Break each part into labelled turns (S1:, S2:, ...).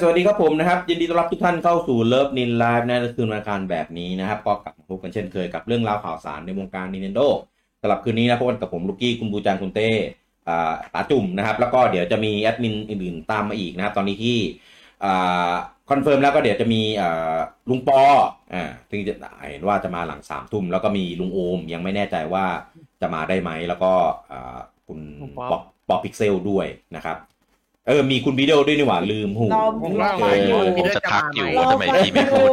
S1: สวัสดีครับผมนะครับ ยินดีต้อนรับทุกท่านเข้าสู่เลิฟนินไลฟ์นะคืนวันอังคารแบบนี้นะครับ ก็กลับมาพบกันเช่นเคยกับเรื่องราวข่าวสารในวงการ Nintendo สำหรับคืนนี้นะพบกันกับผมลูกกี้คุณบูจังคุณเต้อ่าตาจุ่มนะครับ แล้วก็เดี๋ยวจะมีแอดมินอื่นๆตามมาอีกนะครับ ตอนนี้ที่อ่าคอนเฟิร์มแล้วก็เดี๋ยวจะมีอ่าลุงปออ่าซึ่งจะเห็นว่าจะมาหลังสามทุ่มแล้วก็มีลุงโอมยังไม่แน่ใจว่าจะมาได้ไหมแล้วก็อ่าคุณ
S2: ลุง
S1: ป
S2: ป๊อป
S1: อปปอปพิกเซลด้วยนะครับ เออ มีคุณบิเดลด้วยนี่หว่าลืมหู
S3: รอ
S4: ผม
S1: เ
S4: ว่ามาอยู่
S1: ออ
S4: ผมจะทักอยู่
S3: รอ
S4: ว่าทำไม
S3: ฟัง
S4: พี่ไม่
S3: อ
S4: พู
S3: ยู่
S4: ด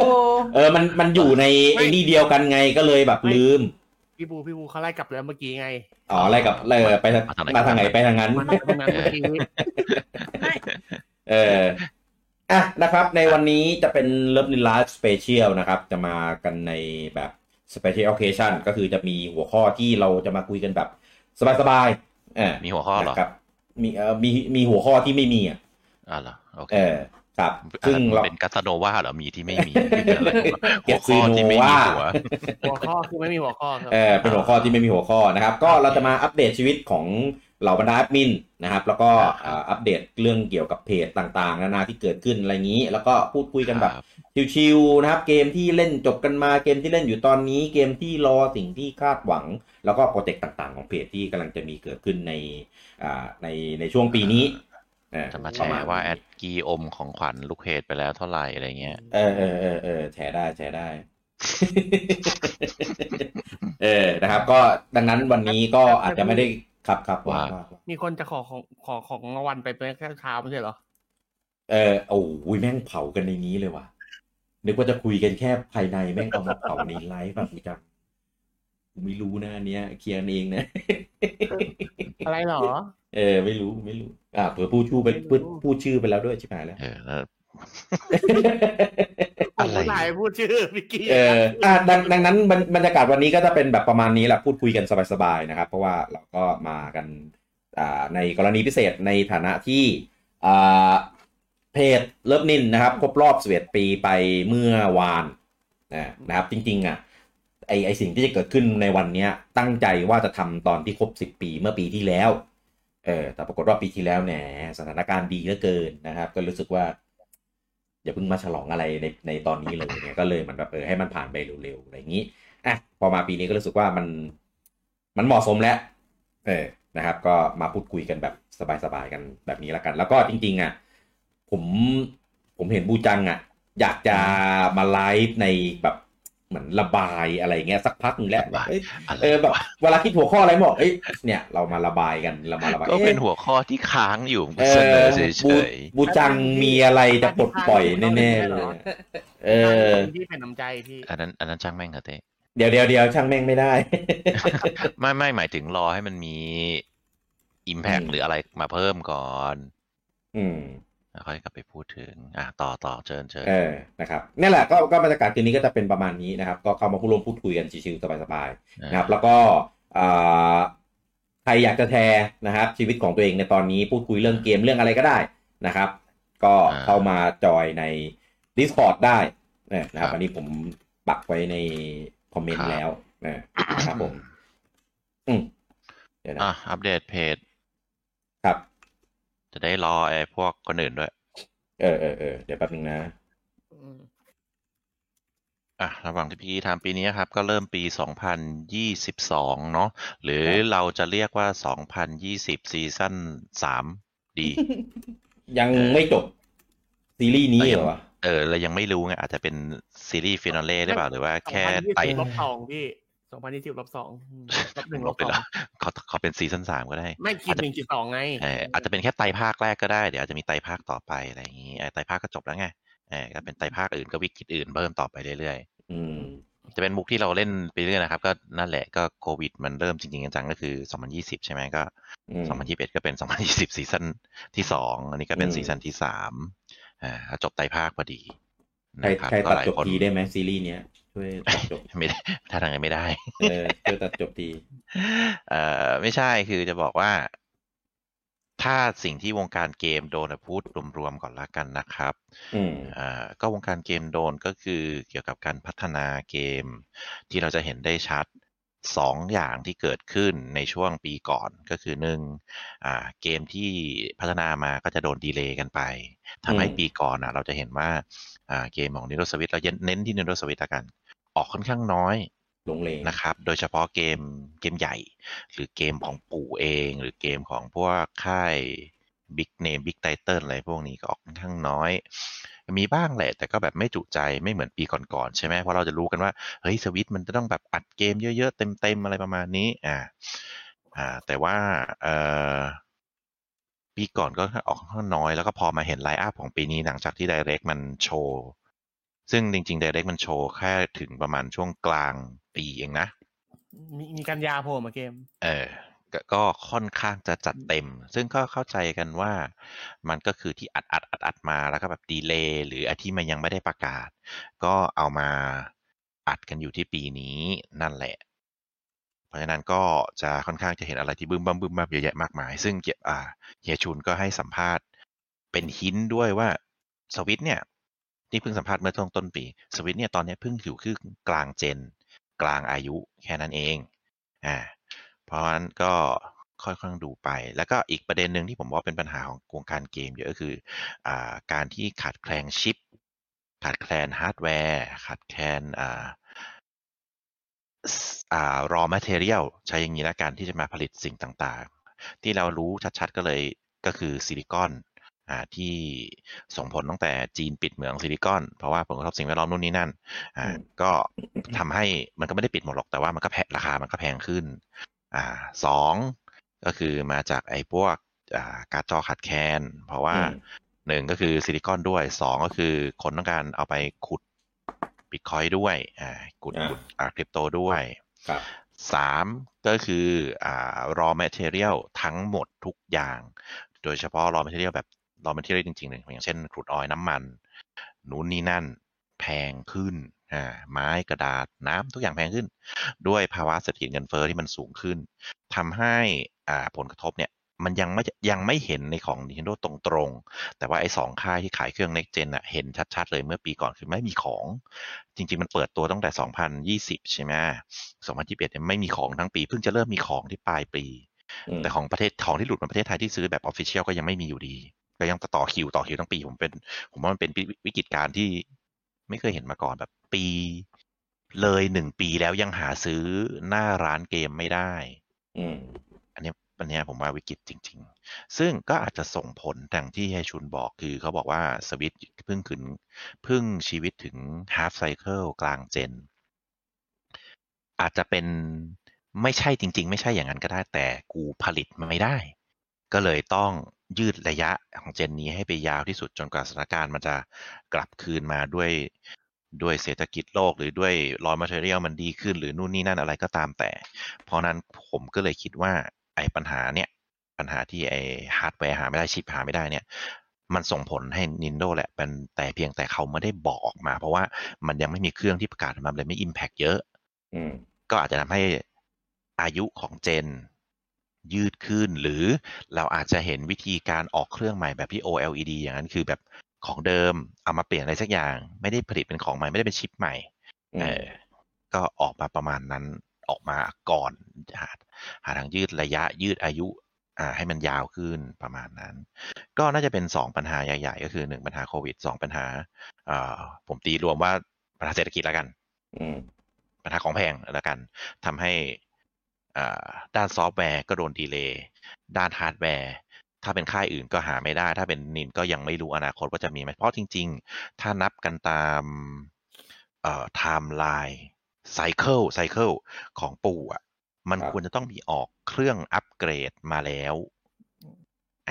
S1: เออ มัน มันอยู่ในไอ้นี่เดียวกันไงก็เลยแบบลืม
S2: พี่บูพี่บูเขาไล่กลับแล้วเมื่อกี้ไง
S1: อ๋ออะไรกับอะไรเออไปทางมาทางไหนไปทางนั้น
S2: มันไปตรงนั้นเมื่อกี้
S3: ไม่
S1: เอออ่ะนะครับ ในวันนี้จะเป็นเลิฟนิลาสเปเชียลนะครับ จะมากันในแบบสเปเชียล c c a s i o n ก็คือจะมีหัวข้อที่เราจะมาคุยกันแบบสบายๆเออ
S4: มีหัวข้อเหรอ
S1: นะครับ มีเออมีมีหัวข้อที่ไม่มีอ่ะ
S4: อ่าเหรอโอเค
S1: เออ ครับ ซึ่
S4: ซึ่
S1: ง
S4: ง
S1: เรา
S4: เป็นกาสโนวาเหรอมีที่ไม่ มี
S1: เกี
S4: หั
S1: ยว รติ
S4: ข้อ
S1: ซี
S4: ที่
S1: โน
S4: ไม่มี
S1: วา
S4: หัว
S2: หัวข้อคือไม่มีหัวข้อครับ
S1: เออเป็นหัวข้อที่ไม่มีหัวข้อนะครับ ก็เราจะมาอัปเดตชีวิตของเหล่าบรรดาแอดมินนะครับ แล้วก็เอ่ออัปเดตเรื่องเกี่ยวกับเพจต่างๆ นานาที่เกิดขึ้นอะไรอย่างนี้ แล้วก็พูดคุยกันแบบ
S4: ครับ
S1: ชิวๆนะครับ เกมที่เล่นจบกันมาเกมที่เล่นอยู่ตอนนี้ เกมที่รอสิ่งที่คาดหวัง แล้วก็โปรเจกต์ต่างๆ ของเพจที่กำลังจะมีเกิดขึ้นในอ่าในในช่วงปีนี้เออ
S4: จะมาแช
S1: ปณ
S4: ร์
S1: นี้
S4: ว่าแอดกีอมของขวัญลูกเพจไปแล้วเท่าไหร่อะไรเงี้ย
S1: เออเออเออเออแชร์ได้แชร์ได้ เออนะครับ ก็ดังนั้นวันนี้ก็อาจจะไม่ได้ครับครับว่าว่า
S2: มีคนจะขอของขอของรางวัลไปเมื่อเช้าไม่ใช่เหรอ
S1: เออโอ้ยแม่งเผากันในนี้เลยว่ะนึกว่าจะคุยกันแค่ภายในแม่งเอามาเผาในไลฟ์แบบนี้จังกูไม่รู้นะอันเนี้ยเคลียร์กันเองนะ
S2: อะไรเหรอ
S1: เออ ไม่รู้ไม่รู้ อ่าเผื่อพูดชื่อไปพูดพูดชื่อไปแล้วด้วยชิบหายแล้ว
S4: เออแล้ว
S2: ผ
S4: อะ
S2: ม
S4: ไร
S2: ก็ถ่ายพูดชื่อพี่กี้
S1: เอออ่ะดังดังนั้นบรรบรรยากาศวันนี้ก็จะเป็นแบบประมาณนี้แหละพูดคุยกันสบายๆนะครับ เพราะว่าเราก็มากันอ่าในกรณีพิเศษในฐานะที่อ่าเพจเลิฟนินนะครับ ครบรอบสเวตปีไปเมื่อวานนะนะครับ จริง ๆ อ่ะไอไอสิ่งที่จะเกิดขึ้นในวันเนี้ย ตั้งใจว่าจะทำตอนที่ครบสิบปีเมื่อปีที่แล้ว เออแต่ปรากฏว่าปีที่แล้วแหมสถานการณ์ดีเหลือเกินนะครับ ก็รู้สึกว่า อย่าเพิ่งมาฉลองอะไรในในตอนนี้เลยเนี่ยก็เลยเหมันแบบเออให้มันผ่านไปเร็วๆอะไรอย่างนี้อ่ะพอมาปีนี้ก็รู้สึกว่ามันมันเหมาะสมแล้วเออนะครับ ก็มาพูดคุยกันแบบสบายๆกันแบบนี้ละกัน แล้วก็จริง ๆ อ่ะ ผมผมเห็นบูจังอ่ะ อยากจะมาไลฟ์ในแบบเหมือนระบายอะไรเงี้ยสักพักหนึงแล้ว
S4: ระบาย
S1: เอ้ย
S4: อะไร
S1: เออแบบเวลาคิดหัวข้ออะไรบอกเอ้ยเนี่ยเรามาระบายกันเรามาระบาย
S4: ก็เป็น
S1: อ๊ะ
S4: หัวข้อที่ค้างอยู่ผม
S1: เอ
S4: ก็เสน
S1: อ
S4: อเฉ
S1: บู
S4: ย
S1: บูจังมีอะไรจะปลดปล่อยแน่ๆเลย เออ
S2: พี่เป็นน้ำใจพี่
S4: ๆอันนั้นอันนั้นช่างแม่งเหรอเต้
S1: เดี๋ยวเดี๋ยวเดี๋ยวช่างแม่งไม่ได้
S4: ไม่ไม่หมายถึงรอให้มันมีอิมแพ t
S1: อืม
S4: หรืออะไรมาเพิ่มก่อน
S1: อืม
S4: แล้วค่อยกลับไปพูดถึง อ่ะต่อต่อเชิญเชิญ
S1: เออ นะครับนี่นแหละก็ก็บรรยากาศคืนนี้ก็จะเป็นประมาณนี้นะครับ ก็เข้ามาพูดร่วมพูดคุยกันชิวๆสบายๆนะครับ แล้วก็อ่าใครอยากจะแชร์นะครับ ชีวิตของตัวเองในตอนนี้พูดคุยเรื่องเกมเรื่องอะไรก็ได้นะครับ ก็เข้ามาจอยใน Discord ได้เนี่ยนะครับ
S4: ครับ
S1: อันนี้ผมปักไว้ในคอมเมน
S4: ครั
S1: ต์
S4: บ
S1: แล้วนะครับผมอืมเดี๋ยวนะ
S4: อ่ะอัปเดตเพจ
S1: ครับ
S4: จะได้รอไอ้พวกคนอื่นด้วย
S1: เออเออเออเดี๋ยวแป๊บนึงนะ
S2: อืม
S4: อ่ะ ระหว่างที่พี่ทำปีนี้ครับ ก็เริ่มปี 2022 เนาะ หรือเราจะเรียกว่า 2020 ซีซั่น3ดี
S1: ยัง
S4: เออ
S1: ไม่จบ ซีรีส์นี้
S4: เออ
S1: เหรอวะ
S4: เออ เรายังไม่รู้ไง อาจจะเป็นซีรีส์ฟินาเล่หรือเปล่า หรือว่าแค่ไต
S2: 2020ลบสองพี่สองพันยี่สิบลบสองอืมลบหนึ่ง
S4: ล
S2: ล
S4: บบ ไป
S2: สอ
S4: แล้ว
S2: ง
S4: เขาเขาเป็นซีซั่น3ก็ได้
S2: ไม่คิดหนึ่งคิดสองไง
S4: เอออาจจะเป็นแค่ไตรภาคแรกก็ได้ เดี๋ยวอาจจะมีไตรภาคต่อไปอะไรอย่างนี้เออไตรภาคก็จบแล้วไงเออก็เป็นไตรภาคอื่นก็วิกฤตอื่นเพิ่มต่อไปเรื่อยๆ
S1: อืม
S4: จะเป็นมุกที่เราเล่นไปเรื่อยนะครับ ก็นั่นแหละก็โควิดมันเริ่มจริงๆจังๆก็คือ 2020 ใช่ไหมก็
S1: อืม
S4: 2021 ก็เป็น 2020 ซีซั่นที่สองอันนี้ก็เป็น
S1: อืม
S4: ซีซั่นที่สามอ่าจบไตรภาคพอดี
S1: ใคร
S4: นะครับ
S1: ใคร
S4: ก็
S1: ตัด
S4: หลาย
S1: จบ
S4: คน
S1: ทีได้ไหมซีรีส์เนี้ยช่วยตัดจบ
S4: ไม่ได้ ถ้าทางไหนไม่ได้
S1: เออช่วยตัดจบที
S4: เอ่อไม่ใช่คือจะบอกว่า ถ้าสิ่งที่วงการเกมโดนอะพูดรวมๆก่อนละกันนะครับ
S1: อืม
S4: อ่าก็วงการเกมโดนก็คือเกี่ยวกับการพัฒนาเกม ที่เราจะเห็นได้ชัด สองอย่างที่เกิดขึ้นในช่วงปีก่อนก็คือหนึ่งอ่าเกมที่พัฒนามาก็จะโดนดีเลย์กันไปทำให้
S1: อืม
S4: ปีก่อนนะเราจะเห็นว่าอ่าเกมของ Nintendo Switch เราเน้นที่ Nintendo Switch ละกัน ออกค่อนข้างน้อย
S1: หลงเหลง
S4: นะครับ โดยเฉพาะเกมเกมใหญ่ หรือเกมของปู่เอง หรือเกมของพวกค่ายบิ๊กเนมบิ๊กไตเติลอะไรพวกนี้ก็ออกค่อนข้างน้อย มีบ้างแหละ แต่ก็แบบไม่จุใจไม่เหมือนปีก่อนๆใช่ไหมเพราะเราจะรู้กันว่า เฮ้ยสวิตมันจะต้องแบบอัดเกมเยอะๆ เต็มๆ อะไรประมาณนี้อ่าอ่า แต่ว่าเอ่อปีก่อนก็ออกค่อนข้างน้อยแล้วก็พอมาเห็นไลน์อัพของปีนี้หลังจากที่ Direct มันโชว์ ซึ่งจริงๆ Direct มันโชว์แค่ถึงประมาณช่วงกลางปีเองนะ
S2: มีมีการยาโผล่มาเกม
S4: เออก็ก็ค่อนข้างจะจัดเต็ม ซึ่งก็เข้าใจกันว่ามันก็คือที่อัดอัดอัดอัดมาแล้วก็แบบดีเลย์หรืออนที่มันยังไม่ได้ประกาศ ก็เอามาอัดกันอยู่ที่ปีนี้นั่นแหละ เพราะฉะนั้นก็จะค่อนข้างจะเห็นอะไรที่บึ้มบั้มบึ้มบั้มเยอะแยะมากมาย ซึ่งเก็บอ่าเฮียชุนก็ให้สัมภาษณ์ เป็นหินด้วยว่าสวิตเนี่ยที่เพิ่งสัมภาษณ์เมื่อช่วงต้นปีสวิตเนี่ยตอนเนี้ยเพิ่งอยู่คือกลางเจน กลางอายุแค่นั้นเองอ่า เพราะฉะนั้นก็ค่อย ๆ ดูไป แล้วก็อีกประเด็นหนึ่งที่ผมว่าเป็นปัญหาของวงการเกมเยอะก็คืออาการที่ขาดแคลนชิป ขาดแคลนฮาร์ดแวร์ ขาดแคลนอ่าสอ่า raw material ใช้อย่างนี้ละกันที่จะมาผลิตสิ่งต่างๆ ที่เรารู้ชัดๆ ก็เลยก็คือซิลิคอนอ่าที่ส่งผลตั้งแต่จีนปิดเหมืองซิลิคอน เพราะว่าผลกระทบสิ่งแวดล้อมนู่นนี่นั่นอ่า
S1: อืม
S4: ก็ทำให้มันก็ไม่ได้ปิดหมดหรอกแต่ว่ามันก็แพงราคามันก็แพงขึ้น อ่าสองก็คือมาจากไอ้พวกอ่าการ์ดจอขาดแคลนเพราะว่า
S1: อืม
S4: หนึ่งก็คือซิลิคอนด้วยสองก็คือคนต้องการเอาไปขุดบิตคอยด้วยอ่าขุด
S1: อ่า
S4: ขุดอ่าคริปโตด้วย
S1: ครับ
S4: สามก็คืออ่า raw material ทั้งหมดทุกอย่าง โดยเฉพาะ raw material แบบ raw material จริงๆเลยอย่างเช่นครูดออยล์น้ำมันนู้นนี่นั่นแพงขึ้นอ่าไม้กระดาษน้ำทุกอย่างแพงขึ้น ด้วยภาวะเศรษฐกิจเงินเฟ้อที่มันสูงขึ้นทำให้อ่าผลกระทบเนี่ยมันยังไม่ยังไม่เห็นในของ Nintendo ตรงๆ แต่ว่าไอ้สองค่ายที่ขายเครื่อง Next Gen น่ะเห็นชัดๆ เลยเมื่อปีก่อนคือไม่มีของ จริงๆ มันเปิดตัวตั้งแต่ 2020 ใช่ไหม2021เนี่ยไม่มีของทั้งปี เพิ่งจะเริ่มมีของที่ปลายปี
S1: อืม
S4: แต่ของประเทศของที่หลุดมาประเทศไทยที่ซื้อแบบออฟฟิเชียลก็ยังไม่มีอยู่ดี ก็ยังต่อคิวต่อคิวทั้งปี ผมเป็น ผมว่ามันเป็นวิกฤตการณ์ที่ไม่เคยเห็นมาก่อนแบบปี เลยหนึ่งปีแล้วยังหาซื้อหน้าร้านเกมไม่ได้
S1: อืม
S4: อันเนี้ยอันเนี้ยผมว่าวิกฤตจริง ๆ ซึ่งก็อาจจะส่งผลดังที่ไฮชุนบอกคือเขาบอกว่าสวิตช์เพิ่งขึ้นเพิ่งชีวิตถึง half cycle กลางเจน อาจจะเป็นไม่ใช่จริง ๆ ไม่ใช่อย่างนั้นก็ได้แต่กูผลิตไม่ได้ ก็เลยต้องยืดระยะของเจนนี้ให้ไปยาวที่สุดจนกว่าสถานการณ์มันจะกลับคืนมาด้วยด้วยเศรษฐกิจโลก หรือด้วยรอยมาเทเรียลมันดีขึ้น หรือนู่นนี่นั่นอะไรก็ตามแต่ เพราะนั้นผมก็เลยคิดว่าไอ้ปัญหาเนี่ยปัญหาที่ไอ้ฮาร์ดแวร์หาไม่ได้ชิปหาไม่ได้เนี่ย มันส่งผลให้ Nintendo แหละเป็นแต่เพียงแต่เขาไม่ได้บอกออกมา เพราะว่ามันยังไม่มีเครื่องที่ประกาศออกมาเลยไม่ Impact เยอะ
S1: อืม
S4: ก็อาจจะทำให้อายุของเจนยืดขึ้น หรือเราอาจจะเห็นวิธีการออกเครื่องใหม่แบบที่ OLED อย่างนั้นคือแบบของเดิมเอามาเปลี่ยนอะไรสักอย่าง ไม่ได้ผลิตเป็นของใหม่ไม่ได้เป็นชิปใหม่
S1: อื
S4: เอ
S1: ม
S4: อก็ออกมาประมาณนั้นออกมาก่อนหาหาทางยืดระยะยืดอายุอ่าให้มันยาวขึ้นประมาณนั้น ก็น่าจะเป็น 2 ปัญหาใหญ่ ๆ ก็คือ 1 ปัญหาโควิด 2 ปัญหาเอ่อผมตีรวมว่าปัญหาเศรษฐกิจแล้วกัน
S1: อืม
S4: ปัญหาของแพงแล้วกันทำให้อ่าด้านซอฟต์แวร์ก็โดนดีเลย์ด้านฮาร์ดแวร์ ถ้าเป็นค่ายอื่นก็หาไม่ได้ ถ้าเป็นนินก็ยังไม่รู้อนาคตว่าจะมีไหมเพราะจริง ๆ ถ้านับกันตามเอ่อไทม์ไลน์ไซเคิลไซเคิลของปู่อ่ะมัน
S1: ครับ
S4: ควรจะต้องมีออกเครื่องอัปเกรดมาแล้ว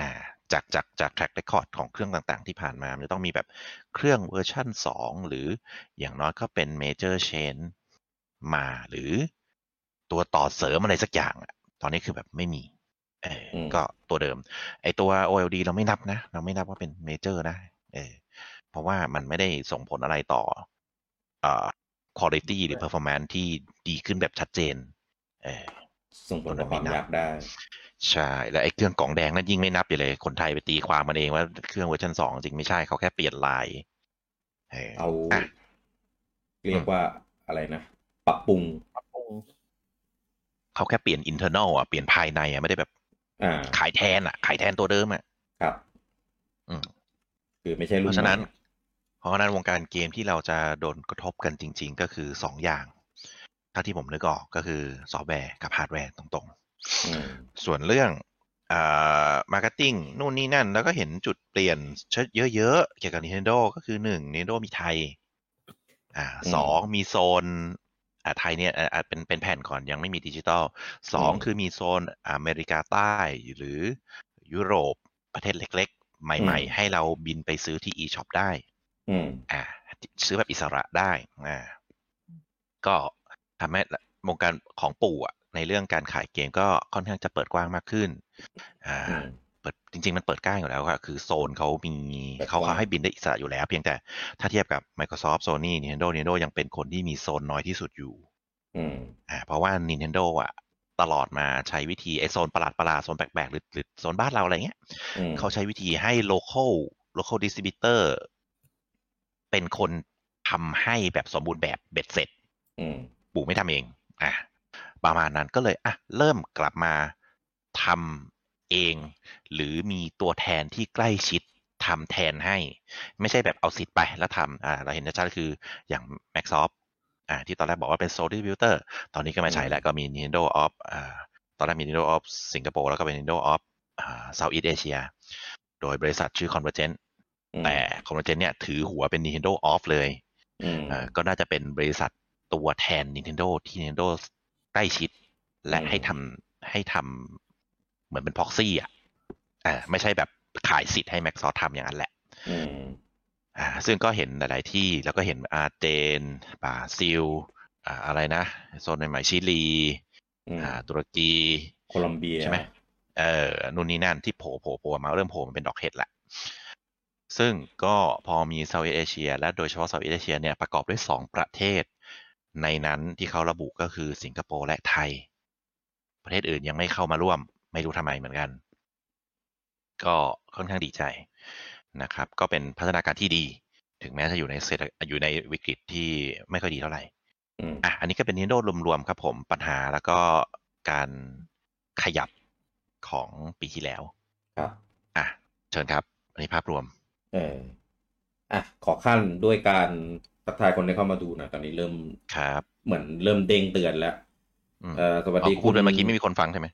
S4: อ่าจากจากจากแทร็กเรคคอร์ดของเครื่องต่างๆ ที่ผ่านมา มันจะต้องมีแบบเครื่องเวอร์ชั่น 2 หรืออย่างน้อยก็เป็นเมเจอร์เชนมาหรือตัวต่อเสริมอะไรสักอย่างอะตอนนี้คือแบบไม่มีเอออ
S1: ม
S4: ก็ตัวเดิม ไอตัว OLD เราไม่นับนะ เราไม่นับว่าเป็นเมเจอร์นะเออเพราะว่ามันไม่ได้ส่งผลอะไรต่อเอ่อคุณภาพหรือ performance ที่ดีขึ้นแบบชัดเจนเออ
S1: ส่งผลต่อความอยากได้
S4: ใช่แล้วไอ้เครื่องกล่องแดงนั่นยิ่งไม่นับอยู่เลยคนไทยไปตีความมันเองว่าเครื่องเวอร์ชันสองจริงไม่ใช่เขาแค่เปลี่ยนลายเออ
S1: เอา
S4: อ่ะ
S1: เรียกว่าอะไรนะ ปรับปรุง
S2: ปรับปรุง
S4: เขาแค่เปลี่ยน internal อ่ะเปลี่ยนภายในอ่ะไม่ได้แบบ
S1: อ่า
S4: ขายแทนอ่ะ ขายแทนตัวเดิมอ่ะ
S1: ครับ
S4: อืม
S1: คือไม่ใช่
S4: เพ
S1: รุ่น
S4: ราะฉะนั้น
S1: ใหม่
S4: เพราะฉะนั้นวงการเกมที่เราจะโดนกระทบกันจริง ๆ ก็คือสองอย่างเท่าที่ผมนึกออกก็คือซอฟต์แวร์กับฮาร์ดแวร์ตรง
S1: อืม
S4: ๆ ส่วนเรื่องมาร์เก็ตติ้งนู่นนี่นั่น แล้วก็เห็นจุดเปลี่ยนเยอะๆ เกี่ยวกับ Nintendo ก็คือหนึ่ง Nintendo มีไทยอ่าสองมีโซนอ่าไทยเนี่ยอ่าอ่าเป็นเป็นแผ่นก่อนยังไม่มีดิจิตอลสองคือมีโซนอเมริกาใต้หรือยุโรปประเทศเล็ก ๆ ใหม่ ๆ ให้เราบินไปซื้อที่ e-shop ได้
S1: อืม
S4: อ่าซื้อแบบอิสระได้อ่าก็ทำให้วงการของปู่อะในเรื่องการขายเกมก็ค่อนข้างจะเปิดกว้างมากขึ้นอ่า
S1: อืม
S4: เปิดจริง ๆ มันเปิดกว้างอยู่แล้วค่ะคือโซนเขามี
S1: เปิดกว้าง
S4: เขาเขาให้บินได้อิสระอยู่แล้ว เพียงแต่ถ้าเทียบกับ Microsoft Sony Nintendo Nintendo ยังเป็นคนที่มีโซนน้อยที่สุดอยู่
S1: อืม
S4: อ่าเพราะว่า Nintendo อ่ะตลอดมาใช้วิธีไอโซนประหลาดประหลาดๆโซนแปลกๆหรือหรือโซนบ้านเราอะไรเงี้ย
S1: อืม
S4: เขาใช้วิธีให้ local local distributor เป็นคนทำให้แบบสมบูรณ์แบบเบ็ดเสร็จ
S1: อืม
S4: ปู่ไม่ทำเอง อ่ะ ประมาณนั้นก็เลย อ่ะ เริ่มกลับมาทำเอง หรือมีตัวแทนที่ใกล้ชิดทำแทนให้ ไม่ใช่แบบเอาสิทธิ์ไปแล้วทำอ่า เราเห็นชัดๆคืออย่าง m a c s o f t อ่า ที่ตอนแรกบอกว่าเป็น sole distributor ตอนนี้ก็ไม่ใช่แล้วก็มี Nintendo of อ่า ตอนแรกมี Nintendo of สิงคโปร์แล้วก็เป็น Nintendo of อ่า Southeast Asia โดยบริษัทชื่อ Convergent
S1: อืม
S4: แต่ Convergent เนี่ยถือหัวเป็น Nintendo of เลย
S1: อืม
S4: เอ่อก็น่าจะเป็นบริษัทตัวแทน Nintendo ที่ Nintendo ใกล้ชิด และ
S1: อืม
S4: ให้ทำให้ทำเหมือนเป็นพ็อกซี่อ่ะอ่าไม่ใช่แบบขายสิทธิ์ให้ m a c s o f t ทำอย่างนั้นแหละ
S1: อืม
S4: อ่าซึ่งก็เห็นหลาย ๆ ที่แล้วก็เห็นอาร์เจนบราซิลอ่าอะไรนะ โซนใหม่ๆชิลี
S1: อืม
S4: อ่าตุรกี
S1: โคลอมเบีย
S4: ใช่ไหมเออนู่นนี่นั่นที่โผล่โผล่โผล่มาเริ่มโผล่มาเป็นดอกเห็ดแหละ ซึ่งก็พอมีเซาท์เอเชีย และโดยเฉพาะเซาท์เอเชียเนี่ยประกอบด้วย 2 ประเทศ ในนั้นที่เขาระบุก็คือสิงคโปร์และไทย ประเทศอื่นยังไม่เข้ามาร่วม ไม่รู้ทำไมเหมือนกัน ก็ค่อนข้างดีใจนะครับ ก็เป็นพัฒนาการที่ดี ถึงแม้จะอยู่ในเศรษฐอยู่ในวิกฤตที่ไม่ค่อยดีเท่าไหร่
S1: อืม
S4: อ่ะอันนี้ก็เป็น Nintendo รวมๆครับผมปัญหาแล้วก็การขยับของปีที่แล้ว
S1: ครับ
S4: อ่ะ เชิญครับ อันนี้ภาพรวม
S1: เอออ่ะขอขั้นด้วยการทักทายคนที่เข้ามาดูหนะตอนนี้เริ่ม
S4: ครับ
S1: เหมือนเริ่มเด้งเตือนแล้ว
S4: อืม
S1: เออสวัสดี
S4: อ๋อพูดไปเมื่อกี้ไม่มีคนฟังใช่ไหม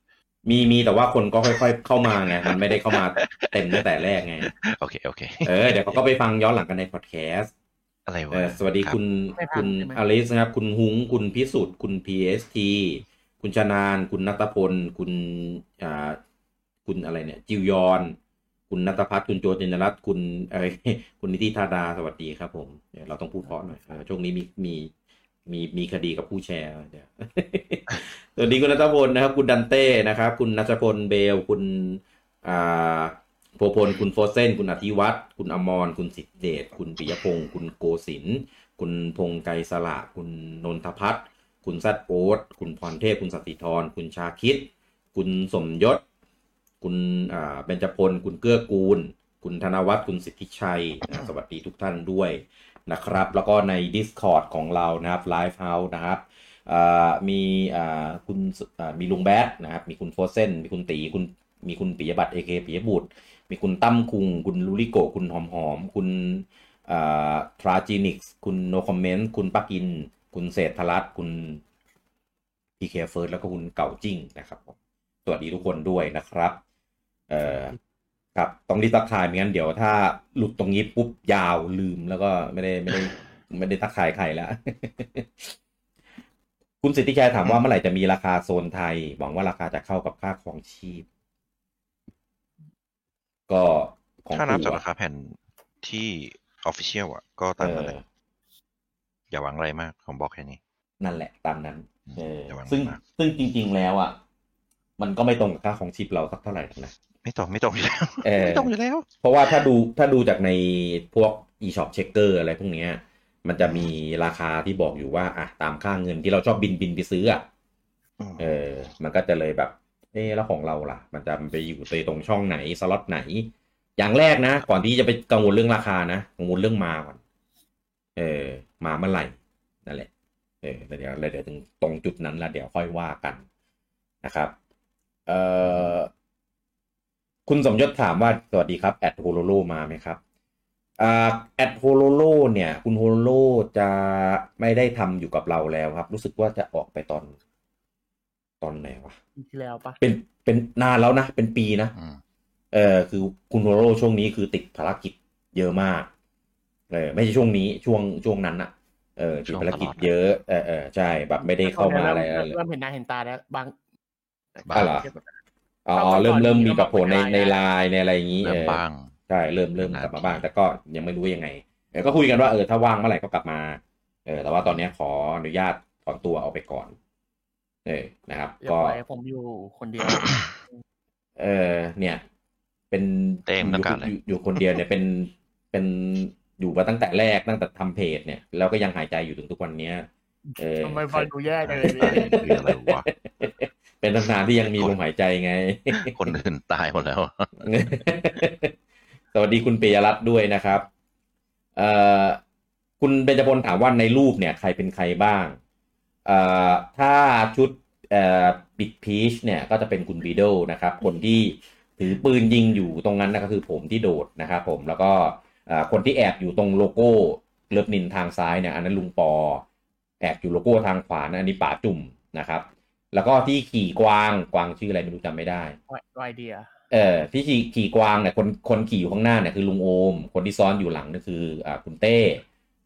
S1: มีมีแต่ว่าคนก็ค่อย ๆ เข้ามาไงมันไม่ได้เข้ามาเต็มตั้งแต่แรกไง
S4: โอเค โอเค
S1: เออเดี๋ยวเขาก็ไปฟังย้อนหลังกันในพอดแคสต์
S4: อะไรวะ
S1: เออสวัสดี
S4: รับ
S1: คุณ
S2: ไม่ทัน
S1: คุณ
S2: ใช่ไหม
S1: อลิสนะครับ คุณฮุ้งคุณพิสุทธิ์คุณ PST คุณชนาน คุณนัตพล คุณอ่าคุณอะไรเนี่ย จิวยอน คุณนัตพัฒน์คุณโจจินรัตน์คุณอะไร คุณนิติธาดาสวัสดีครับผมเดี๋ยวเราต้องพูดเพราะหน่อยเออช่วงนี้มีมีมีมีคดีกับผู้แชร์เดี๋ยว สวัสดีคุณนัทพลนะครับ คุณดันเต้นะครับ คุณนัชพลเบล คุณอ่าโพพล คุณโฟเซนคุณอธิวัตรคุณอมร คุณสิทธิเดช คุณปิยพงศ์คุณโกศินทร์คุณพงไกรสละ คุณนนทพัฒน์คุณซัดโอ๊ตคุณพรเทพ คุณสติธร คุณชาคิด คุณสมยศ คุณอ่าเบญจพล คุณเกื้อกูล คุณธนวัฒน์คุณสิทธิชัยนะสวัสดีทุกท่านด้วยนะครับ แล้วก็ใน Discord ของเรานะครับ Live House นะครับ อ่ามีอ่าคุณสุอ่ามีลุงแบดนะครับ มีคุณโฟเซนมีคุณตีคุณมีคุณปิยบัตรเอเคปิยบุตร มีคุณตั้มคุง คุณลูริโกะคุณหอมหอม คุณอ่าทราจินิกส์คุณโนคอมเมนต์คุณปักกิน คุณเศรษฐรัตน์คุณพีเคเฟิร์สแล้วก็คุณเก่าจิ้งนะครับผมสวัสดีทุกคนด้วยนะครับเอ่อครับต้องรีบทักทายไม่งั้นเดี๋ยวถ้าหลุดตรงนี้ปุ๊บยาวลืมแล้วก็ไม่ได้ไม่ได้ไม่ได้ทักทายใครแล้ว คุณสิทธิชัยถามว่าเมื่อไหร่จะมีราคาโซนไทย หวังว่าราคาจะเข้ากับค่าครองชีพ ก็ของ
S4: ถ้านับจาก
S1: ปู่
S4: รา
S1: อะ
S4: คาแผ่นที่ Official อ่ะ ก็ตามนั้นแหละ
S1: เออ
S4: อย่าหวังอะไรมาก ผมบอกแค่นี้
S1: นั่นแหละตามนั้น เออ
S4: ระวัง
S1: ซึ่ง
S4: มาก
S1: ซึ่งจริง ๆ แล้วอ่ะ มันก็ไม่ตรงกับค่าของชีพเราสักเท่าไหร่นะ
S4: ไม่ตรงไม่ตรงอยู่แล้ว
S1: เออ
S4: ไม่ตรงอยู่แล้ว
S1: เพราะว่าถ้าดูถ้าดูจากในพวก e-shop checker อะไรพวกเนี้ย มันจะมีราคาที่บอกอยู่ว่าอ่ะตามค่าเงินที่เราชอบบินบินไปซื้ออ่ะ
S4: อืม
S1: เออ มันก็จะเลยแบบ เออแล้วของเราล่ะ มันจะไปอยู่ในตรงช่องไหน สล็อตไหน อย่างแรกนะ ก่อนที่จะไปกังวลเรื่องราคานะ กังวลเรื่องมาก่อน เออ มาเมื่อไหร่ นั่นแหละ เออแล้วเดี๋ยวแล้วเดี๋ยวถึงตรงจุดนั้นและเดี๋ยวค่อยว่ากัน นะครับเอ่อคุณสมยศถามว่าสวัสดีครับแอดโฮโลโลมาไหมครับอ่าแอดโฮโลโลเนี่ย คุณโฮโลโลจะไม่ได้ทำอยู่กับเราแล้วครับ รู้สึกว่าจะออกไปตอน ตอนไหนวะ
S2: ปีที่แล้วปะ
S1: เป็นเป็นนานแล้วนะ เป็นปีนะ
S4: อืม
S1: เออคือคุณโฮโรช่วงนี้คือติดภารกิจเยอะมากเออไม่ใช่ช่วงนี้ช่วงช่วงนั้นอะเออติดภารกิจเยอะเออเออใช่แบบไม่ได้เข้ามาอะไร
S2: เ
S1: อะไรเลย
S2: ริ่มเห็นหน้าเห็นตาแล้วบาง
S4: บ้าง
S1: เหรอ อ๋อเริ่มเริ่มมีปรับโผลในในไลน์ในอะไรอย่างนี้
S4: เริ่ม
S1: เออ
S4: บ้าง
S1: ใช่เริ่มเริ่มกลับมาบ้าง
S4: นะ
S1: แต่ก็ยังไม่รู้ยังไงเออก็คุยกันว่าเออถ้าว่างเมื่อไหร่ก็กลับมาเออแต่ว่าตอนเนี้ยขออนุญาตถอนตัวเอาไปก่อนเออนะครับ
S2: อย่า
S1: ก็
S2: ปล่อยให้ผมอยู่คนเดียว
S1: เออเนี่ย เป็น
S4: เต้มต้องการอะไร
S1: ยู่ยู่อยู่คนเดียวเนี่ย เป็นเป็นอยู่มาตั้งแต่แรกตั้งแต่ทำเพจเนี่ยแล้วก็ยังหายใจอยู่ถึงทุกวันเนี้ยเออ
S2: ทำไมฟังดูแย่จังเลย
S4: ตายคืออะไรวะ
S1: เป็นตำนานที่ยังมีลมหายใจไง
S4: คนอื่นตายหมดแล้ว
S1: สวัสดีคุณปิยรัตน์ด้วยนะครับ เอ่อ คุณเบญจพลถามว่าในรูปเนี่ย ใครเป็นใครบ้าง เอ่อ ถ้าชุดเอ่อปิดพีชเนี่ย ก็จะเป็นคุณบีโดนะครับ คนที่ถือปืนยิงอยู่ตรงนั้นนะก็คือผมที่โดดนะครับผม แล้วก็เอ่อคนที่แอบอยู่ตรงโลโก้เลิฟนินทางซ้ายเนี่ย อันนั้นลุงปอ แอบอยู่โลโก้ทางขวานะอันนี้ป๋าจุ่มนะครับ แล้วก็ที่ขี่กวาง กวางชื่ออะไรไม่รู้จำไม่ได้
S2: ไอเดีย
S1: เอ่อที่ขี่ขี่กวางเนี่ยคนคนขี่อยู่ข้างหน้าเนี่ยคือลุงโอม คนที่ซ้อนอยู่หลังเนี่ยคืออ่าคุณเต้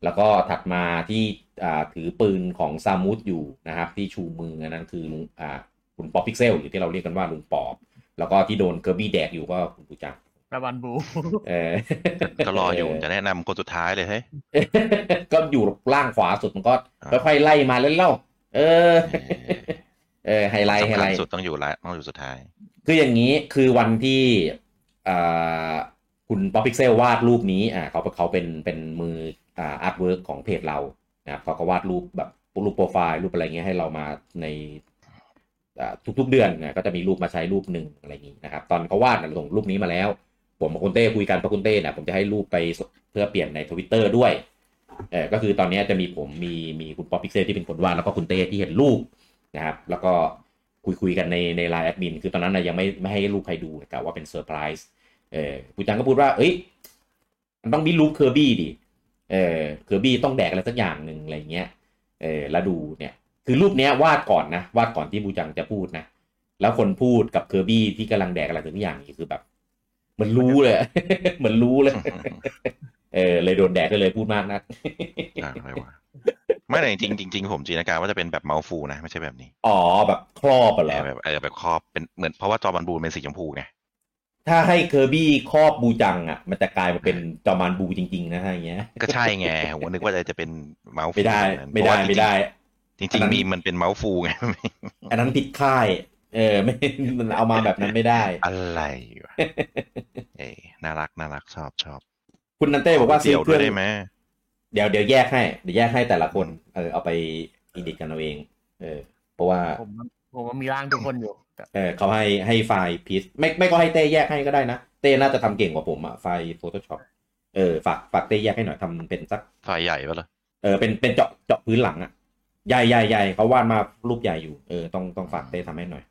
S1: แล้วก็ถัดมาที่อ่าถือปืนของซามุตอยู่นะครับที่ชูมืออันนั้นคือลุงอ่าคุณป๊อปพิกเซลหรือที่เราเรียกกันว่าลุงปอบ แล้วก็ที่โดนเกอร์บี้แดกอยู่ก็คุณปูจัง
S2: ตะวันบู
S1: เออ
S4: ก็รออยู่จะแนะนำคนสุดท้ายเลยเฮ้ย
S1: ก็อยู่ล่างขวาสุดมันก็
S4: อ่า
S1: ค่อยๆไล่มาเล่นเล่าเออเออไฮไลท์ไฮ
S4: สำ
S1: ไล
S4: คัญ
S1: ท์
S4: สุดต้องอยู่ละต้องอยู่สุดท้าย
S1: คืออย่างนี้คือวันที่อ่าคุณป๊อปพิกเซลวาดรูปนี้อ่าเขาเขาเป็นเป็นมืออ่าอาร์ตเวิร์กของเพจเรานะครับเขาก็วาดรูปแบบรูปโปรไฟล์รูปอะไรเงี้ยให้เรามาในอ่าทุกๆเดือนนะก็จะมีรูปมาใช้รูปหนึ่งอะไรอย่างนี้นะครับ ตอนเขาวาดนะส่งรูปนี้มาแล้ว ผมกับคุณเต้คุยกันเพราะคุณเต้เนี่ยผมจะให้รูปไปเพื่อเปลี่ยนในทวิตเตอร์ด้วยเออก็คือตอนนี้จะมีผมมีมีคุณป๊อปพิกเซลที่เป็นคนวาดแล้วก็คุณเต้ที่เห็นรูป นะครับแล้วก็คุยคุยกันในในไลน์แอดมินคือตอนนั้นนะยังไม่ไม่ให้ลูกใครดูกะว่าเป็นเซอร์ไพรส์เออปูจังก็พูดว่า เอ้ย มันต้องมีรูปเคอร์บี้ดิเออเคอร์บี้ต้องแดกอะไรสักอย่างหนึ่งอะไรเงี้ยเออแล้วดูเนี่ย คือรูปเนี้ยวาดก่อนนะ วาดก่อนที่บูจังจะพูดนะ แล้วคนพูดกับเคอร์บี้ที่กำลังแดกอะไรสักอย่างนี่คือแบบเหมันรู้เลย เหมันรู้เลย เออเลยโดนแดกเลยเลยพูดมาก นัก
S4: อ่ะไม่ว่าไม่แต่จริงจริงจริงผมจินตนาการว่าจะเป็นแบบเมาส์ฟูนะไม่ใช่แบบนี้
S1: อ๋อแบบครอบอะเหรอ
S4: แต่แบบเออแบบครอบเป็นเหมือนเพราะว่าจอบันบูนเป็นสีชมพูไง
S1: ถ้าให้เคอร์บี้ครอบบูจังอ่ะ มันจะกลายมาเป็นจอมานบูจริง ๆ นะฮะอย่างเงี้ย
S4: ก็ใช่ไงผมก็นึกว่าจะเป็นเมาส์ฟู
S1: ไม่ได้
S4: แบบนั้น
S1: ไม่ได้
S4: เพราะว่า
S1: ไม่ได้
S4: จริงๆจริงๆมีมันเป็นเมาส์ฟูไง
S1: อันนั้นผิดค่าย เออไม่ มันเอามาแบบนั้นไม่ได้
S4: อะไรวะเอ้ยน่ารักน่ารักชอบชอบ
S1: คุณนันเต้บอกว่าซื้อ
S4: เดี่ยว
S1: เค
S4: ด้
S1: รื่อย ง
S4: วได้ไหม
S1: เดี๋ยวเดี๋ยวแยกให้เดี๋ยวแยกให้แต่ละคนเออเอาไปอิดิตกันเอาเอง เออ เพราะว่า
S2: ผมผมว่ามีร่างทุกคนอยู่แต่
S1: เออเขาให้ให้ไฟล์พีซไม่ไม่ก็ให้เต้แยกให้ก็ได้นะ เต้น่าจะทำเก่งกว่าผมอะไฟล์ Photoshop เออฝากฝากเต้แยกให้หน่อยทำเป็นสัก
S4: ฝ่ายใหญ่ปะล่ะ
S1: เออเป็นเป็นเจาะเจาะพื้นหลังอะใหญ่ใหญ่ใหญ่เขาวาดมารูปใหญ่อยู่เออต้องต้องฝากเต้ทำให้หน่อย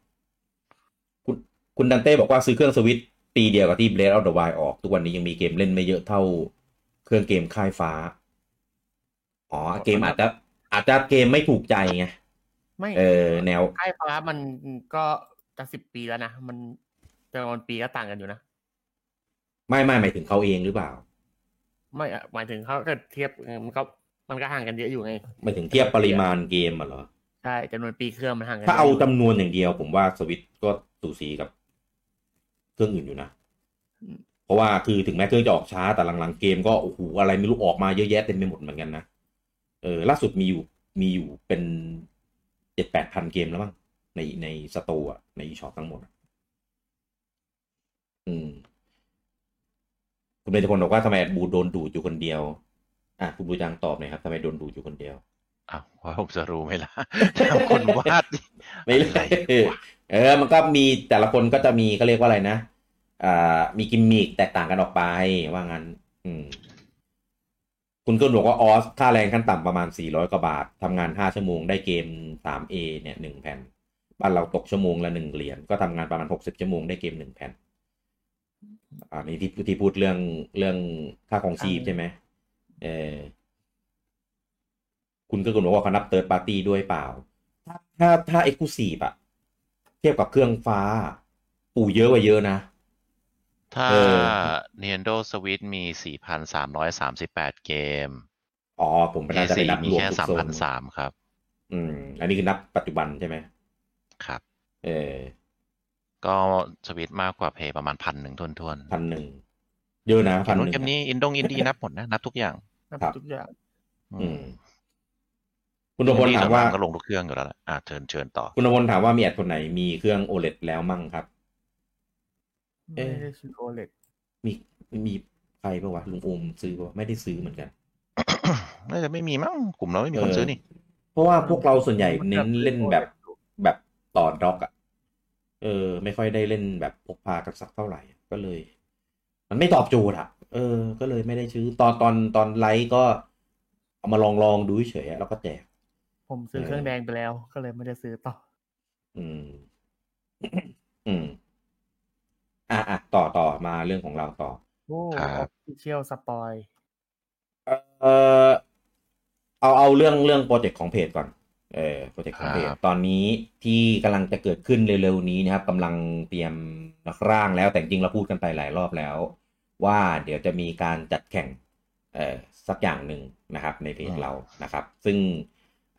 S1: คุณคุณดันเต้บอกว่าซื้อเครื่องสวิตช์ปีเดียวกับที่ Blade of the Wild ออก ทุกวันนี้ยังมีเกมเล่นไม่เยอะเท่าเครื่องเกมค่ายฟ้า อ๋อ เกมอาจจะอาจจะเกมไม่ถูกใจไง
S2: ไม่
S1: เออ แนว
S2: ค่ายฟ้ามันก็จะสิบปีแล้วนะ มันจำนวนปีก็ต่างกันอยู่นะ
S1: ไม่ไม่หมายถึงเขาเองหรือเปล่า
S2: ไม่อะหมายถึงเขาก็เทียบเออมันก็มันก็ห่างกันเยอะอยู่ไง
S1: หมายถึงเทียบปริมาณเกมอะเหรอ
S2: ใช่จำนวนปีเครื่องมันห่างกัน
S1: ถ้าเอา
S2: ยะยู่
S1: จำนวนอย่างเดียวผมว่าสวิตช์ก็สูสีกับเครื่องอื่นอยู่นะ เพราะว่าคือถึงแม้เครื่องจะออกช้าแต่หลังๆเกมก็โอ้โหอะไรไม่รู้ออกมาเยอะแยะเต็มไปหมดเหมือนกันนะเออล่าสุดมีอยู่มีอยู่เป็นเจ็ดแปดพันเกมแล้วมั้งในในสโตร์อะในช็อปทั้งหมดอะอืม คุณเบญจพลบอกว่าทำไมบูโดนดูดอยู่คนเดียว อ่ะคุณบูจังตอบหน่อยครับทำไมโดนดูดอยู่คนเดียว
S4: อ้าวว่าผมจะรู้ไหมล่ะ ทำคนวาดนี่
S1: ไม่เล
S4: อะร
S1: ยว
S4: ะ
S1: เออ มันก็มีแต่ละคนก็จะมีเขาเรียกว่าอะไรนะ อ่า มีกิมมิคแตกต่างกันออกไปว่างั้น อืม คุณก็บอกว่าออส ค่าแรงขั้นต่ำประมาณ 400 กว่าบาท ทำงาน 5 ชั่วโมงได้เกม 3A เนี่ย 1 แผ่น บ้านเราตกชั่วโมงละหนึ่งเหรียญก็ทำงานประมาณหกสิบชั่วโมงได้เกมหนึ่งแผ่นอันนี้ที่ที่พูดเรื่องเรื่องค่าของชีพใช่ไหมเออคุณก็คุณบอกว่าเขานับเติร์ดปาร์ตี้ด้วยเปล่า ถ้าถ้าถ้าเอ็กซ์คลูซีฟอะเทียบกับเครื่องฟ้า ปู่เยอะกว่าเยอะนะ
S4: ถ้า
S1: เออ
S4: Nintendo Switch มี 4,338 เกม
S1: อ๋อ ผมก็น่าจะ
S4: PS4
S1: ไปนับ
S4: มี
S1: รวม
S4: แค่
S1: ทุกโซน
S4: 3,300 ครับ
S1: อืม อันนี้คือนับปัจจุบันใช่ไหม
S4: ครับ
S1: เออ
S4: ก็สวิตมากกว่าเพย์ประมาณพันหนึ่งทวน
S1: พันหนึ่งเยอะนะ
S4: ๆ
S1: พันหนึ่ง
S4: เกมนี้อินดงอินดี้นับหมดนะ นับทุกอย่าง
S2: นับ
S1: ครับ
S2: ทุกอย่าง
S1: อืม คุณนพลถามว่า
S4: ก็ลงทุกเครื่องอยู่แล้วล่ะอ่ะเชิญเชิญต่อ
S1: คุณนพลถามว่ามีแอดคนไหนมีเครื่อง OLED แล้วมั่งครับ เอ๊ะ
S2: ไม่ได้ซื้อโอเล็ก
S1: มีมีใครปะวะลุงอูมซื้อปะวะไม่ได้ซื้อเหมือนกัน
S4: น่าจะไม่มีมั้งกลุ่มเราไม่มีคนซื้อนี่
S1: เพราะว่าพวกเราส่วนใหญ่เน้นเล่นแบบแบบต่อด็อกอะเออ ไม่ค่อยได้เล่นแบบพกพากันสักเท่าไหร่ก็เลย มันไม่ตอบโจทย์อะเออ ก็เลยไม่ได้ซื้อตอนตอนตอนไลฟ์ก็เอามาลองลองดูเฉยๆอะแล้วก็แจก
S2: ผมซื้อเครื่องแดงไปแล้วก็เลยไม่ได้ซื้อต่อ
S1: อืม อืม อ่ะอ่ะต่อต่อมาเรื่องของเราต่อ
S2: โอ้
S4: ครับ
S2: เชียลสปอย
S1: เออเอาเอาเรื่องเรื่องโปรเจกต์ของเพจก่อน เออโปรเจกต์ของเพจ
S4: ครับ
S1: ตอนนี้ที่กำลังจะเกิดขึ้นเร็วๆนี้นะครับกำลังเตรียมร่างแล้วแต่จริงเราพูดกันไปหลายรอบแล้ว ว่าเดี๋ยวจะมีการจัดแข่งเออสักอย่างหนึ่งนะครับ ในเพจ
S4: อืม
S1: เรานะครับ ซึ่ง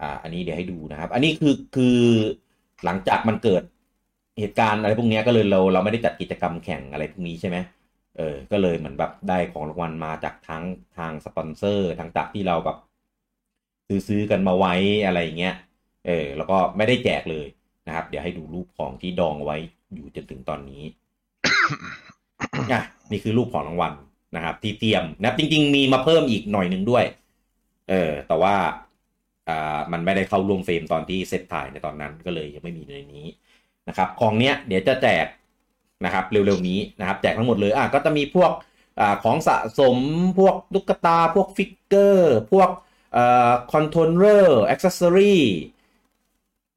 S1: อ่าอันนี้เดี๋ยวให้ดูนะครับ อันนี้คือคือหลังจากมันเกิดเหตุการณ์อะไรพวกเนี้ยก็เลยเราเราไม่ได้จัดกิจกรรมแข่งอะไรพวกนี้ใช่ไหม เออ ก็เลยเหมือนแบบได้ของรางวัลมาจากทั้งทางสปอนเซอร์ทั้งจากที่เราแบบซื้อซื้อกันมาไว้อะไรอย่างเงี้ย เออ แล้วก็ไม่ได้แจกเลยนะครับ เดี๋ยวให้ดูรูปของที่ดองไว้อยู่จนถึงตอนนี้ อ่ะนี่คือรูปของรางวัลนะครับ ที่เตรียมนะครับจริง ๆ มีมาเพิ่มอีกหน่อยหนึ่งด้วย เออ แต่ว่าอ่ามันไม่ได้เข้าร่วมเฟรมตอนที่เซตถ่ายในตอนนั้นก็เลยยังไม่มีในนี้ นะครับของเนี้ยเดี๋ยวจะแจกนะครับเร็วๆนี้นะครับแจกทั้งหมดเลยอ่ะก็จะมีพวกอาของสะสมพวกตุ๊กตา พวกฟิกเกอร์ พวกเอ่อคอนโทรลเลอร์อ็อกซ์ซอรี่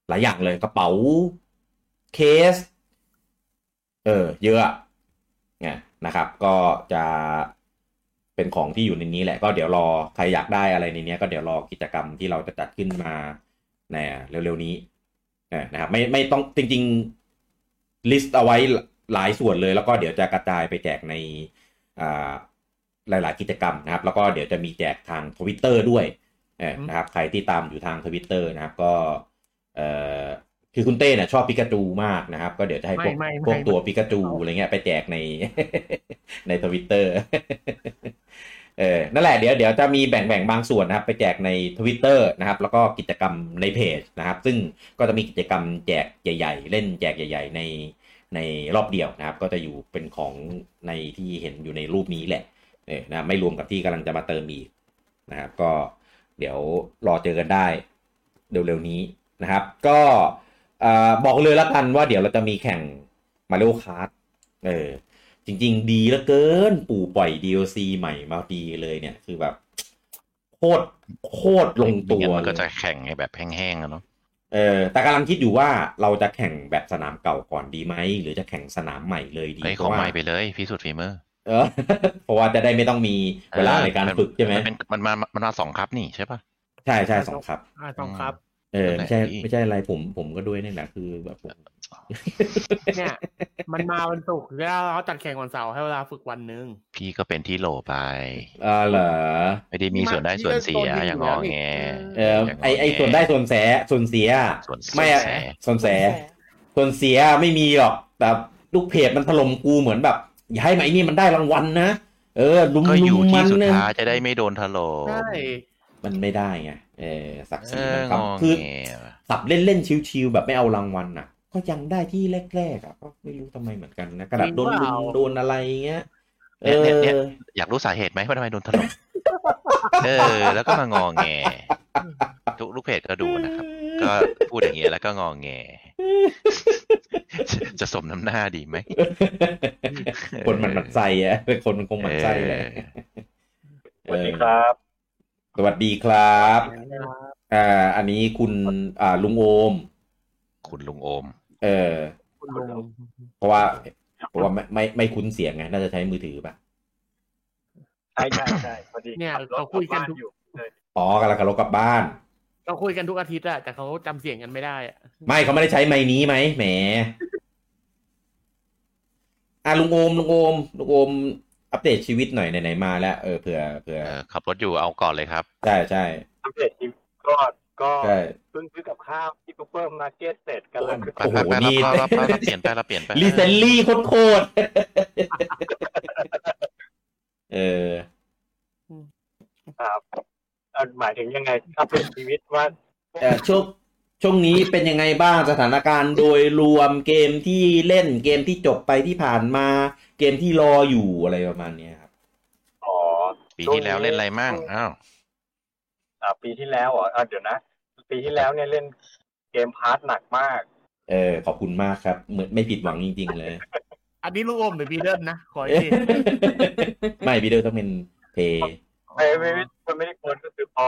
S1: หลายอย่างเลยกระเป๋าเคส เออเยอะอะไงนะครับ ก็จะเป็นของที่อยู่ในนี้แหละ ก็เดี๋ยวรอใครอยากได้อะไรในเนี้ยก็เดี๋ยวรอกิจกรรมที่เราจะจัดขึ้นมาในเร็วๆนี้นะนะครับไม่ไม่ต้องจริงๆลิสต์เอาไว้หลายส่วนเลย แล้วก็เดี๋ยวจะกระจายไปแจกในอ่าหลายๆกิจกรรมนะครับ แล้วก็เดี๋ยวจะมีแจกทางทวิตเตอร์ด้วยเออนะครับ ใครที่ตามอยู่ทางทวิตเตอร์นะครับ ก็เอ่อคือคุณเต้เนี่ยชอบปิกาจูมากนะครับ ก็เดี๋ยวจะให้พวก
S2: ไม่ไม่ไม่
S1: พวกตัว
S2: ไม่
S1: ปิกาจูอะไรเงี้ยไปแจกใน ในทวิตเตอร์ เออ นั่นแหละ เดี๋ยว เดี๋ยวจะมีแบ่งแบ่งบางส่วนนะครับ ไปแจกใน Twitter นะครับ แล้วก็กิจกรรมในเพจนะครับ ซึ่งก็จะมีกิจกรรมแจกใหญ่ ๆ เล่นแจกใหญ่ ๆ ในในรอบเดียวนะครับ ก็จะอยู่เป็นของในที่เห็นอยู่ในรูปนี้แหละ เออนะไม่รวมกับที่กำลังจะมาเติมอีกนะครับ ก็เดี๋ยวรอเจอกันได้ เร็วๆนี้นะครับ ก็เอ่อบอกเลยละกันว่าเดี๋ยวเราจะมีแข่งมาริโอคาร์เออ จริง ๆ ดีเหลือเกิน ปู่ปล่อย DLC ใหม่มาดีเลยเนี่ย คือแบบ โคตรโคตรลงตัว
S4: ไม่งั้นมัน
S1: เล
S4: ก็จะ
S1: ย
S4: แข่งให้แบบแห้งๆอะเนาะ
S1: เออแต่กำลังคิดอยู่ว่าเราจะแข่งแบบสนามเก่าก่อนดีไหม หรือจะแข่งสนามใหม่เลยดี
S4: เฮ้ย
S1: เพ
S4: ขอ
S1: ราะ
S4: ง
S1: ว่า
S4: ใหม่ไปเลยพิสูจน์ฝีมือ
S1: เออ เพราะว่าจะได้ไม่ต้องมีเวลาในการ
S4: ออ
S1: ฝึกใช่ไหม
S4: นเป็นมันมามันมาสองครับนี่ใช่ป่ะ
S1: ใช่ใช่สองครับ
S2: อ่าต้องครับ
S1: เออไม่ใช่
S4: นั่นแหละดี
S1: ไม่ใช่อะไรผมผมก็ด้วยนี่แหละคือแบบผม
S2: เนี่ย มันมาวันศุกร์แล้วเราจัดแข่งวันเสาร์ให้เวลาฝึกวันหนึ่ง
S4: พี่ก็เป็นที่โหลไป
S1: อ่าเหรอ
S4: ไม่ได้มีส่วนได้ส่วนเสียอย่างงอแง
S1: เออ
S4: อย่างง
S1: ไอไอส่วนได้ส่วนแสส่วนเสีย
S4: ส่วนเสีย
S1: ไม่อะส่วนแสส่วนเสียไม่มีหรอกแต่ลูกเพจมันถล่มกูเหมือนแบบ อย่าให้ไหมนี่มันได้รางวัลนะเออลุม
S4: ก็อ
S1: ลุ
S4: ยู่
S1: มมัน
S4: ที่สุด
S1: เนี่ย
S4: ท้ายจะได้ไม่โดนถล่ม
S2: ใช่
S1: มันไม่ได้ไงเออศักดิ์ศ
S4: เอ
S1: รี
S4: อ
S1: มัน
S4: ง
S1: ครับ
S4: อ
S1: คือ
S4: แง
S1: สับเล่นๆชิวๆแบบไม่เอารางวัลน่ะ ก็ยังได้ที่แรกๆอ่ะก็ไม่รู้ทำไมเหมือนกันนะกระดาษโดนลุมโดนอะไรอย่างเงี้ยเอ
S4: เนี่ยเนี่ยเนี่ย
S1: อ
S4: อยากรู้สาเหตุไหมว่าทำไมโดนถล่มเออ แล้วก็มางอแง ทุกลูกเพจก็ดูนะครับ ก็พูดอย่างเงี้ยแล้วก็งอแง จะสมน้ำหน้าดีไหม
S1: คนมันหมันไส้อะเป็นคนมันคงหมันไส้แหละ
S4: เอ
S3: ส
S4: อ
S3: วัสดีครับ
S1: เออสวัสดีครับอ่าอันนี้คุณอ่าลุงโอม
S4: คุณลุงโอม
S1: เออ
S2: คุณลุง
S1: เพราะว่าเพราะว่าไม่ไม่ไม่คุ้นเสียงไงน่าจะใช้มือถือป่ะ
S5: ใช่ใช่ใช่พอดี
S2: เนี่ย
S5: ขับรถ
S2: เขาคุยกันทุ
S5: ลับ
S2: ก
S5: บ้อยู่
S1: อ๋อกำลังขับรถกลับบ้าน
S2: เราคุยกันทุกอาทิตย์อะแต่เขาจำเสียงกันไม่ได้อะ
S1: ไม่เขาไม่ได้ใช้ไม้นี้ไหมแหมอ่ะลุงโอมลุงโอมลุงโอมอัปเดตชีวิตหน่อยไหนๆมาแล้วเออเผื่อเผื่อ
S4: เออขับรถอยู่เอาก่อนเลยครับ
S1: ใช่ใช่
S5: อัปเดตทีมก็ก็
S1: ใช่
S5: เพิ่งซื้อกับข้าวที่ซูเปอร์มาร์เก็ตเสร็จกันแล้ว
S1: โอ้โห
S4: ไปไปไป
S1: นี่
S4: เราเราเราเราเปลี่ยนไปเราเปลี่ยนไป
S1: รีเซนลี่โคตร ๆเออ
S5: ครับเอ่อหมายถึงยังไงอัปเดตชีวิตว่า
S1: เอ่อช่วงช่วงนี้เป็นยังไงบ้างสถานการณ์โดยรวมเกมที่เล่นเกมที่จบไปที่ผ่านมา เกมที่รออยู่อะไรประมาณเนี้ยครับ
S5: อ๋อ
S4: ปีที่แล้วเล่นอะไรมั่งอ้าว
S5: อ่าปีที่แล้วเหรออ่ะเดี๋ยวนะ ปีที่แล้วเนี่ยเล่นเกมพาร์ทหนักมาก
S1: เออขอบคุณมากครับเหมือนไม่ผิดหวังจริง ๆ เลย
S2: อันนี้ลุงโอมหรือบีเดิลนะขออีกที
S1: ไม่พี่เดอร์ต้องเป็นเพย์
S5: ไม่ไม่ไม่มันไม่ได้ควรก็คือพอ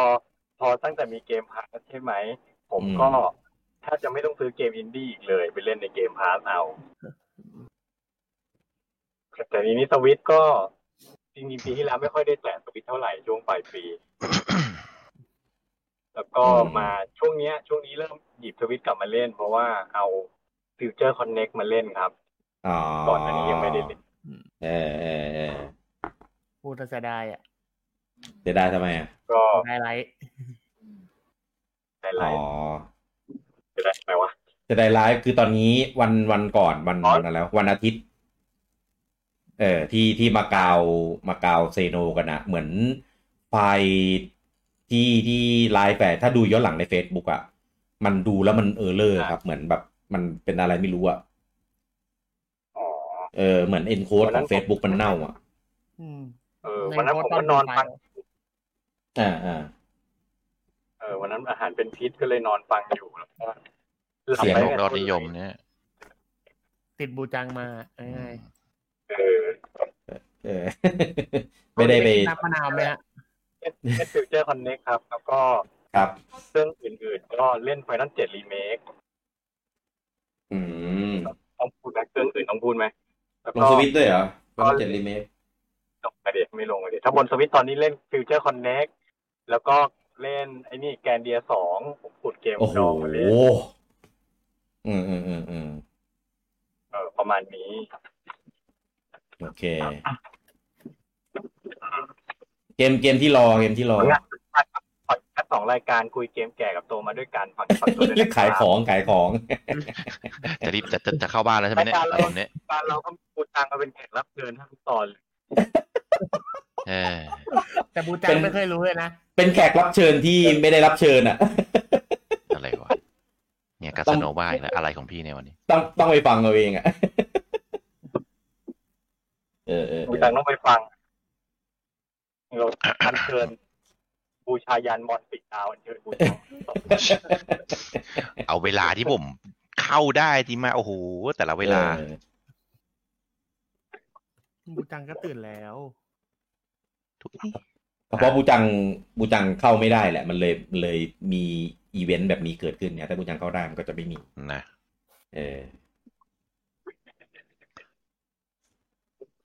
S5: พอตั้งแต่มีเกมพาร์ทใช่ไหม ผมก็แทบจะไม่ต้องซื้อเกมอินดี้อีกเลย ไปเล่นในเกมพาร์ทเอา แต่ทีนี้สวิตช์ก็จริงๆปีที่แล้วไม่ค่อยได้แตะสวิตช์เท่าไหร่ช่วงปลายปี แล้วก็มาช่วงเนี้ย ช่วงนี้เริ่มหยิบสวิตช์กลับมาเล่น เพราะว่าเอาฟิวเจอร์คอนเน็กมาเล่นครับ
S1: อ๋อ
S5: ก่อนอันนี้ยังไม่ได้เล่น
S1: เออเออเออ
S2: พูดแล้วเสียดายอะ
S1: จะได้ทำไมอ่ะ
S5: ก็
S2: ไฮไลท์
S5: ได้ไล
S1: อ๋อ
S5: น์จะได้ไหมวะ
S1: จะได้ไลฟ์คือตอนนี้วันวันก่อนวัน
S5: อ๋อ
S1: วันอะไรวะวันอาทิตย์ เออที่ที่มาเกาวมาเกาวเซโนกันนะเหมือนไฟล์ที่ที่ไลฟ์แต่ถ้าดูย้อนหลังใน Facebook อ่ะ มันดูแล้วมันเออเลอร์ครับ เหมือนแบบมันเป็นอะไรไม่รู้อ่ะ
S5: อ๋อ
S1: เออเหมือนเอนโคด
S5: วั
S1: ขอน ง
S5: นนั้ผม
S1: Facebook มันเน่าอ่ะ
S2: อืม
S5: เออวันนั้นผมก็นอนฟัง
S1: อ่าอ่า
S5: เออวันนั้นอาหารเป็นพิษก็เลยนอนฟังอยู่แล้วก็หลับ
S4: เสียง
S5: ไป
S4: โลก
S5: กับ
S4: ยอดนิยมเนี่ย
S2: ติดบูจังมาเอา
S4: อื
S2: ง่าย
S4: ม
S5: เออ
S1: เออ ไม่ได้ไป
S2: น้ำมะนาวไหมฮะ
S5: เล่นฟิวเจอร์คอนเน็กครับ แล้วก็
S1: ครับ
S5: เรื่องอื่นๆ ก็เล่นไฟนั่นเจ็ดรีเมค
S1: อืม
S5: ต้องพูดนะเครื่องอื่นต้องพูดไหมแล้ว
S1: ลง
S5: ก็
S1: สวิตช์ด้วยเหรอวันที่เจ็ดรีเมค
S5: ลงไปเด็ไม่ลงไปเด็ถ้าบนสวิตช์ตอนนี้เล่นฟิวเจอร์คอนเน็กแล้วก็เล่นไอ้นี่แกนเดียสองผมขุดเกม
S1: โอ้โห
S5: ดองมาเล่น
S1: อืมอืมอืมอืม
S5: เออประมาณนี้
S1: โอเค เกมเกมที่รอเกมที่รอ
S5: งานพอดแคสต์สองรายการคุยเกมแก่กับโตมาด้วยกันฝังฝังตัวด้วย
S1: เรียก
S5: นะครับ
S1: ขายของขายของ
S4: จะรีบจะจะจะเข้าบ้านแล้วใช่ไหมเนี่ย
S5: รายการเรา
S4: ตอนเนี้ย
S5: บ้านเราก็ปูตังมาเป็นแขกรับเชิญทั้งตอนเลย
S4: เออ
S2: แต่บูจังไม่เคยรู้เลยนะ
S1: เป็นแขกรับเชิญที่ไม่ได้รับเชิญอ่ะ
S4: อะไรวะเนี่ยกาสโนวาอีกแล้วอะไรของพี่ในยวันนี้
S1: ต้องต้องไปฟังเอาเองอ่ะ เออเออ
S5: บู
S1: เอ
S5: จั
S1: อง
S5: ต้องไปฟังเราอันเชิญบูชายันมอนปิดดาวอันเชิญบูจัง
S4: เอาเวลาที่ผมเข้าได้ที่มาโอ้โหแต่ละเวลา
S1: ออ
S2: บูจังก็ตื่นแล้ว
S4: ทุกที
S1: เพราะบูจังบูจังเข้าไม่ได้แหละ มันเลยเลยมีอีเวนต์แบบนี้เกิดขึ้นเนี่ยถ้าบูจังเข้าได้มันก็จะไม่มี
S4: นะ
S1: เออ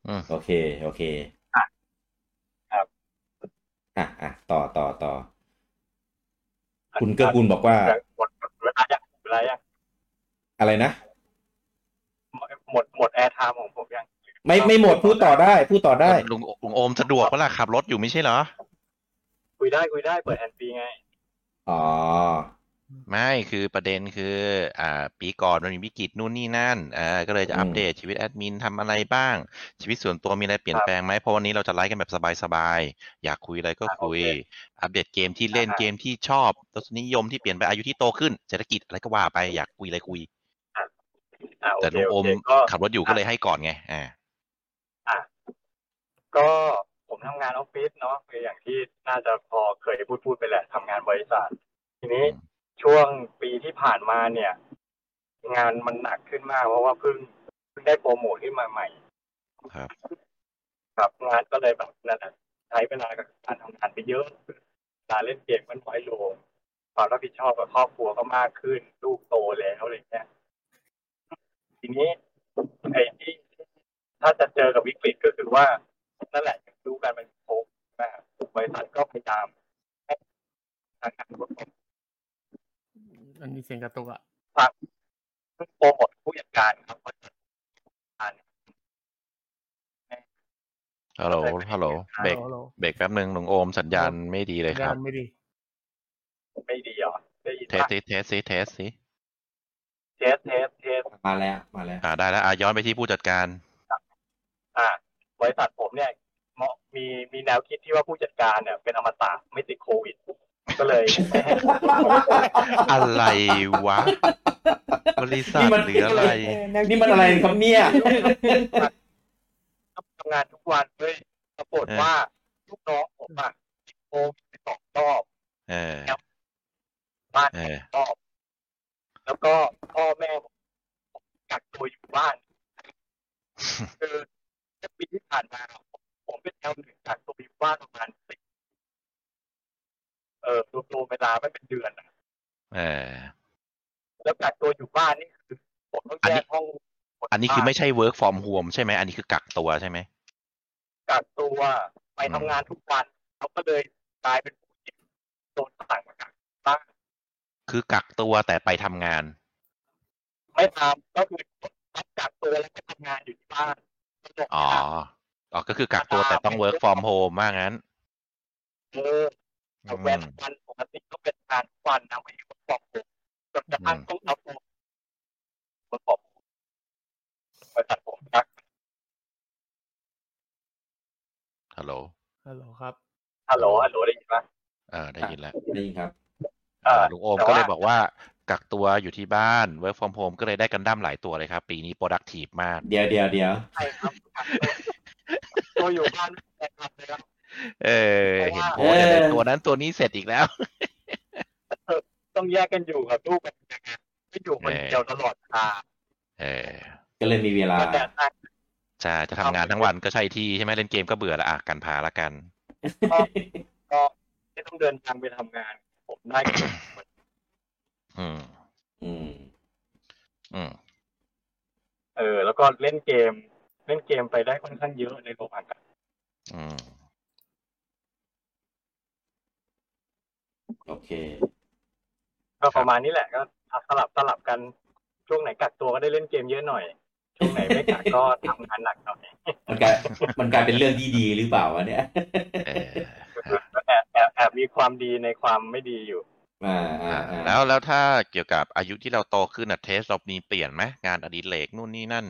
S4: อืม
S1: โอเค โอเค
S5: อ่ะครับ
S1: อ่ะอ่ะต่อต่อต่อ คุณเกื้อกูลบอกว่า
S5: หมดเวลายังหมดเวลายัง
S1: อะไรนะ
S5: หมดหมดแอร์ไทม์ของผมยัง
S1: ไม่ไม่หมดพูดต่อได้ พูดต่อได้
S4: ลุงลุงโอมสะดวกเวลาขับรถอยู่ไม่ใช่เหรอ
S5: คุยได้คุยได้เปิดแอนฟีไง
S1: อ๋อ
S4: ไม่คือประเด็นคืออ่าปีก่อนมันมีวิกฤตนู่นนี่นั่นอ่าก็เลยจะ
S1: อืม
S4: อัปเดตชีวิตแอดมินทำอะไรบ้าง ชีวิตส่วนตัวมีอะไรเปลี่ยน
S5: ครับ
S4: แปลงไหมเพราะวันนี้เราจะไลฟ์กันแบบสบายๆ อยากคุยอะไรก็
S5: ครับ
S4: คุย
S5: โอเค
S4: อัปเดตเกมที่เล่น
S5: อ่าฮะ
S4: เกมที่ชอบรสนิยมที่เปลี่ยนไปอายุที่โตขึ้นเศรษฐกิจอะไรก็ว่าไปอยากคุยอะไรคุย
S5: อ่าโอ
S4: แต่
S5: เค
S4: ลุงโอ
S5: โอ
S4: ม
S5: เคก็
S4: ขับรถอยู่ก็เลยให้ก่อนไงอ่า
S5: ก็ผมทำงานออฟฟิศเนาะคืออย่างที่น่าจะพอเคยพูดพูดไปแหละทำงานบริษัท ทีนี้
S4: อืม
S5: ช่วงปีที่ผ่านมาเนี่ย งานมันหนักขึ้นมาก เพราะว่าเพิ่งเพิ่งได้โปรโมทขึ้นมาใหม่
S4: ครับ
S5: ครับงานก็เลยแบบนั่นแหละใช้เวลากับการทำงานไปเยอะเวลาเล่นเกมมันน้อยลงความรับผิดชอบกับครอบครัวก็มากขึ้น ลูกโตแล้วอะไรเงี้ย ทีนี้ไอ้ที่ถ้าจะเจอกับวิกฤตก็คือว่า นั่นแหละอย่างรู้กันมันโควิดนะครับบริษัทก็พยายามให้ทางการควบคุม
S2: อันนี้เสียงกระตุกอะ
S5: โปรโมทผู้จัดการครับว่าจะ
S4: ฮัลโหลฮัลโหลเบรก
S2: ฮัลโหล
S4: เบรกแป๊บนึงลุงโอมสัญญาณไม่ดีเลยครับ
S2: งานไม่ดี
S5: ไม่ดีเหรอได้ยิน
S4: เทส
S5: ปะ
S4: สิเทสสิเทสสิ
S5: เทสเทสเทส
S1: มาแล้วมาแล้ว
S4: อ่าได้แล้วอ่ะย้อนไปที่ผู้จัดการ
S5: อ่าบริษัทผมเนี่ยเหมาะมีมีแนวคิดที่ว่าผู้จัดการเนี่ย เป็นอมตะไม่ติดโควิด ก็เลย
S4: อะไรวะ บริษัทหรืออะไร
S1: นี่มันอะไรครับเนี่ย
S5: ทำงานทุกวันเลยปรากฏว่าลูกน้องผมอ่ะติดโควิดไปสองรอบ
S4: เออ
S5: บ้าน
S4: เออ
S5: รอบแล้วก็พ่อแม่ผมกักตัวอยู่ บ้าน คือปีที่ผ่านมาผมผมเป็นแนวหนึ่งกักตัวอยู่บ้านประมาณสิบเออรวมๆเวลาไม่เป็นเดือนนะ
S4: เออ
S5: แล้วกักตัวอยู่บ้านนี่คือผมต้องแยกห้อง
S4: อันนี้คือไม่ใช่ work from home ใช่ไหม อันนี้คือกักตัวใช่ไหม
S5: กักตัวไปทำงานทุกวันเขาก็เลยกลายเป็นผู้ติดโดนต่างมากักบ้าน
S4: คือกักตัวแต่ไปทำงาน
S5: ไม่ทำก็คือรับกักตัวแล้วก็ทำงานอยู่ที่บ้าน
S4: อ๋อ อ๋อ ก็คือกักตัวแต่ต้อง work from home ว่างั้น
S5: เออ
S4: อื
S5: เอาแวน
S4: ม
S5: ทุกวันปกติก็เป็นงานทุกวันนะไม่อยู่กับครอบครัวจนกระทั่ง
S4: อืม
S5: ต้องเอาตัวมาบอกบริษัทผมนะ
S4: ฮัลโหล
S2: ฮัลโหลครับ
S5: ฮัลโหลฮัลโหลได้ยินไหม
S4: เออ ได้ยินแล้ว
S1: นี่ครับ
S5: เอ่อ
S4: เออลุงโอมก็เลยบอกว่ากักตัวอยู่ที่บ้าน work from home ก็เลยได้กันดั้มหลายตัวเลยครับ ปีนี้ productive มาก
S1: เดี๋ยวเดี๋ยวเดี๋ยว
S5: ใช่ครับกักตัวตัวอยู่บ้านไม่ได้ทำเลยครับ
S4: เออ เห็นโพสต์อะไรตัวนั้นตัวนี้เสร็จอีกแล้ว
S5: ต้องแยกกันอยู่กับลูกกันยังไงไม่อยู่คนเดียวตลอดทาง
S4: เออ
S1: ก็เลยมีเวลา
S5: ก็แต่ทาง
S4: จะจะทำงานทั้งวันก็ใช่ที่ใช่ไหมเล่นเกมก็เบื่อละอ่ะกันพาละกัน
S5: ก็ไม่ต้องเดินทางไปทำงาน ผมได้กับผม
S4: อืม
S1: อืม
S4: อืม
S5: เออ แล้วก็เล่นเกม เล่นเกมไปได้ค่อนข้างเยอะในโลกอากาศ
S4: อืม
S1: โอเค
S5: ก็ประมาณนี้แหละก็สลับสลับกันช่วงไหนกักตัวก็ได้เล่นเกมเยอะหน่อย ช่วงไหนไม่กักก็ทำงานหนักหน่อย
S1: มันกลายมันกลายเป็นเรื่องที่ดีหรือเปล่าวะเนี่ย
S4: เออ
S5: ก็แอบแอบแอบมีความดีในความไม่ดีอยู่
S1: อ่าอ่าอ่า
S4: แล้วแล้วถ้าเกี่ยวกับอายุที่เราโตขึ้นอะเทสเรามีเปลี่ยนไหมงานอดิเรกนู่นนี่นั่น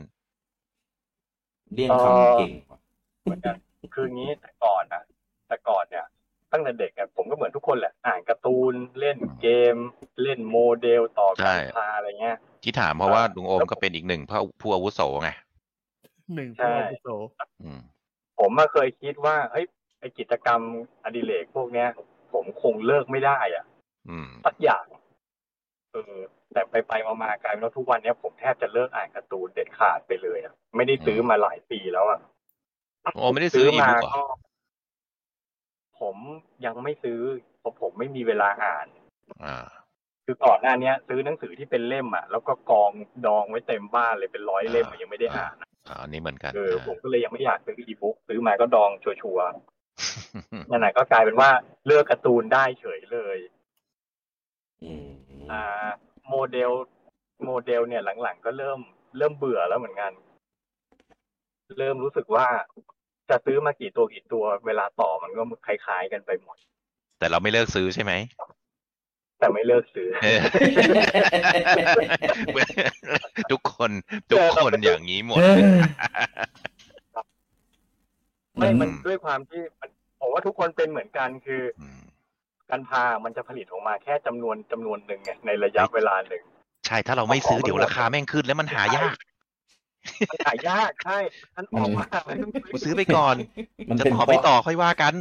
S1: เลี่ยงคำเก่งว่ะ
S5: เหมือนกันคืองี้แต่ก่อนนะแต่ก่อนเนี่ย ตั้งแต่เด็กเนี่ยผมก็เหมือนทุกคนแหละอ่านการ์ตูนเล่นเกม เล่นโมเดลต่อการพาอะไรเงี้ย
S4: ที่ถามเพราะว่า
S5: เออ
S4: ลุงโอมก็เป็นอีกหนึ่งผู้ผู้อาวุโสไง
S2: หนึ่ง
S5: ใช่
S2: ผู้อาวุโส
S4: อืม
S5: ผมมาเคยคิดว่าเฮ้ยไอกิจกรรมอดิเรกพวกเนี้ย ผมคงเลิกไม่ได้อ่ะ
S4: อืม
S5: สักอย่างเออแต่ไปไปๆมามากลายเป็นว่าทุกวันเนี้ยผมแทบจะเลิกอ่านการ์ตูนเด็ดขาดไปเลยอะไม่ได้ซื้อมาหลายปีแล้วอ่ะ
S4: โอ้ไม่ได้ซื้ออี
S5: มา
S4: บุ๊กเหรอ
S5: ก็ผมยังไม่ซื้อเพราะผมไม่มีเวลาอ่าน
S4: อ่า
S5: คือก่อนหน้าเนี้ย ซื้อหนังสือที่เป็นเล่มอ่ะแล้วก็กองดองไว้เต็มบ้านเลยเป็นร้อยเล่มอะยังไม่ได้อ่านอะ
S4: อ่าอันนี้เหมือนกัน
S5: เออ
S4: เอ
S5: ผม
S4: อ
S5: ก็เลยยังไม่อยากซื้ออีบุ๊กซื้อมาก็ดองชัวร์ๆนั่นแหละก็กลายเป็นว่าเลือกการ์ตูนได้เฉยเลย
S1: อืม
S5: อ่า โมเดล โมเดลเนี่ยหลังๆก็เริ่มเริ่มเบื่อแล้วเหมือนกัน เริ่มรู้สึกว่า จะซื้อมากี่ตัวกี่ตัวเวลาต่อมันก็คล้ายๆกันไปหมด
S4: แต่เราไม่เลิกซื้อใช่ ไหม
S5: แต่ไม่เลิกซื้อ
S4: เออ ทุกคนทุกคนอย่างนี้หมด
S5: ไม่มัน
S4: อืม
S5: ด้วยความที่มันผมว่าทุกคนเป็นเหมือนกันคือ
S4: อืม
S5: การพามันจะผลิตออกมาแค่จำนวนจำนวนหนึ่งไงในระยะเวลาหนึ่ง
S4: ใช่ถ้าเราไม่ซื้อเดี๋ยวราคาแม่งขึ้นแล้วมันหายาก
S5: มันขายยากใช่มันออกมาไม่ต้อง
S4: กูซื้อไปก่อน
S1: มัน
S4: จะ
S1: เป็น
S4: ต่อไปต่อค่อยว่ากัน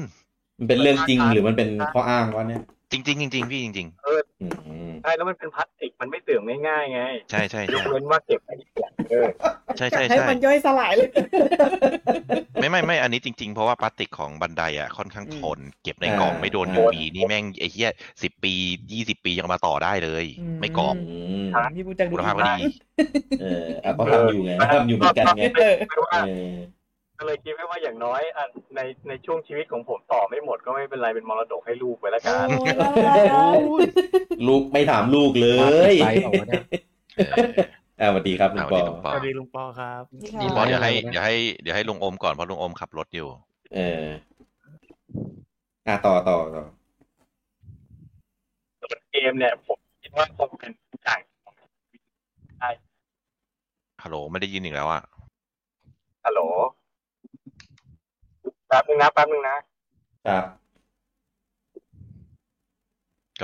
S1: มันเป็นเรื่องจริงหรือมันเป็นข้ออ้างวะเนี่ย
S4: จริง ๆ จริง ๆ พี่จริง
S1: อืม
S3: ใช่แล้วมันเป็นพลาสติกมันไม่เสื่อมง่ายๆไง
S4: ใช่ใช่
S3: ย
S4: ใช่
S3: กเว้นว่าเก็บไว้ที่เปลี่ยนเออ
S4: ใช่
S6: อยา
S4: ใช่
S6: กให้
S4: ใช่
S6: มันย่อยสลายเลย
S4: ไม่ไม่ไม่อันนี้จริงๆ เพราะว่าพลาสติกของบันไดอ่ะค่อนข้าง
S6: อืม
S4: ทน เก็บในกล่องไม่โดน
S1: อ่า
S4: UV นี่แม่งไอ้เหี้ยสิบปียี่สิบปียังเอามาต่อได้เลย ไม่กรอบ
S1: อืม
S6: พี่พูดจัง
S4: คุณภาพก็ดี
S1: เอออ่ะเขาทำอยู่ไงเขาทำอยู่เหมือนกันไง
S6: เออ
S3: ไม่ว่า
S1: เออ
S3: ก็เลยคิดไว้ว่าอย่างน้อยอ่ะในในช่วงชีวิตของผมต่อไม่หมดก็ไม่เป็นไรเป็นมรดกให้ลูกไปละ
S6: โอ้
S3: กัน
S6: ยน่ารัก
S1: ลูกไม่ถามลูกเล
S7: ภาพ
S1: ย
S7: ไซส์ออกมาเนี่ย
S4: เออ
S1: อ่ะสวัสดีครับคุณ
S4: เอา
S1: ป
S4: ดี
S1: อ
S4: ลุงป
S2: ส
S4: อ
S2: วัสดีลุงปอครับ
S6: ค่ะ
S7: ดี
S4: ลุง
S7: ม
S4: ปอก เดี๋ยวให้เดี๋ยวให้เดี๋ยวให้ลุงอมก่อนเพราะลุงอมขับรถอยู่
S1: เอออ่ะต่อต่อต่อ
S3: ส่วนเกมเนี่ย ผมคิดว่าคงเป็นอย่าง
S4: ฮัลโหลไม่ได้ยินอีกแล้วอ่ะ
S3: ฮัลโหลแป๊บนึงนะแป๊บนึงนะครับ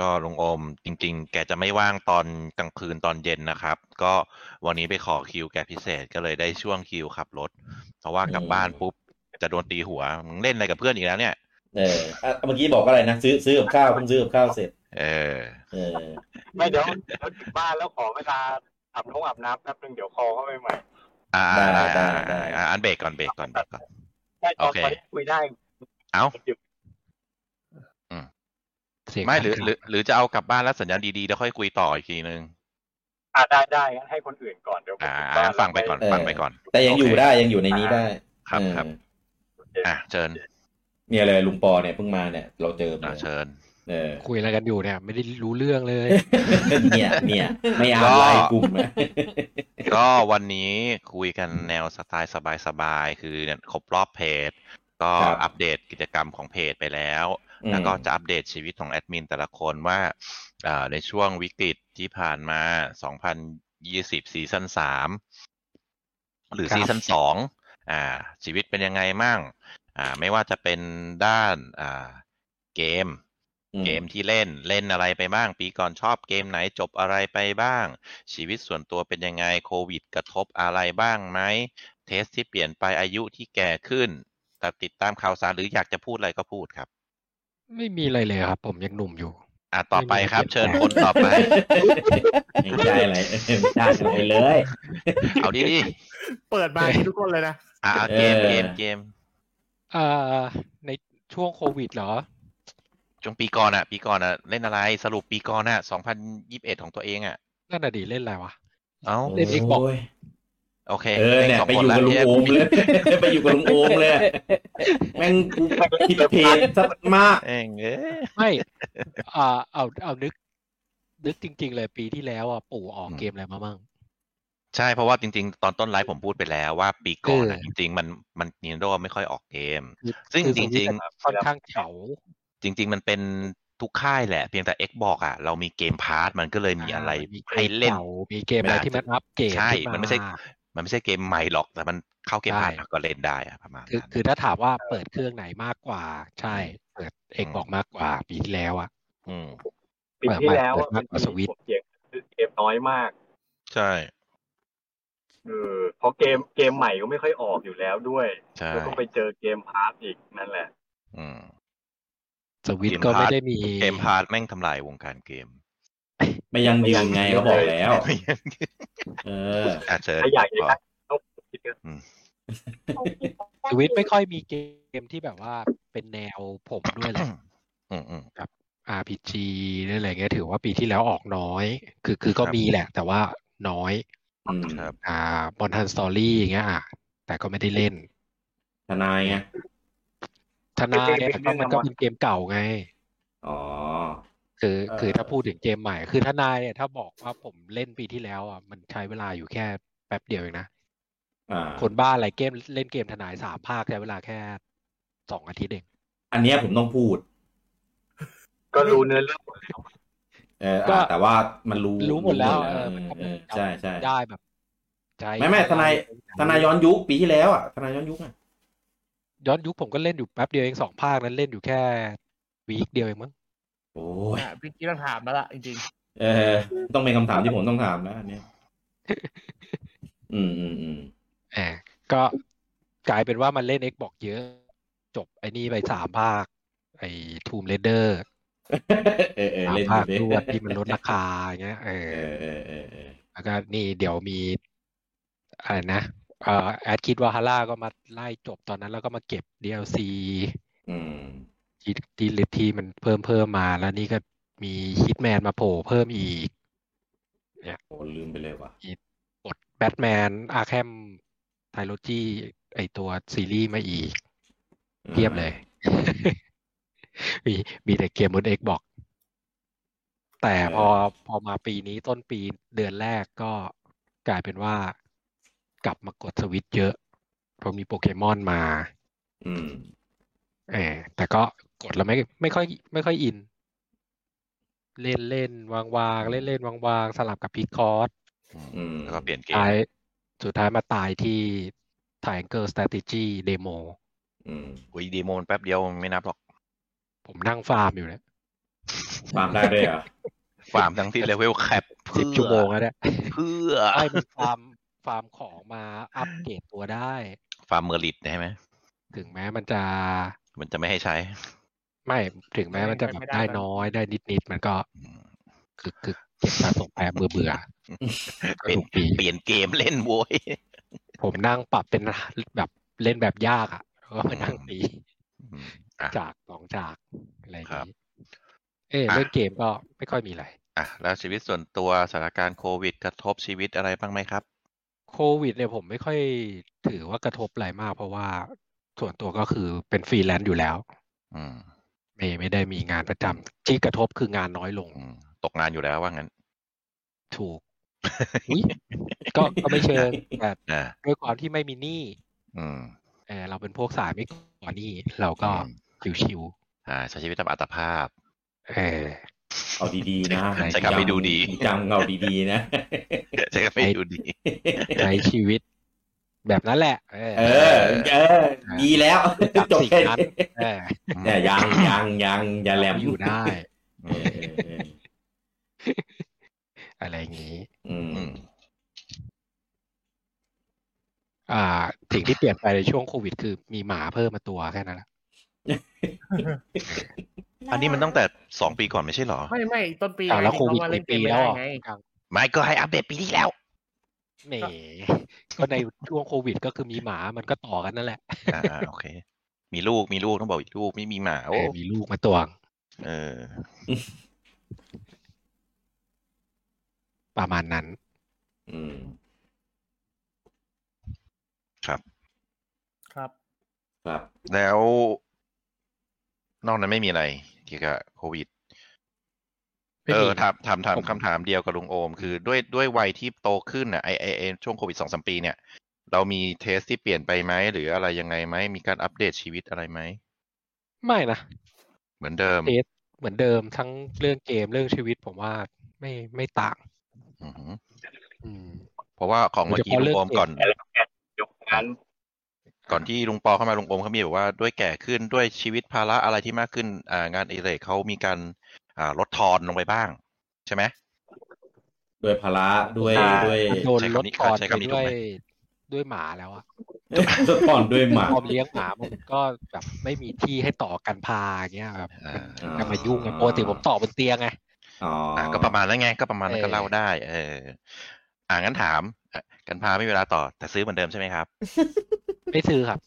S4: ก็ลุงอมจริง ๆ แกจะไม่ว่างตอนกลางคืนตอนเย็นนะครับ ก็วันนี้ไปขอคิวแกพิเศษก็เลยได้ช่วงคิวขับรถ เพราะว่ากลับ
S1: อืม
S4: บ้านปุ๊บจะโดนตีหัวมึงเล่นอะไรกับเพื่อนอีกแล้วเนี่ย
S1: เอออ่ะเมื่อกี้บอกอะไรนะซื้อซื้อกับข้าวเพิ่งซื้อกับข้าวเสร็จ
S4: เออ
S1: เออ
S3: ไม่เดี๋ยวเดี๋ยวถึงบ้านแล้วขอเวลาอาบน้ำอาบน้ำแป๊บนึงเดี๋ยวคอเข้าไปใหม่
S4: อ่า
S1: ได้
S4: ได้
S1: ได้
S4: ได้
S1: ได้
S4: อ่าอันเบรกก่อนเบรกก่อนเบรกก่อน
S3: ใช่ตอน
S4: โอเค
S3: ตอนนี้คุยได้
S4: เอ้า
S3: อยู่
S7: เสียง
S4: ไม่หรือหรือหรือจะเอากลับบ้านแล้วสัญญาณดีๆแล้วค่อยคุยต่ออีกทีนึง
S3: อ่ะได้ได้งั้นให้คนอื่นก่อนเดี๋ยวผม
S4: อ่า
S3: ถึ
S4: อ่า
S3: บ้า
S4: งั้นฟังไปก่อน
S1: เออ
S4: ฟังไปก่อน
S1: แต่ยัง
S4: โอ
S1: อ
S4: เค
S1: ยู่ได้ยังอยู่ในนี้ได้
S4: ครับ
S1: เออ
S4: ครับอ่ะเชิญ
S1: เนี่ยเลยลุงปอเนี่ยเพิ่งมาเนี่ยเราเจอเนี่
S4: อ่ะ
S1: ย
S4: เชิญ
S1: เออ
S7: คุยอะไรกันอยู่เนี่ย ไม่ได้รู้เรื่อง เลย
S1: เนี่ยเนี่ยไม่เอาไล่กลุ่มนะ
S4: ก็วันนี้คุยกันแนวสไตล์สบายๆ คือเนี่ยครบรอบเพจ ก็อัปเดตกิจกรรมของเพจไปแล้ว แล้วก็จะอัปเดตชีวิตของแอดมินแต่ละคนว่าเอ่อในช่วงวิกฤตที่ผ่านมา 2020 ซีซั่น3หรือ
S7: ครับ
S4: ซีซั่น2อ่า ชีวิตเป็นยังไงมั่งอ่า ไม่ว่าจะเป็นด้านอ่าเกม
S1: อืม
S4: เกมที่เล่นเล่นอะไรไปบ้าง ปีก่อนชอบเกมไหนจบอะไรไปบ้าง ชีวิตส่วนตัวเป็นยังไงโควิดกระทบอะไรบ้างไหมเทสที่เปลี่ยนไปอายุที่แก่ขึ้นแต่ติดตามข่าวสารหรืออยากจะพูดอะไรก็พูดครับ
S7: ไม่มีอะไรเลยครับ ผมยังหนุ่มอยู่
S4: อ่ะต่อไปครับ
S7: ไม่มี
S4: เชิญคนต่อไป
S1: ไม่ใช่อะไรไม่ได้อะไรเลย
S4: เอาดีดิ
S2: เปิดมาอย่างนี้ทุกคนเลยนะ
S4: อ่ะเอาเกมเกมเกม
S7: เอ่อในช่วงโควิดเหรอ
S4: ช่วงปีก่อนอ่ะ ปีก่อนอ่ะเล่นอะไรสรุปปีก่อนอ่ะ2021 ของตัวเองอ่ะ
S7: นั่นน่ะดีเล่นอะไรวะ
S4: เอ้า
S7: เล่น Xbox
S1: โย
S4: โอเค
S1: เออเนี่ย
S4: สง
S1: ไปอ
S4: ค
S1: ยู่กับลุง
S4: แว
S1: โอมเลย ไปอยู่กับลุงโอมเลยแม่งกูผิดเพจซะมาก
S4: เองเอ้ย
S7: ไม่ เอ่อเอาเอานึก นึกจริง ๆ เลยปีที่แล้วอ่ะปู่ออก
S4: อืม
S7: เกมอะไรมาบ้าง
S4: ใช่เพราะว่าจริง ๆ ตอนต้นไลฟ์ผมพูดไปแล้วว่าปีก่อนอะ
S7: เออ
S4: จริง ๆ มันมัน Nintendo ไม่ค่อยออกเกม
S7: คือ
S4: ซึ่ง
S7: คือ
S4: จริง
S7: ๆค่อนข้างเฉา
S4: ๆ จริง ๆ มันเป็นทุกค่ายแหละ เพียงแต่ Xbox อ่ะเรามีเกมพาร์มันก็เลยมีอะไร
S7: มีเกม
S4: ให้เล่น
S7: ก่ามีเกมอะไรที่มันอัปเกรด
S4: ใช่
S7: ขึ้า
S4: มันไม่ใช่ มันไม่ใช่เกมใหม่หรอกแต่มันเข้าเกมพาร์
S7: ใช่
S4: ก็เล่นได้อะประมาณ
S7: คือ
S4: นั้น
S7: คือถ้าถามว่าเปิดเครื่องไหนมากกว่า ใช่ เปิดเอก
S4: อืม
S7: บอกมากกว่าปีที่แล้วอ่ะ
S4: อืม
S3: ปีที่แล้วอะ
S7: เปิดมาเปิดมาสวิตช์
S3: ผมเสียงซื้อเกมน้อยมาก
S4: ใช่
S3: เออเพราะเกมเกมใหม่ก็ไม่ค่อยออกอยู่แล้วด้วย
S4: ใช่
S3: แล้วก็ไปเจอเกมพาร์ทอีกนั่นแหละ
S4: อืม
S7: สวิต
S4: เกม
S7: ก็ไม่
S4: พาร์ท
S7: ได้มี
S4: เกมพาร์แม่งทำลายวงการเกม
S1: ไม่ยังยืนไงเขาบอกแล้ว เออ
S4: อาจจะ
S3: ถ้าอยากจะ
S4: ก่อ
S3: ได้
S4: น
S3: ต้องคิดกัน
S7: สวิตไม่ค่อยมีเกมที่แบบว่าเป็นแนวผมด้วยแหละ
S4: อื มอืม
S7: RPG หรืออะไรเงี้ยถือว่าปีที่แล้วออกน้อย คือคือก็
S4: ครับ
S7: มีแหละ แต่ว่าน้อย
S1: อืม
S4: ครับ
S7: อ่าบอลทันสตอรี่อย่างเงี้ยอ่ะแต่ก็ไม่ได้เล่น
S1: ทนายไง
S7: ธนาเนี่ยก็มันก็เป็นเกมเก่าไง
S1: อ๋อ
S7: คือ
S1: เอ่อ
S7: คือถ้าพูดถึงเกมใหม่ คือทนายเนี่ยถ้าบอกว่าผมเล่นปีที่แล้วอ่ะมันใช้เวลาอยู่แค่แป๊บเดียวเองนะ
S1: อ่า
S7: คนบ้าอะไรเกมเล่นเกมทนายสามภาคใช้เวลาแค่สองอาทิตย์เอง
S1: อันเนี้ยผมต้องพูด
S3: ก็รู้เนื้อเรื่อง
S1: เออ
S7: ก็
S1: อ่าแต่ว่ามันรู้
S7: รู้หมดแล้ว
S1: เอ
S7: เอ
S1: อ
S7: อ
S1: เออใช่ใช่
S7: ได้แบบใช้
S1: ไม่ไม่ทนาย ทนายย้อนยุคปีที่แล้วอ่ะทนายย้อนยุคอ่ะ
S7: ย้อนยุคผมก็เล่นอยู่แป๊บเดียวเองสองภาคนั้นเล่นอยู่แค่วีคเดียวเองมั้ง
S1: โอ้ย
S2: อ่ะพี่กี้ต้องถามแล้วล่ะจริง
S1: เออ ต้องเป็นคำถามที่ผมต้องถามนะอันเนี้ยอืมอืมอืม
S7: แหมก็กลายเป็นว่ามันเล่น Xbox เยอะ จบไอ้นี่ไปสามภาค ไอ้ Tomb Raider
S1: เออเออ
S7: ตาม
S1: เล่นอ
S7: ภา
S1: ยู่ดิ
S7: ครวดที่มันลดราคาอย่างเงี้ยเอ
S1: เอ
S7: อ
S1: อเออเออเออ
S7: แล้วก็นี่เดี๋ยวมีอะไรนะเอ่อแอดคิดว่าฮาร่าก็มาไล่จบตอนนั้นแล้วก็มาเก็บ DLC
S1: อืม
S7: ที่ที่ลิทีมันเพิ่มเพิ่มมาแล้วนี่ก็มีฮิตแมนมาโผล่เพิ่มอีก
S1: โอ้ลืมไปเลยว่ะ
S7: บทแบทแมนอาร์แคมไทโลจีไอตัวซีรีส์มาอีกเพียบเลย มีมีแต่เกมบน Xbox แต่พอพอมาปีนี้ต้นปีเดือนแรกก็กลายเป็นว่ากลับมากดสวิตช์เยอะเพราะมีโปเกมอนมา
S1: อืม
S7: เออแต่ก็กดแล้วไม่ไม่ค่อย ไม่ค่อยอิน เล่นเล่นวางวางเล่นเล่นวางวางสลับกับพีคอร์ส
S1: อืม
S4: แล้วก็เปลี่ยนเกม
S7: ท้ายสุดท้ายมาตายที่ Triangle Strategy Demo
S1: อืม
S4: อุ้ยดีโมนแป๊บเดียวไม่นับหรอก
S7: ผมนั่งฟาร์มอยู่เนี่ย
S1: ตามได้ด้วยเหรอ
S4: ฟาร์มทั้งที่เลเวลแคป
S7: สิบชั่วโมงแล้วเนี่ย
S4: เพื่อ
S7: ไอ้มันฟาร์มฟาร์มของมาอัปเกรดตัวได้
S4: ฟาร์มเมอริดใช่ไหม
S7: ถึงแม้มันจะ
S4: มันจะไม่ให้ใช้
S7: ไม่ถึงแม้มันจะแบบ
S2: ไม่ได้
S7: ได้
S2: นะ
S7: น้อยได้นิดนิดๆมันก็คือคือเก็บสะสมแพ้เบื่อเบื่อๆ
S4: เป็น
S7: ทุกปี
S4: เปลี่ยนเกมเล่นโว้ย
S7: ผมนั่งปรับเป็นแบบเล่นแบบยากอ่ะแล้วก็มานั่ง
S4: อืม
S7: ตี
S4: อืมอ่ะ
S7: จากสองจากอะไรอย่าง
S4: ครับ
S7: นี้เออ
S4: อ่ะ
S7: เรื่องเกมก็ไม่ค่อยมีอะไร
S4: อ่ะแล้วชีวิตส่วนตัวสถานการณ์โควิดกระทบชีวิตอะไรบ้างไหมครับ
S7: โควิดเนี่ยผมไม่ค่อยถือว่ากระทบอะไรมาก เพราะว่าส่วนตัวก็คือเป็นฟรีแลนซ์อยู่แล้ว
S4: อืม
S7: ไม่ไม่ได้มีงานประจำที่กระทบคืองานน้อยลง
S4: อืมตกงานอยู่แล้วว่างั้น
S7: ถูกอุ๊ยก็ก็ไม่เชิงแต่
S4: อ่า
S7: ด้วยความที่ไม่มีหนี้
S4: อืม
S7: เออเราเป็นพวกสายไม่ก่อหนี้เราก็
S4: อืม
S7: ชิว
S4: อ่าใช้ชีวิตตามอัตภาพ
S7: ๆเออ
S1: เอาดีๆนะ
S4: ใช้คำไม่ดูดี
S1: จำเอาดีๆนะ
S4: ใช้คำไม่ดู ดี
S7: ใช้ชีวิตแบบนั้นแหละ เออ
S1: เออ เออ ดีแล้ว
S7: จับ
S1: จบ
S7: สี่
S1: แค่
S7: นัด
S1: นี้
S7: เออ
S1: เนี่ยยังยังยังอย่าแหลม
S7: อยู่ได้
S1: เออเออเออ
S7: อะไรอย่างนี้
S1: อืม
S4: อืม
S7: อ่าสิ่งที่เปลี่ยนไปในช่วงโควิดคือมีหมาเพิ่มมาตัวแค่นั้นแหละ
S4: อันนี้มันตั้งแต่สองปีก่อนไม่ใช่เหรอ
S2: ไม่ไม่ต้นปี
S7: อ่าแล้ว
S2: ไง
S7: โควิด
S2: ที่เขาา
S7: เป็
S2: เล่
S7: น
S2: น
S7: ปี
S2: เมไม่
S7: แล้ว
S2: ได้
S7: อ่ะ
S2: ไง
S4: ไม่ก็ให้อัปเดตปีที่แล้ว
S7: แหมก็ในช่วงโควิดก็คือมีหมามันก็ต่อกันนั่นแหละ
S4: อ่าอ่าโอเค มีลูกมีลูกต้องบอกมีลูกไม่มีหมา
S7: เอ
S4: โอ้
S7: อมีลูกมาตัวง
S4: เออ
S7: ประมาณนั้น
S1: อืม
S2: ครับ
S1: ครับ
S4: แล้ว นอกนั้นไม่มีอะไรเกี่ยวกับโควิด
S7: ไม่
S4: เอ
S7: มี
S4: อถามถามถาม
S7: ผม
S4: คำถามเดียวกับลุงโอม คือด้วยด้วยวัยที่โตขึ้นอ่ะไอไอไอช่วงโควิดสองสามปีเนี่ย เรามีเทสที่เปลี่ยนไปไหมหรืออะไรยังไงไหมมีการอัปเดตชีวิตอะไรไหม
S7: ไม่นะ
S4: เหมือนเดิม
S7: เทส เหมือนเดิมทั้งเรื่องเกมเรื่องชีวิตผมว่าไม่ไม่ต่าง
S4: อือหือ
S7: อืม
S4: เพราะว่าของเมื่อกี้
S7: โดยเฉพาะ
S4: ลุงโอม
S7: เรื่อง
S4: ก่อน
S3: ยกนั้น
S4: ก่อนที่ลุงปอเข้ามาลุงโอมเขามีแบบว่าด้วยแก่ขึ้นด้วยชีวิตภาระอะไรที่มากขึ้นอ่างานอดิเรกเขามีการอ่าลดทอนลงไปบ้าง ใช่ไหม
S1: ด้วยภาระด้วย
S7: อ่า
S1: ด้วย
S7: มันโดน
S4: ใช้
S7: ล
S4: คำ
S7: ด
S4: นี้
S7: ทอน
S4: ใช้
S7: ไป
S4: คำนี้ถู
S7: ด้
S4: ก
S7: วย
S4: ไหม
S7: ด้วยหมาแล้วอะ
S1: ก่อนด้วยหมา
S7: พอเลี้ยงหมามันก็แบบไม่มีที่ให้ต่อกันพาอย่างเงี้ยแบบ
S4: อ่า
S1: อ่า
S7: จะมายุ่งไงปกติผมต่อบนเตียงไง
S1: อ๋อ
S4: อ่ะก็ประมาณนั้นไง ก็ประมาณนั้นก็
S7: เออ
S4: เล่าได้ เออ อ่างั้นถามอ่ะกันพาไม่มีเวลาต่อ แต่ซื้อเหมือนเดิมใช่ไหมครับ
S7: ไม่ซื้อครับ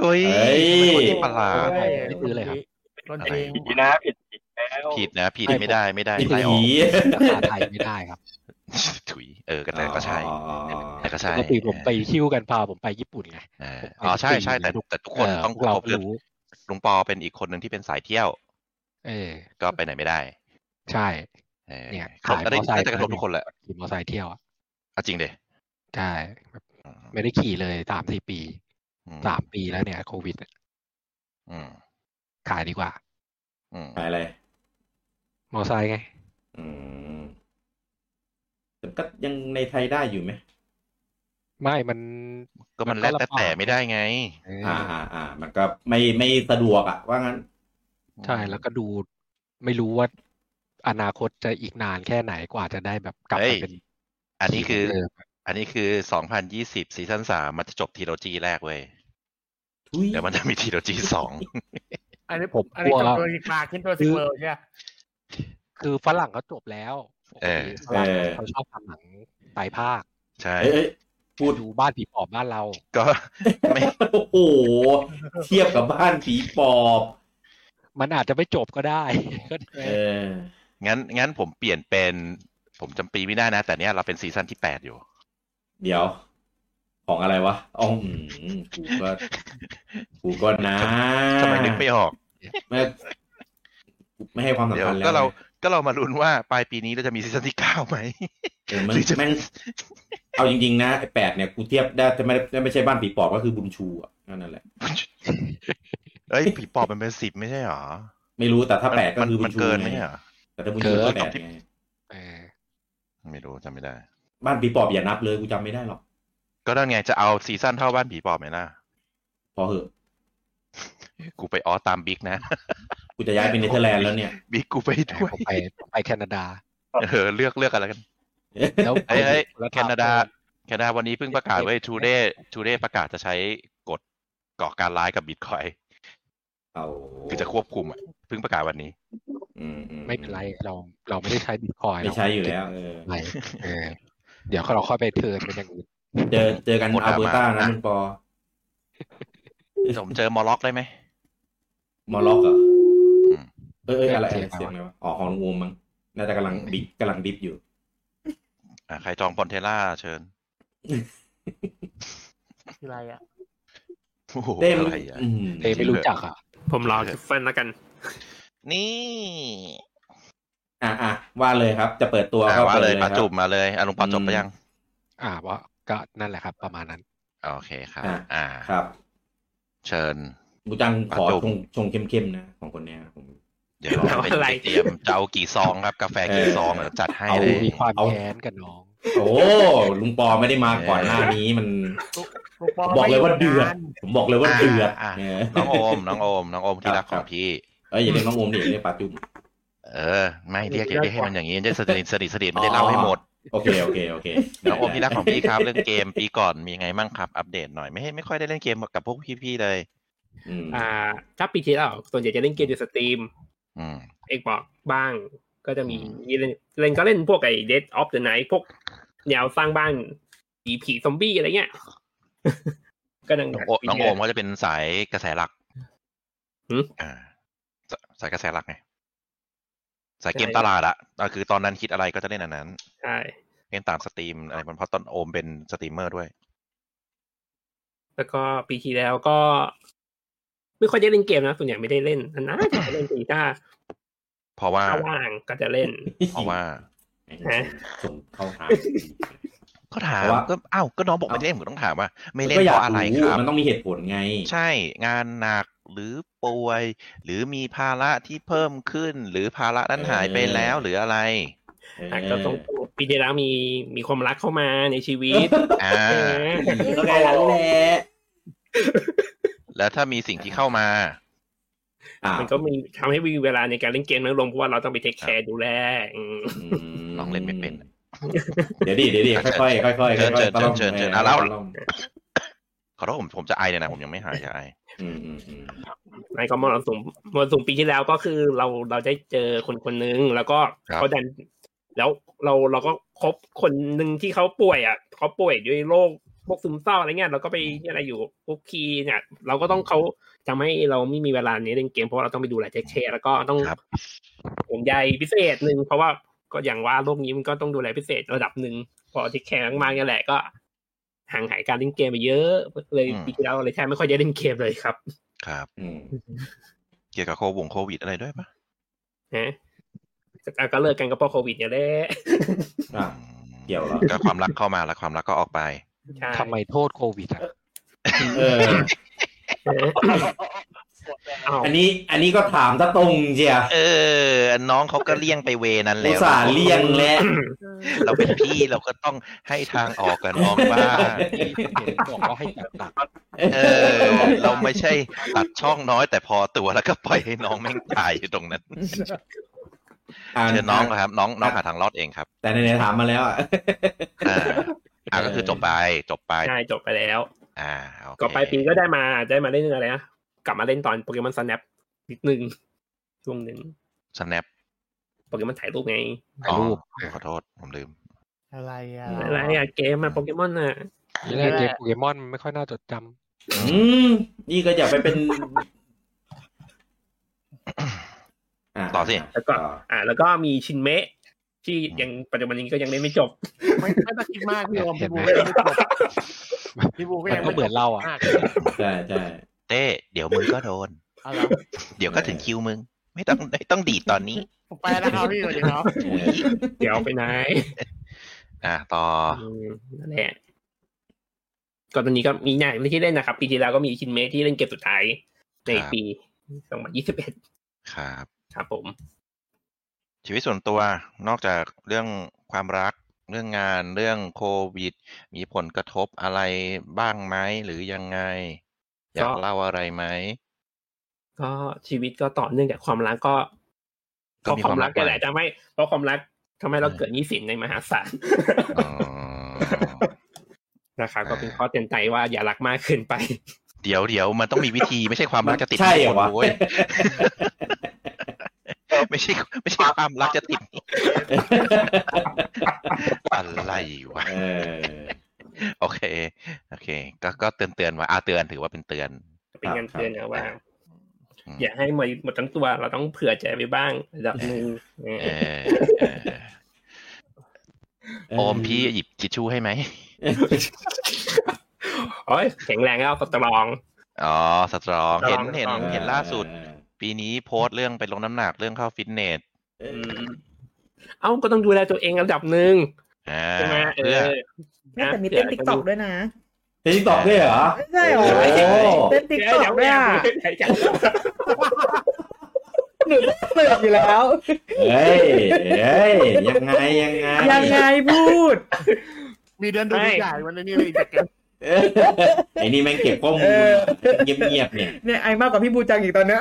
S4: เฮ้ย
S1: เฮ้ย
S4: เป็นคนที่ประหลาด
S2: โอ้ย
S7: ไม่ซื้อเลยครับ
S2: โดนจริง
S3: ผิดนะผิดผิดแล้ว
S4: ผิดนะ ผิด
S7: ใช่
S4: ไม่ได้ไม่ได้
S1: ผิด
S4: ไล่ออ
S1: ผี
S4: ก
S7: ราคาไทยไม่ได้ครับ
S4: ถุยเออก็แต่ก็ใช่
S1: อ๋ออ๋ออ๋อ
S4: แต่ก็ใช่
S7: ปกติผมไปคิ้วกันพาผมไปญี่ปุ่นไง
S4: เออ
S7: ผมไป
S4: อ๋อใช่ใช่
S7: ทุกปี
S4: แต่แต่ทุกคน
S7: เออ
S4: ต้อง
S7: พวกเราก็
S4: ลื
S7: รู้
S4: ลุงปอเป็นอีกคนหนึ่งที่เป็นสายเที่ยว
S7: เออ
S4: ก็ไปไหนไม่ได้
S7: ใช่
S4: เออ
S7: เนี่ย
S4: คง
S7: ขาย
S4: ก็ได้
S7: มอไซค์
S4: น่าจะกระทบทุกคนแหละ
S7: ขี่มอเตอร์ไซค์เที่ยวอะ
S4: เอาจริงเด
S7: ใช่แบบไม่ได้ขี่เลยสามสี่ปี
S4: อื
S7: สามปีแล้วเนี่ยโควิดอะ
S4: อืม
S7: ขายดีกว่า
S4: อืม
S1: ขายอะไร
S7: มอเตอร์ไซค์ไง
S1: อืมแต่ก็ยังในไทยได้อยู่ไหม
S7: ไม่มัน
S4: ก็มันแลกแต่แต่ไม่ได้ไง
S7: เอออ
S1: อ่าอ่าอ่ามันก็ไม่ไม่สะดวกอะว่างั้น
S7: ใช่แล้วก็ดูไม่รู้ว่าอนาคตจะอีกนานแค่ไหนกว่าจะได้แบบกลับ
S4: เฮ้
S7: มาย เป็น
S4: อันนี้คือ
S7: เดิม
S4: อันนี้คือ 2020 ซีซั่น3มันจะจบทีโรจีแรกเว้ย
S1: ทุย
S4: เดี๋ยวมันจะมีทีโรจีสอง
S2: อันนี้
S7: ผม
S2: อันนี้
S7: กลัว
S2: กับตัวอีกมาขึ้นตัวสิบเบอร์ใช่ไหม
S7: คือฝรั่งเขาจบแล้วปกติฝ
S1: เอ
S7: รั่ง
S1: อ
S7: เขาชอบทำหนังไตรภาค
S4: ใช่
S1: เอ้ย
S7: พูดดูบ้านผีปอบบ้านเรา
S4: ก็ไม่
S1: โอ้โหเทียบกับบ้านผีปอบ
S7: มันอาจจะไม่จบก็ ได้ ก็
S1: เอ
S7: ไ
S1: อ
S7: ด้
S4: งั้นงั้นผมเปลี่ยนเป็น ผมจำปีไม่ได้นะ แต่เนี้ยเราเป็นซีซั่นที่แปดอยู่
S1: เดี๋ยว ของอะไรวะอ๋ออืมกูก็กูก็นะ
S4: ทำไมนึกไม่ออก
S1: ไม่ไม่ให้ความ
S4: เดี๋ย
S1: สำ
S4: ว
S1: คัญแล้ว
S4: ก็เราก็เรามาลุ้นว่าปลายปีนี้เราจะมีซีซั่นที่เก้าไหม
S1: เออมัน
S4: หรือจะ
S1: แม่งเอาจริงๆนะไอ้แปดเนี่ยกูเทียบได้แต่ไม่ได้ไม่ใช่บ้านผีปอบก็คือบุญชูอ่ะนั่นแหละ
S4: เอ้ยผีปอบมันเป็นสิบไม่ใช่หรอ
S1: ไม่รู้แต่ถ้าแปดก็
S4: มัน
S1: คือบุ
S4: มั
S1: ญ
S4: น
S1: ชู
S4: เกินไห
S1: ไง
S4: มอ่ะ
S1: แต่ถ้าบุญชูก็แปดไง
S7: เออ
S4: ไม่รู้จำไม่ได้
S1: บ้านผีปอบอย่านับเลยกูจำไม่ได้หรอก
S4: ก็นั่นไงจะเอาซีซั่นเท่าบ้านผีปอบไหมล่ะ
S1: พอเหอะ
S4: กูไปออสตามบิ๊กนะ
S1: กูจะย้ายไปเนเธอร์แลนด์แล้วเนี่ย
S4: บิ๊กกูไป
S7: แต่
S4: ด้วย
S7: ผมไปผมไปแคนาดา
S4: เออเลือกเลือกกันแล้วกัน
S7: แล้ว
S4: เอ้ยเอ้ย
S7: ล้ว
S4: แคนาดาแคนาดาวันนี้เพิ่งประกาศไว้ทูเดย์ทูเดย์ประกาศจะใช้กฎก่อการร้ายกับบิตคอย
S1: เอา
S4: คือจะควบคุมอ่ะเพิ่งประกาศ วันนี้
S1: อืมอื
S7: ไม่เป็นไรเราเราไม่ได้ใช้บิตคอย
S1: ไม่ใช้อยู่แล้วเออ
S7: ไม่เออ เดี๋ยวเราค่อยไปเทิร์นเป็นอย่างอื่น
S1: เจอเจอกัน
S4: หมด
S1: อั
S4: ด
S1: ล
S4: รา
S1: เบอ
S4: ม่า
S1: ร์ตานะมึงปอ
S4: ผมเจอมอล็อกได้ไหม
S1: มอลล็อกเหรอ
S4: อืม
S1: เอยเอยอะไรอะไรเสียงอะไรวะอ๋อของลุงอูมมั้งน่าจะกำลังดิบกำลังดิบอยู่
S4: อ่ะใครจองปอนเทล่าเชิญ
S8: คืออะไรอ่ะ
S4: โอ้โห
S1: เต้ม
S4: อะไรอ่ะ
S1: อืม
S7: เอ้ยไม่รู้จักอ่ะ
S2: ผมรอ
S4: เออ
S2: คิฟเฟิลแล้วกัน
S4: นี่
S1: อ่ะอ่ะว่าเลยครับ จะเปิดตัว
S4: อ่ะ
S1: ก็
S4: ว่า
S1: เปิด
S4: เล
S1: เลย ยค
S4: ปา
S1: รับ
S4: จุ่มมาเลยอาลุงปาจบไปยัง
S7: อ่าว่าก็นั่นแหละครับ ประมาณนั้น
S4: โอเคครับ
S1: อ่ะ
S4: อ่า
S1: ครับ
S4: เชิญ
S1: กูจังขอ
S4: ปา
S1: ช
S4: จุ่ม
S1: งชงเข้มๆนะของคนเนี้ยผม
S4: เดี๋ยวเราไป
S2: อะไร
S4: เตรียมจะเอากี่ซองครับ กาแฟกี่ซอง
S1: เออ
S4: เดี๋ยวจัดให้
S1: เอา
S4: เลย
S7: มีความ
S1: เอา
S7: แค้นกับน้อง
S1: โอ้ลุงปอไม่ได้มาก่อน
S4: เออ
S1: หน้านี้มัน บอกเลยว่าเดือดผมบอกเลยว่าเดือด
S4: อ่ะ
S1: เออ
S4: น้องโอม น้องโอม น้องโอมที่รัก
S1: ค
S4: ข
S1: รั
S4: อบ งพี่
S1: เอ้ยอย่าเรียกน้องโอมดิเรียกปาจุ่ม
S4: เออ ไม่เรียกเรียกให้มันอย่างนี้จะสนิทสนิทสนิทไม่ได้เล่าให้หมด
S1: โอเคโอเคโอเค
S4: น้องโอมที่รักของพี่ครับ เรื่องเกมปีก่อนมีไงมั่งครับ อัปเดตหน่อย ไม่ให้ไม่ค่อยได้เล่นเกมกับพวกพี่ๆเลย
S1: อืม
S2: อ่า ถ้าปีที่แล้วส่วนใหญ่จะเล่นเกมในสตรีม
S4: อืม
S2: เอกบอกบ้าง ก็จะมีเล่นเล่นก็เล่นพวกไอ้ Dead of the Night พวกแนวสร้างบ้านผีผีซอมบี้อะไรเงี้ย ก็ดัง
S4: น้อง
S2: ๆ
S4: โอ
S2: ปี
S4: น้อง
S2: ที่
S4: โอ
S2: แล้ว
S4: มก็จะเป็นสายกระแสหลัก
S2: หึ
S4: อ่าสสายกระแสหลักไง สายเกม
S2: ใช่
S4: ตลาดอะอ่ะคือตอนนั้นคิดอะไรก็จะเล่นอันนั้น
S2: ใช่
S4: เล่นตามสตรีมอะไรมันเพราะตอนโอมเป็นสตรีมเมอร์ด้วย
S2: แล้วก็ปีที่แล้วก็ ไม่ค่อยได้เล่นเกมนะส่วนใหญ่ไม่ได้เล่นนานๆจะเล่นทีถ้า
S4: เพราะว่า
S2: ถ้าว่างก็จะเล่น
S4: เพราะว่า
S1: ส่งเข้าหา
S4: ก็ถาม
S1: เพราะว่า
S4: ก็อ้าวก็น้องบอกไม่
S1: เอ้า
S4: เล่นผมต้องถามว่า ไม่เล่นเพราะอะไร
S1: ก็ยาก
S4: ครับ
S1: มันต้องมีเหตุผลไง
S4: ใช่งานหนักหรือป่วย หรือมีภาระที่เพิ่มขึ้น หรือภาระนั้น
S1: เออ
S4: หายไปแล้วหรืออะไร
S2: อ่ะก็ต้องปีที่แล้วมีมีความรักเข้ามาในชีวิต
S4: อ่ า
S2: นะ
S1: ก็แค่นั้นแหละ
S4: แล้วถ้ามีสิ่งที่เข้ามา
S1: อ่ะ
S2: มันก็มีทำให้มีเวลาในการเล่นเกมน้อยลงเพราะว่าเราต้องไปเทคแคร์ดูแลอืม
S1: ม
S4: ลองเล่นไม่เป็น
S1: เดี๋ยวดิเดี๋ยวดิค่อยๆค่อยๆค่อยๆ
S4: เชิญเชิญ
S1: ตะล่อม
S4: เชิญเชิญ
S1: ไป
S4: อ่ะเล่า
S1: ตะอม
S4: ขอโทษผมผมจะไอเนี่ยนะผมยังไม่หายจะไอ
S1: อืมอืมอืม
S2: ในก็มรสุมมรสุมปีที่แล้วก็คือเราเราได้เจอคนคนหนึงแล้วก็เขาดัน แล้วเราเราก็คบคนหนึ่งที่เขาป่วยอ่ะเขาป่วยด้วยโรคพวกซึมเศร้าอะไรเงี้ยเราก็ไปอะไรอยู่คุกคีเนี่ย เราก็ต้องเขาทำให้เราไม่มีเวลาในเล่นเกมเพราะว่าเราต้องไปดูแลเทคแคร์แล้วก็ต้อง
S4: ครับ
S2: ห่วงใยพิเศษหนึ่งเพราะว่าก็อย่างว่าโรคนี้มันก็ต้องดูแลพิเศษระดับหนึ่งพอที่แข็งมากๆนี่แหละก็ห่างหายการเล่นเกมไปเยอะเลย
S4: อืม
S2: ปีที่แล้วเลยแทบไม่ค่อยได้เล่นเกมเลยครับ
S4: ครับ
S1: อืม
S4: เกี่ยวกับโควงโควิดอะไรด้วยปะ
S2: นะแต่ก็เลิกกันก็เพราะโควิดเนี่ยแหละ
S1: อ่ะ เกี่ยวเหรอ
S4: ก็ความรักเข้ามาแล้วความรักก็ออกไป
S2: ใช่
S7: ทำไมโทษโควิดอ่ะ
S1: เออ
S2: นะ
S9: หมดแล้ว
S2: เอา
S1: อันนี้อันนี้ก็ถามตะตรงเจีย
S4: เออ น้องเขาก็เลี่ยงไปเวนั้น
S1: อุ
S4: แล้
S1: ต
S4: ว
S1: ส่าห์เลี่ยงแล้ว
S4: เราเป็นพี่เราก็ต้องให้ทางออกกันน้องบ้าง
S7: เห็นบอกว่าให้จัดหนัก
S4: เออ เราไม่ใช่ตัดช่องน้อยแต่พอตัวแล้วก็ปล่อยให้น้องแม่งตายอยู่ตรงนั้น
S1: ะ
S4: เชิญน้องครับ น้องน้องหาทางรอดเองครับ
S1: แต่ในๆถามมาแล้วอ่ะ
S4: อ่าอ่าก็คือจบไปจบไป
S2: ใช่จบไปแล้ว
S4: อ่าโอเค
S2: ก็ปลายปีก็ได้มาได้มาเล่นอะไรนะกลับมาเล่นตอนโปเกมอนสแนปนิดนึงช่วงหนึ่ง
S4: สแนป
S10: โปเกมอนถ่ายรูปไง
S7: ถ่ายรูป
S4: อ๋อขอโทษผมลืม
S2: อะไรอ่ะ
S7: า
S10: อะไรอะเกมอะโปเกมอนอะ
S7: นี่แหละเกมโปเกมอนไม่ค่อยน่าจดจ
S1: อืมนี่ก็อย่าไปเป็น ะ
S4: ต่อสิ
S10: แล้วก็อ่า แล้วก็มีชินเมะ ที่ยังปัจจุบันนี้ก็ยังเล่นไม่จบ
S2: ไม่ไม่ต้องคิดมากพี่โอมพี่บูก็ยังไม่จบพี่บูก็
S7: ำมัน
S2: ยัง
S7: ก็
S2: ไม่
S7: เหมื
S2: จ
S7: อบ นเราอ่ะ
S2: มาก
S1: ใช่ใช่
S4: เต้เดี๋ยวมึงก็โดน
S2: เอาละ
S4: เดี๋ยวก็ถึงคิว มึง ไม่ต้องไม่ต้องดีดตอนนี้
S2: ผมไปแล้วครับพี่สวัสดีครับ
S10: เดี๋ยวไปไหน
S4: อ่ะต่อ
S10: มนั่นแหละก็ตอนนี้ก็มีหนังที่เล่นนะครับ ปีที่แล้วก็มีชินเมะที่เล่นเกมสุดท้ายในปีสองพันยี่สิบเอ็ด
S4: ครับ
S10: ครับผม
S4: ชีวิตส่วนตัวนอกจากเรื่องความรัก เรื่องงานเรื่องโควิด มีผลกระทบอะไรบ้างไหมหรือยังไง อยาก
S10: ก็
S4: เล่าอะไรไหม
S10: ก็ชีวิตก็ต่อเนื่องจากความรักก็
S4: ก็มี
S10: เพระ
S4: ความรัก
S10: แกแหละ
S4: ไป
S10: ทำให้เพราะความรักทำให้เรา
S4: อืม
S10: เกิดหนี้สินในมหาศาล
S4: อ๋อ
S10: นะครับก็เป็น
S4: อ่า
S10: ข้อเตือนใจว่าอย่ารักมากเกินไป
S4: เดี๋ยวเดี๋ยวมันต้องมีวิธีไม่ใช่ความรักจะติด
S1: ใช่เหรอ
S4: คน
S1: วะ
S4: เว้ยไม่ใช่ไม่ใช่ความรักจะติดอะไรวะ
S1: เออ
S4: โอเค โอเค ก็ก็เตือนเตือนๆไว้อาเตือนถือว่าเป็นเตือน
S10: เป็นการเตือนนะว่า
S4: อืม
S10: อย่าให้หมดหมดทั้งตัวเราต้องเผื่อใจไปบ้างระดับหนึ่ง
S4: เออเออโอมพี่หยิบทิชชู่ให้ไหม
S10: โอ้ยแข็งแรงแล้วก็ตรอง
S4: อ๋อสตรองเห็น
S10: สตรอง
S4: เห็นเห็นล่าสุด ปีนี้โพสต์เรื่องไปลงน้ำหนักเรื่องเข้าฟิตเนส
S1: เออ
S10: เอ้าก็ต้องดูแลตัวเองระดับหนึ่ง
S4: อ่า
S10: ใช่ไหมเอ
S4: เพื่อ
S10: อ
S11: น่าจะมีเต้นติ๊กต็อกด้วยนะ
S1: เฮ้ยติ๊กตอกด้วยเหรอ
S11: ใช่เหรอ
S1: โอ้โห
S11: เต้นติ๊กต็อกด้วยอะ
S10: เดี๋ยวเดี๋ยว
S11: หนูเปิดอยู่แล้ว
S1: เฮ้ยเฮ้ยยังไงยังไง
S11: ยังไงพูด
S2: มีเดือนดูใหญ่วันนี้เลยอีกแก
S1: เออไอ้นี่แม่งเก็บข้อมูล
S11: เออ
S1: เงียบๆเนี่ย
S11: เนี่ยไอมากกว่าพี่บูจังอีกตอนเนี้ย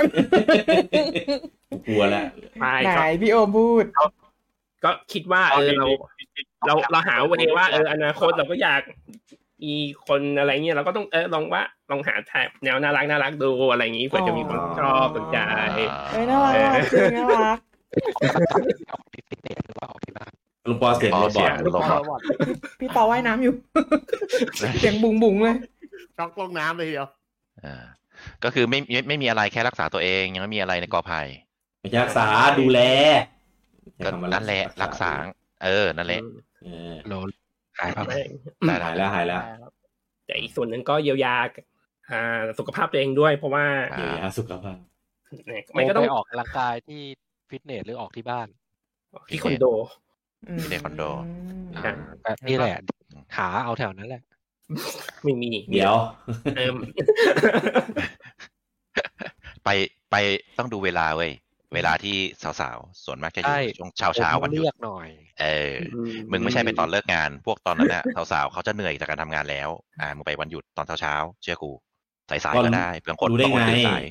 S1: กูกลัวละ
S10: ไม่
S11: ไหน
S10: ก็
S11: พี่โอมพูด
S10: ก็คิดว่าเออเรา เราเราหาวันเองว่าเอออนาคตเราก็อยากมีคนอะไรเงี้ยเราก็ต้องเออลองว่าลองหาแถบแนวน่ารักน่ารักดูอะไรอย่างงี้เผื่อจะมีคนชอบสนใจ
S11: เอ้ยน่ารักจริงน่ารัก
S7: ออกฟิตเนสหรือว่าออกที่บ้าน
S1: ลุงปอเสียง
S4: อ๋อ
S1: โรบ
S4: เสี
S1: อย ท
S4: ง
S2: ลงบอด
S11: พี่ปอว่ายน้ำ อยู่ เสียงบุ๋งบุ๋งๆเลย
S2: ช็อกลงน้ำเลยทีเดียว
S4: อ่าก็คือไม่ไม่ไม่มีอะไรแค่รักษาตัวเองยังไม่มีอะไรในกอภัย
S1: ไม่ใช่รักษาดูแล
S4: ก็นั่นแหละรักษา เออนั่นแหละ
S1: เออ
S7: โหลหายไปไหม
S4: ได้
S1: หาย
S4: ได้
S1: แล้วหายแล้ว
S10: แต่อีกส่วนหนึ่งก็เยียวยาอ่าสุขภาพตัวเองด้วย เพราะว่า
S4: ครับ
S1: เดี๋ยวยาสุขภาพ
S10: เนี่ย
S7: มั
S10: มัน น
S7: ก็
S10: ก็
S7: ต้
S10: ต้
S7: อไป
S10: องง
S7: ออกกำลังกายที่ฟิตเนสหรือออกที่บ้าน
S10: ที่คอนโด
S11: อืม
S4: อยู่ในคอนโด
S10: อ่า
S7: ก็นี่แหละ หาเอาแถวนั้นแหละ
S10: ไม่มี
S1: เดี๋ยว
S10: เอิ่ม
S4: ไปไปต้องดูเวลาเว้ยเวลาที่สาวๆส่วนมากจะอ
S7: ใช่
S4: ยู่ช่วงเช้าเช้าๆวันหยุ
S7: เลือ
S4: ด
S7: กหน่อย
S4: เออ มึงไม่ใช่ไปตอนเลิกงาน พวกตอนนั้นน่ะ สาวๆเขาจะเหนื่อยจากการทำงานแล้ว อ่ามึงไปวันหยุดตอนเช้าเช้าๆเชื่อกูสายๆก็ได้บางคน
S1: รู้ได้
S4: บางคน
S1: ไง
S4: ตื่นสาย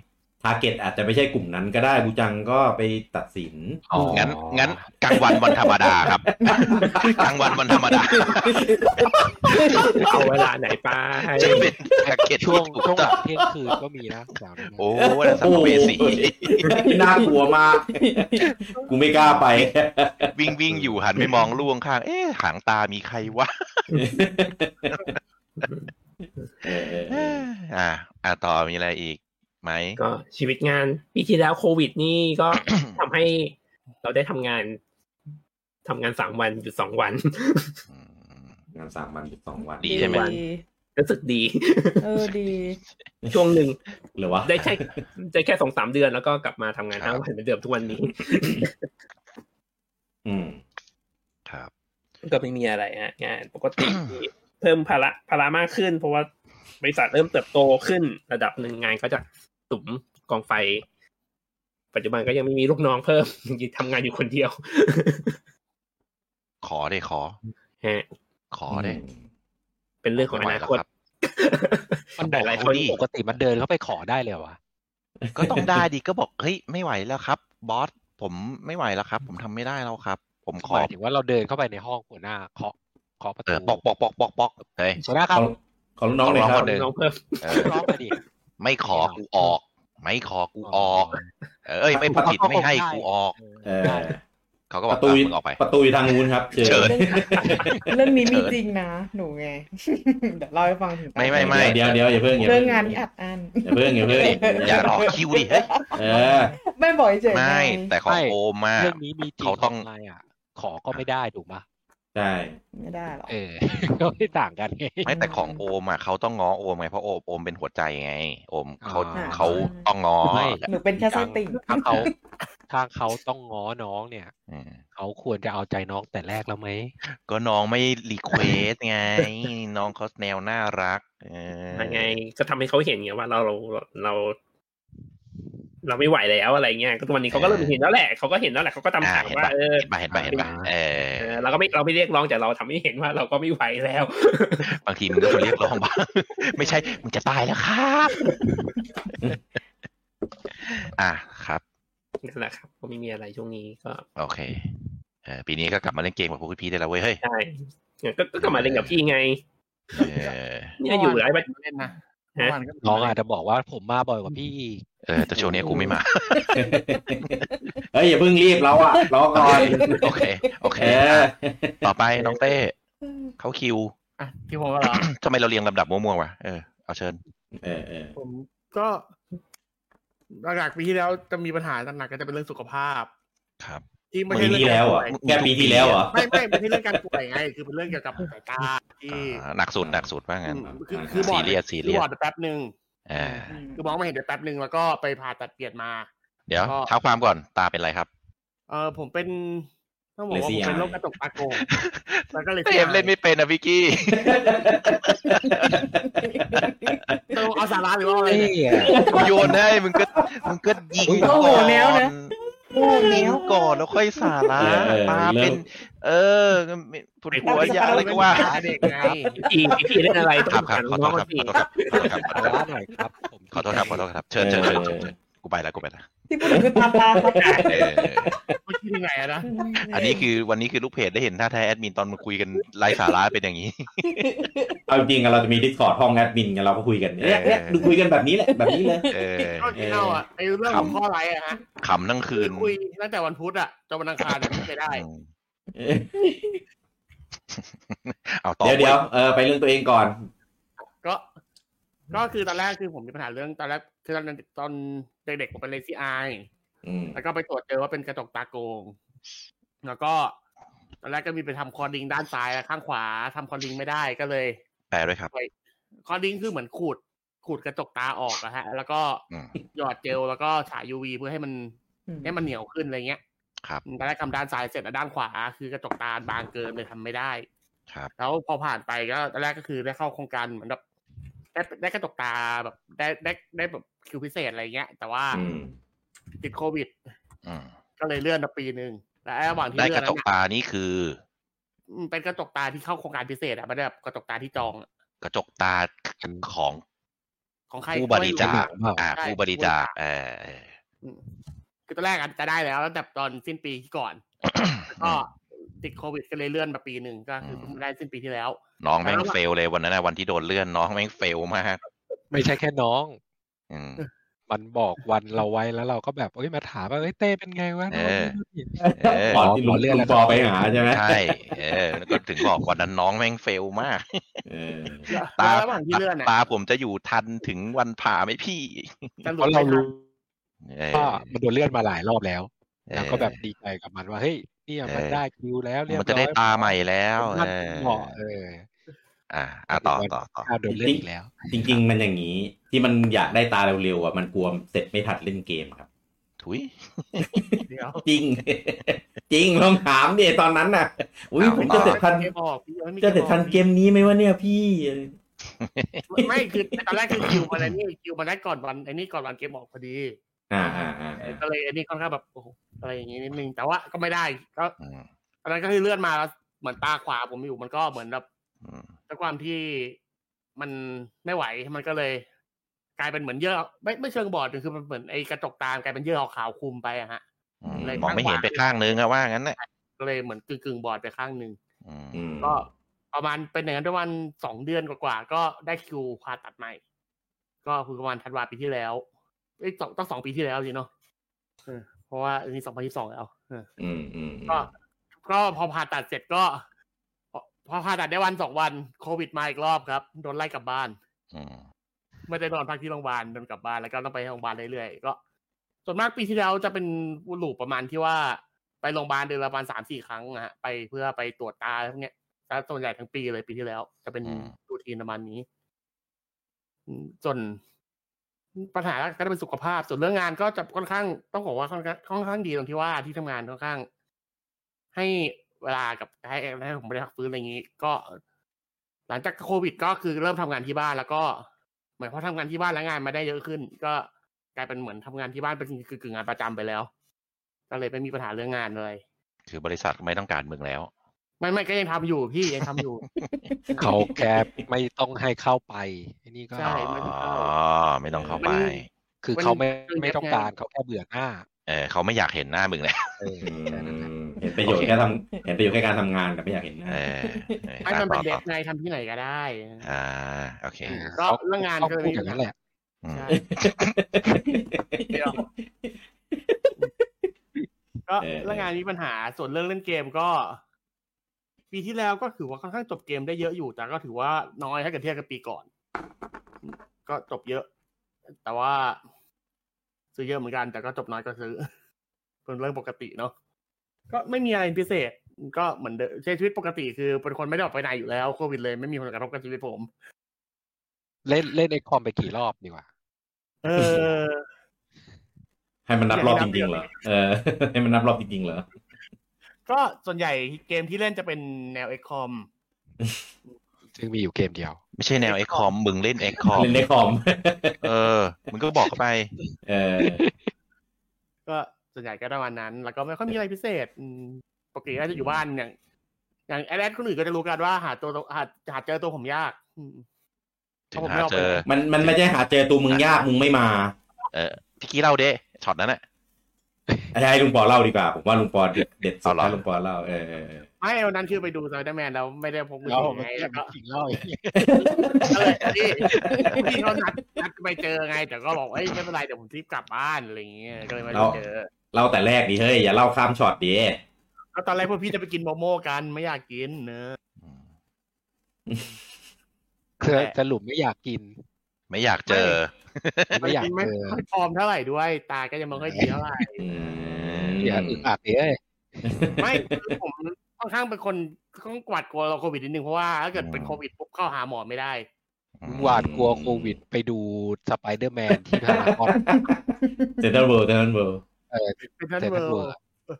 S1: ทาร์เก็ตอาจจะไม่ใช่กลุ่มนั้นก็ได้บูจังก็ไปตัดสิน
S7: อ๋อ
S4: งั้นงั้นกลางวันวันธรรมดาครับ กลางวันวันธรรมดา
S10: เอาเวลาไหนไป
S4: จะเป็นทาร์เก็ต
S7: ช่วง
S4: ที่ถูกต้
S7: ช่วงหลั
S4: อง
S7: งเที่ยงคืนก็มีนะแถวนั้น
S4: โอ้วันนั้นสัมภเวสี
S1: โอ้โน่ากลัวมาก กูไม่กล้าไป
S4: วิ่งวิ่งอยู่หันไปมองล่วงข้าง เอ๊ะหางตามีใครวะ
S1: เออเออเอ
S4: อ่
S1: อา
S4: อ่าต่อมีอะไรอีกไหม
S10: ก็ชีวิตงานปีที่แล้วโควิดนี่ก็ ทำให้เราได้ทำงานทำงานสามวันหยุดสองวัน
S1: งานสามวันหยุดสองวัน
S4: ดีใช่ไหม
S10: รู้สึกดี
S11: เออดี
S10: ช่วงหนึ่ง
S1: หรือวะ
S10: ได้แค่ได้แค่สองสามเดือนแล้วก็กลับมาทำงาน
S4: ครั
S10: ทั้
S4: บ
S10: งวันเหมือนเดิมทุกวันนี้
S1: อืม
S4: ครับ
S10: ก็ไม่มีอะไรฮะงานปกติ เพิ่มภาระภาระมากขึ้น เพราะว่าบริษัทเริ่มเติบโตขึ้นระดับหนึ่งงานก็จะสุมกองไฟ ปัจจุบันก็ยังไม่มีลูกน้องเพิ่ม ยังทำงานอยู่คนเดียว
S4: ขอได้ขอ
S10: ฮะ
S4: ขอได้
S10: เป็นเรื่องของอนาคต
S4: ไม่ไหวแล้วรับ
S7: มัน
S10: หลายๆคน
S7: ปกติมันเดินเข้าไปขอได้เลยเหรอวะ
S4: ก็ต้องได้ดิก็บอกเฮ้ยไม่ไหวแล้วครับ บอสผมไม่ไหวแล้วครับ ผมทำไม่ได้แล้วครับ ผมข
S7: ห
S4: อ
S7: มายถึงว่าเราเดินเข้าไปในห้องหัวหน้าเคาะเคาะประ
S4: เอ
S7: ตู
S4: อบอกบอกบอกบอกบอกเฮ้ย
S7: หัวหน้าค
S1: ข
S7: รั
S1: อบ ขอลูกน้องเลยค
S4: ข
S1: รั
S4: อลู
S1: บ
S4: กน้
S10: ลูกน้อง งเพิ่ม
S4: เออ
S7: ร้องไปดิ
S4: ไม่ขอกูออก ไม่ขอกูออก เอ้ยไม่พูดผิดไม่ให้กูออก
S1: เออ
S4: เขาก็
S1: ป
S4: บอก
S1: ระตู
S4: ตามมึงออกไป
S1: ประตูอยู่ทางนู้นครับ
S4: เชิญ
S11: เรื่องนี้มี
S4: เชิญ
S11: จริงนะ หนูไง เดี๋ยวเล่าให้ฟังถึงตอน
S4: ไม่ไม่ไม่
S1: เดี๋ยวเดี๋ยวเดี๋ยวอย่าเพิ่งย่
S11: เรื่
S1: พิ่
S11: องงานที่อัดอัน
S1: อย่าเพิ่งอย่าเพิ่ง
S4: เฮ้ยอย่ารอคิวดิเฮ้ย
S1: เออ
S11: ไม่บอกเฉยๆ
S4: ไม่
S11: ง
S4: แต่ของโอมอะ
S7: เรื่องนี้มีจริง
S4: เขาต้อง
S7: ขอะไรอ่ะ ขอก็ไม่ได้ถูกปะ
S1: ใช่
S11: ไม่ได้หรอก
S7: เออ ก็ไม่ต่างกันไง
S4: ไม่แต่ของโอมอะเขาต้องง้อโอมไงเพราะโอมโอมเป็นหัวใจไง โอมเขา
S11: อ่า
S4: เขาต้องง้อ
S7: ไม่
S11: หนูเป็นแค่ไส้ติ่ง
S7: ถ้าเขาถ้าเขาต้องง้อน้องเนี่ย
S4: อืม
S7: เขาควรจะเอาใจน้องแต่แรกแล้วไหม
S4: ก็น้องไม่รีเควสไง น้องเขาแนวน่ารักเออ
S6: ยังไงก็ทำให้เขาเห็นไงว่าเราเราเรา เราไม่ไหวแล้วอะไรเงี้ยก็วันนี้เขาก็เริ่มเห็นแล้วแหละเขาก็เห็นแล้วแหละเขาก็ตาม
S4: อ่า
S6: ถาม
S4: เห็น
S6: ว่า
S4: ปะ
S6: เออ
S4: เห็นปะเห็นปะเห็นปะเออ
S6: เออเราก็ไม่เราไม่เรียกร้องแต่เราทำให้เห็นว่าเราก็ไม่ไหวแล้ว
S4: บางทีมันก็ควรเรียกร้องบ้ าง ไม่ใช่มึงจะตายแล้วครับ อ่ะครับ
S6: นั่นแหละครับก็ไม่มีอะไรช่วงนี้ก็
S4: โอเคเออปีนี้ก็กลับมาเล่นเกมกับพวกพี่ได้แล้วเว้ยเฮ้ย
S6: ได้เนี่ยก็ก็กลับมาเล่นกับพี่ไง
S4: เออ
S6: เนี่ยอยู่หลายวัน
S2: เล่นนะ
S6: ฮะ
S2: เมื่อวานก็
S7: น้องอาจจะบอกว่าผมมาบ่อยกว่าพี่อีก
S4: เออแต่ช่วงเนี้ยกูไม่มา
S1: เฮ้ยอย่าเพิ่งรีบเราอะรอก่อน
S4: โอเค โอเค
S1: เออ
S4: อ่ะต่อไปน้องเต้เข้าคิว
S2: อ่ะพี่ผมก็เหรอ
S4: ทำไมเราเรียงลำดับมั่วๆวะเออเอาเชิญ
S1: เออเออ
S2: ผมก็หลักๆปีที่แล้วจะมีปัญหาหนักๆก็จะเป็นเรื่องสุขภาพ
S4: ครับ
S2: ที่ไม่
S1: ปี
S2: ใช่เรื่
S1: ที่
S2: อง
S1: แล้เห
S2: กาว ร
S1: ร
S2: ป่
S1: อ่ะ
S2: วย
S1: แค่ปีที่แล้วเหรอ่ะ
S2: ไม่ไม่ไม่ใช่เรื่องการป่วยไง คือเป็นเรื่องเกี่ยวกับสายตาที่
S4: อ่าหนักสุดหนักสุดว่างั้น
S2: คือคือ
S1: ซี
S2: บอด
S4: เรียสซีเรีย
S2: คื
S4: ส
S2: อบอดไปแป๊บหนึ่ง
S4: อ่า
S2: คือมองไม่เห็นไปแป๊บหนึ่งแล้วก็ไปผ่าตัดเปลี่ยนมา
S4: เดี๋ยว
S2: ก็
S4: เท้าความก่อนตาเป็นไรครับ
S2: เออผมเป็นต้องบอกว่าผม
S1: LCI
S2: เป็นโรคกระจกตาโกงแล้วก็เลย
S4: เต้เล่นไม่เป็นนะพี่กี้
S2: ต้องเอาสาระหรือว่าอะไร
S7: เอ้
S2: เนี่ย
S7: ย
S4: กูโยนให้มึงก็มึงก็ยิง
S11: โอ้โหแนวนะโอ้โหแน
S4: เล่น
S11: ว
S4: ก่อนแล้วค่อยสาระ
S1: เออเออ
S4: ตาเป็น เออผุดหัวอยาอะไรก็ว่า
S2: เด็กไง
S6: พี่พี่เล่นอะไร
S4: ครับครับขอโทษครับ
S6: พี่
S4: ขอโทษครับขอโทษครับ
S7: ขอว่าหน่อยครับ ผม
S4: ขอโทษครับขอโทษครับเชิญเชิญเชิญเชิญเชิญกูไปแล้วกูไปแล้ว
S11: ที่พูดถึงคือตาตาครับ
S4: เออ
S2: ไม่คิดยังไงอะนะ
S4: อันนี้คือวันนี้คือลูกเพจได้เห็นท่าแท้แอดมินตอนมาคุยกันไร้สาระเป็นอย่างนี้
S1: เอาจริงๆอะเราจะมีดิสคอร์ดห้องแอดมินกันเราก็คุยกันเนี่ยเนี่ยดูคุยกันแบบนี้แหละแบบนี้เลย
S4: เออ
S2: ก็ที่เล่าอ่ะไอ้เรื่องของข้อไรอะฮะ
S4: ขำทั้งคื
S2: คือน คุยตั้งแต่วันพุธอ่ะจนวันอังคาร เนี่ยไม่ได้
S4: อืมเอาต่อ
S1: เดี๋ยวเดี๋ยวเออไปเรื่องตัวเองก่อน
S2: ก็ก็คือตอนแรกคือผมมีปัญหาเรื่องตอนแรกคือตอนนั้นตอนเด็กๆผมเป็นเลซี่อาย
S1: อืม
S2: แล้วก็ไปตรวจเจอว่าเป็นกระจกตาโกง แล้วก็ตอนแรกก็มีไปทำคอร์ดิงด้านซ้ายและข้างขวาทำคอร์ดิงไม่ได้ก็เลย
S4: แปลด้วยครับ
S2: คอร์ดิงคือเหมือนขูดขูดกระจกตาออกอะฮะ แล้วก็
S4: อืม
S2: หยอดเจลแล้วก็ฉาย UV เพื่อให้มันให้มันเหนียวขึ้นอะไรเงี้ย
S4: ครับ
S2: ตอนแรกทำด้านซ้ายเสร็จแล้วด้านขวา คือกระจกตาบางเกินเลยทำไม่ได้
S4: ครับ
S2: แล้วพอผ่านไปก็ตอนแรกก็คือได้เข้าโครงการเหมือนแบบได้ได้กระจกตาแบบได้ได้ได้แบบคิวพิเศษอะไรเงี้ย แต่ว่า
S1: อืม
S2: ติดโควิด
S4: อืม
S2: ก็เลยเลื่อนมาปีหนึ่งและระหว่างที่
S4: ได้
S2: เลื่อ
S4: ก
S2: น
S4: ระจ
S2: นั้
S4: ก
S2: นน่ะ
S4: ตานี่คือ
S2: อืมเป็นกระจกตาที่เข้าโครงการพิเศษอะไม่ได้แบบกระจกตาที่จองอะ
S4: กระจกตาของ
S2: ของใคร
S4: ผู้บริจา
S2: ก
S4: ค
S2: ็ไม่
S4: อ่า
S2: ใช่
S4: ผู้บริจาคเออเออ
S2: อืมคือตอนแรกอะจะได้แล้วตั้งแต่ตอนสิ้นปีก่อนแล้ว
S4: อื
S2: ก็
S4: ม
S2: ติดโควิดก็เลยเลื่อนมาปีหนึ่งก็คืออ
S4: ม
S2: ได้สิ้นปีที่แล้ว
S4: น้องแม่งเฟลเลยวันนั้นนะวันที่โดนเลื่อนน้องแม่งเฟลมาก
S7: ไม่ใช่แค่น้อง
S4: อื ม
S7: มันบอกวันเราไว้แล้วเราก็แบบเอ้ยมาถามว่าเอ้ยเต้เป็นไงวะ
S4: เออ เออ
S1: ก่อนที่ลุงลุงปอไปหาใช่ไหม
S4: ใช่เออแล้วก็ถึงบอกวันนั้นน้องแม่งเฟลมาก
S1: เออ
S4: ตา
S2: แล้วระหว่างที่เลื่อนอะ
S4: ตาผมจะอยู่ทันถึงวันผ่าไหมพี่
S2: จะห
S7: เพ
S2: ลุดไป
S7: ราะเรารู้
S4: เออ
S7: ว่ามันโดนเลื่อนมาหลายรอบแล้ว
S4: เออ
S7: แล้วก็แบบดีใจกับมันว่าเฮ้ยเนี่ยมัน
S4: เออ
S7: ได้คิวแล้วเรียบ
S4: มัน
S7: ร้อย
S4: จะได้ตาใหม่แล้ว
S7: มัน
S4: เออ
S7: เหมาะเออ
S4: อ่าอ่ะต่อต่อต่อ
S7: ข้าวโดนเล่นอีกแล้ว
S1: จริง ๆ มันอย่างนี้ ที่มันอยากได้ตาเร็วๆอ่ะมันกลัวเสร็จไม่ทันเล่นเกมครับ
S4: ถุย
S2: เดี๋ยว
S1: จริง จริงลองถามดิตอนนั้นน่ะ อุ้ย
S4: เอา
S1: ผม
S4: ต่
S1: จะ
S4: อ
S1: เสร็จทัน
S2: เกมออกพี่ยังไม่มี
S1: จะเสร็จทันเกมนี้ไหมวะเนี่ยพี่
S2: ไม่ไม่คือตอนแรกคือคิวมาแล้วนี่คิวมาได้ก่อนวันไอ้นี่ก่อนวันเกมออกพอดี
S1: อ่าอ่าอ่า
S2: ก็เลยไอ้นี่ค่อนข้างแบบโอ้โหอะไรอย่างงี้นิดนึงแต่ว่าก็ไม่ได้ก็
S4: อืม
S2: ตอนนั้นก็คือเลื่อนมาแล้วเหมือนตาขวาผมอยู่มันก็เหมือนแบบ
S4: อืม
S2: ด้วยความที่มันไม่ไหวมันก็เลย กลายเป็นเหมือนเยื่อไม่ไม่เชิงบอดคือมันเหมือนไอ้กระจกตามกลายเป็นเยื่อขาวๆคลุมไปอะฮะ
S4: อืม
S2: เลย
S4: มองไม่
S2: ข้างขวา
S4: เห็นไปข้างนึงอะว่างั้นน่ะ
S2: ก็เลยเหมือนกึ่งกึ่งๆบอดไปข้างหนึ่ง
S4: อืม
S1: อืม
S2: ก็ประมาณเป็นอย่างนั้นประมาณสองเดือนกว่าๆก็ได้คิวผ่าตัดใหม่ ก็คือประมาณธันวาปีที่แล้วเอ้ยสองต้องสองปีที่แล้วสิเนาะเออ เพราะว่าอันนี้สองพันยี่สองแล้วเออ
S1: อืมอืมอืม
S2: ก็ก็พอผ่าตัดเสร็จก็พอพอผ่าตัดได้วันสองวันโควิดมาอีกรอบครับโดนไล่กลับบ้าน
S4: อืม
S2: ไม่ได้นอนพักที่โรงพยาบาลโดนกลับบ้านแล้วก็ต้องไปโรงพยาบาลเรื่อยๆก็ส่วนมากปีที่แล้วจะเป็นลูปประมาณที่ว่า ไปโรงพยาบาลเดือนละประมาณสามสี่ครั้งนะฮะไปเพื่อไปตรวจตาอะไรพวกเนี้ยแต่ส่วนใหญ่ทั้งปีเลยปีที่แล้ว จะเป็นรูทีนประมาณนี้อืมส่วนปัญหาก็จะเป็นสุขภาพ ส่วนเรื่องงานก็จะค่อนข้างต้องบอกว่าค่อนข้างค่อนข้างดีตรงที่ว่าที่ทำงานค่อนข้าง ให้เวลากับให้ให้ผมไปพักฟื้นอะไรอย่างนี้ ก็ หลังจากโควิดก็คือเริ่มทำงานที่บ้านแล้วก็ เหมือนพอทำงานที่บ้านแล้วงานมาได้เยอะขึ้น ก็กลายเป็นเหมือนทำงานที่บ้านเป็นคือกึ่งงานประจำไปแล้ว ก็เลยไม่มีปัญหาเรื่องงานเลย
S4: คือบริษัทไม่ต้องการมึงแล้ว
S2: ไม่ไม่ก็ยังทำอยู่พี่ยังทำอยู่
S7: เขาแกไม่ต้องให้เข้าไปไอ้นี่ก็
S2: ใช่ ไม่
S4: อ๋
S2: ต้อ
S4: อ
S2: งเข้า
S4: ไม่ต้องเข้าไป
S2: มัน
S7: คือเขาไม่
S2: มัน
S7: ไม่ต้องการเขาแค่เบื่อหน้า
S4: เออเขาไม่อยากเห็นหน้ามึงแล้ว
S7: เออ
S1: อืมเห็นป
S7: แค่นั้นแหละ
S1: ระโยชน์แค่ทำเห็นประโยชน์แค่การทำงานแต่ไม่อยากเห็นหน้า
S4: เออเออ
S2: ให้มันเป็น
S4: ต่อ
S2: เด็
S4: ต่
S2: ก
S4: อ
S2: ไงทำที่ไหนก็ได้
S4: อ่า โอเค
S7: เออ
S2: ก็
S7: ข
S2: เรื่องงาน
S7: เขา
S2: ก็เลย
S7: พูดอย่างนั้นแหละ
S4: อืม
S2: ใช่
S1: เดี๋ยว
S2: ก็
S1: เออ
S2: เรื่องงานมีปัญหาส่วนเรื่องเล่นเกมก็ ปีที่แล้วก็ถือว่าค่อนข้างจบเกมได้เยอะอยู่ แต่ก็ถือว่าน้อยถ้าเกิดเทียบกับปีก่อน ก็จบเยอะ แต่ว่า ซื้อเยอะเหมือนกัน แต่ก็จบน้อยก็ซื้อ เป็นเรื่องปกติเนาะก็ไม่มีอะไรพิเศษ ก็เหมือนเดิมใช้ชีวิตปกติคือเป็นคนไม่ได้ออกไปไหนอยู่แล้วโควิดเลยไม่มีผลกระทบกับชีวิตผม
S7: เล่นเล่นไอคอมไปกี่รอบดีกว่า
S2: เออ
S1: ให้มันนับรอบจริงๆเหรอเออ ให้มันนับรอบจริงๆเหรอ
S2: ก็ส่วนใหญ่เกมที่เล่นจะเป็นแนวเอ็กคอม
S7: ซึ่งมีอยู่เกมเดียว
S4: ไม่ใช่แนวเอ็กคอมมึงเล่นเอ็กคอม
S1: เล่นในคอม
S4: เออมึงก็บอกเขาไป
S1: เออ
S2: ก็ส่วนใหญ่ก็ประมาณนั้น แล้วก็ไม่ค่อยมีอะไรพิเศษอืมปกติก็จะอยู่บ้านอย่าง อย่างแอดแอดคนอื่นก็จะรู้กันว่าหาตัวหาหาเจอตัวผมยากอืม
S4: ถึงหาเจอ
S1: มันมันไม่ใช่หาเจอตัวมึงยากมึงไม่มา
S4: เออพี่กี้เล่าเด้ช็อตนั้นอะ
S1: ให้ให้ลุงปอเล่าดีกว่า ผมว่าลุงปอเด็ดเด็ดสุ
S4: เอา
S1: ด
S4: เห
S1: ให้ลุ
S4: รอ
S1: งปอเล่าเออเออเออ
S2: ไม่วันนั้นคือไปดูไซเดอร์แมนแล้วไม่ได้พกมือถือไงแล้วก็
S7: อีกรอบ
S2: ก็เลย พี่พี่เขานัดนัดไปเจอไง แต่ก็บอกเอ้ยไม่เป็นไรเดี๋ยวผมรีบกลับบ้านอะไรอย่างเงี้ยก็เลยไม่ได้เจอ
S1: เล่าแต่แรกดิเฮ้ยอย่าเล่าข้ามช็อตดิ
S2: ก็ตอนแรกพวกพี่จะไปกินโมโม่กันไม่อยากกินเนอะ
S4: อืม
S7: คือสรุปไม่อยากกิน
S4: ไม่อยากเจอ
S2: ไม่
S7: ไม่อยาก
S2: ไม่
S7: เจอ
S2: ไม่พร้อมเท่าไหร่ด้วย ตาก็ยังไม่ค่อยดีเท่าไหร่
S1: อืม
S7: อย่าอึดอัดเอ้ย
S2: ไม่คือผมค่อนข้างเป็นคนต้องกวาดกลัวเราโควิดนิดนึงเพราะว่าถ้าเกิดเป็น
S4: อืม
S2: โควิดปุ๊บเข้าหาหมอไม่ได้
S4: อืม
S7: หวาดกลัวโควิดไปดูสไปเดอร์แมนที่พารากอน
S1: เซนเตอร์เวิลด์เซนเตอร์เวิลด์
S7: เออ
S2: เป็นท่าน
S7: เซน
S2: เบ
S7: ท
S2: อ
S7: รัลเวิล
S2: ร์
S7: ด์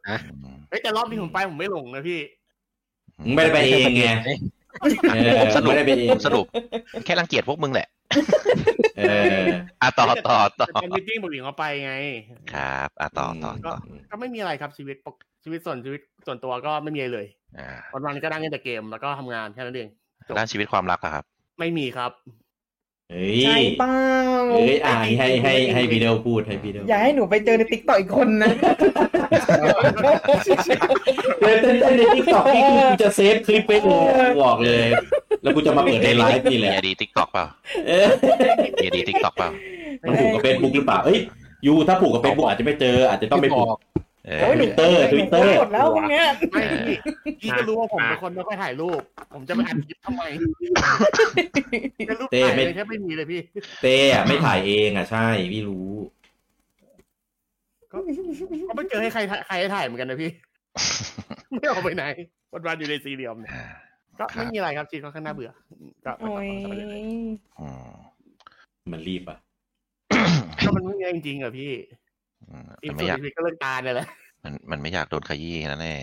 S4: อืม
S2: เฮ้ยแต่รอบนี้ผมไปผมไม่หลงนะพี่
S1: มึงไม่ได้ไปเองไงเออ
S4: สรุป
S1: ไม่ได้ไปเอง
S4: สรุป แค่รังเกียจพวกมึงแหละ
S1: เออ
S4: อ่ะต่อต่อต่อ
S2: แต่ตอนมิทติ้งบอกหญิงเขาไปไง
S4: ครับอ่ะต่อต่อต่อ
S2: ก็ไม่มีอะไรครับชีวิตปกชีวิตส่วนชีวิตส่วนตัวก็ไม่มีอะไรเลย
S4: อ่า
S2: วันวันๆก็นั่งเล่นแต่เกมแล้วก็ทำงานแค่นั้นเอง
S4: ด้านชีวิตความรักอะครับ
S2: ไม่มีครับ
S1: เฮ้ย
S11: ใช่เปล่า
S1: เฮ้ยอ่าให้ให้ให้ให้วีดีโอพูดให้วีดีโอ
S11: อย่าให้หนูไปเจอในติ๊กต่ออีกคนนะ
S1: เต้นเต้นเต้นในทิกตอกนี่คือกูจะเซฟคลิปไว้ดูบอกเลย แล้วกูจะมาเปิดในไลฟ์นี่แห
S4: เมี
S1: ละ
S4: ยดีติ๊กตอกเปล่า
S1: เออ
S4: เมียดีติ๊กตอกเปล่า
S1: มันผูกกับเฟซบุ๊กหรือเปล่าเอ้ยยูถ้าผูกกับเฟซบุ๊กอาจจะไม่เจออาจจะต้องไป
S7: บ
S1: ผู
S7: อก ก
S4: เออ
S11: โอ้ยหนู
S1: Twitter
S11: หนู
S1: Twitter
S11: หมดแล้วพวกเนี้ย
S2: ไม่
S4: เออ
S2: พี่พี่ก็รู้ว่าผมเป็นคนไม่ค่อยถ่ายรูป ผมจะไปอัดคลิปทำไมจะรูป
S1: เต้
S2: ถ่าย
S1: ไม่
S2: เลยแค่ไม่มีเลยพี่
S1: เต้อะไม่ถ่ายเองอ่ะใช่พี่รู้
S2: ก็ไม่เจอให้ใครถ่ายใครให้ถ่ายเหมือนกันนะพี่ ไม่ออกไปไหนวันวันๆอยู่ในสี่เหลี่ยมเนี่ย
S4: อ่า
S2: ก็
S4: ครับ
S2: ไม่มีอะไรครับชีวิตค่อนข้างน่าเบื่อก็
S11: โอ้ย
S4: อืม
S1: มันรีบอ่ะ
S2: ก็มันไม่มีอะไรจริงๆอ่ะพี่
S4: อืม
S2: อีก
S4: มัน
S2: ส่วน
S4: ไม่อยาก
S2: ชีวิตก็เรื่องตาเนี่ยแหละ
S4: มันมันไม่อยากโดนขยี้แค่นั่นเอง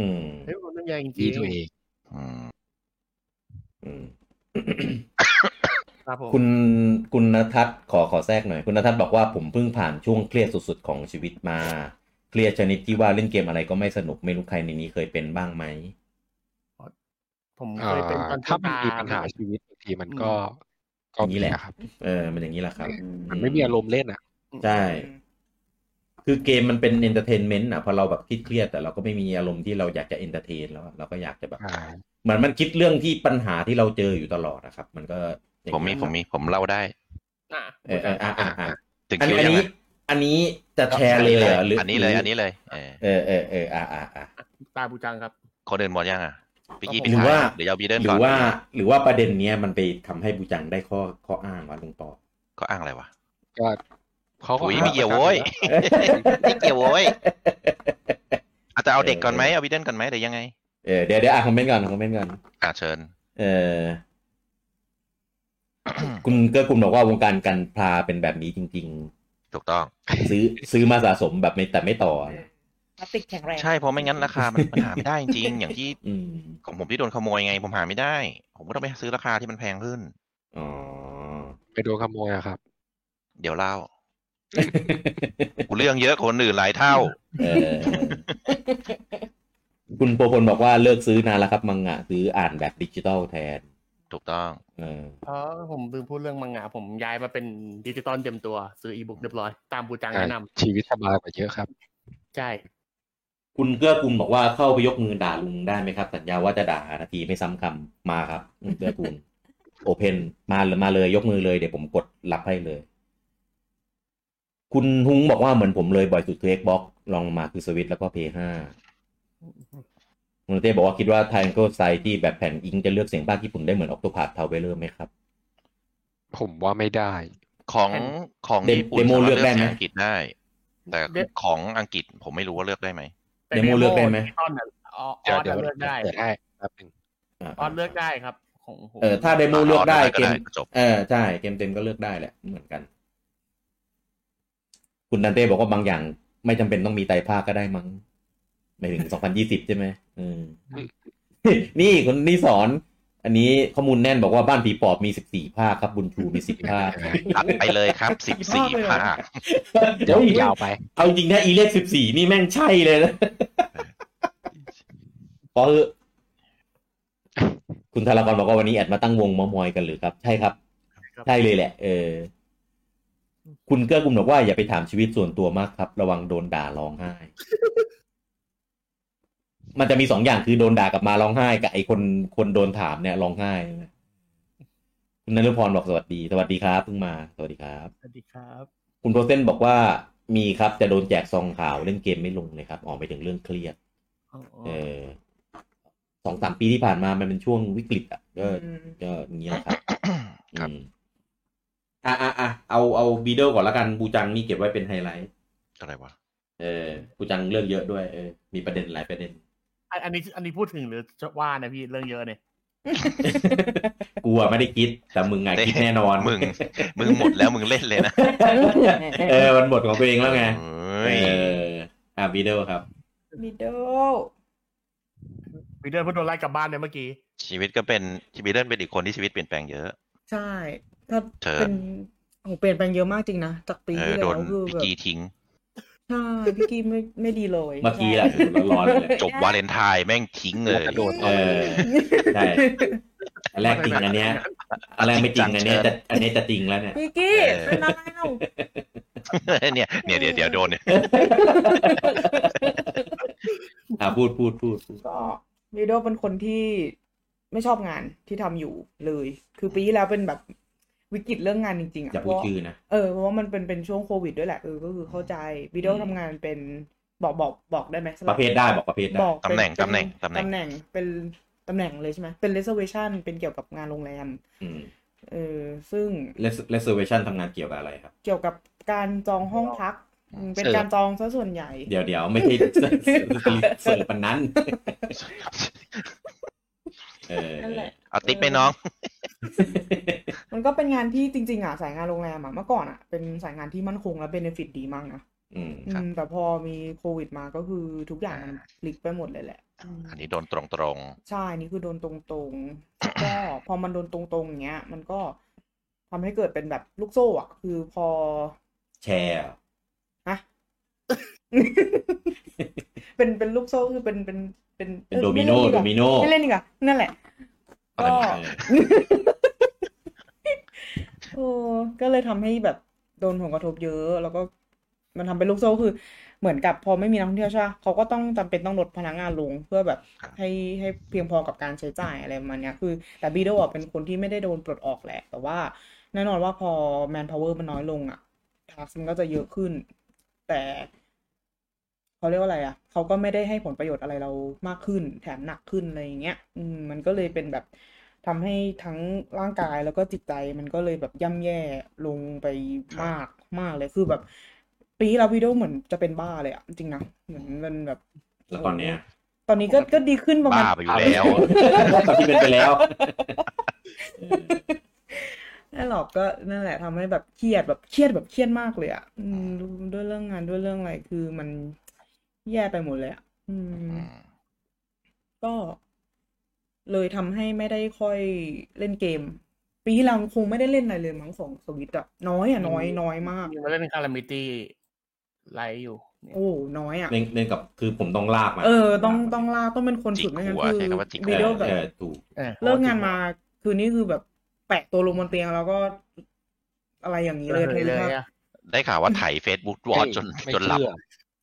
S1: อืม
S2: เฮ้ยมันไม่มีอะไรจ
S7: ดี
S2: ริง
S7: ตัวเอง
S4: อืม
S1: อืม
S2: ๆครับผม
S1: คุณคุณนทัศน์ขอขอแทรกหน่อย คุณนทัศน์บอกว่าผมเพิ่งผ่านช่วงเครียดสุดๆของชีวิตมา เครียดชนิดที่ว่าเล่นเกมอะไรก็ไม่สนุกไม่รู้ใครในนี้เคยเป็นบ้างไหม
S2: ผม
S7: อ่
S2: เคยเป็นตอนา
S7: ถ้ามันมี
S2: ตา
S7: ปัญหาชีวิตบางทีมันก็ก็
S1: อย่างนี้แหละ
S7: ครับ
S1: เออ มันอย่างนี้แหละครับ
S7: มันไม่มีอารมณ์เล่นอ่ะ
S1: ใช่ คือเกมมันเป็นเอนเตอร์เทนเมนต์อ่ะพอเราแบบคิดเครียดๆแต่เราก็ไม่มีอารมณ์ที่เราอยากจะเอนเตอร์เทนแล้วอะเราก็อยากจะแบบ
S7: ใช่
S1: เหมือนมันคิดเรื่องที่ปัญหาที่เราเจออยู่ตลอดนะครับ มันก็อย่าง
S4: ผมมี
S1: นี้
S4: ผมมีผมเล่าได้
S1: เออเอออ่ะอ่ะอ่ะ
S4: ถึง
S1: อันอัน
S4: คิวยัง
S1: นี้
S4: ไง
S1: อันนี้จะแชร์เลยเหรอหรือ
S4: อั
S1: อั
S4: นนี้เลยอันนี้เลยเออ
S1: เออเออเอออ่าอ่าอ่า
S2: ตาบูจังครับ
S4: คนอื่นหมดยังอ่ะพี่กี้
S2: หรือ
S4: ปิดท้าย
S1: ว่า
S4: หรือจะเอาบีเดิล
S1: หรื
S4: ก่อน
S1: อว่าหรือว่าประเด็นเนี้ยมันไปทำให้บูจังได้ข้อข้ออ้างว่าลุงปอ
S4: ก็อ้างอะไรวะ
S7: ก็เขาก็
S4: อุ๊ย
S7: หา
S4: ไม่เกี่ยว
S7: ประ
S4: โว้
S7: กัน
S4: ย
S7: นะ
S4: ไม่เกี่ยวโว้ย อาจจะเอาเด็กก่อนไหมเอาบีเดิลก่อนไหมหรือยังไง
S1: เออเดี๋ยวเดี๋ยวอ่ะคอมเมนต์ก่อนคอมเมนต์ก่อน
S4: อ่ะเชิ ญ
S1: เออ คุณเกื้อคุณบอกว่าวงการการพลาเป็นแบบนี้จริง
S4: ถูกต้อง
S1: ๆ ซื้อซื้อมาสะสมแบบไม่แต่ไม่ต่อนะ
S11: พลาสติกแข็งแรง
S4: ใช่เพราะไม่งั้นราคามันมันหาไม่ได้จริงๆอย่างที่
S1: อืม
S4: ของผมที่โดนขโมยไง ผมหาไม่ได้ ผมก็ต้องไปซื้อราคาที่มันแพงขึ้น
S1: อ๋อ
S7: ไปโดนขโมยอะครับ
S4: เดี๋ ยวเล่ากูเรื่องเยอะกว่าคนอื่นหลายเท่า
S1: เออ คุณโปรพลบอกว่าเลิกซื้อนานแล้วครับ มังงะซื้ออ่านแบบดิจิตอลแทน
S4: ถูกต้อง
S1: เออ
S2: เพราะผมลืมพูดเรื่องมังงะผมย้ายมาเป็นดิจิตอลเต็มตัวซื้ออีบุ๊กเรียบร้อยตามบูจังแนะนำ
S7: ชีวิตสบายกว่าเยอะครับ
S2: ใช่
S1: คุณเกื้อกุลบอกว่าเข้าไปยกมือด่าลุงได้ไหมครับ สัญญาว่าจะด่านาทีไม่ซ้ำคำมาครับคุณเกื้อกุลโอเพนมาเลยมาเลยยกมือเลยเดี๋ยวผมกดรับให้เลย คุณฮุงบอกว่าเหมือนผมเลยบ่อยสุดคือ Xbox ลองมาคือสวิตแล้วก็ PS5 มุนเต้บอกว่าคิดว่า Triangle Side ที่แบบแผ่นอิงจะเลือกเสียงภาคญี่ปุ่นได้เหมือน Octopath Traveler ไหมครับ
S7: ผมว่าไม่ได้
S4: ของของ
S1: เดม
S4: ญี่ปุ่น
S1: เดโมเลือกได้ไหม
S4: สามารถเลือกเสียงอังกฤษได้ แต่
S2: เด
S4: ของอังกฤษผมไม่รู้ว่าเลือกได้ไหม
S2: แต่
S1: เดโมเลือกได้ไหม
S2: จิตอลน่ะอออ
S7: เดี๋ยว
S2: อสน่ะ
S7: เดี๋ยว
S2: เลือกได้
S7: เปิดให้แป๊บหนึง
S1: า
S2: ออสเลือกได้ครับของผม
S1: เออถ้าเดโมเลือกได้เกม
S4: จบ
S1: เออใช่เกมเต็มก็เลือกได้แหละเหมือนกัน คุณดันเต้บอกว่าบางอย่าง ไม่จำเป็นต้องมีไตรภาคก็ได้มั้งไม่ถึงสองพันยี่สิบใช่ไหมอืม นี่คนนี่สอน อันนี้ข้อมูลแน่นบอกว่าบ้านผีปอบมีสิบสี่ภาคครับ บุญชูมีสิบภาค
S4: ตัดไปเลยครับ 14 ภาค
S7: เดี๋ยวยาวไป
S1: เอาจริงนะอีเลขสิบสี่นี่แม่งใช่เลยนะพอเถอะคุณธารากรบอกว่าวันนี้แอดมาตั้งวงเมอมอยกันหรือครับ ใช่ครับ
S2: ครับ
S1: ใช่เลยแหละ เออ คุณเกื้อกุลบอกว่าอย่าไปถามชีวิตส่วนตัวมากครับ ระวังโดนด่าร้องไห้ มันจะมีสองอย่างคือโดนด่ากลับมาร้องไห้กับไอ้คนคนโดนถามเนี่ยร้องไห้ คุณนฤพรบอกสวัสดี สวัสดีครับเพิ่งมา สวัสดีครับ
S2: สวัสดีครับ
S1: คุณโปรเซนบอกว่ามีครับจะโดนแจกซองขาวเล่นเกมไม่ลงเลยครับออกไปถึงเรื่องเครียด เออสองสามปีที่ผ่านมามันเป็นช่วงวิกฤตอ่ะก็ ก็อย่างเงี้ยครับ
S4: ครับ
S1: อืมอ่ะอ่ะอ่ะเอาเอาบีเดลก่อนละกันบูจังนี่เก็บไว้เป็นไฮไลท์
S4: อะไรวะ
S1: เออบูจังเรื่องเยอะด้วยเออมีประเด็นหลายประเด็น
S2: อันอันนี้อันนี้พูดถึงหรือจะว่านะพี่เรื่องเยอะเนี่ย
S1: กูอะไม่ได้คิด แต่มึงไงคิดแน่นอน
S4: มึง มึงหมดแล้วมึงเล่นเลยนะ
S1: เออมันบทของตัวเองแล้วไง
S4: เอ
S1: เอ้
S4: ย
S1: ออ่ะบีเดลครับ
S11: มิดเดิล
S2: วีเดอร์เพิ่งโดนไล่กลับบ้านเนี่ยเมื่อกี้
S4: ชีวิตก็เป็นชีวิตเล่นเป็นอีกคนที่ชีวิตเปลี่ยนแปลงเยอะ
S11: ใช่ ถ้า
S4: เธอ
S11: เป็นโอ้เปลี่ยนแปลงเยอะมากจริงนะ จากปี
S4: เอ
S11: ที่
S4: อ
S11: แล้
S4: โด
S11: วน คือ
S4: พี่
S11: แบบ
S4: กี้ทิ้ง
S11: ใช่พี่กี้ไม่ไม่ดีเลย
S1: เมื่อกี้แหละร้อนๆเลย
S4: จบวาเลนไทน์แม่งทิ้งเลย
S7: กระโดด
S1: เออใช่ อันแรกจริงอันเนี้ยอันแรกไม่จริงอันเนี้ยแต่อันเนี้ยจะจริงแล้วเนี่ย
S11: พี่กี้
S4: เออ
S11: เป็นอะไรเล่า
S4: เนี่ยเนี่ยเดี๋ยวเดี๋ยวโดนเนี่ย
S1: อ่าพูดพูดพูดพูด
S11: ก็มิดเดิลเป็นคนที่ไม่ชอบงานที่ทำอยู่เลย คือปีที่แล้วเป็นแบบวิกฤตเรื่องงานจริงๆ
S1: อย่า
S11: อ่ะเพ
S1: พูด
S11: ราะ
S1: ชื่อนะ
S11: เออเพราะว่ามันเป็นเป็นช่วงโควิดด้วยแหละเออก็คือเข้าใจมิดเดิลทำงานเป็นบอกบอกบอกได้ไหมสำ
S1: ป
S11: หบ
S1: ระเภทได้บอกประเภทได้
S11: บอก
S4: ตำแหน่ง
S11: เป็น
S4: ตำแหน่งตำแห
S11: ตำแหน่
S4: น่ง
S11: งเป็นตำแหน่งเลยใช่ไหมเป็น reservation เป็นเกี่ยวกับงานโรงแรม
S1: อืม
S11: เออซึ่ง
S1: Res- reservation ทำงานเกี่ยวกับอะไรครับ
S11: เกี่ยวกับการจองห้องพักอืมเป็น
S7: เสิร์ฟ
S11: การจองซะส่วนใหญ่
S1: เดี๋ยวเดี๋ยวไม่ ใช่เสิร์ฟปัน นั้น เออ
S11: นั่นแหละ
S4: เอาติ๊กไปน้อง
S11: มันก็เป็นงานที่จริงๆอ่ะสายงานโรงแรมอ่ะเมื่อก่อนอ่ะเป็นสายงานที่มั่นคงและเบนฟิตดีมากนะ
S1: อืม
S11: อื
S4: ครับ
S11: มแต่พอมีโควิดมาก็คือทุกอย่างมันพลิกไปหมดเลยแหละอืม
S4: อันนี้โดนตรง
S11: ใช่นี่คือโดนตรงๆแล้วก็ พอมันโดนตรงๆอย่างเงี้ย มันก็ทำให้เกิดเป็นแบบลูกโซ่อ่ะ คือพอ
S1: แชร์อ่ะ
S11: ฮะ เป็นเป็นลูกโซ่คือเป็นเป็นเป็น
S1: เป็นโดมิโนโดมิโน
S11: ไม่เล่นดีกว่าไม่เล่นดีกว่านั่นแหละก็
S1: เออ
S11: โอ้ก็เลยทำให้แบบโดนผลกระทบเยอะ แล้วก็มันทำเป็นลูกโซ่คือ เหมือนกับพอไม่มีนักท่องเที่ยวใช่ปะเขาก็ต้องจำเป็นต้องลดพนักงานลงเพื่อแบบให้ให้เพียงพอกับการใช้จ่ายอะไรประมาณเนี้ยคือ แต่บีโดอะเป็นคนที่ไม่ได้โดนปลดออกแหละ แต่ว่าแน่นอนว่าพอแมนพาวเวอร์มันน้อยลงอ่ะ ทักมันก็จะเยอะขึ้น แต่เขาเรียกว่าอะไรอ่ะเขาก็ไม่ได้ให้ผลประโยชน์อะไรเรามากขึ้น แถมหนักขึ้นอะไรอย่างเงี้ย อืมมันก็เลยเป็นแบบทำให้ทั้งร่างกายแล้วก็จิตใจมันก็เลยแบบย่ำแย่ลงไปมากมากเลยคือแบบ ปีที่เราพี่โดเหมือนจะเป็นบ้าเลยอ่ะจริงๆนะเหมือนมันแบบ
S1: แล้วตอนเนี้ย
S11: ตอนนี้ก็ก็ดีขึ้นประมาณ
S4: บ้าไปอยู่แล้ว
S1: ตอนที่เป็นไปแล้ว
S11: นั่นหรอกก็ นั่นแหละทำให้แบบเครียดแบบเครียดแบบเครียดมากเลยอ่ะอืมด้วยเรื่องงานด้วยเรื่องอะไรคือมันแย่ไปหมดเลยอ่ะอืม
S4: อืม
S11: ก็เลยทำให้ไม่ได้ค่อยเล่นเกม ปีที่เราคงไม่ได้เล่นอะไรเลยมั้งสองสวิตอะน้อยอะน้อยน้อยมาก
S2: มีมาเล่นคารามิตี้ไลฟ์อยู่เนี่ย
S11: โอ้น้อยอะ
S1: เล่นเล่นกับคือผมต้องลากมา
S11: เออ ต้องต้องล่าต้องเป็นคนฝึกไม่งั้นคือ
S4: จิกหัวใช้คำว่าจิกหัว
S11: วิดีโอแบบ
S1: เออถูก
S2: ออ
S11: เลิกงานมาคืนนี้คือแบบแปะตัวลงบนเตียงแล้วก็อะไรอย่างนี้เลย
S2: เลย
S11: เท
S2: เล
S11: ภาพ
S2: ยอะ
S4: ได้ข่าวว่าไถ Facebook วอจน
S7: ไม่
S4: จนหลับ
S7: เชื่อ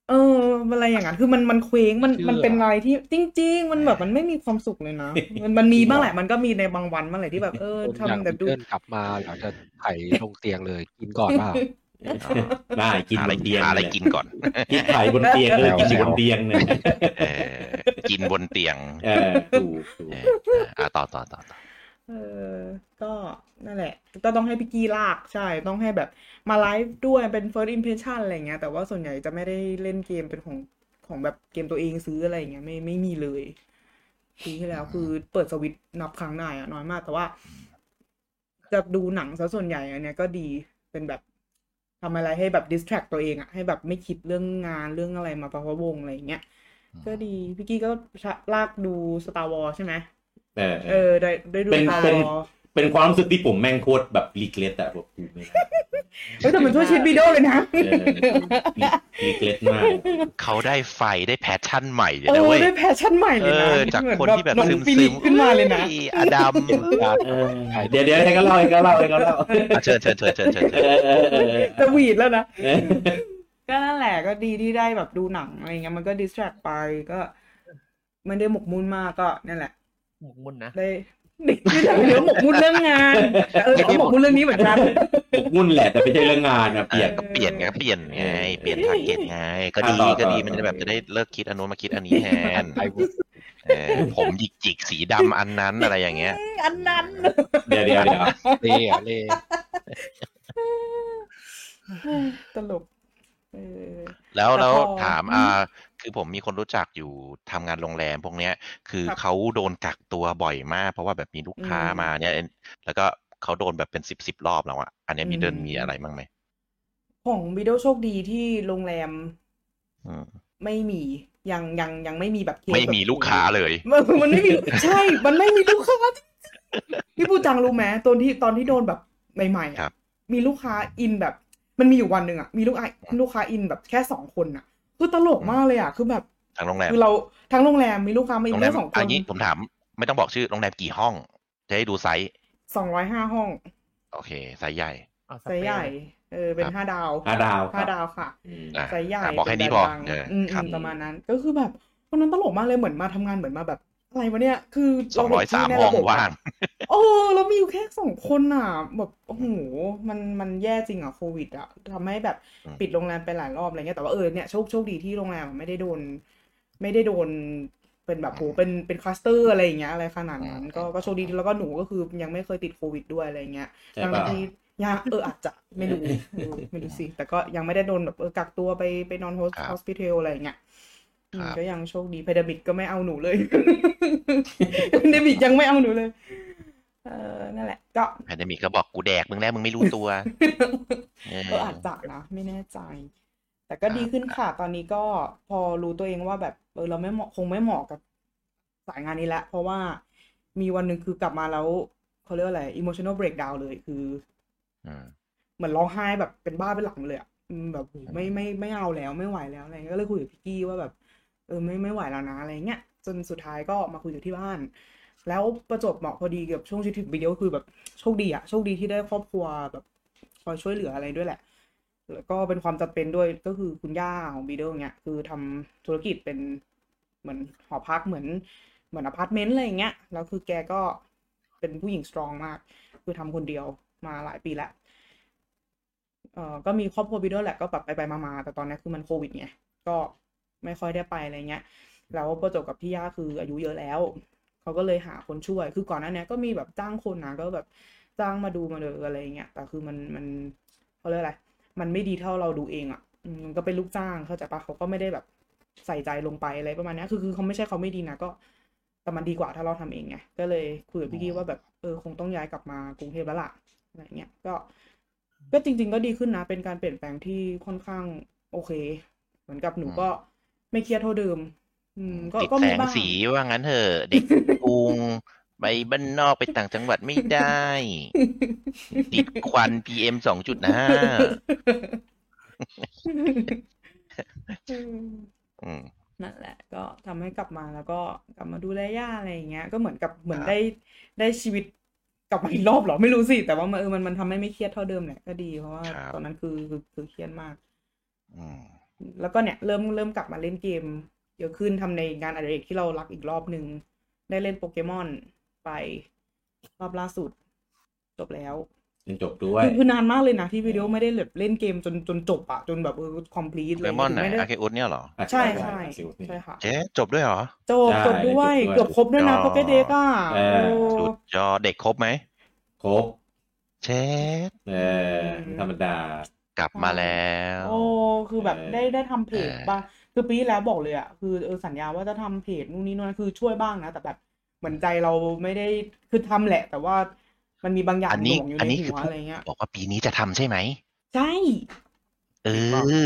S11: เอออะไรอย่างนั้นคือมันมันเคว้งมัน
S7: เชื่อ
S11: มันเป็นอะไรที่จริง ๆ มันแบบมันไม่มีความสุขเลยนะ มันมันมี
S1: จริงเหรอ
S11: บ้างแหละมันก็มีในบางวันบ้างแหละที่แบบเออ
S7: คนอยาก
S11: ทำแบบดู
S7: เดินกลับมาอยากจะไถลงเตียงเลยกินก่อนเปล่า
S1: ได้กิน
S4: หา
S1: บ
S4: อะไร
S1: นเตียง
S4: หาอะไร
S1: เลย
S4: กินก่อน
S1: กินไข่บนเตียงเลย
S7: แล้ว
S1: กินอยู่บนเตียง เนี่ย
S4: เออกินบนเตียง
S1: เออถูกถูก
S4: เอออ่ะต่อต่อต่อต่อ
S11: เออก็นั่นแหละก็ต้องให้พี่กี้ลากใช่ ต้องให้แบบมาไลฟ์ด้วยเป็น first impression อะไรอย่างเงี้ย แต่ว่าส่วนใหญ่จะไม่ได้เล่นเกมเป็นของของแบบเกมตัวเองซื้ออะไรอย่างเงี้ยไม่ไม่มีเลยปีที่แล้วคือเปิดสวิตช์นับครั้งได้อะน้อยมาก แต่ว่า จะดูหนังซะส่วนใหญ่อันเนี้ยก็ดีเป็นแบบทำอะไรให้แบบ distract ตัวเองอะให้แบบไม่คิดเรื่องงานเรื่องอะไรมาประพะวงอะไรอย่างเงี้ยก็ดีพี่กี้ก็ลากดู Star Wars ใช่ไหม
S1: เออเอ
S11: เอ
S1: อ
S11: อได้ได้ดู
S1: เป็น
S11: Star
S1: เป็น
S11: Wars
S1: เป็นความรู้สึกที่ผมแม่งโคตรแบบรีเกรสอะแบบกูไม่ได้
S11: เฮ้ยแต่มันช่วยชีวิตบีโดเลยนะ
S1: เออรีรีเกรสมาก
S4: เขาได้ไฟได้แพชชั่นใหม่เลย
S11: เอ
S4: นะ
S11: อ
S4: เว้ย
S11: ได้แพชชั่นใหม่เลยนะ
S4: เออจากคนที่แบบ
S11: เหมือ
S4: ซึ
S11: น
S4: ม
S11: แบบฟิ
S4: ซึ
S11: นิ
S4: ม
S11: ชขึ้นมาเลยนะ
S4: อดัม
S1: เออเดี๋ยวเดี๋ยวให้เขาเล่าให้เขาเล่าให้เขาเล่า
S4: อ่ะเชิญเชิญเชิญเชิญเชิญ
S1: เออเออเออ
S11: จะหวีดแล้วนะ
S1: เออ
S11: ก็นั่นแหละก็ดีที่ได้แบบดูหนังอะไรเงี้ยมันก็ดิสแทรกไปก็ไม่ได้หมกมุ่นมากก็นั่นแหละ
S2: หมกมุ่นนะ
S11: ได้เด็กที่แต่เดี๋ยวหมกมุ่นเรื่องงานเออเขาหมกมุ่นเรื่องนี้เหมือนกัน
S1: ปลุกมุ่นแหละแต่ไม่ใช่เรื่องงานอะเป
S4: เปลี่
S1: ลี่
S4: ย
S1: ย
S4: น
S1: น
S4: ก็เปลี่ยนไงเปลี่ยนไงเปลี่ยนทาร์เก็ตไง ก็ดี
S1: อ่ะต่อ
S4: ก็ดี
S1: ต่อ
S4: มันจะแบบจะได้เลิกคิดอันนู้นมาคิดอันนี้แทน
S7: ไถ
S4: เออผมหยิกจิกๆสีดำอันนั้นอะไรอย่างเงี้ย
S11: อันนั้น
S1: เดี๋ยวเดี๋ยวเดี๋ยว
S7: เล่อะเล่
S11: ตลกเออ
S4: แล้ว
S11: แต่
S4: แล้ว
S11: พอ
S4: ถาม
S11: อื
S4: อ่าม คือผมมีคนรู้จักอยู่ทำงานโรงแรมพวกเนี้ย คือ
S11: ครับ
S4: เขาโดนกักตัวบ่อยมาก เพราะว่าแบบมีลูกค้า
S11: อืม
S4: มาเนี่ยแล้วก็เขาโดนแบบเป็นสิบสิบรอบแล้วอะอันเนี้ยมีเดิน
S11: อืม
S4: มีอะไรบ้างไหม
S11: ของบีโดโชคดีที่โรงแรม
S4: อืม
S11: ไม่มียังยังยังไม่มีแบบเคส
S4: ไม่
S11: แบบ
S4: มีลูกค้าเลย
S11: มันมันไม่มี ใช่ มันไม่มีลูกค้าพี่ปูจังรู้ไหมตอนที่ตอนที่โดนแบบใหม่ๆ
S4: ครั
S11: อะ
S4: บ
S11: มีลูกค้าอินแบบ มันมีอยู่วันหนึ่งอะมีลูกค้าลูกค้าอินแบบแค่สองคนอะคือตลกมากเลยอะคือแบบ
S4: ทางโรงแรม
S11: คือเราทั้งโรงแรมมีลูกค้ามาอิ
S4: โร
S11: น
S4: งแร
S11: แค่
S4: ม
S11: สองค
S4: อั
S11: น
S4: นนี้ผมถามไม่ต้องบอกชื่อโรงแรมกี่ห้อง จะได้ดูไซส์
S11: สองร้อยห้าห้อง
S4: โอเคไซส์ใหญ่
S2: เอาส
S11: ไซส์
S2: เป
S11: ใหญ่
S2: น
S11: เออเป็นห้าดาว
S1: ห้าดาวค
S11: ห้า
S1: รับ
S11: ดาวค่ะ
S1: อืม
S4: อ่ะ
S11: ไซส์ใหญ่
S4: อ่ะบอกแค่นี้
S11: เป็
S4: พอ
S11: ดัง
S4: เออ
S11: อืม
S4: ครับ
S11: อืมประมาณนั้น ก็คือแบบวันนั้นตลกมากเลยเหมือนมาทำงานเหมือนมาแบบอะไรวะเนี่ย คือ
S4: สองร้อยสาม
S11: เห็นชื่
S4: ห้อง
S11: ในระบบะ
S4: ว่าง
S11: โอ้แล้วมีอยู่แค่สองคนอ่ะ แบบโอ้โหมันมันแย่จริงอ่ะโควิดอ่ะทำให้แบบ
S4: อืม
S11: ปิดโรงแรมไปหลายรอบอะไรเงี้ยแต่ว่าเออเนี่ยโชคโชคดีที่โรงแรมอะไม่ได้โดน ไม่ได้โดนเป็นแบบโหเป็นเป็นคลัสเตอร์อะไรอย่างเงี้ยอะไรขนาดนั้นก็ก็โชคดีแล้วก็หนูก็คือยังไม่เคยติดโควิดด้วยอะไรเงี้ย
S1: ใช่
S11: ทั้ง
S1: ป่ะ
S11: ที่ยังเอออาจจะไม่รู้เออไม่รู้สิแต่ก็ยังไม่ได้โดนแบบเออกักตัวไปไปนอนโฮส
S4: ครับ
S11: โฮสพิทอลอะไรอย่างเงี้ยอืม
S4: ครับ
S11: ก็ยังโชคดีพีระมิดก็ไม่เอาหนูเลย เดบิดยังไม่เอาหนูเลย เออ นั่นแหละ ก็
S4: แพนดมิกก็บอกกูแดกมึงแล้วมึงไม่รู้ ตัวเออ
S11: เอออาจจะนะ ไม่แน่ใจ แต่ก็
S4: ครับ
S11: ดีขึ้นค่ะ ตอนนี้ก็พอรู้ตัวเองว่าแบบ เออ เราไม่เหมาะคงไม่เหมาะกับสายงานนี้ละ เพราะว่ามีวันหนึ่งคือกลับมาแล้วเขาเรียกว่าอะไร emotional breakdown เลย คือ
S4: อืม
S11: เหมือนร้องไห้แบบเป็นบ้าเป็นหลังเลยอ่ะอืมแบบโหไม่ไม่ไม่เอาแล้วไม่ไหวแล้วอะไรเงี้ยก็เลยคุยกับพี่กี้ว่าแบบ เออไม่ไม่ไหวแล้วนะอะไรเงี้ยจนสุดท้ายก็มาคุยกับที่บ้าน แล้วประจวบเหมาะพอดีกับช่วงชีวิตวิดีโอคือแบบโชคดีอ่ะโชคดีที่ได้ครอบครัวแบบคอยช่วยเหลืออะไรด้วยแหละ แล้วก็เป็นความจำเป็นด้วยก็คือคุณย่าของบีเดลเนี่ยคือทำธุรกิจเป็นเหมือนหอพักเหมือนเหมือนอพาร์ตเมนต์อะไรอย่างเงี้ยแล้วคือแกก็เป็นผู้หญิงสตรองมาก คือทำคนเดียวมาหลายปีแล้ว เอ่อก็มีครอบครัวบิดด้วยแหละก็แบบไปไปๆมาๆแต่ตอนนั้นคือมันโควิดไงก็ไม่ค่อยได้ไปอะไรเงี้ยแล้วประจวบกับพี่ย่าคืออายุเยอะแล้ว เขาก็เลยหาคนช่วย คือก่อนหน้าเนี้ยก็มีแบบจ้างคนนะก็แบบจ้างมาดูมาเดออะไรอย่างเงี้ย แต่คือมันมันเขาเรียกอะไร มันไม่ดีเท่าเราดูเองอ่ะอืมมันก็เป็นลูกจ้างเข้าใจปะเขาก็ไม่ได้แบบใส่ใจลงไปอะไรประมาณเนี้ยคือคือเขาไม่ใช่เขาไม่ดีนะก็ แต่มันดีกว่าถ้าเราทำเองไง ก็เลยคุยกับพี่กี้ว่าแบบเออคงต้องย้ายกลับมากรุงเทพแล้วล่ะอะไรเงี้ย ก็ ก็จริง ๆ ก็ดีขึ้นนะ เป็นการเปลี่ยนแปลงที่ค่อนข้างโอเค เหมือนกับหนูก็ไม่เครียดเท่าเดิม อืม ก็
S4: ติด
S11: ก็
S4: แส
S11: มี
S4: ง
S11: บ้าง
S4: สีว่างั้นเถอะเด็กกรุงไปบ้านนอกไปต่างจังหวัดไม่ได้ ติดควัน PM สองจุดนะ
S11: อืม
S4: อืม
S11: นั่นแหละ ก็ทำให้กลับมาแล้วก็กลับมาดูแลย่าอะไรอย่างเงี้ย ก็เหมือนกับเหมือน
S4: ครับ
S11: ได้ได้ชีวิตกลับมาอีกรอบเหรอไม่รู้สิ แต่ว่ามันเออมันมันทำให้ไม่เครียดเท่าเดิมเนี่ยก็ดีเพราะว่าตอนนั้นคือคือคือเครียดมาก
S4: อืม
S11: แล้วก็เนี่ยเริ่มเริ่มกลับมาเล่นเกมเยอะขึ้นทำในงานอดิเรกที่เรารักอีกรอบหนึ่งได้เล่นโปเกมอนไปรอบล่าสุด จบแล้ว
S1: ยังจบด้วย
S11: คือคือนานมากเลยนะที่วิดีโอไม่ได้แบบเล่นเกมจนจนจบอะจนแบบเออคอมพลีท
S4: เล
S11: เลย
S4: มอนไหน
S11: ไม่ได้
S4: อาเคอุสเนี่ยเหรอ
S11: ใช่ใช่ใช่ค่ะ
S4: เจ๊จบด้วยเหรอ
S11: จบ
S1: ใช่
S11: จบด้
S1: จบด้
S11: วย
S1: วย
S11: เกือบครบด้วยนะ
S4: อ๋อ
S11: โปเกเด็กอ่ะ
S1: เออ
S11: โอ้
S4: สุดยอดเด็กครบไหม
S1: ครบ
S4: เจ๊
S1: เออไม่ธรรมดา
S4: กลับมา
S11: ใช่
S4: แล้ว
S11: โอ้คือแบบ
S1: เออ
S11: ได้ได้ทำเพจ
S4: เออ
S11: บ้างคือปีที่แล้วบอกเลยอ่ะคือเออสัญญาว่าจะทำเพจนู่นนี่นั่นคือช่วยบ้างนะ แต่แบบเหมือนใจเราไม่ได้คือทำแหละ แต่ว่ามันมีบางอย่าง
S4: อัน
S11: ห
S4: นี้
S11: ลงอยู่
S4: อัน
S11: ใน
S4: นี้คื
S11: หั
S4: อ
S11: ว
S4: พู
S11: อะ
S4: ด
S11: ไรเงี้ย
S4: บอกว่าปีนี้จะทำใช่ไหม
S11: ใช่
S4: เอ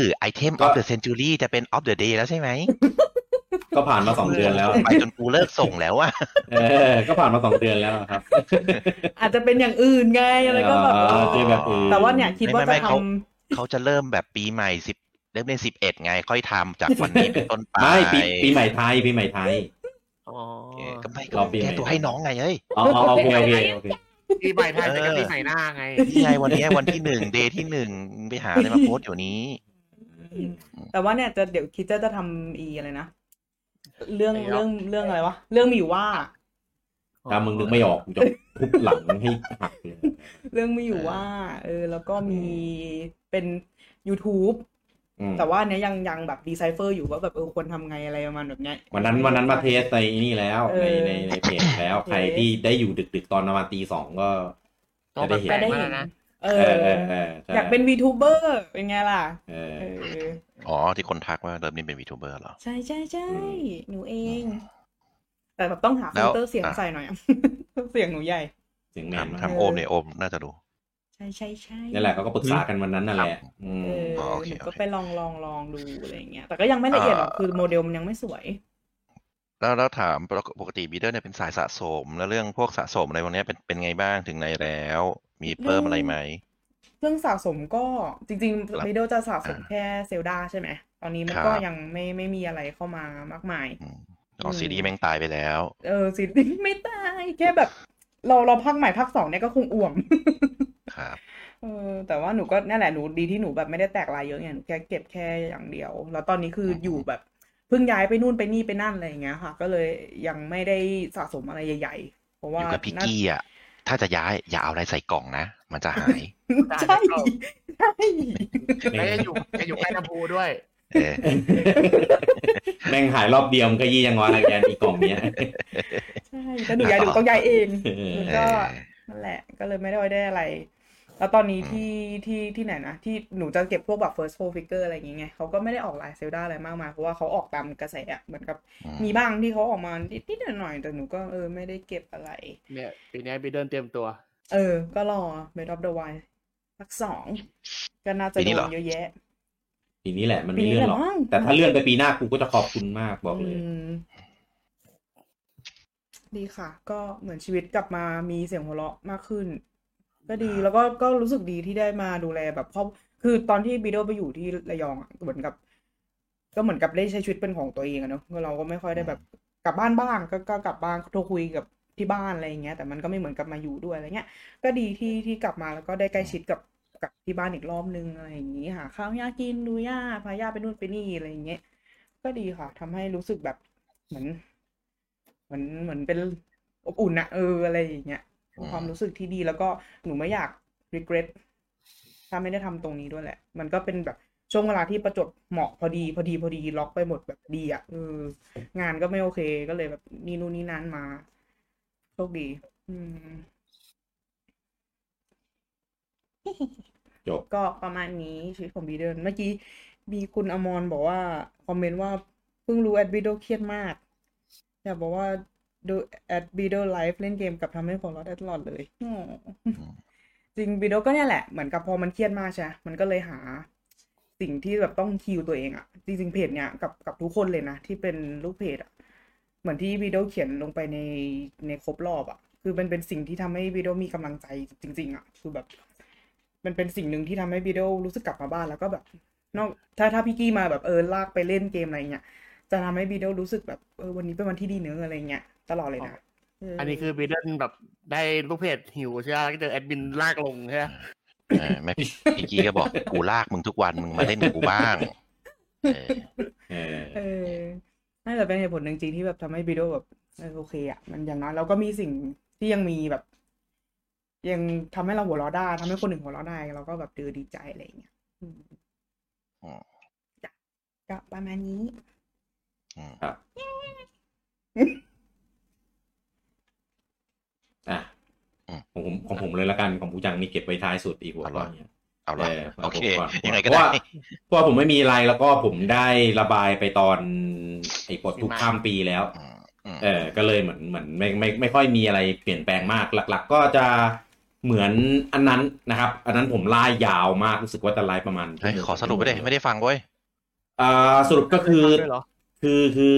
S4: อไอเทมอ
S1: ก็
S4: อฟเดอะเซนจูรี่จะเป็นออฟเดอะเดย์แล้วใช่ไหม
S1: ก็ผ่านมาสองเดือนแล้ว
S4: ไปจนกูเลิกส่งแล้วอะ
S1: เออก็ผ่านมาสองเดือนแล้วครับ
S11: อาจจะเป็นอย่างอื่นไงอะไรก็แบบเอ
S1: อ๋อ
S11: อ
S1: คือแบบอื่น
S11: แต่ว่าเนี่ยคิดว่าจะ
S4: ไม่ไม่ไม่
S11: ทำ
S4: เขาเขาจะเริ่มแบบปีใหม่สิบเริ่มเล่นสิบเอ็ดไงค่อยทำจากวันนี้เป็นต้นไป
S1: ไม่ปีปีใหม่ไทยปีใหม่ไทย
S6: อ๋อ
S4: โอเคก็ไม่
S1: ร
S4: ก็
S1: อปีใหม่
S4: แก้ตัวให้น้องไงเอ้ย
S1: อ๋ออ๋อโอเคโอเคโอเค
S2: ปีใหม่ไทยแต่ก็ปีใหม่หน้าไง
S4: นี่ ไงวันนี้วันที่หนึ่งเดย์ที่หนึ่งไปหาอะไรมาโพสต์อยู่นี้
S11: แต่ว่าเนี่ยจะเดี๋ยวคิดจะจะทำอีอะไรนะเรื่อง
S2: ไอ้ล็อก
S11: เรื่องเรื่องอะไรวะเรื่องมีอยู่ว่า
S1: ถ้ามึงนึกไม่ออกกูจะทุบหลังให้หักเลย
S11: เรื่องมีอยู่
S4: เออ
S11: ว่า เออ แล้วก็มีเป็น YouTube
S1: อืม
S11: แต่ว่าอันเนี้ยยังยังแบบดีไซเฟอร์อยู่ว่าแบบเออควรทำไงอะไรประมาณแบบเนี้ย
S1: วันนั้นวันนั้นมาเทสในนี่แล้ว
S11: เออ
S1: ในในในเพจแล้ว
S11: เทส
S1: ใครที่ได้อยู่ดึกดึกๆตอนประมาณตีสองก็
S2: ก็
S1: จะได้เห็น
S2: แป
S11: จะ
S2: ลก
S11: ได้
S2: ๆมาก
S11: เห็น
S2: นะ
S11: เอ
S1: เออเอ
S11: อ
S1: อเออใช่
S11: อยากเป็นวีทูเบอร์เป็นไงล่ะ
S1: เออ
S11: เออ
S4: อ๋อ ที่คนทักว่าเดิมนี่เป็นวีทูเบอร์เหรอ
S11: ใช่ใช่ใช่
S1: อืม
S11: หนูเอง แต่แบบต้องหาฟิ
S4: แล้ว
S11: ลเตอร์เสียง
S4: อ่ะ
S11: ใส่หน่อยอะ เสียงหนูใหญ่
S1: เสียงแมน
S4: ทำ
S1: มาก
S4: ทำโอมเนี่ยโอมน่าจะดู
S11: ใช่ใช่ใช่
S1: นี่นแหละเขาก็ปรึกษากันวันนั้นนั่นแหละอืม
S11: เออ
S4: อ๋อโอเค
S11: หนู
S4: โอเค
S11: ก็ไปลองลองลองดูอะไรอย่างเงี้ย แต่ก็ยังไม่ละเอียดหรอก
S4: อ่า
S11: คือโมเดลมันยังไม่สวย
S4: แล้วแล้วถามปกติบีเดอร์เนี่ยเป็นสายสะสม แล้วเรื่องพวกสะสมอะไรพวกเนี้ยเป็นเป็นไงบ้างถึงไหนแล้ว มีเพิ่มอะไรไหม
S11: เรื่องสะสมก็จริง
S4: ครับ
S11: ๆวิดีโอจะสะสมแค่เซลดาใช่ไหม ตอนนี้มัน
S4: ครับ
S11: ก็ยังไม่ไม่มีอะไรเข้ามามากมาย
S4: อืมอ๋อซีรีส์แม่งตายไปแล้ว
S11: เออสิ ไม่ตายแค่แบบ เราเราพักใหม่พักสองเนี่ยก็คงอ่วม
S4: ครับ
S11: เออแต่ว่าหนูก็นั่นแหละหนูดีที่หนูแบบไม่ได้แตกลายเยอะไงหนูแค่เก็บแค่อย่างเดียว แล้วตอนนี้คือ
S4: ครับ
S11: อยู่แบบเพิ่งย้ายไปนู่นไปนี่ไปนั่นอะไรอย่างเงี้ยค่ะ ก็เลยยังไม่ได้สะสมอะไรใหญ่ ๆ เพราะ
S4: อ
S11: ว่า
S4: ยู่กับพี่
S11: น่า
S4: กี้อ่ะ ถ้าจะย้ายอย่าเอาอะไรใส่กล่องนะ มันจะหาย
S11: ใช่ใช่
S2: แล้วจะอยู่จะอยู่ใกล้น้ำพุด้วย
S4: เออ
S1: แม่งหายรอบเดียวมันก็ยี่ยังงอนอะไรกันอีกกล่องเนี้ย
S11: ใช่ถ้าหนูย้ายหนูต้องย้ายเอง
S1: เออ
S11: หนูก็
S4: เออ
S11: นั่นแหละก็เลยไม่ได้ได้อะไร แล้วตอนนี้
S4: อืม
S11: ที่ที่ที่ไหนนะ ที่หนูจะเก็บพวกแบบ first four figure อะไรอย่างเงี้ยเขาก็ไม่ได้ออกลายเซลดาอะไรมากมายเพราะว่าเขาออกตามกระแสอะเหมือนกับ
S4: อืม
S11: มีบ้างที่เขาออกมานิดๆหน่อยๆแต่หนูก็เออไม่ได้เก็บอะไร
S2: เนี่ยปีนี้ไปเดินเตรียมตัว
S11: เออ ก็รอ m a d of the Wild สักสองก็น่าจะ
S4: ปีนี้
S11: โด
S4: เหร
S11: น
S4: อ
S11: เยอะแยะ
S1: ปีนี้แหละมัน
S11: ปี
S1: ไม่
S11: นี้
S1: เลื่อนหรอก
S11: แหละมั้ง
S1: แต่ถ้าเลื่อนไปปีหน้ากูก็จะขอบคุณมากบอกเลย
S11: อืมดีค่ะ ก็เหมือนชีวิตกลับมามีเสียงหัวเราะมากขึ้น ก็ดีแล้วก็ก็รู้สึกดีที่ได้มาดูแลแบบครอบคือตอนที่บีโดไปอยู่ที่ระยองอะเหมือนกับ ก็เหมือนกับได้ใช้ชีวิตเป็นของตัวเองอะเนอะเราก็ไม่ค่อยได้แบบกลับบ้านบ้างก็ก็กลับบ้านโทรคุยกับที่บ้านอะไรอย่างเงี้ย แต่มันก็ไม่เหมือนกับมาอยู่ด้วยอะไรเงี้ย ก็ดีที่ที่กลับมาแล้วก็ได้ใกล้ชิดกับกับที่บ้านอีกรอบนึงอะไรอย่างงี้หาข้าวย่ากินดูย่าพาย่าไปนู่นไปนี่อะไรอย่างเงี้ย ก็ดีค่ะทำให้รู้สึกแบบเหมือนเหมือนเหมือนเป็นอบอุ่นอะเอออะไรอย่างเงี้ย ความรู้สึกที่ดีแล้วก็หนูไม่อยาก regret ท ถ้าไม่ได้ทำตรงนี้ด้วยแหละ มันก็เป็นแบบช่วงเวลาที่ประจวบเหมาะพอดีพอดีพอดีล็อกไปหมดแบบดีอ่ะเอองานก็ไม่โอเคก็เลยแบบนี่นู่นนี่นั่นมาโชคดี อืม
S1: จบ
S11: ก็ประมาณนี้ชีวิตของบีเดินเมื่อกี้มีคุณอมรบอกว่า คอมเมนต์ว่าเพิ่งรู้แอดบีโดเครียดมาก อยากบอกว่าดูแอดบีโดไลฟ์เล่นเกมกับทำให้ผมรอดได้ตลอดเลยอ๋อจริงบีโดก็เนี่ยแหละ เหมือนกับพอมันเครียดมากใช่ไหมมันก็เลยหา สิ่งที่แบบต้องฮิวตัวเองอะจริงๆเพจเนี่ยกับกับทุกคนเลยนะที่เป็นลูกเพจอะเหมือนที่บีโดเขียนลงไปในในครบรอบอะคือมันเป็นสิ่งที่ทำให้บีโดมีกำลังใจจริง ๆอะคือแบบ มันเป็นสิ่งหนึ่งที่ทำให้บีโดรู้สึกกลับมาบ้านแล้วก็แบบ นอกถ้าถ้าพี่กี้มาแบบเออลากไปเล่นเกมอะไรเงี้ยจะทำให้บีโดรู้สึกแบบเออวันนี้เป็นวันที่ดีเนื้อะอะไรเงี้ยตลอดเลยนะเ
S2: อันนี้คือบีเดนแบบได้ลูกเพจหิวใช่ไหมก็เจอแอดมินลากลงใช่ไหม
S4: เออแม่พี่พี่กี้ก็บอกกูลากมึงทุกวันมึงมาเล่นกับกูบ้างเออ
S1: เออ
S11: เออน่าจะเป็นเหตุผลหนึ่งจริงที่แบบทำให้บีโดแบบเออโอเคอ่ะมันอย่างน้อยเราก็มีสิ่งที่ยังมีแบบ ยังทำให้เราหัวเราะได้ทำให้คนอื่นหัวเราะได้เราก็แบบเออดีใจอะไรอย่างเงี้ยอืม
S4: อืม
S11: จ้ะก็ประมาณนี้
S4: อืม
S1: อ่ะ
S4: อืม
S1: ของผมของผมเลยละกันของผู้จังนี่เก็บไว้ท้ายสุดอีกหัวข้อเนี่ย
S4: เอาละ
S1: เออ
S4: โอเค
S1: ก่น
S4: ยังไงก็
S1: เพราะ
S4: ได้
S1: ว่าเพราะว่าผมไม่มีอะไรแล้วก็ผมได้ระบายไปตอนไอ้ปลดทุกข์ข้ามปีแล้ว
S4: อืมอืม
S1: เออก็เลยเหมือนเหมือนไม่ไม่ไม่ค่อยมีอะไรเปลี่ยนแปลงมากหลัก ๆ ก็จะเหมือนอันนั้นนะครับ อันนั้นผมไล่ยาวมากรู้สึกว่าจะไล่ประมาณ
S4: เฮ้ยขอสรุปไปเลยไม่ได้ฟังเว้ย
S1: อ่าสรุปก็คือ
S2: ด้วยเหรอ
S1: คือคือ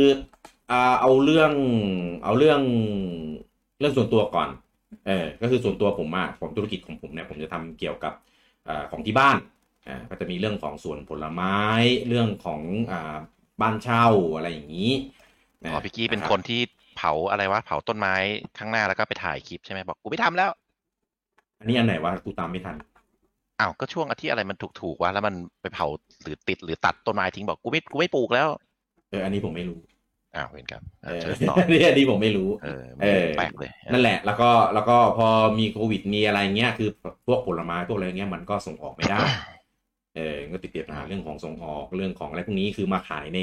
S1: อ่าเอาเรื่องเอาเรื่องเรื่องส่วนตัวก่อน เออก็คือส่วนตัวผมอะผมธุรกิจของผมเนี่ยผมจะทำเกี่ยวกับอ่าของที่บ้านอ่าก็จะมีเรื่องของสวนผลไม้ เรื่องของอ่าบ้านเช่าอะไรอย่างนี้นะ
S4: อ๋อพี่กี้เป็น
S1: รับ
S4: คนที่เผาอะไรวะเผาต้นไม้ข้างหน้าแล้วก็ไปถ่ายคลิปใช่ไหมบอกกูไม่ทำแล้ว
S1: อันนี้อันไหนวะกูตามไม่ทัน
S4: อ้าวก็ช่วงอาทิตย์อะไรมันถูกถูกๆวะแล้วมันไปเผาหรือติดหรือตัดต้นไม้ทิ้งบอกกูไม่กูไม่ปลูกแล้ว
S1: เอออันนี้ผมไม่รู้
S4: อ้าวเห็นครับ
S1: เออ
S4: อ่ะเชิญต่อ
S1: อันนี้ อันนี้ผมไม่รู้
S4: เออ
S1: เออ
S4: แปลกเลยเออ
S1: นั่นแหละ แล้วก็แล้วก็พอมีโควิดมีอะไรเงี้ยคือพวกผลไม้พวกอะไรเงี้ยมันก็ส่งออกไม่ได้ เออก็ติดเตียปัญหาเรื่องของส่งออกเรื่องของอะไรพวกนี้คือมาขายใน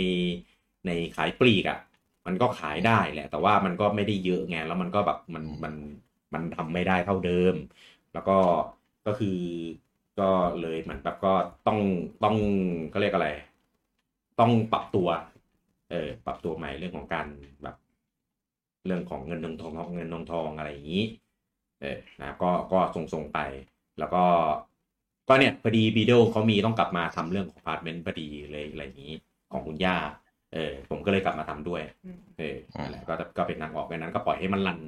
S1: ในขายปลีกอะ่ะ มันก็ขายได้แหละ แต่ว่ามันก็ไม่ได้เยอะไงแล้วมันก็แบบมันมันมันทำไม่ได้เท่าเดิม แล้วก็ก็คือก็เลยเหมือนแบบก็ต้องต้องก็เรียกอะไร ต้องปรับตัว เออปรับตัวใหม่เรื่องของการแบบ เรื่องของเงินทองทองเงินทองทองอะไรอย่างนี้ เออนะก็ก็ส่งส่งๆไป แล้วก็ก็เนี่ยพอดีบีโดเขามีต้องกลับมาทำเรื่องของพาร์ทเมนต์พอดีเลยอะไรอย่างนี้ของคุณย่า เออผมก็เลยกลับมาทำด้วย
S11: อืม
S1: เออนั่นแหละก็จะก็เป็นทางออกดังนั้น ก็ปล่อยให้มันรัน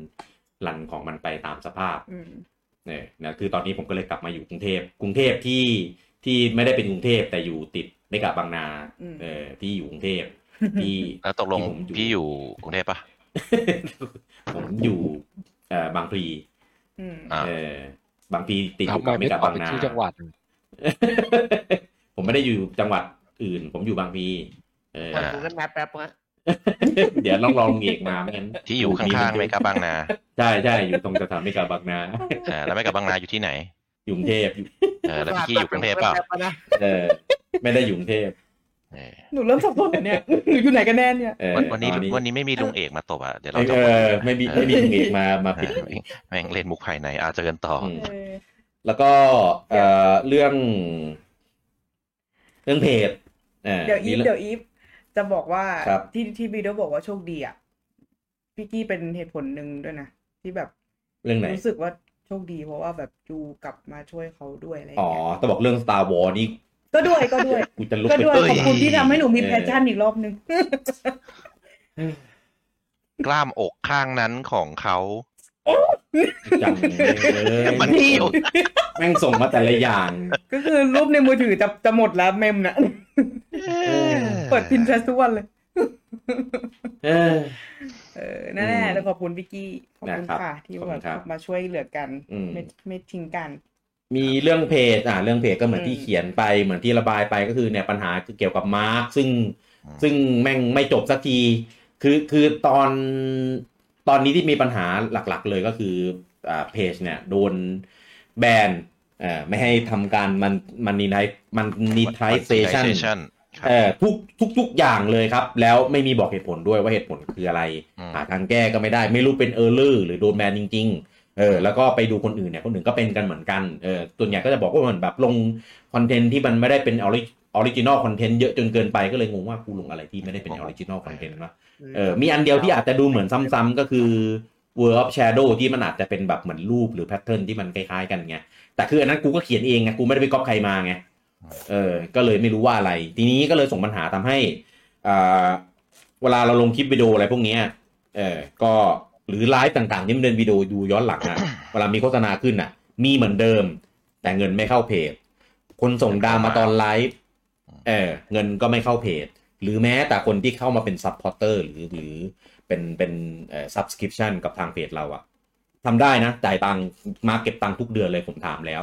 S1: รันของมันไปตามสภาพ
S11: อืม
S1: เนี่ยนะคือตอนนี้ผมก็เลยกลับมาอยู่กรุงเทพกรุงเทพที่ที่ไม่ได้เป็นกรุงเทพแต่อยู่ติดได้กับบางนา
S11: อืม
S1: เออที่อยู่กรุงเทพที่
S4: แล้วตกลง
S1: ที่ผมอยู่
S4: พี่อยู่กรุงเทพปะ
S1: ผมอยู่เอ่อบางพลี
S11: อืม
S4: อ่า
S1: เออบางพลีติดอ
S7: ทำ
S1: ยู่
S7: ไม
S1: กับ
S7: ไม่
S1: เม
S7: ตอบบ
S1: กาาง
S7: เป็น
S1: นา
S7: ชื่อจังหวัด
S1: ผมไม่ได้อยู่จังหวัดอื่น ผมอยู่บางพลีเออ
S2: เปิด Google Map แป๊บนะ
S1: เดี๋ยวลองลองเอกมาไม่งั้น
S4: ที่อยู่ข้างๆเมกาบางนา
S1: ใช่ใช่อยู่ตรงสถานเมกาบางนา
S4: เออแล้วเมกาบางนาอยู่ที่ไหน
S1: อยู่กรุงเทพอยู่
S4: เอ อแล้วพี่กี้อยู่กรุงเทพเปล่า
S2: ปิด Google Map นะ
S1: เออไม่ได้อยู่กรุงเทพ
S4: เออ
S11: หนูเริ่มสับสนแล้วเนี่ยหนูอยู่ไหนกันแน่เนี่ย
S1: เออ
S4: วันวันนี้
S1: ตอ
S4: วันนี้ไม่มีลุงเอกมาตบอ่ะเดี๋ยวเรา
S1: เอ้ย
S4: จะ
S1: เออไม่มีไม่มีหนึ่งเอกมามา
S4: เอ
S1: ปิด
S4: อแม่งเล่นมุกภายในอาเจอกันต่ออ
S1: อืม
S11: เออ
S1: แล้วก็เอ่อเรื่อง เรื่องเพจอ่า
S11: เดี๋ยวอีฟ
S1: มีรื่อง
S11: เดี๋ยวอีฟจะบอกว่า
S1: ครับ
S11: ที่ที่บีโดบอกว่าโชคดีอ่ะพี่กี้เป็นเหตุผลหนึ่งด้วยนะ ที่แบบ
S1: เรื่องไหน
S11: รู้สึกว่าโชคดีเพราะว่าแบบจูกลับมาช่วยเขาด้วยอะไรอย่าง
S1: อ๋อ
S11: เงี้ย
S1: แต่บอกเรื่อง Star Wars นี่
S11: ก็ด้วยก็ด้วย
S1: กูจะลุก
S11: ก็
S1: เป็น
S11: ด้วย
S1: เอ้
S11: ข
S1: ย
S11: อบคุณที่ทำให้หนูมีแพชชั่นอีกรอบนึง
S4: กล้ามอกข้างนั้นของเขา
S1: จังเลย
S4: มันเกี่ยว
S1: แม่งส่งมาแต่ละอย่าง
S11: ก็คือรูปในมือถือจะจะหมดแล้วเมมนะ
S1: อ
S11: เปิดพินเทสทุกวันเลย
S1: เออ
S11: เออนั่นแห
S1: อื
S11: ละ
S1: ม
S11: แล้วขอบคุณพี่กี้ขอบคุณ
S1: นะครับ
S11: ค่ะ ที่
S1: ขอบ
S11: แบ
S1: คุณครับ
S11: บมาช่วยเหลือกัน
S1: อืม
S11: ไม่ไม่ทิ้งกัน
S1: มีเรื่องเพจอ่าเรื่องเพจก็เหมือน
S11: อืม
S1: ที่เขียนไปเหมือนที่ระบายไปก็คือเนี่ยปัญหาคือเกี่ยวกับมาร์กซึ่ง
S4: อืม
S1: ซึ่งแม่งไม่จบสักที คือคือตอนตอนนี้ที่มีปัญหาหลักๆเลยก็คืออ่าเพจเนี่ยโดนแบน เอ่อไม่ให้ทำการมันมันนีไทมันนีไทเซชัน
S4: Monetization ครับ
S1: เอ่อทุกทุกทุกอย่างเลยครับ แล้วไม่มีบอกเหตุผลด้วยว่าเหตุผลคืออะไร
S4: อืม
S1: หาทางแก้ก็ไม่ได้ ไม่รู้เป็นเออร์เลอร์หรือโดนแบนจริง ๆ เออแล้วก็ไปดูคนอื่นเนี่ยคนอื่นก็เป็นกันเหมือนกันเออส่วนใหญ่ก็จะบอกว่าเหมือนแบบลงคอนเทนต์ที่มันไม่ได้เป็นออริจินอลคอนเทนต์เยอะจนเกินไปก็เลยงงว่ากูลงอะไรที่ไม่ได้เป็นออริจินอลคอนเทนต์วะ เออ มีอันเดียวที่อาจจะดูเหมือนซ้ำๆก็คือ World of Shadow ที่มันอาจจะเป็นแบบเหมือนรูปหรือแพทเทิร์นที่มันคล้ายๆกันไง แต่คืออันนั้นกูก็เขียนเองไง กูไม่ได้ไปก๊อปใครมาไง เออ ก็เลยไม่รู้ว่าอะไร ทีนี้ก็เลยส่งปัญหาทำให้อ่าเวลาเราลงคลิปวิดีโออะไรพวกเนี้ย เออ ก็หรือไลฟ์ต่างๆที่มันเป็นวิดีโอดูย้อนหลังอะ เวลามีโฆษณาขึ้นอะมีเหมือนเดิม แต่เงินไม่เข้าเพจ คนส่งดาวมาตอนไลฟ์ เออ เงินก็ไม่เข้าเพจ หรือแม้แต่คนที่เข้ามาเป็นซัพพอร์เตอร์หรือหรือเป็นเป็นเอ่อ subscription กับทางเพจเราอะทำได้นะ จ่ายตังค์มาเก็บตังค์ทุกเดือนเลยผมถามแล้ว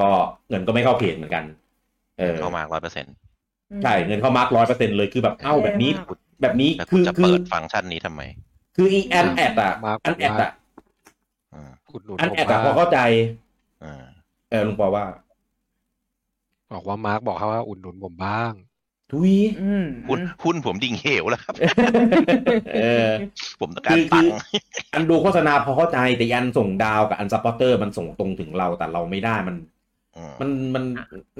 S1: ก็เงินก็ไม่เข้าเพจเหมือนกัน เออ
S4: เข้ามากร้อยเปอร์เซ็นต์
S11: อืม
S1: ใช่เงินเข้ามากร้อยเปอร์เซ็นเลยคือแบบเอ้าแบบนี้
S11: เออ
S1: แบบนี้
S4: แล้วคุ
S1: คื
S4: ณ
S1: อ
S4: จะ
S1: คื
S4: เปิ
S1: อ
S4: ดฟังก์ชันนี้ทำไม
S1: คืออีแอนแอดอะ
S7: มาร์ค
S1: แอนแอดอะ
S4: อืม
S7: อุดหนุน
S1: แอน
S7: ผม
S1: แอดอะพอ
S7: ว่า
S1: เข้าใจ
S4: อืม
S1: เออลุงปอว่า
S7: บอกว่ามาร์กบอกเขาว่าอุดหนุนผมบ้าง
S1: ทุ ย
S11: อืม
S4: หุ้นหุ้นผมดิ่งเหวแล้วครับ
S1: เออ
S4: ผมต้องกา
S1: คื
S4: ร
S1: อ
S4: ตั
S1: คื
S4: ง
S1: อ
S4: ค์
S1: อันดูโฆษณาพอเข้าใจแต่อันส่งดาวกับอันซัพพอร์เตอร์มันส่งตรงถึงเราแต่เราไม่ได้มัน
S4: ม
S1: มันมัน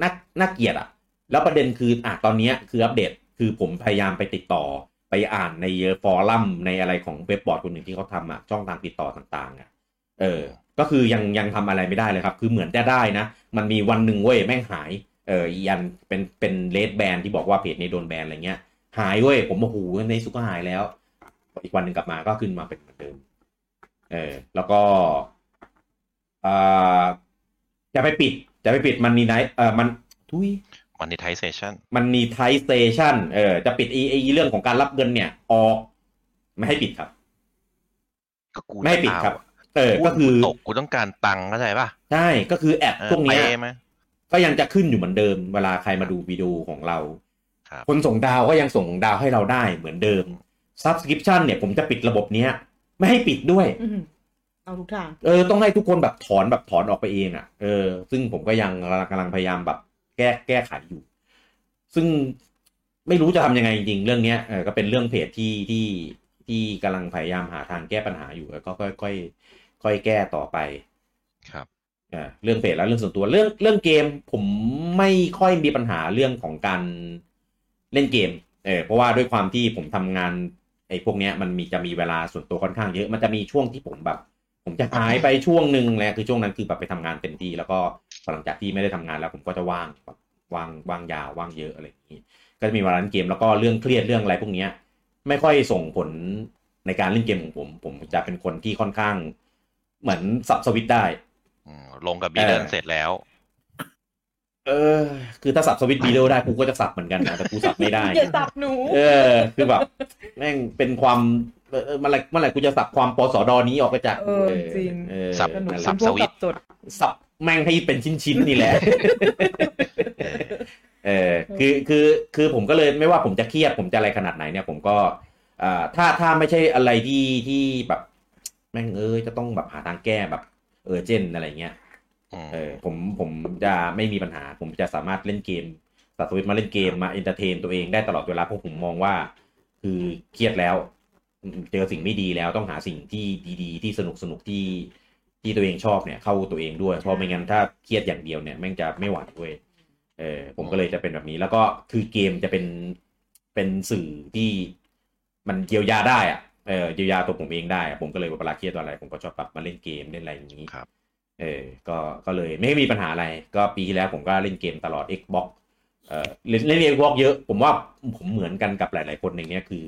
S1: น่าน่าเกลียดอะแล้วประเด็นคืออ่ะตอนเนี้ยคืออัปเดตคือผมพยายามไปติดต่อไปอ่านในฟอรัมในอะไรของเว็บบอร์ดคนหนึ่งที่เขาทำอะช่องทางติดต่อต่างๆอะเออ ก็คือยังยังทำอะไรไม่ได้เลยครับ คือเหมือนจะได้นะ มันมีวันหนึ่งเว้ยแม่งหาย เอออีอันเป็นเป็นเลดแบนที่บอกว่าเพจในโดนแบนอะไรเงี้ย หายเว้ยผมโอ้โหในสุดก็หายแล้ว อีกวันหนึ่งกลับมาก็ขึ้นมาเป็นเหมือนเดิม เออ แล้วก็อ่าจะไปปิด จะไปปิดมันนีไนท์เออมันทุย
S4: มอนิไทเซชัน
S1: มันมีไทสเตชันเออ จะปิดไอ้ไอ้เรื่องของการรับเงินเนี่ย ออก ไม่ให้ปิดครับ
S4: ก็กู
S1: ไม่ให้ปิดครับ
S4: จะ
S1: เออ
S4: เอา
S1: ก็คือ
S4: หุ้นตกกูต้องการตังค์เข้าใจป่ะ
S1: ใช่ก็คือแอด
S4: เออ
S1: พวกเนี้ย
S4: เปย์ไหม
S1: ก็ยังจะขึ้นอยู่เหมือนเดิม เวลาใครมาดูวิดีโอของเรา
S4: ครับ
S1: คนส่งดาวก็ยังส่งดาวให้เราได้เหมือนเดิม Subscription เนี่ยผมจะปิดระบบเนี้ย ไม่ให้ปิดด้วย
S11: อืมเอาทุกทาง
S1: เออต้องให้ทุกคนแบบถอนแบบถอนออกไปเองอะ่ะเออซึ่งผมก็ยังกำลังพยายามแบบแก้แก้ไขอยู่ ซึ่งไม่รู้จะทำยังไงจริงๆเรื่องเนี้ยเออก็เป็นเรื่องเพจที่ที่ที่กำลังพยายามหาทางแก้ปัญหาอยู่แล้วก็ค่อยค่อยค่อยแก้ต่อไป
S4: ครับ
S1: เออเรื่องเพจแล้วเรื่องส่วนตัวเรื่องเรื่องเกม ผมไม่ค่อยมีปัญหาเรื่องของการเล่นเกมเออเพราะว่าด้วยความที่ผมทำงานไอ้พวกเนี้ยมันมีจะมีเวลาส่วนตัวค่อนข้างเยอะมันจะมีช่วงที่ผมแบบ ผมจะหายไปช่วงหนึ่งแหละคือช่วงนั้นคือแบบไปทำงานเต็มที่แล้วก็หลังจากที่ไม่ได้ทำงานแล้วผมก็จะว่างแบบว่างว่างยาวว่างเยอะอะไรอย่างนี้ ก็จะมีเวลาเล่นเกมแล้วก็เรื่องเครียดเรื่องอะไรพวกเนี้ย ไม่ค่อยส่งผลในการเล่นเกมของผม ผมจะเป็นคนที่ค่อนข้าง เหมือนสับสวิตช์ได้
S4: อืมลงกับบีเดิล
S1: เออ
S4: เสร็จแล้ว
S1: เออ คือถ้าสับสวิตช์วีดีโอได้กูก็จะสับเหมือนกันนะแต่กูสับไม่ได้
S11: อย่าจับหนู
S1: เออ คือแบบแม่งเป็นความเออเออเมื่อไหร่เมื่อไหร่กูจะสับความปสดนี้ออกไปจาก
S11: เออจริง
S1: เออ
S4: สับ
S1: นั่นแหละ
S4: สับสวิตช์
S11: จด
S1: สับแม่งให้เป็นชิ้นๆนี่ แหละ เออ คือคือคือผมก็เลยไม่ว่าผมจะเครียดผมจะอะไรขนาดไหนเนี่ย ผมก็อ่าถ้าถ้าไม่ใช่อะไรที่ที่แบบ แม่งเอ้ยจะต้องแบบหาทางแก้แบบเออเจนอะไรเงี้ย
S4: อืม
S1: เออผมผมจะไม่มีปัญหา ผมจะสามารถเล่นเกมสับสวิตช์มาเล่นเกมมาเอนเตอร์เทนตัวเองได้ตลอดเวลาเพราะผมมองว่า คือเครียดแล้วอืมเจอสิ่งไม่ดีแล้วต้องหาสิ่งที่ดีๆ ที่สนุกสนุกที่ที่ตัวเองชอบเนี่ยเข้าตัวเองด้วย เพราะไม่งั้นถ้าเครียดอย่างเดียวเนี่ยแม่งจะไม่ไหวเว้ยเออผมก็เลยจะเป็นแบบนี้ แล้วก็คือเกมจะเป็นเป็นสื่อที่มันเยียวยาได้อะเออเยียวยาตัวผมเองได้อะผมก็เลยเวลาเครียดอะไร ผมก็ชอบแบบมาเล่นเกมเล่นอะไรอย่างนี้
S4: ครับ
S1: เออ ก็ ก็เลยไม่มีปัญหาอะไร ก็ปีที่แล้วผมก็เล่นเกมตลอด Xbox เออเล่นเล่น Xbox เยอะ ผมว่าผมเหมือนกันกับหลาย ๆ คนอย่างเงี้ยคือ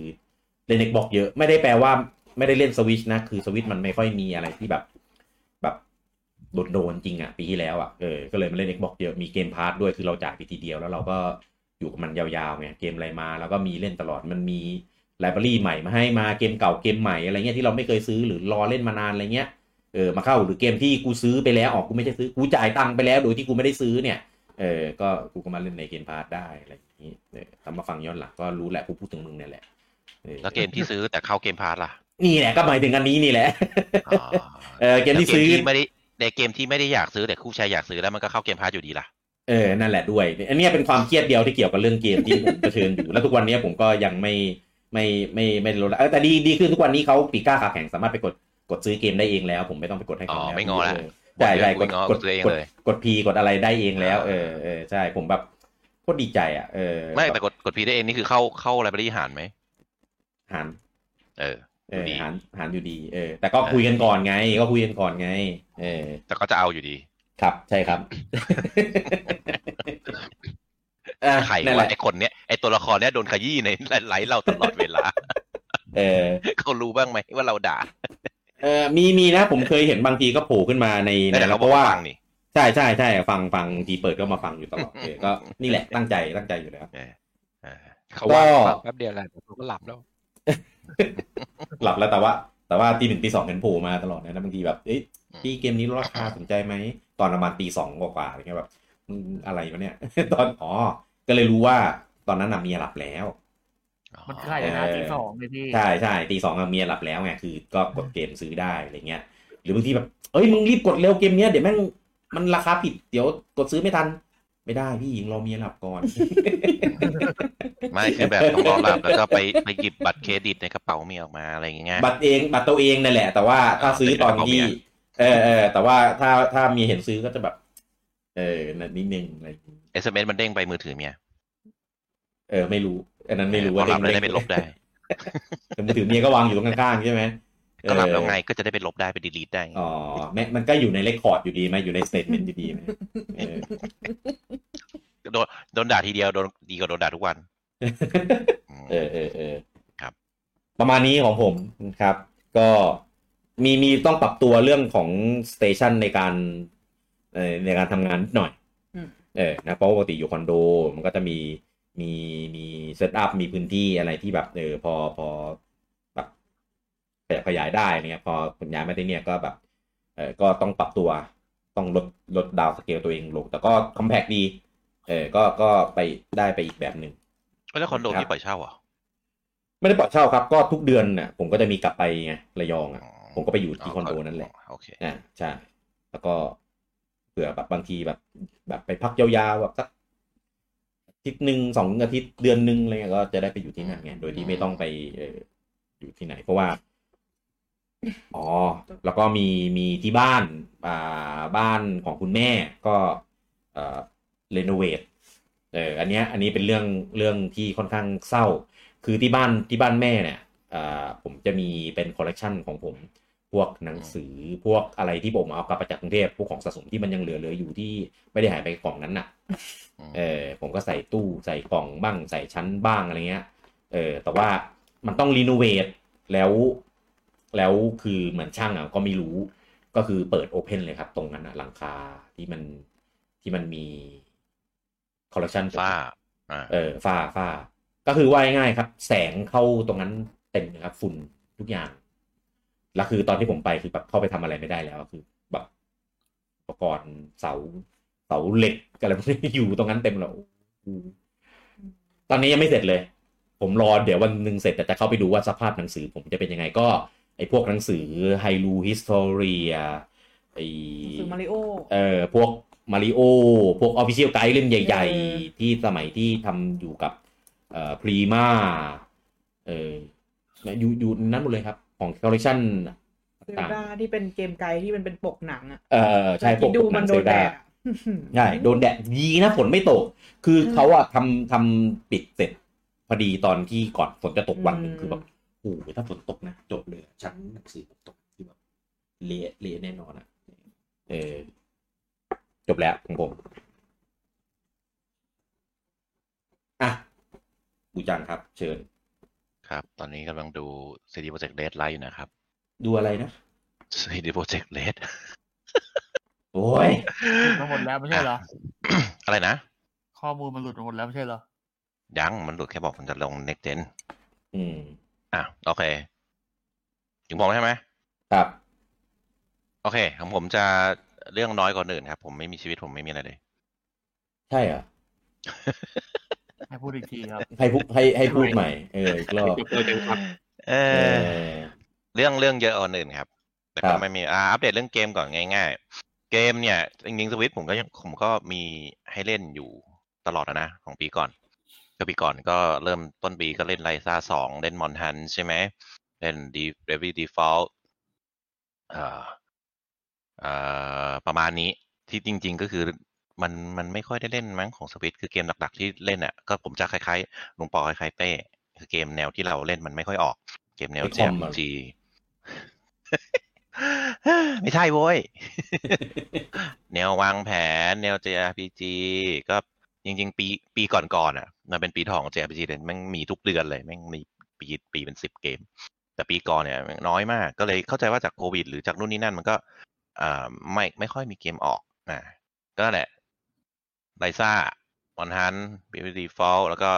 S1: เล่น Xbox เยอะ ไม่ได้แปลว่าไม่ได้เล่น Switch นะ คือ Switch มันไม่ค่อยมีอะไรที่แบบ แบบโดนๆจริงอะปีที่แล้วอะเออ ก็เลยมาเล่น Xbox เยอะ มีเกมพาร์ด้วย คือเราจ่ายไปทีเดียวแล้วเราก็อยู่กับมันยาวๆไง เกมอะไรมา แล้วก็มีเล่นตลอด มันมีไลบรารีใหม่มาให้มา เกมเก่า เกมใหม่อะไรเงี้ยที่เราไม่เคยซื้อหรือรอเล่นมานานอะไรเงี้ย เออมาเข้าหรือเกมที่กูซื้อไปแล้วออกกูไม่ใช่ซื้อกูจ่ายตังค์ไปแล้วโดยที่กูไม่ได้ซื้อเนี่ยเออก็กูก็มาเล่นในเกมพาร์ทได้อะไรอย่างนี้เออทำมาฟังย้อนหลังก็รู้แหละกูพูดถึงมึงเนี่ยแหละออ
S4: แล้วเกมที่ซื้อแต่เข้าเกมพาร์ทล่ะ
S1: นี่แหละก็หมายถึงอันนี้นี่แหละ
S4: อ๋อ
S1: เออเกมที่ซื้อ
S4: แล้วไม่ได้ ในเกมที่ไม่ได้อยากซื้อแต่คู่ชายอยากซื้อแล้วมันก็เข้าเกมพาร์ทอยู่ดีล่ะ
S1: เออ นั่นแหละด้วย อันเนี้ยเป็นความเครียดเดียวที่เกี่ยวกับเรื่อง เกมที่ผมเผชิญอยู่ แล้วทุกวันเนี้ยผมก็ยังไม่ไม่ไม่ไม่ลดละเออแต่ดีดีขึ้นทุกวันนี้เขาปีกกล้าขาแข็งสามารถไปกดกดซื้อเกมได้เองแล้ว ผมไม่ต้องไปกดให้เขา
S4: อ๋อ
S1: แล้ว
S4: ไม่งอละ
S1: เใช่ใช่กด
S4: ไม่งอก ก
S1: ด
S4: ดซื้อเอง
S1: กด
S4: เลย
S1: กดพีกดอะไรได้เองแล้วเอ
S4: อ่า
S1: อเออใช่ผมแบบโคตรดีใจอ่ะเออ
S4: ไม่แต่กดกดพีได้เองนี่คือเข้าเข้าไลบรารีหารไหม
S1: หาร
S4: เออ
S1: เออ
S4: ดี
S1: หารหารอยู่ดี เออ แต่ก็
S4: เออ
S1: คุยกันก่อนไง ก็คุยกันก่อนไง เออ
S4: แต่ก็จะเอาอยู่ดี
S1: ครับใช่ครับ อ่ะ
S4: ใคร
S1: นั่นแห
S4: ว่า
S1: ละ
S4: ไอคนเนี้ยไอตัวละครเนี้ยโดนขยี้ใน ไลฟ์เราตลอดเวลา
S1: เออ
S4: เขารู้บ้างไหมว่าเราด่า
S1: เออมีมีนะผมเคยเห็นบางทีก็โผล่ขึ้นมาในใน
S4: แต่เขา
S1: เพ
S4: บอก
S1: ราะว่า
S4: ว่าฟังนี่
S1: ใช่ใช่ใช่ฟังฟังทีเปิดก็มาฟังอยู่ตลอดเออก็นี่ แหละตั้งใจตั้งใจอยู่แล้ว
S4: เออเออ
S7: เขาว่า
S1: ก็
S7: ฟังแป๊บเดียวแหละเดี๋ยวเขาก็หลับแล้ว
S1: หลับแล้วแต่ว่า แต่ว่าตีหนึ่งตีสองเห็นโผล่มาตลอดนะแล้วบางทีแบบเอ้ยพี่เกมนี้ลดราคาสนใจไหม ตอนประมาณตีสองกว่าๆอะไรเงี้ยแบบอืมอะไรวะเนี่ย ตอนอ๋อก็เลยรู้ว่าตอนนั้นน่ะเมียหลับแล้ว
S2: มันใกล้แล้วนะ
S1: เออ
S2: ที่สองเลยพี่
S1: ใช่ใช่ตีสองอะเมียหลับแล้วไงคือก็กดเกมซื้อได้อะไรเงี้ย หรือบางทีแบบเอ้ยมึงรีบกดเร็วเกมเนี้ยเดี๋ยวแม่งมันราคาผิดเดี๋ยวกดซื้อไม่ทัน ไม่ได้พี่หญิงรอเมียหลับก่อน
S4: ไม่คือแบบต้องรอหลับแล้วก็ไปไปหยิบบัตรเครดิตในกระเป๋าเมียออกมาอะไรอย่างเงี้ย
S1: บัตรเองบัตรตัวเองนั่นแหละ แต่ว่าถ้าซื้อตอนที่
S4: เออ
S1: เออ
S4: เป็นกระเป๋าเมีย
S1: เออแต่ว่าถ้าถ้ามีเห็นซื้อก็จะแบบ เออนั่นนิดนึงอะไร
S4: เอสเมมันเด้งไปมือถือเมีย
S1: เออไม่รู้ อันนั้นไม่รู้
S4: พอ
S1: ว่า
S4: หลับแล้วได้ไปลบได้
S1: แต่มือถือเมียก็วางอยู่ตรงข้างๆใช่ไหมเออ
S4: ก็หลับแล้วไงก็จะได้ไปลบได้ไปดีลีทได้ไง
S1: อ๋อแม้มันก็อยู่ในเรคคอร์ดอยู่ดีไหมอยู่ในสเตทเมนต์อยู่ดีไหมเออ
S4: โดนโดนด่าทีเดียวโดนดีกว่าโดนด่าทุกวันอืม
S1: เออเออเออ
S4: ครับ
S1: ประมาณนี้ของผมครับ ก็มีมีต้องปรับตัวเรื่องของสเตชันในการเอ่อในการทำงานนิดหน่อย
S11: อืม
S1: เออนะเพราะปกติอยู่คอนโด มันก็จะมีมีมีเซตอัพมีพื้นที่อะไรที่แบบเออพอพอแบบขยับขยายได้เนี่ยพอคุณย้ายมาที่เนี่ยก็แบบเออก็ต้องปรับตัวต้องลดลดดาวสเกลตัวเองลงแต่ก็คอมแพกดีเออก็ก็ไปได้ไปอีกแบบหนึ่ง
S4: แล้วคอนโดที่ปล่อยเช่าเหรอ
S1: ไม่ได้ปล่อยเช่าครับ ก็ทุกเดือนน่ะผมก็จะมีกลับไปไงระยองอ่ะ ผมก็ไปอยู่ที่คอนโดนั่นแหละ
S4: โอเค
S1: อ่าใช่แล้วก็เผื่อแบบบางทีแบบ แบบไปพักยาวๆแบบสักอาทิตย์หนึ่งสองอาทิตย์เดือนหนึ่งอะไรเงี้ยก็จะได้ไปอยู่ที่นั่นไงโดยที่ไม่ต้องไปเอออยู่ที่ไหน เพราะว่า อ๋อ แล้วก็มีมีที่บ้านอ่าบ้านของคุณแม่ก็เอ่อเรโนเวทเอออันเนี้ยอันนี้เป็นเรื่องเรื่องที่ค่อนข้างเศร้า คือที่บ้านที่บ้านแม่เนี่ยอ่าผมจะมีเป็นคอลเลกชันของผม พวกหนังสือพวกอะไรที่ผมเอากลับมาจากกรุงเทพพวกของสะสมที่มันยังเหลือเหลืออยู่ที่ไม่ได้หายไปกล่องนั้นน่ะ เออผมก็ใส่ตู้ใส่กล่องบ้างใส่ชั้นบ้างอะไรเงี้ย เออแต่ว่ามันต้องรีโนเวทแล้ว แล้วคือเหมือนช่างอ่ะก็ไม่รู้ ก็คือเปิดโอเพนเลยครับ ตรงนั้นอ่ะหลังคาที่มันที่มันมีคอลเลกชัน
S4: ฟ้าอ่า
S1: เออฝ้าฝ้าก็คือว่าง่ายๆครับ แสงเข้าตรงนั้นเต็มนะครับ ฝุ่นทุกอย่างแล้วคือตอนที่ผมไปคือแบบเข้าไปทำอะไรไม่ได้แล้วคือแบบอุปกรณ์เสาเสาเหล็กอะไรพวกนี้อยู่ตรงนั้นเต็มแล้วตอนนี้ยังไม่เสร็จเลย ผมรอเดี๋ยววันหนึ่งเสร็จแต่จะเข้าไปดูว่าสภาพหนังสือ ผมจะเป็นยังไงก็ ไอ้พวกหนังสือไฮรูฮิสตอรีไอ้
S11: ซื้อมาริโอ
S1: เอ่อพวกมาริโอพวกออฟฟิเชียลไกด์เล่มใหญ่
S11: เออ
S1: ๆ ที่สมัยที่ทำอยู่กับเอ่อพรีมาเอ่ออยู่อยู่นั้นหมดเลยครับ ของคอลเลคชัน
S11: เซลดาที่เป็นเกมไกด์ที่มันเป็นปกหนังอ่ะ
S1: เอ่อใช่พวก
S11: ดู
S1: ห
S11: มัน
S1: ง
S11: โด
S1: เซ
S11: น
S1: ล
S11: แด
S1: ดา
S11: ดอะอื้อหือ
S1: ใช่โดนแดดดีนะฝนไม่ตก คือ
S11: เออ
S1: เขาอะทำทำปิดเสร็จ พอดีตอนที่ก่อนฝนจะตกวันหนึ่ง
S11: อืม
S1: คือแบบโอ้โหถ้าฝนตกนะจบเลยอะชั้นหนังสือผมตกคือแบบเละเละแน่นอนอะเออจบแล้วของผม อ่ะบูจังครับ เชิญ
S4: ครับ ตอนนี้กำลังดูซีดีโปรเจกต์เลดไลน์นะครับ
S1: ดูอะไรนะ
S4: ซีดีโปรเจกต์เลด
S1: โอ้ย
S2: หลุดมาหมดแล้วไม่ใช่เหรอ
S4: อะไรนะ
S2: ข้อมูลมันหลุดมาหมดแล้วไม่ใช่เหรอ
S4: ยังมันหลุดแค่บอกมันจะลง next gen
S1: อืม
S4: อ่ะโอเค ถึงบอกแล้วใช่ไหม
S1: ครับ
S4: โอเคของผมจะเรื่องน้อยกว่าคนอื่นครับ ผมไม่มีชีวิตผมไม่มีอะไรเลย
S1: ใช่เหรอ
S2: ให้พูดอีกทีครับ
S1: ให้พูดให้ให้พูดใหม่ เอออีกรอบ
S6: จบเลยจังครับ
S4: เอ
S1: เอ
S4: อ
S1: อ
S4: เรื่องเรื่องเยอะกว่าคนอื่นครับ แต่
S1: ครั
S4: ก็
S1: บ
S4: ไม่มีอ่าอัปเดตเรื่องเกมก่อนง่าย เกมเนี่ยจริงๆสวิตผมก็ยังผมก็มีให้เล่นอยู่ตลอดนะนะของปีก่อน ก็ปีก่อนก็เริ่มต้นปีก็เล่นไลซ่าสองเล่นมอนทันใช่ไหมเล่นดีเรวี่ดีฟอลอ่าอ่าประมาณนี้ที่จริง ๆ ก็คือมันมันไม่ค่อยได้เล่นมั้งของสวิตคือเกมหลักๆที่เล่นอ่ะก็ผมจะคล้ายๆลุงปอคล้ายๆเป้คือเกมแนวที่เราเล่นมันไม่ค่อยออก เกมแนว
S1: ไม่คอมเหรอ
S4: JRPG ไม่ใช่โว้ย แนววางแผนแนว JRPG ก็จริง ๆ ปีปีก่อนๆอ่ะ มันเป็นปีทองของ JRPG เลยแม่งมีทุกเดือนเลยแม่งมีปีปีเป็นสิบเกม แต่ปีก่อนเนี่ยแม่งน้อยมาก ก็เลยเข้าใจว่าจากโควิด หรือจากนู่นนี่นั่นมันก็อ่าไม่ไม่ค่อยมีเกมออกอ่าก็นั่นแหละไลซ่ามอนฮันบีบีดีฟอลแล้วก็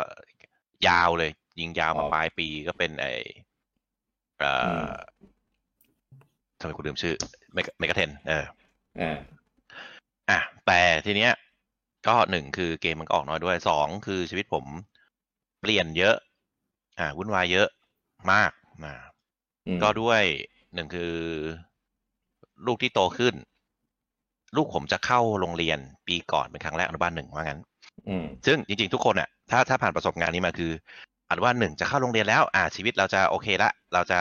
S4: ยาวเลย ยิงยาวมา
S1: อ๋อ
S4: ปลายปีก็เป็นไอเอ่ออ
S1: ม
S4: ทำไมกูลืมชื่อเมกะเมกะเทนเออ
S1: อ่า
S4: อ่ะแต่ทีเนี้ยก็หนึ่งคือเกมมันก็ออกน้อยด้วยสองคือชีวิตผมเปลี่ยนเยอะ อ่าวุ่นวายเยอะมากนะก็ด้วยหนึ่งคือ ลูกที่โตขึ้น ลูกผมจะเข้าโรงเรียนปีก่อนเป็นครั้งแรกอนุบาลหนึ่งว่างั้น
S1: อืม
S4: ซึ่งจริงๆทุกคนอ่ะถ้าถ้าผ่านประสบการณ์นี้มาคืออันว่าหนึ่งจะเข้าโรงเรียนแล้ว อ่าชีวิตเราจะโอเคละ เราจะ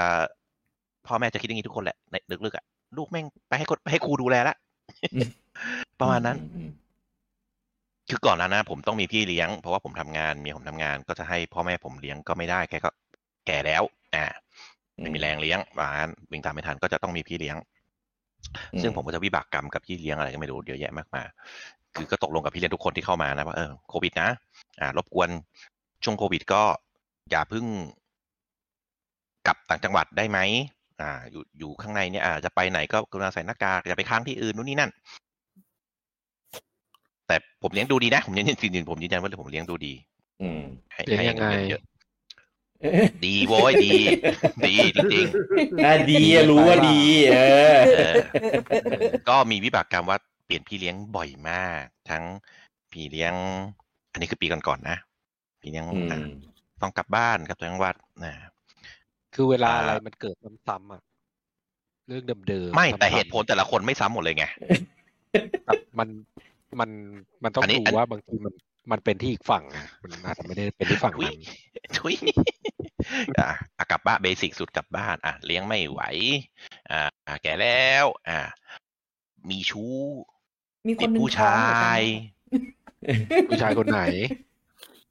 S4: พ่อแม่จะคิดอย่างนี้ทุกคนแหละในลึกๆอ่ะลูกแม่งไปให้คนไปให้ครูดูแลละ
S1: อืม
S4: ประมาณนั้น
S1: อืม
S4: คือก่อนหนั้านนะผมต้องมีพี่เลี้ยง เพราะว่าผมทำงานเมียผมทำงานก็จะให้พ่อแม่ผมเลี้ยงก็ไม่ได้แกก็แก่แล้วอ่าไม่มีแรงเลี้ยงประมาณนั้นวิ่งตามไม่ทันก็จะต้องมีพี่เลี้ยง
S1: อืม
S4: ซึ่งผมก็จะวิบากกรรมกับพี่เลี้ยงอะไรก็ไม่รู้เยอะแยะมากมายคือก็ตกลงกับพี่เลี้ยงทุกคนที่เข้ามานะว่าเออโควิดนะ อ่ารบกวนช่วงโควิดก็อย่าเพึ่งกลับต่างจังหวัดได้ไหมอ่า อยู่อยู่ข้างในเนี่ย อ่าจะไปไหนก็กรุณาใส่หน้ากากอย่าไปค้างที่อื่นนู่นนี่นั่น แต่ผมเลี้ยงดูดีนะ ผมยืนยันจริงๆผมยืนยันว่าผมเลี้ยงดูดี
S1: อืม
S4: ให้
S7: เลี้ยง
S4: ให้
S7: ยังไง
S4: เงินเยอะดีโว้ยดี ดีจริงๆ
S1: อ่ะดีอ่ะรู้ว่าดี เออ
S4: เออ ก็มีวิบากกรรมว่าเปลี่ยนพี่เลี้ยงบ่อยมาก ทั้งพี่เลี้ยง อันนี้คือปีก่อนๆนะพี่เลี้ยง
S1: อื
S4: อ่ะ
S1: ม
S4: ต้องกลับบ้านกลับจังหวัดนะ
S7: คือเวลา
S4: อ่า
S7: อะไรมันเกิดซ้ำๆอ่ะ เรื่องเดิมๆ
S4: ไม่แต่
S7: ซ้ำๆ
S4: เหตุผลแต่ละคนไม่ซ้ำหมดเลยไง
S7: แบบมันมันมันต้อง
S4: อันนี้
S7: ดู
S4: อัน
S7: ว่าบางทีมันมันเป็นที่อีกฝั่งอ่ะมันอาจจะไม่ได้เป็นที่ฝั่ง
S4: ทุย
S7: นั้น
S4: ทุย อ่ะอ่ะกลับบ้านเบสิกสุดกลับบ้านอ่ะเลี้ยงไม่ไหว อ่าอ่ะแก่แล้ว อ่ามีชู้
S11: มีค
S4: ติ
S11: น
S4: ด
S11: หนึง
S4: ผู้
S11: ท้อ
S4: ชาง
S11: เหมือนกัน
S4: ย
S7: ผู้ชายคนไหน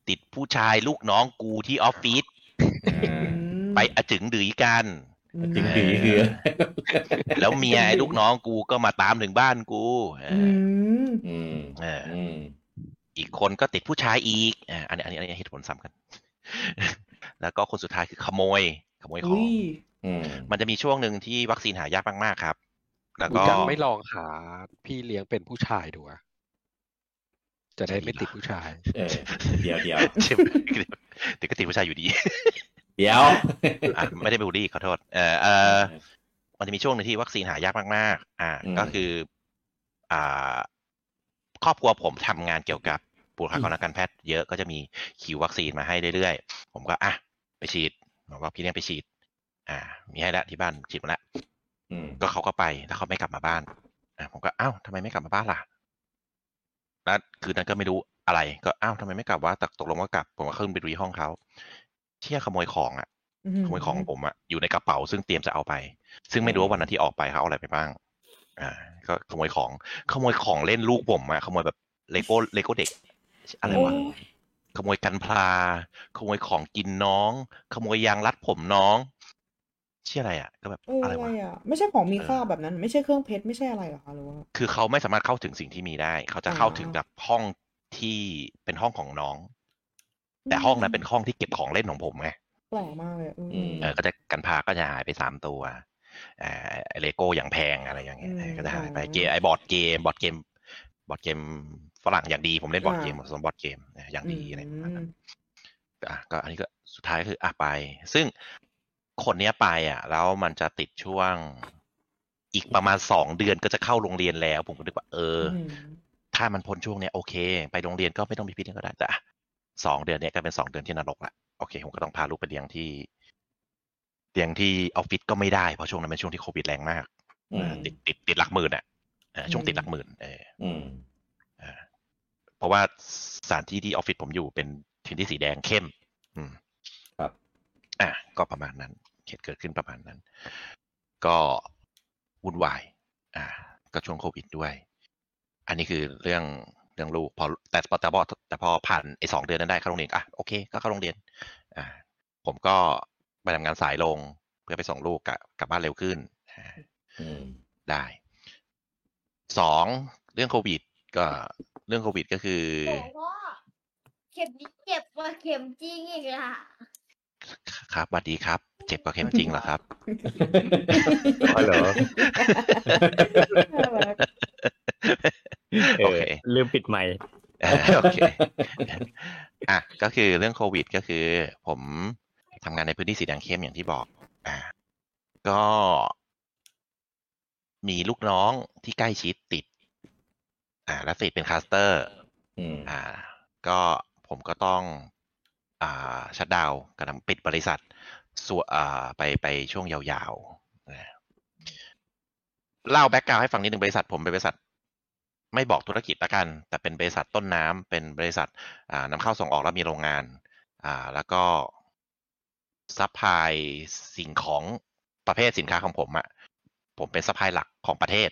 S4: ติดผู้ชายลูกน้องกูที่ออฟฟิศ
S1: อ่า
S11: อืม
S4: ไปอะจึงดื้อกัน
S11: อืม
S1: จริงดีคือ
S4: แล้วเมียไอ้ลูกน้องกูก็มาตามถึงบ้านกูเออ
S11: อืม
S1: อืม
S4: เออ
S1: อืม
S4: อีกคนก็ติดผู้ชายอีกเอออันนี้อันนี้อันนี้เหตุผลสำคัญ แล้วก็คนสุดท้ายคือขโมย ขโมยของ
S1: อืม
S4: มันจะมีช่วงหนึ่งที่วัคซีนหายากมากๆครับ แล้ว
S7: กู
S4: ก็
S7: ยังไม่ลองหาพี่เลี้ยงเป็นผู้ชายดูอะจะได้ไม่ติดผู้ชาย
S1: เออ เดี๋ยวเดี๋ยว
S4: เจ็บ เด็กก็ติดผู้ชายอยู่ดี
S1: เดี๋ยว
S4: อ่ะไม่ได้บูลลี่ขอโทษ เออเอ
S1: เอ
S4: อ มันจะมีช่วงหนึ่งที่วัคซีนหายากมากๆ อ่า
S1: อืม
S4: ก็คือ อ่า ครอบครัวผมทำงานเกี่ยวกับบุคลากรทางการแพทย์เยอะก็จะมีคิววัคซีนมาให้เรื่อยๆ ผมก็อ่ะไปฉีดผมว่าพี่เลี้ยงไปฉีด อ่า มีให้แล้วที่บ้านฉีดมาแล้ว
S1: อืม
S4: ก็เขาก็ไปแล้วเขาไม่กลับมาบ้าน อ่าผมก็อ้าวทำไมไม่กลับมาบ้านล่ะแล้วคืนนั้นก็ไม่รู้อะไร ก็อ้าวทำไมไม่กลับวะแต่ตกลงว่ากลับ ผมก็ขึ้นไปดูที่ห้องเขาเที่ยขโมยของอ่ะ ขโมยของผมอะอยู่ในกระเป๋าซึ่งเตรียมจะเอาไป ซึ่งไม่รู้ว่าวันนั้นที่ออกไปเขาเอาอะไรไปบ้าง อ่า ก็ขโมยของขโมยของเล่นลูกผมอะขโมยแบบเล โก้เลโก้เด็ก อะไรวะ
S11: โอ้ย
S4: ขโมยกันพลา ขโมยของกินน้อง ขโมยยางรัดผมน้องเชื่ออะไรอะก็แบบ
S11: โอ้ย
S4: อะไรวะ
S11: อ่ะไม่ใช่ของมีค่า
S4: เออ
S11: แบบนั้น ไม่ใช่เครื่องเพชรไม่ใช่อะไรเหรอคะหรือว่า
S4: คือเขาไม่สามารถเข้าถึงสิ่งที่มีได้ เขาจะเข้าถึงกับห้องที่เป็นห้องของน้อง แต่ห้องนั้นเป็นห้องที่เก็บของเล่นของผมไง
S11: แปลกมากเลยอืม
S1: อืม
S4: เออก็จะกันพาก็จะหายไปสามตัวเอ่อเลโก้อย่างแพงอะไรอย่างเงี้ย
S11: อืม
S4: เออก็จะหายไป
S11: อ๋อ
S4: เกมไอ้บอร์ดเกมบอร์ดเกมบอร์ดเกมฝรั่งอย่างดีผมเล่นบอร์ดเกมผ
S11: อ่า
S4: มสมบอร์ดเกมเอออย่างดีอะไรประมาณนั้น นอ่ะก็อันนี้ก็สุดท้ายก็คืออ่ะไป ซึ่งคนเนี้ยไปอ่ะ แล้วมันจะติดช่วงอีกประมาณสองเดือนก็จะเข้าโรงเรียนแล้ว ผมก็นึกว่าเอออ ถ้ามันพ้นช่วงเนี้ยโอเค ไปโรงเรียนก็ไม่ต้องมีพิษก็ได้แต่อ่ะสองเดือนเนี้ยก็เป็นสองเดือนที่นรกละโอเคผมก็ต้องพาลูกไปเลี้ยงที่เลี้ยงที่ออฟฟิศก็ไม่ได้เพราะช่วงนั้นเป็นช่วงที่โควิดแรงมาก
S1: อืม
S4: ติดติดติดหลักหมื่นอ่ะ เออช่วงติดหลักหมื่นเออ
S1: อืม
S4: เออเพราะว่าสถานที่ที่ออฟฟิศผมอยู่เป็นพื้นที่สีแดงเข้ม อืม
S1: ครับ
S4: อ่ะก็ประมาณนั้นเหตุเกิดขึ้นประมาณนั้น ก็วุ่นวาย อ่า ก็ช่วงโควิดด้วย อันนี้คือเรื่องเรื่องลูกพอแต่พอแต่พอแต่พอผ่านไอ้สองเดือนนั้นได้เข้าโรงเรียนอ่ะโอเคก็เข้าโรงเรียน อ่า ผมก็ไปทำงานสายลงเพื่อไปส่งลูกกลับกลับบ้านเร็วขึ้นอ่า
S1: อืม
S4: ได้สองเรื่องโควิด ก็เรื่องโควิดก็คือ
S12: บอกว่าเข็มนี้เจ็บกว่าเข็มจริงอีกล่ะ
S4: ครับสวัสดีครับ เจ็บกว่าเข็มจริงเหรอครับ
S1: อ๋อเหรอ
S11: น่ารัก
S4: โอเค
S5: ลืมปิดใหม่
S4: เออโอเค อ่ะ ก็คือเรื่องโควิดก็คือ ผมทำงานในพื้นที่สีแดงเข้มอย่างที่บอก อ่า ก็ มีลูกน้องที่ใกล้ชิดติด อ่า และติดเป็นคลัสเตอร์
S1: อืม
S4: อ่า ก็ผมก็ต้อง อ่า ชัดดาวน์กำลังปิดบริษัทส่วนอ่า ไปไปช่วงยาวๆนะเล่าแบ็กกราวให้ฟังนิดหนึ่งบริษัทผมเป็นบริษัท ไม่บอกธุรกิจละกัน แต่เป็นบริษัทต้นน้ำเป็นบริษัท อ่านำเข้าส่งออกแล้วมีโรงงาน อ่า แล้วก็ซัพพลายสิ่งของประเภทสินค้าของผมอะผมเป็นซัพพลายหลักของประเทศ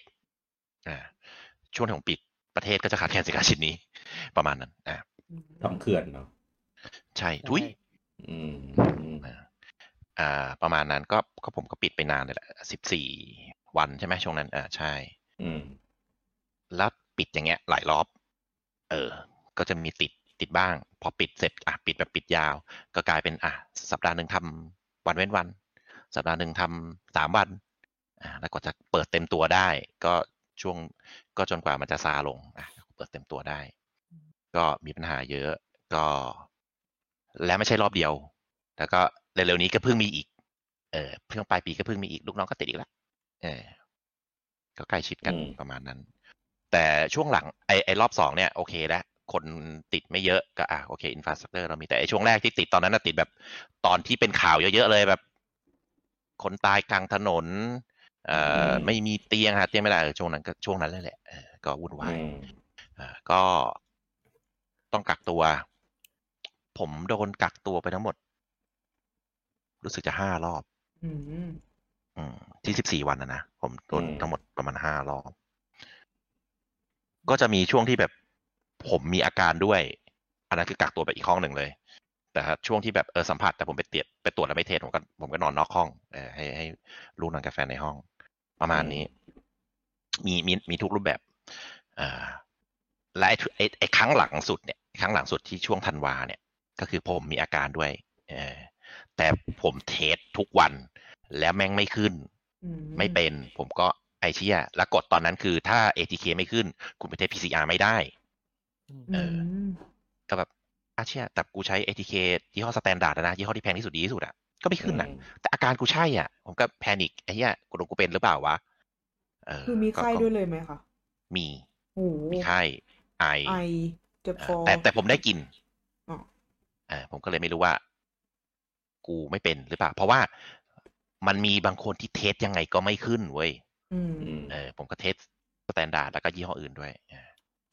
S4: อ่าช่วงที่ผมปิดประเทศก็จะขาดแคลนสินค้าชิ้นนี้ ประมาณนั้นอ่า
S1: ทำเขื่อนเนาะ
S4: ใช่ทุย
S1: อืมอืม
S4: นะอ่า ประมาณนั้นก็ก็ผมก็ปิดไปนานเลยแหละสิบสี่วันใช่ไหมช่วงนั้นอ่าใช่
S1: อืม
S4: แล้วปิดอย่างเงี้ยหลายรอบ เออ ก็จะมีติดติดบ้าง พอปิดเสร็จอ่ะปิดแบบปิดยาว ก็กลายเป็นอ่ะสัปดาห์หนึ่งทำวันเว้นวัน สัปดาห์หนึ่งทำสามวันอ่ะแล้วก็จะเปิดเต็มตัวได้ ก็ช่วงก็จนกว่ามันจะซาลงอ่ะเปิดเต็มตัวได้ ก็มีปัญหาเยอะ ก็ และไม่ใช่รอบเดียว แล้วก็เร็วๆนี้ก็เพิ่งมีอีก เออเพิ่งปลายปีก็เพิ่งมีอีกลูกน้องก็ติดอีกแล้วเออ ก็ใกล้ชิดกัน
S1: อืม
S4: ประมาณนั้น แต่ช่วงหลังไอ้ไอ้รอบสองเนี่ยโอเคแล้วคนติดไม่เยอะก็อ่ะโอเคอินฟราสตรักเจอร์เรามีแต่ไอ้ช่วงแรกที่ติดตอนนั้นนะติดแบบตอนที่เป็นข่าวเยอะๆเลยแบบ คนตายกลางถนน เอ่อ
S1: ม
S4: อไม่มีเตียงหาเตียงไม่ได้เออช่วงนั้นก็ช่วงนั้นเลยแหละเออก็วุ่นวาย
S1: อืม
S4: อ่าก็ต้องกักตัว ผมโดนกักตัวไปทั้งหมด รู้สึกจะห้ารอบ
S11: อืม
S4: อืมที่สิบสี่วันนะนะผมโดนทั้งหมดประมาณห้ารอบ ก็จะมีช่วงที่แบบ ผมมีอาการด้วย อันนั้นคือกักตัวไปอีกห้องหนึ่งเลย แต่ถ้าช่วงที่แบบเออสัมผัสแต่ผมไปเตียดไปตรวจแล้วไม่เทสผมก็ผมก็นอนนอกห้องเออให้ให้ลูกนอนกาแฟนในห้อง ประมาณนี้ มีมีมีทุกรูปแบบอ่าและไอ้ทุไอ้ไอ้ครั้งหลังสุดเนี่ยครั้งหลังสุดที่ช่วงธันวาเนี่ย ก็คือผมมีอาการด้วยเออแต่ผมเทสทุกวัน แล้วแม่งไม่ขึ้น
S11: อื
S4: ไม่เป็น ผมก็ไอเชียแล้วกดตอนนั้นคือถ้า ATK ไม่ขึ้น คุณไปเทส PCR ไม่ได้ เออ
S11: ม
S4: ก็แบบอาเชียแต่กูใช้ ATK ยี่ห้อสแตนดาร์ดนะยี่ห้อที่แพงที่สุดดีที่สุดอ่ะก็ไม่ขึ้นอ่ะ แต่อาการกูใช่อ่ะ ผมก็แพนิคไอ้เหี้ยกูโดนกูเป็นหรือเปล่าวะเ
S11: คือมีไข้
S4: ก็
S11: ด้วยเลยไหมคะ
S4: มี
S11: โอ้โห
S4: มีไข้ไอ
S11: ไอเจ็บคอ
S4: อ่าแต่แต่ผมได้กิน
S11: อ๋อ
S4: อ่าผมก็เลยไม่รู้ว่า กูไม่เป็นหรือเปล่า เพราะว่ามันมีบางคนที่เทสยังไงก็ไม่ขึ้นเว้ย
S11: อืม
S1: อืม
S4: เออผมก็เทสสแตนดาร์ดแล้วก็ยี่ห้ออื่นด้วยอ่า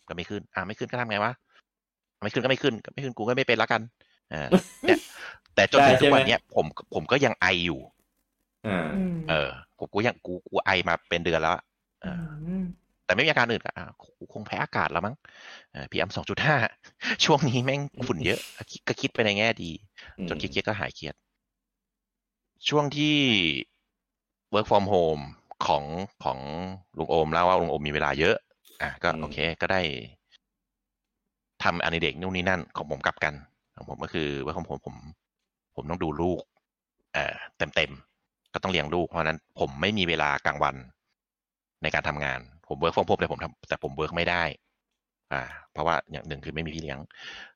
S4: ก็ไม่ขึ้น อ่าไม่ขึ้นก็ทำไงวะ ไม่ขึ้นก็ไม่ขึ้นก็ไม่ขึ้นกูก็ไม่เป็นละกันอ่า เนี่ยแต่จนถึงทุกวันเนี้ยผมผมก็ยังไออยู่
S1: อ่า
S4: เออกูกูยังกูกูไอมาเป็นเดือนแล้วอะเออ
S11: ม
S4: แต่ไม่มีอาการอื่นก็อ่ากูคงแพ้อากาศแล้วมั้งพีเอ็มสองจุดห้า ช่วงนี้แม่งฝุ่นเยอะก็คิดก็คิดไปในแง่ดี จนเครียดๆก็หายเครียด ช่วงที่ work from home ของของลุงโอมเล่าว่าลุงโอมมีเวลาเยอะ อ่ะก็
S1: อืม
S4: โอเคก็ได้ทำอนิเด็กนู่นนี่นั่นของผมกลับกันของผมก็คือ work from home ผม ผมต้องดูลูก เอ่อเต็มเต็มๆก็ต้องเลี้ยงลูกเพราะฉะนั้นผมไม่มีเวลากลางวันในการทำงาน ผม work from home แต่ผมทำแต่ผม work ไม่ได้ อ่า เพราะว่าอย่างหนึ่งคือไม่มีพี่เลี้ยง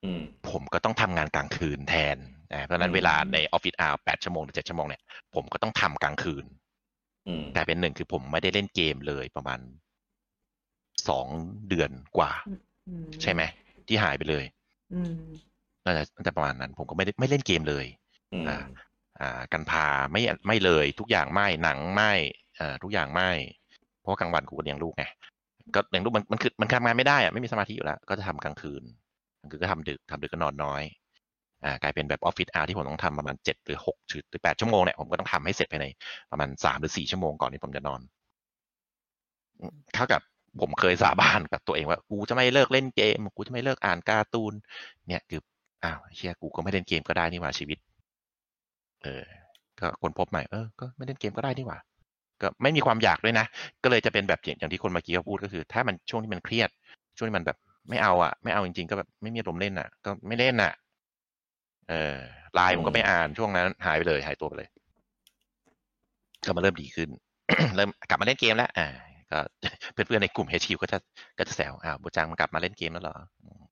S1: อืม
S4: ผมก็ต้องทำงานกลางคืนแทนนะเพราะฉะนั้น
S1: อืม
S4: เวลาในออฟฟิศอาร์แปดชั่วโมงหรือเจ็ดชั่วโมงเนี่ย ผมก็ต้องทำกลางคืน
S1: อืม
S4: กลายเป็นหนึ่งคือผมไม่ได้เล่นเกมเลยประมาณสองเดือนกว่า
S11: อืม
S4: ใช่ไหมที่หายไปเลย
S11: อืม
S4: น่าจะน่าจะประมาณนั้น ผมก็ไม่ได้ไม่เล่นเกมเลย
S1: อืม
S4: อ่า อ่า กันพาไม่ไม่เลย ทุกอย่างไม่หนังไม่อ่าทุกอย่างไม่ เพราะว่ากลางวันกูก็เลี้ยงลูกไง ก็อย่างรู้มันมันคือมันทำงานไม่ได้อะไม่มีสมาธิอยู่แล้ว ก็จะทำกลางคืนกลางคืนก็ทำดึกทำดึกก็นอนน้อยอ่ากลายเป็นแบบออฟฟิศอาร์ที่ผมต้องทำประมาณเจ็ดหรือหกหรือแปดชั่วโมงเนี่ยผมก็ต้องทำให้เสร็จภายในประมาณสามหรือสี่ชั่วโมงก่อนที่ผมจะนอนอืมเท่ากับผมเคยสาบาน กับตัวเองว่ากูจะไม่เลิกเล่นเกมกูจะไม่เลิกอ่านการ์ตูน เนี่ยคืออ้าวเชียกูก็ไม่เล่นเกมก็ได้นี่หว่าชีวิต เออ ก็คนพบใหม่เออก็ไม่เล่นเกมก็ได้นี่หว่า ก็ไม่มีความอยากด้วยนะ ก็เลยจะเป็นแบบอย่างอย่างที่คนเมื่อกี้เขาพูดก็คือ ถ้ามันช่วงที่มันเครียด ช่วงที่มันแบบไม่เอาอ่ะ ไม่เอาจริงๆ ก็แบบไม่มีอารมณ์เล่นอ่ะ ก็ไม่เล่นอ่ะ เออไลน์ผมก็ไม่อ่านช่วงนั้น หายไปเลย หายตัวไปเลย ก็มาเริ่มดีขึ้น เริ่มกลับมาเล่นเกมแล้ว อ่า ก็ เพื่อนๆในกลุ่มเฮชิวก็จะก็จะแซวอ้าวโบจังมันกลับมาเล่นเกมแล้วเหรออืม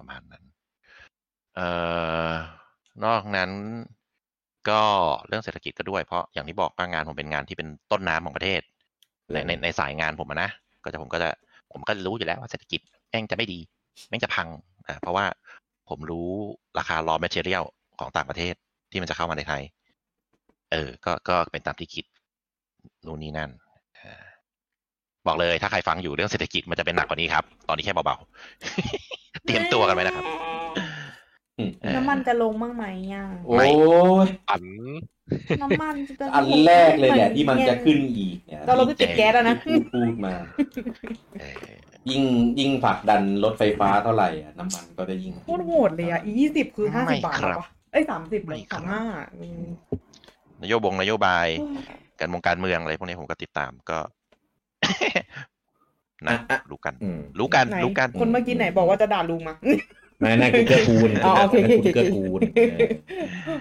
S4: ประมาณนั้น เอ่อนอกนั้นก็เรื่องเศรษฐกิจก็ด้วยเพราะอย่างที่บอกว่างานผมเป็นงานที่เป็นต้นน้ำของประเทศ ในในในสายงานผมอะนะก็จะผมก็จะผมก็รู้อยู่แล้วว่าเศรษฐกิจแม่งจะไม่ดีแม่งจะพังอ่าเพราะว่าผมรู้ราคารอแมทเ r ียลของต่างประเทศที่มันจะเข้ามาในไทย เออ ก็ก็เป็นตามที่คิดนู่นนี่นั่นเออบอกเลยถ้าใครฟังอยู่เรื่องเศรษฐกิจมันจะเป็นหนักกว่านี้ครับ ตอนนี้แค่เบาๆ เตรียมตัวกันไว้นะครับ เออ
S11: น้ำมันจะลงบ้างไหมอ่ะ
S1: โอ้ย
S7: ฝัน
S11: น้ำมันจะ
S1: อันแรกเลยแหละที่มันจะขึ้นอีกเนี่ย
S11: เราเราไปติดแก๊สแล้วนะ
S1: ที่พูดพูดมา
S4: เออ
S1: ยิ่งยิ่งผลักดันรถไฟฟ้าเท่าไหร่อะน้ำมันก็จะยิ่ง
S11: โคตรโหดเลยอ่ะ อียี่สิบคือ
S4: ไม่
S11: ห้าสิบบาท
S4: ครับ
S11: ปะเอ้ยสามสิบ
S4: ไม่ครั
S11: สา
S4: บ
S11: มห้าน
S4: โยบงนโยบาย การเมองการเมืองอะไรพวกนี้ผมก็ติดตามก็ นะรู้กัน
S1: อืม
S4: รู้กัน
S11: ไหน
S4: รู้กัน
S11: คนเมื่อกี้ไหนบอกว่าจะด่าลุงมา
S1: ไม่ไม่คุณเกื้อกูล
S11: อ๋อโอเค
S1: นั่นคุณเกื้อ
S11: โอเค
S1: กูล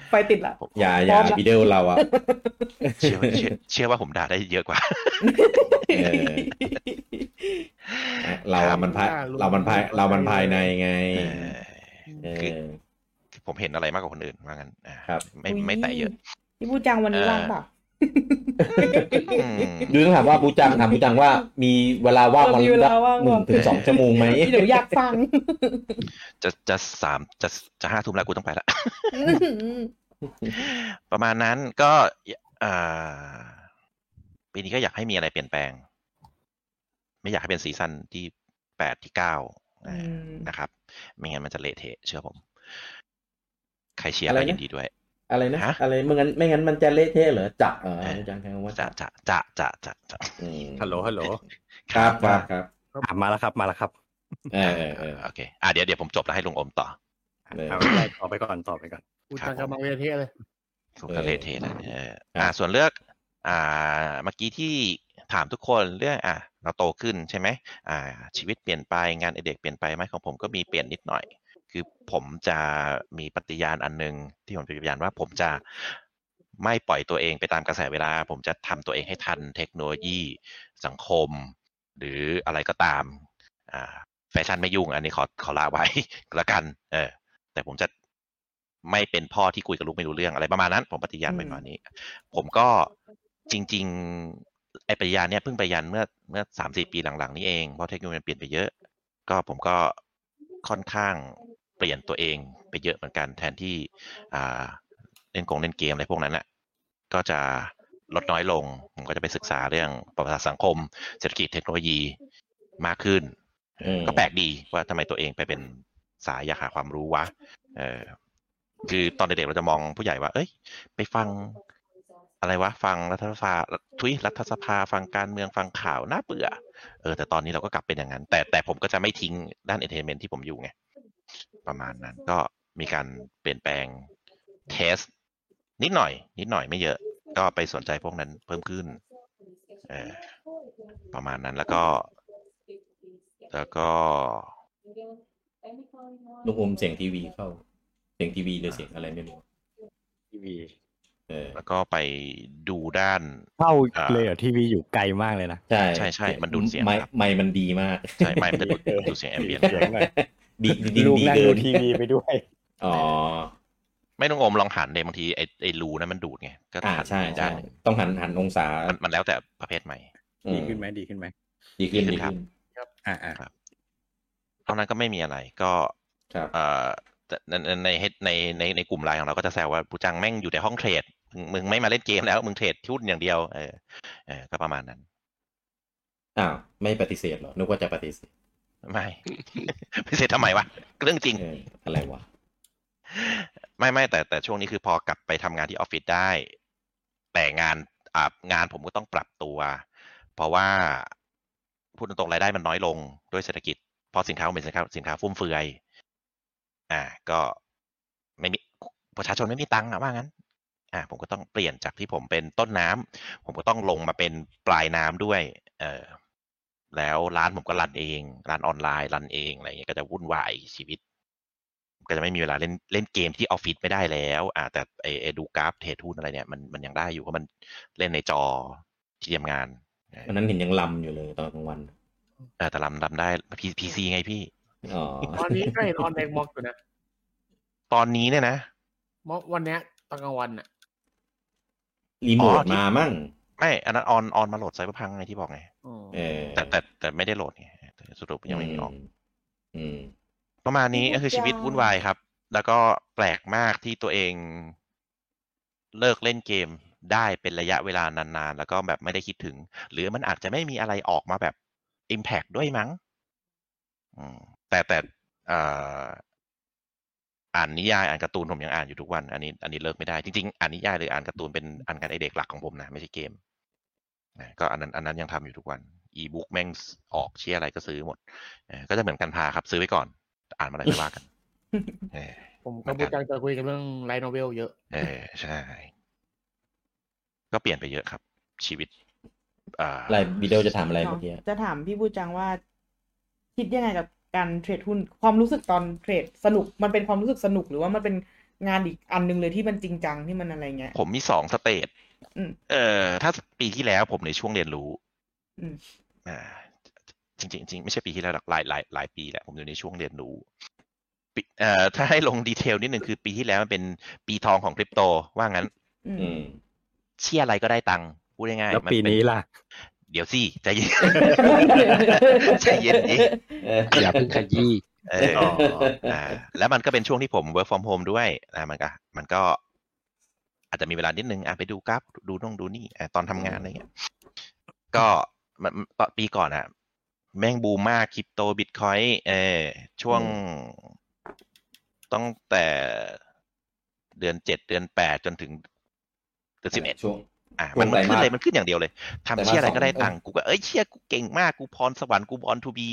S11: ไฟติดละ
S1: เอออย่าอย่า
S11: พร้อมละ
S1: บีเดลเราอะ
S4: เชื่อเชื่อเชื่อว่าผมด่าได้เยอะกว่า
S1: เออเราอะมันภายเรามันภายเรามันภายในไง
S4: เออ
S1: เอ
S4: คือ
S1: อ
S4: คือผมเห็นอะไรมากกว่าคนอื่นว่างั้นอ่า
S1: ครับ
S4: ไม่ไม่แต่เยอะ
S11: พี่พูดจังวันนี้
S4: เออ
S11: ว่างเปล่า
S4: อืม
S1: ดูต้องถามว่าบูจังถามบูจังว่ามีเวลาว่างวัน
S11: เออมีเวลาว่าง
S1: หนึ่
S11: ว่ะ
S1: งถึงสองชั่วโมงไหม
S11: เดี๋ยวอยากฟัง
S4: จะจะสามจะจะห้าทุ่มแล้วกูต้องไปละ ประมาณนั้นก็อ่าปีนี้ก็อยากให้มีอะไรเปลี่ยนแปลง ไม่อยากให้เป็นซีซั่นที่แปดที่เก้าอ่า นะครับ ไม่งั้นมันจะเละเทะเชื่อผม ใครเชียร์ก็ยินดีด้วย
S1: อะไรนะ
S4: ฮะ
S1: อะไรไม่งั้นไม่งั้นมันจะเละเทะเหรอจะเออบูจังใช้คำว่า
S4: จะจะจะจะจะจะ
S1: อืม
S5: ฮัลโหลฮัลโหล
S1: ครับครับครับ
S5: อ่ะมาแล้วครับมาแล้วครับ
S1: เออเออเออ
S4: โอเคอ่ะเดี๋ยวเดี๋ยวผมจบแล้วให้ลุงอมต่อ
S1: เออ
S5: เอาไม่เป็นไรต่อไปก่อนต่อไปก่อน
S2: อุตส่าห์กำลังเรียนเทศเลย
S4: สุกเลเทศนะเออ
S1: ครั
S4: อ่า
S1: บ
S4: ส่วนเลือกอ่าเมื่อกี้ที่ถามทุกคนเรื่องอ่ะเราโตขึ้นใช่ไหมอ่า ชีวิตเปลี่ยนไปงานอดิเด็กเปลี่ยนไปไหมของผมก็มีเปลี่ยนนิดหน่อย คือผมจะมีปฏิญาณอันหนึง ที่ผมจะปฏิญาณว่าผมจะไม่ปล่อยตัวเองไปตามกระแสเวลา ผมจะทำตัวเองให้ทันเทคโนโลยีสังคม หรืออะไรก็ตามอ่าแฟชั่นไม่ยุ่ง อันนี้ขอขอลาไว้ ละกัน เออ แต่ผมจะไม่เป็นพ่อที่คุยกับลูกไม่รู้เรื่องอะไรประมาณนั้น ผมปฏิญาณไป
S11: อืม
S4: ประมาณนี้ ผมก็จริง ๆ ไอ้ปฏิญาณเนี่ยเพิ่งปฏิญาณเมื่อเมื่อสามสี่ปีหลังๆ นี้เองเพราะเทคโนโลยีมันเปลี่ยนไปเยอะ ก็ผมก็ค่อนข้างเปลี่ยนตัวเองไปเยอะเหมือนกัน แทนที่อ่าเล่นกงเล่นเกมอะไรพวกนั้นน่ะก็จะลดน้อยลง ผมก็จะไปศึกษาเรื่องประวัติศาสตร์สังคม เศรษฐกิจเทคโนโลยีมากขึ้น
S1: อืม
S4: ก็แปลกดีว่าทำไมตัวเองไปเป็นสายอยากหาความรู้วะเออคือตอนเด็กๆเราจะมองผู้ใหญ่ว่า เอ้ย ไปฟังอะไรวะ ฟังรัฐสภาทุยรัฐสภาฟังการเมืองฟังข่าวน่าเบื่อ เออแต่ตอนนี้เราก็กลับเป็นอย่างนั้น แต่แต่ผมก็จะไม่ทิ้งด้านเอนเตอร์เทนเมนที่ผมอยู่ไง ประมาณนั้นก็มีการเปลี่ยนแปลงเทส นิดหน่อย นิดหน่อยไม่เยอะ ก็ไปสนใจพวกนั้นเพิ่มขึ้นเออประมาณนั้นแล้วก็ แล้วก็
S1: ลูกอมเสียงทีวีเข้า เสียงทีวีหรือเสียงอะไรไม่รู้
S5: ทีวี
S1: เออ
S4: แล้วก็ไปดูด้าน
S5: เข้า
S4: อ่า
S5: เลยเหรอทีวีอยู่ไกลมากเลยนะ
S1: ใช่
S4: ใช่ใช่มันดูดเสียง
S1: ไม่
S4: ครับ
S1: ไม่มันดีมาก
S4: ใช่ไม่มันจะดูดดูดเสียงแอมเบียนต์
S5: เสียงหน่อย
S1: ดีดีดี
S5: ลูก
S1: ดี
S5: นั่ง
S1: เกิ
S5: ดู
S1: น
S5: ทีวีไปด้วย
S1: อ๋อ
S4: ไม่ต้องอมลองหันเลยบางทีไอไอรูนั้นมันดูดไงก็
S1: อ่า
S4: หัน
S1: ใช่
S4: อีก
S1: ใช่
S4: ด้านหนึ่ง
S1: ต้องหันหันองศา
S4: มันมันแล้วแต่ประเภทใหม่
S1: อื
S5: ดีขึ้นไหมดีขึ้นไหม
S1: ดีขึ้น
S4: ดี
S1: ดี
S4: ขึ้นครั
S1: ขึ้
S4: บ
S1: น
S5: อ่าอ่า
S4: เท่านั้นก็ไม่มีอะไรก็
S1: ครับ
S4: เอ่อแต่ในในในในในในกลุ่มไลน์ของเราก็จะแซวว่าปูจังแม่งอยู่ในห้องเทรดมึงมึงไม่มาเล่นเกมแล้ว มึงเทรดหุ้นอย่างเดียวเออเออก็ประมาณนั้น
S1: อ้าวไม่ปฏิเสธเหรอนึกว่าจะปฏิเสธ
S4: ไม่ ไม่เสร็จทำไมวะเรื่องจริง
S1: เอออะไรวะ
S4: ไม่ไม่แต่แต่ช่วงนี้คือพอกลับไปทำงานที่ออฟฟิศได้ แต่งานอ่างานผมก็ต้องปรับตัว เพราะว่าพูดตรงๆรายได้มันน้อยลงด้วยเศรษฐกิจเพราะสินค้ามันเป็นสินค้าสินค้าฟุ่มเฟือย อ่า ก็ไม่มีประชาชนไม่มีตังค์อะว่างั้น อ่า ผมก็ต้องเปลี่ยนจากที่ผมเป็นต้นน้ำผมก็ต้องลงมาเป็นปลายน้ำด้วย เออแล้วร้านผมก็รันเอง ร้านออนไลน์รันเองอะไรเงี้ยก็จะวุ่นวายชีวิต ก็จะไม่มีเวลาเล่นเล่นเกมที่ออฟฟิศไม่ได้แล้ว อ่า แต่ไอไอ้ดูกราฟเทรดหุ้นอะไรเนี่ยมันมันยังได้อยู่เพราะมันเล่นในจอที่ทำงาน
S1: วันนั้นเห็นยังลำอยู่เลยตอนกลางวัน
S4: เออแต่รำรำได้พีพีซีไงพี่
S1: อ๋อ
S2: ตอนนี้ก็เห็นออนไลน์ม็อกอยู่นะ
S4: ตอนนี้เนี่ยนะ
S2: ม็อกวันเนี้ยตอนกลางวันอ่ะ
S1: รีโม
S4: อ๋
S1: ท
S4: อที่
S1: มามั่ง
S4: ไม่อันนั้นออนออนมาโหลดไซเบอร์พังไงที่บอกไง
S1: เออ
S4: แต่แต่แต่ไม่ได้โหลดไงสรุปยังไม่มีออก
S1: อืม
S4: ประมาณนี้
S11: วุ่น
S4: ก็คือชีวิต
S11: วาย
S4: วุ่นวายครับ แล้วก็แปลกมากที่ตัวเอง เลิกเล่นเกมได้เป็นระยะเวลานานๆ แล้วก็แบบไม่ได้คิดถึง หรือมันอาจจะไม่มีอะไรออกมาแบบ Impact ด้วยมั้งอืมแต่แต่เอ่ออ่านนิยายอ่านการ์ตูนผมยังอ่านอยู่ทุกวัน อันนี้ อันนี้เลิกไม่ได้ จริงๆอ่านนิยายหรืออ่านการ์ตูนเป็นอ่านการไอเด็กหลักของผมนะไม่ใช่เกมนะก็อันนั้นอันนั้นยังทำอยู่ทุกวันอีบุ๊กแม่งออกเชี่ยอะไรก็ซื้อหมดเออก็จะเหมือนกันพาครับ ซื้อไว้ก่อน อ่านมาอะไรไม่ว่ากัน เออ
S2: ผมกับบูจังจะคุยกันเรื่องไลท์โนเวลเยอะ
S4: เออใช่ ก็เปลี่ยนไปเยอะครับ ชีวิต อ่า
S1: อะไรวิดีโอจะถามอะไร
S11: เนาะ
S1: เมื่อกี้
S11: จะถามพี่บูจังว่า คิดยังไงกับการเทรดหุ้น ความรู้สึกตอนเทรดสนุกมันเป็นความรู้สึกสนุกหรือว่ามันเป็นงานอีกอันหนึงเลยที่มันจริงจังที่มันอะไรเงี้ย
S4: ผมมีสองสเตจ
S11: อืม
S4: เออ ถ้าปีที่แล้วผมในช่วงเรียนรู้
S11: อืม
S4: อ่าจริงจริงจริงไม่ใช่ปีที่แล้วหรอกหลายหลายหลายปีแหละผมอยู่ในช่วงเรียนรู้ปีเอ่อถ้าให้ลงดีเทลนิดหนึ่งคือปีที่แล้วมันเป็นปีทองของคริปโต ว่างั้น
S11: อืม
S1: อืม
S4: เชี่ยอะไรก็ได้ตังค์พูดง่ายๆ
S5: แล้ว
S4: มั
S5: ปีนี้ล่ะ
S4: เดี๋ยวสิใจเย็น ใจเย็นดิ
S7: อย่าเพิ่งขยี้
S4: เอออ๋ออ่า แล้วมันก็เป็นช่วงที่ผม work from home ด้วยอ่ามันก็มันก็ อาจจะมีเวลานิดนึงอ่ะไปดูกราฟดูนู่นดูนี่อ่ะตอนทำงานอะไรเงี้ยก็มันมันตอนปีก่อนอ่ะ แม่งบูมมากคริปโตบิตคอยเออช่วงตั้งแต่เดือนเจ็ดเดือนแปดจนถึงเดือนสิบเอ็ด
S1: ช่วง
S4: อ่ะ
S1: ช่ว
S4: มั
S1: ง
S4: นมันขึ้น
S1: ไตรมาส
S4: เลยมันขึ้นอย่างเดียวเลยทำ
S1: ไตรมาส
S4: เชี่ยอะไร
S1: สอง
S4: ก็ได้ตังค์กูก็เอ้ยเชี่ยกูเก่งมากกูพรสวรรค์กูบอลทูบี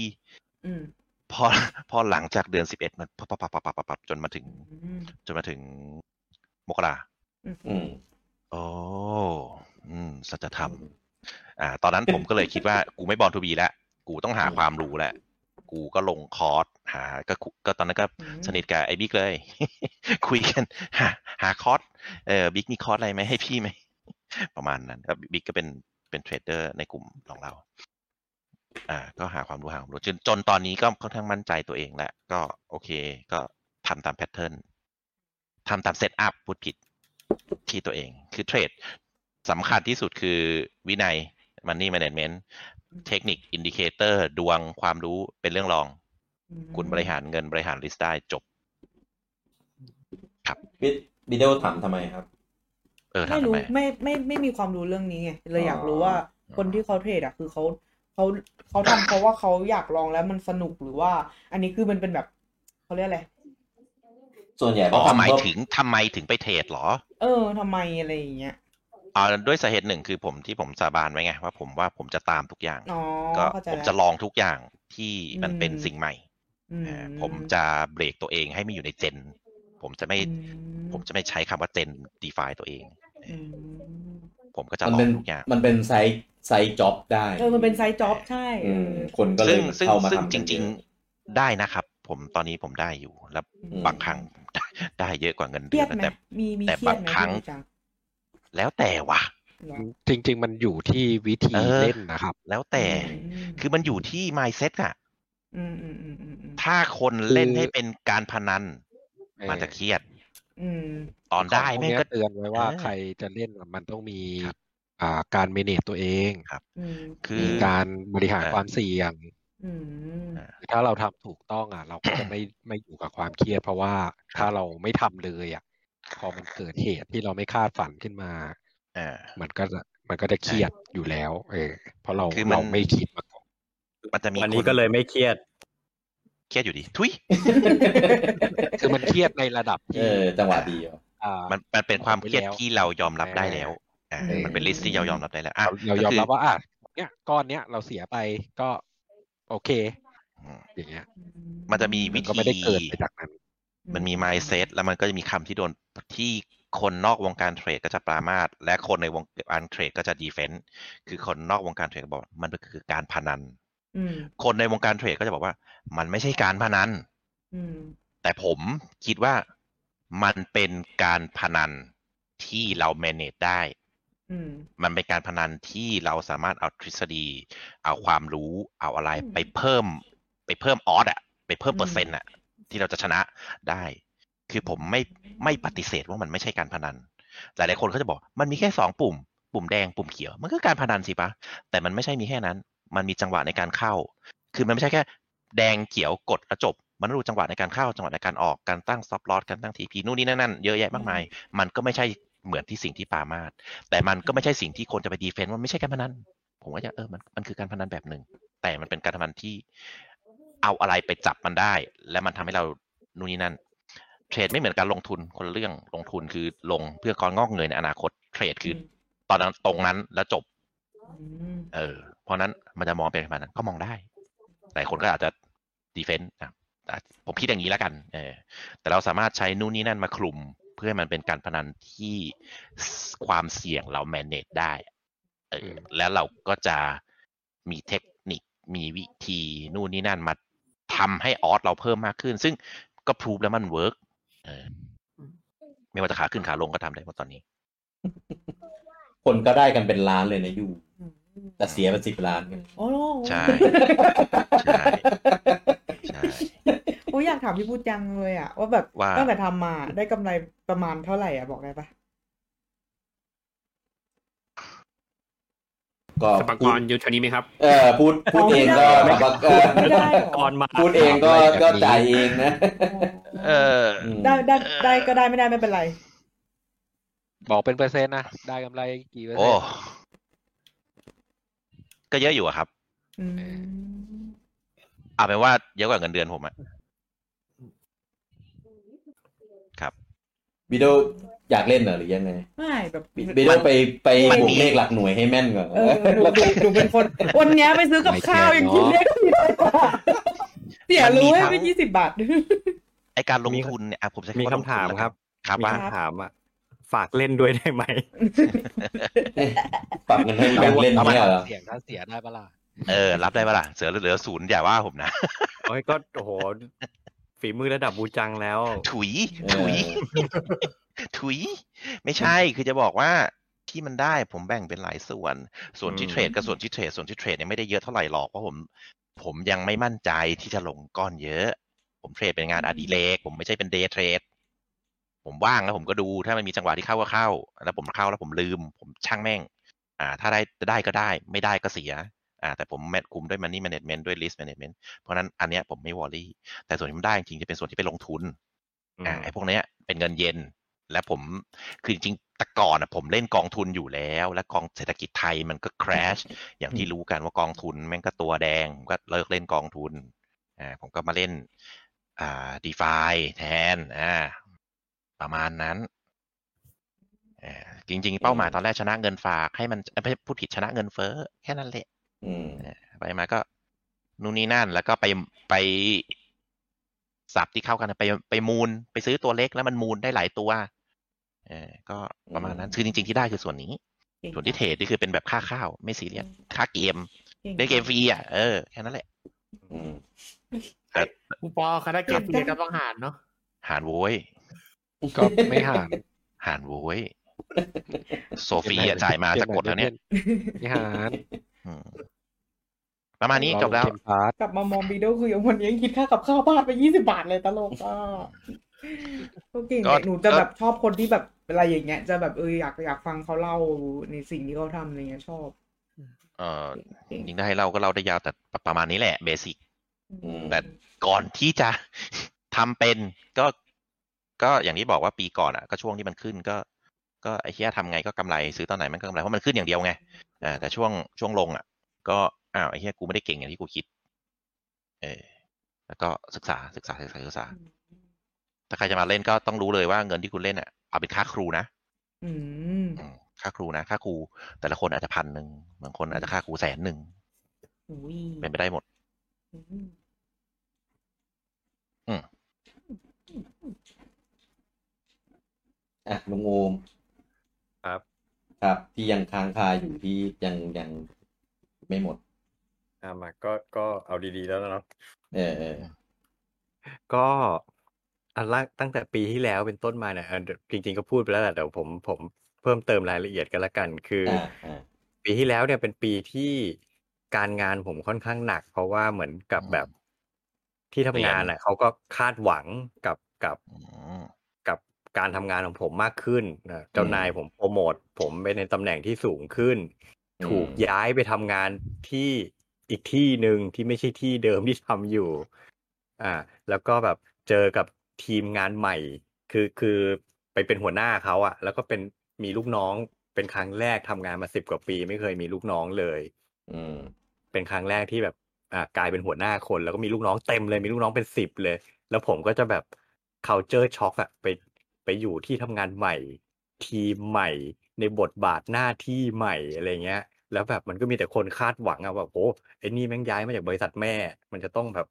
S11: อืม
S4: พอ พอหลังจากเดือนสิบเอ็ดมันปับปับปับปับปับปับจนมาถึง
S11: อืม
S4: จนมาถึงมกรา
S11: อืม
S1: อืม
S4: โอ้อืมสัจธรรม อ่า ตอนนั้นผมก็เลยคิดว่า กูไม่บอลทูบีแล้ว กูต้องหาความรู้แล้ว กูก็ลงคอร์สหาก็คุก็ตอนนั้นก็
S11: อืม
S4: สนิทกับไอ้บิ๊กเลย คุยกัน หาหาคอร์สเออบิ๊กมีคอร์สอะไรไหมให้พี่ไหม ประมาณนั้นก็บิ๊กก็เป็นเป็นเทรดเดอร์ในกลุ่มของเรา อ่า ก็หาความรู้หาความรู้จนจนตอนนี้ก็ค่อนข้างมั่นใจตัวเองแล้วก็โอเค ก็ทำตามแพทเทิร์นทำตามเซตอัพพูดผิดที่ตัวเอง คือเทรดสำคัญที่สุดคือวินัยมันนี่แมネจเมนต์เทคนิคอินดิเคเตอร์ดวงความรู้เป็นเรื่องรอง
S11: อืม
S4: คุณบริหารเงินบริหารลิสต์ได้จบ
S1: วิดีโอถามทำไมครับ
S4: เออ
S11: ไม่
S4: ทำทำ
S11: รู้
S4: ไม
S11: ไม่ไม่ไม่มีความรู้เรื่องนี้ไงเลยอยากรู้ว่า
S4: อ๋อ
S11: คนที่เขาเทรดอะคือเขาเขาเขาทำเพราะว่าเขาอยากลองแล้วมันสนุกหรือว่า อันนี้คือมันเป็นแบบเขาเรียกอะไร
S1: ส่วนใหญ่
S4: อ๋
S1: เขา
S4: อ
S1: ทำ
S4: หมาย
S1: เพื่อ
S4: ถึงทำไมถึงไปเทรดเหรอ
S11: เออทำไมอะไรอย่างเงี้ย
S4: อ่าด้วยสาเหตุหนึ่งคือผมที่ผมสาบานไว้ไงว่าผมว่าผมจะตามทุกอย่าง
S11: อ๋อ
S4: ก็
S11: เข้าใจ
S4: ผม
S11: แล้ว
S4: จะลองทุกอย่างที่มันเป็น
S11: อืม
S4: สิ่งใหม่
S11: อื
S4: เออผมจะเบรกตัวเองให้ไม่อยู่ในเจน ผมจะไม่
S11: อื
S4: ผมจะไม่ใช้คำว่าเจน define ตัวเอง
S11: อืม
S4: ผมก็จะ
S1: มัน
S4: ลอ
S1: เป็น
S4: งทุกอย่าง
S1: มันเป็นไซส์ไซส์จ็อบได้
S11: เออมันเป็นไซด์จ็อบใช่เอ
S1: อืม
S11: อ
S1: คนก็เล
S4: ซึ่
S1: ย
S4: งซึ่ง
S1: เข้ามา
S4: ซึ่ง
S1: ทำ
S4: จ
S1: กันเย
S4: ริง
S1: อะ
S4: ๆได้นะครับ ผมตอนนี้ผมได้อยู่ แล้ว
S11: อืม
S4: บางครั้ ง ได้เยอะกว่าเงิน
S11: เครีด
S4: เดือย น
S11: ไหม
S4: แต่
S11: มีมี
S4: แต่
S11: เครียด
S4: บาง
S11: ไหม
S4: ครั้ง
S11: พี่จัง
S4: แล้วแต่ว่ะ
S11: เหรอ
S7: จริง ๆ มันอยู่ที่วิธี
S4: เออ
S7: เล่นนะครับ
S4: แล้วแต่
S11: อืม
S4: คือมันอยู่ที่ mindset อะ
S11: อืมอืมอืมอืมอืม
S4: ถ้าคนเล่นให้เป็นการพนัน มันจะเครียด
S11: อืม
S4: ตอนได้
S7: ของพวก
S4: แม่ง
S7: เนี้ย
S4: ก็
S7: เตือนไว้ว่า
S4: เออ
S7: ใครจะเล่นน่ะมันต้องมี
S4: ครับ
S7: อ่าการเมเนจตัวเอง
S11: อืม
S4: คือ
S7: มีการบริหาร
S4: เออ
S7: ความเสี่ยง
S11: อืม
S7: ถ้าเราทำถูกต้องอ่ะ เราก็จะ ไม่ไม่อยู่กับความเครียด เพราะว่าถ้าเราไม่ทำเลยอ่ะ พอมันเกิดเหตุที่เราไม่คาดฝันขึ้นมา
S4: อ่า
S7: มันก็จะมันก็จะเครียดอยู่แล้ว เออเพราะเรา
S4: คือมัน
S7: เราไม่คิดมาก่อน
S4: มันจะมี
S5: วันนี้
S4: ค
S5: ก็เลยไม่เครียด
S4: เครียดอยู่ดี ทุย
S7: คือมันเครียดในระดับ
S1: เอ
S7: ที่
S1: อจังหวะดีอ่ะ
S7: อ่า
S4: มันมันเป็นความเครียด
S7: ออกไปแล้ว
S4: ที่เรายอมรับได้แล้วอ่ะ
S1: เออ
S4: มันเป็นลิสที่เรายอมรับได้แล้วอ่ะ
S7: เราเรายอ
S4: ก็
S7: ม
S4: คื
S7: รับว่าอ่ะเนี่ยก้อนเนี้ยเราเสียไปก็โอเค
S4: อืม
S7: อย่างเงี้ย
S4: มันจะมีวิ
S7: มั
S4: ธี
S7: นก็ไม่ได้เกินไปจากนั้น
S4: มันมี mindset แล้วมันก็จะมีคำที่โดนที่คนนอกวงการเทรดก็จะปรามาสและคนในวงการเทรดก็จะดีเฟนต์คือคนนอกวงการเทรดก็บอกมันคือการพนัน
S11: อืม
S4: คนในวงการเทรดก็จะบอกว่า มันไม่ใช่การพนัน
S11: อืม
S4: แต่ผมคิดว่ามันเป็นการพนันที่เรา manage ได้
S11: อืม
S4: มันเป็นการพนันที่เราสามารถเอาทฤษฎี เอาความรู้ เอาอะไรไปเพิ่ม ไปเพิ่มออสอะไปเพิ่มเปอร์เซ็นต์อะที่เราจะชนะได้ คือผมไม่ไม่ปฏิเสธว่ามันไม่ใช่การพนัน หลายหลายๆคนเขาจะบอกมันมีแค่สองปุ่ม ปุ่มแดงปุ่มเขียว มันก็การพนันสิปะแต่มันไม่ใช่มีแค่นั้น มันมีจังหวะในการเข้า คือมันไม่ใช่แค่ แดงเขียวกดแล้วจบ มันรู้จังหวะในการเข้าจังหวะในการออกการตั้งซอฟลอตการตั้งทีพีนู่นนี่นั่นๆเยอะแยะมากมาย มันก็ไม่ใช่เหมือนที่สิ่งที่ปามาด แต่มันก็ไม่ใช่สิ่งที่คนจะไปดีเฟนต์ว่าไม่ใช่การพนัน ผมว่าจะเออมันมันคือการพนันแบบหนึ่ง แต่มันเป็นการพนันที่เอาอะไรไปจับมันได้ และมันทำให้เรานู่นนี่นั่น เทรดไม่เหมือนการลงทุนคนละเรื่องลงทุนคือลงเพื่อก้อนงอกเงยในอนาคตเทรดคืออ
S11: ม
S4: ตอนนั้นตรงนั้นแล้วจบ
S11: อืม
S4: เออ เพราะนั้นมันจะมองเป็นประมาณนั้นก็มองได้ แต่คนก็อาจจะดีเฟนต์นะแต่ผมคิดอย่างนี้แล้วกัน เออ แต่เราสามารถใช้นู่นนี่นั่นมาคลุม เพื่อให้มันเป็นการพนันที่สความเสี่ยงเรา manage ได้ เออ แล้วเราก็จะมีเทคนิค มีวิธีนู่นนี่นั่นมาทำให้ออสเราเพิ่มมากขึ้น ซึ่งก็พรูฟแล้วมันเวิร์กเออ ไม่ว่าจะขาขึ้นขาลงก็ทำได้หมดตอนนี้
S1: คนก็ได้กันเป็นล้านเลยนะยูแต่เสียเป็นสิบล้านกัน
S11: โอ้โห
S4: ใช่ ใช่ใช่
S11: โอ้ยอยากถามพี่พูดจังเลยอ่ะ ว่าแบบ
S4: ว่า
S11: ตั้งแต่ทำมาได้กำไรประมาณเท่าไหร่อ่ะบอกได้ปะ
S1: ก็
S6: สปาก
S1: พูด
S6: รอยู่เท่านี้ไหมครับ
S1: เออพูดพูดเองก็แบบว่าเออ
S11: ไม่ได้เหรอ
S5: ก่อนมา
S1: พูดเองก็ก็จ่ายเองนะ
S4: เออ
S11: ได้ได้ได้ก็ได้ไม่ได้ไม่เป็นไร
S7: บอกเป็นเปอร์เซ็นต์นะ ได้กำไรกี่เปอร์
S4: โอ้
S7: เซ็นต์
S4: ก็เยอะอยู่อะครับ
S11: อืม
S4: เอาเป็นว่าเยอะกว่าเงินเดือนผมอะ
S1: บิโดอยากเล่นเหรอหรือยังไง
S11: ไม่แบบ
S1: บิโดไปไป
S4: มัน
S1: ผู
S4: มี
S1: กเลขหลักหน่วยให้แม่นก่อน
S11: เออหนูหนูหนูเป็นคน วันเนี้ยไปซื้อกับข้าวยังคิดเลขผิดเลยว่ะเสียรู้ให้ไปยี่สิบบาท
S4: ไอการลงทุนเนี่ยอ่ะผมจะ
S5: มีคำถามครับ
S4: ครับ
S5: มี
S4: ว่า
S5: คำถามอ่ะ ฝากเล่นด้วยได้ไหม
S1: ปรับเงินให้แม่นเล่น
S4: อา
S1: ไม่ใช่เหรอ
S7: เสียงถ้าเสียได้ปะล่ะ
S4: เออ รับได้ปะล่ะ เสือเหลือศูนย์อย่าว่าผมนะ
S5: โอ้ยก็โอ้โหฝีมือระดับบูจังแล้ว
S4: ถุย
S1: เอ
S4: ถุย
S1: อ
S4: ถุย ไม่ใช่ คือจะบอกว่าที่มันได้ผมแบ่งเป็นหลายส่วน ส่วนที่
S5: อืม
S4: เทรดกับส่วนที่เทรด ส่วนที่เทรดเนี่ยไม่ได้เยอะเท่าไหร่หรอก เพราะผม ผมยังไม่มั่นใจที่จะลงก้อนเยอะ ผมเทรดเป็นงานอดิเรก ผมไม่ใช่เป็นเดย์เทรด ผมว่างแล้วผมก็ดู ถ้ามันมีจังหวะที่เข้าก็เข้า แล้วผมเข้าแล้วผมลืม ผมช่างแม่ง อ่า ถ้าได้ได้ก็ได้ ไม่ได้ก็เสีย อ่า แต่ผมแมทคุมด้วยมันนี่แมネจเมนต์ด้วยลิสต์แมเนจเมนต์เพราะฉะนั้นอันเนี้ยผมไม่วอรี่ แต่ส่วนที่มันได้จริงๆจะเป็นส่วนที่ไปลงทุน อ่าไอ้พวกเนี้ยเป็นเงินเย็น และผมคือจริงๆแต่ก่อนอะผมเล่นกองทุนอยู่แล้ว และกองเศรษฐกิจไทยมันก็ crash อย่างที่รู้กันว่ากองทุนแม่งก็ตัวแดงผมก็เลิกเล่นกองทุนอ่าผมก็มาเล่นอ่าดีฟาแทนอ่าประมาณนั้นอ่าจริง ๆ เป้าหมายตอนแรกชนะเงินฝากให้มันเอ้ยไม่ใช่พูดผิดชนะเงินเฟ้อแค่นั้นแหละ
S1: อืม
S4: ไปมาก็นู่นนี่นั่น แล้วก็ไปไปสับที่เข้ากันไปไปมูลไปซื้อตัวเล็กแล้วมันมูลได้หลายตัวเออก็ประมาณนั้น
S1: อืม
S4: คือจริง ๆที่ได้คือส่วนนี้ ส่วนที่เทรดนี่คือเป็นแบบค่าข้าวไม่ซีเรียสค่าเกมได้เกมฟรีอ่ะเออแค่นั้นแหละ
S1: อืม
S2: คุณปอคณะเกมเนี่ยก็ต้องหารเนาะ
S4: หารโว้ย
S7: ก็ไม่ห่าง
S4: หารโว้ยโซฟี อะจ่ายมาจะกดแล้วเนี่ย
S7: ไม่ห่าง
S4: อืมประมาณนี้จบแล้ว
S7: เกมพาร์ท
S11: กลับมามองบีโดคือยังวันนี้ยังคิดค่ากับข้าวบ้านไปยี่สิบาทเลยตลกอ่ะก็เก่ง
S4: ก็
S11: เนี่ยหนูจะแบบชอบคนที่แบบอะไรอย่างเงี้ย จะแบบเอออยากอยากฟังเขาเล่าในสิ่งที่เขาทำอะไรเงี้ยชอบ
S4: เออ
S11: เก่ง
S4: จริงๆได้ให้เราก็เราได้ยาวแต่ประมาณนี้แหละเบสิ
S1: อืม
S4: แต่ ก่อนที่จะ ทำเป็นก็ก็อย่างที่บอกว่าปีก่อนอ่ะก็ช่วงที่มันขึ้นก็ ก็ไอ้เฮียทำไงก็กำไรซื้อตอนไหนมันก็กำไรเพราะมันขึ้นอย่างเดียวไงอ่าแต่ช่วงช่วงลงอ่ะ ก็อ้าวไอ้เฮียกูไม่ได้เก่งอย่างที่กูคิด เออแล้วก็ศึกษาศึกษาศึกษาศึกษา ถ้าใครจะมาเล่นก็ต้องรู้เลยว่าเงินที่คุณเล่นอ่ะเอาเป็นค่าครูนะ
S11: อืม
S4: อืมค่าครูนะ ค่าครู แต่ละคนอาจจะพันหนึ่งบางคนอาจจะค่าครูแสนหนึ่ง
S11: อุ้ย
S4: เป็นไปได้หมด
S11: อืม
S1: อ่ะลุงโอม
S5: ครับ
S1: ครับที่ยังค้างคาอยู่ที่ยังยังไม่หมด
S5: อ่ะมาก็ก็เอาดีๆแล้วเนาะ
S1: เออเออ
S5: ก็อันละตั้งแต่ปีที่แล้วเป็นต้นมาเนี่ยอันจริงๆก็พูดไปแล้วแหละแต่ผมผมเพิ่มเติมรายละเอียดกันละกัน คืออ
S1: อ่าอ่า
S5: ปีที่แล้วเนี่ยเป็นปีที่การงานผมค่อนข้างหนัก เพราะว่าเหมือนกับ
S4: อืม
S5: แบบที่ทำ
S4: เปลี่ยน
S5: งานอ่ะเขาก็คาดหวังกับกับ
S4: อืม
S5: กับการทำงานของผมมากขึ้นนะเจ้านายผมโปรโมทผมไปในตำแหน่งที่สูงขึ้น
S1: อืม
S5: ถูกย้ายไปทำงานที่อีกที่หนึ่งที่ไม่ใช่ที่เดิมที่ทำอยู่ อ่า แล้วก็แบบเจอกับทีมงานใหม่ คือคือไปเป็นหัวหน้าเขาอะแล้วก็เป็นมีลูกน้องเป็นครั้งแรกทำงานมาสิบกว่าปี ไม่เคยมีลูกน้องเลย
S1: อืม
S5: เป็นครั้งแรกที่แบบอ่ากลายเป็นหัวหน้าคน แล้วก็มีลูกน้องเต็มเลยมีลูกน้องเป็นสิบเลย แล้วผมก็จะแบบ culture shock อะไปไปอยู่ที่ทำงานใหม่ ทีมใหม่ ในบทบาทหน้าที่ใหม่อะไรเงี้ย แล้วแบบมันก็มีแต่คนคาดหวังอะแบบโอ้ไอ้นี่แม่งย้ายมาจากบริษัทแม่ มันจะต้องแบบ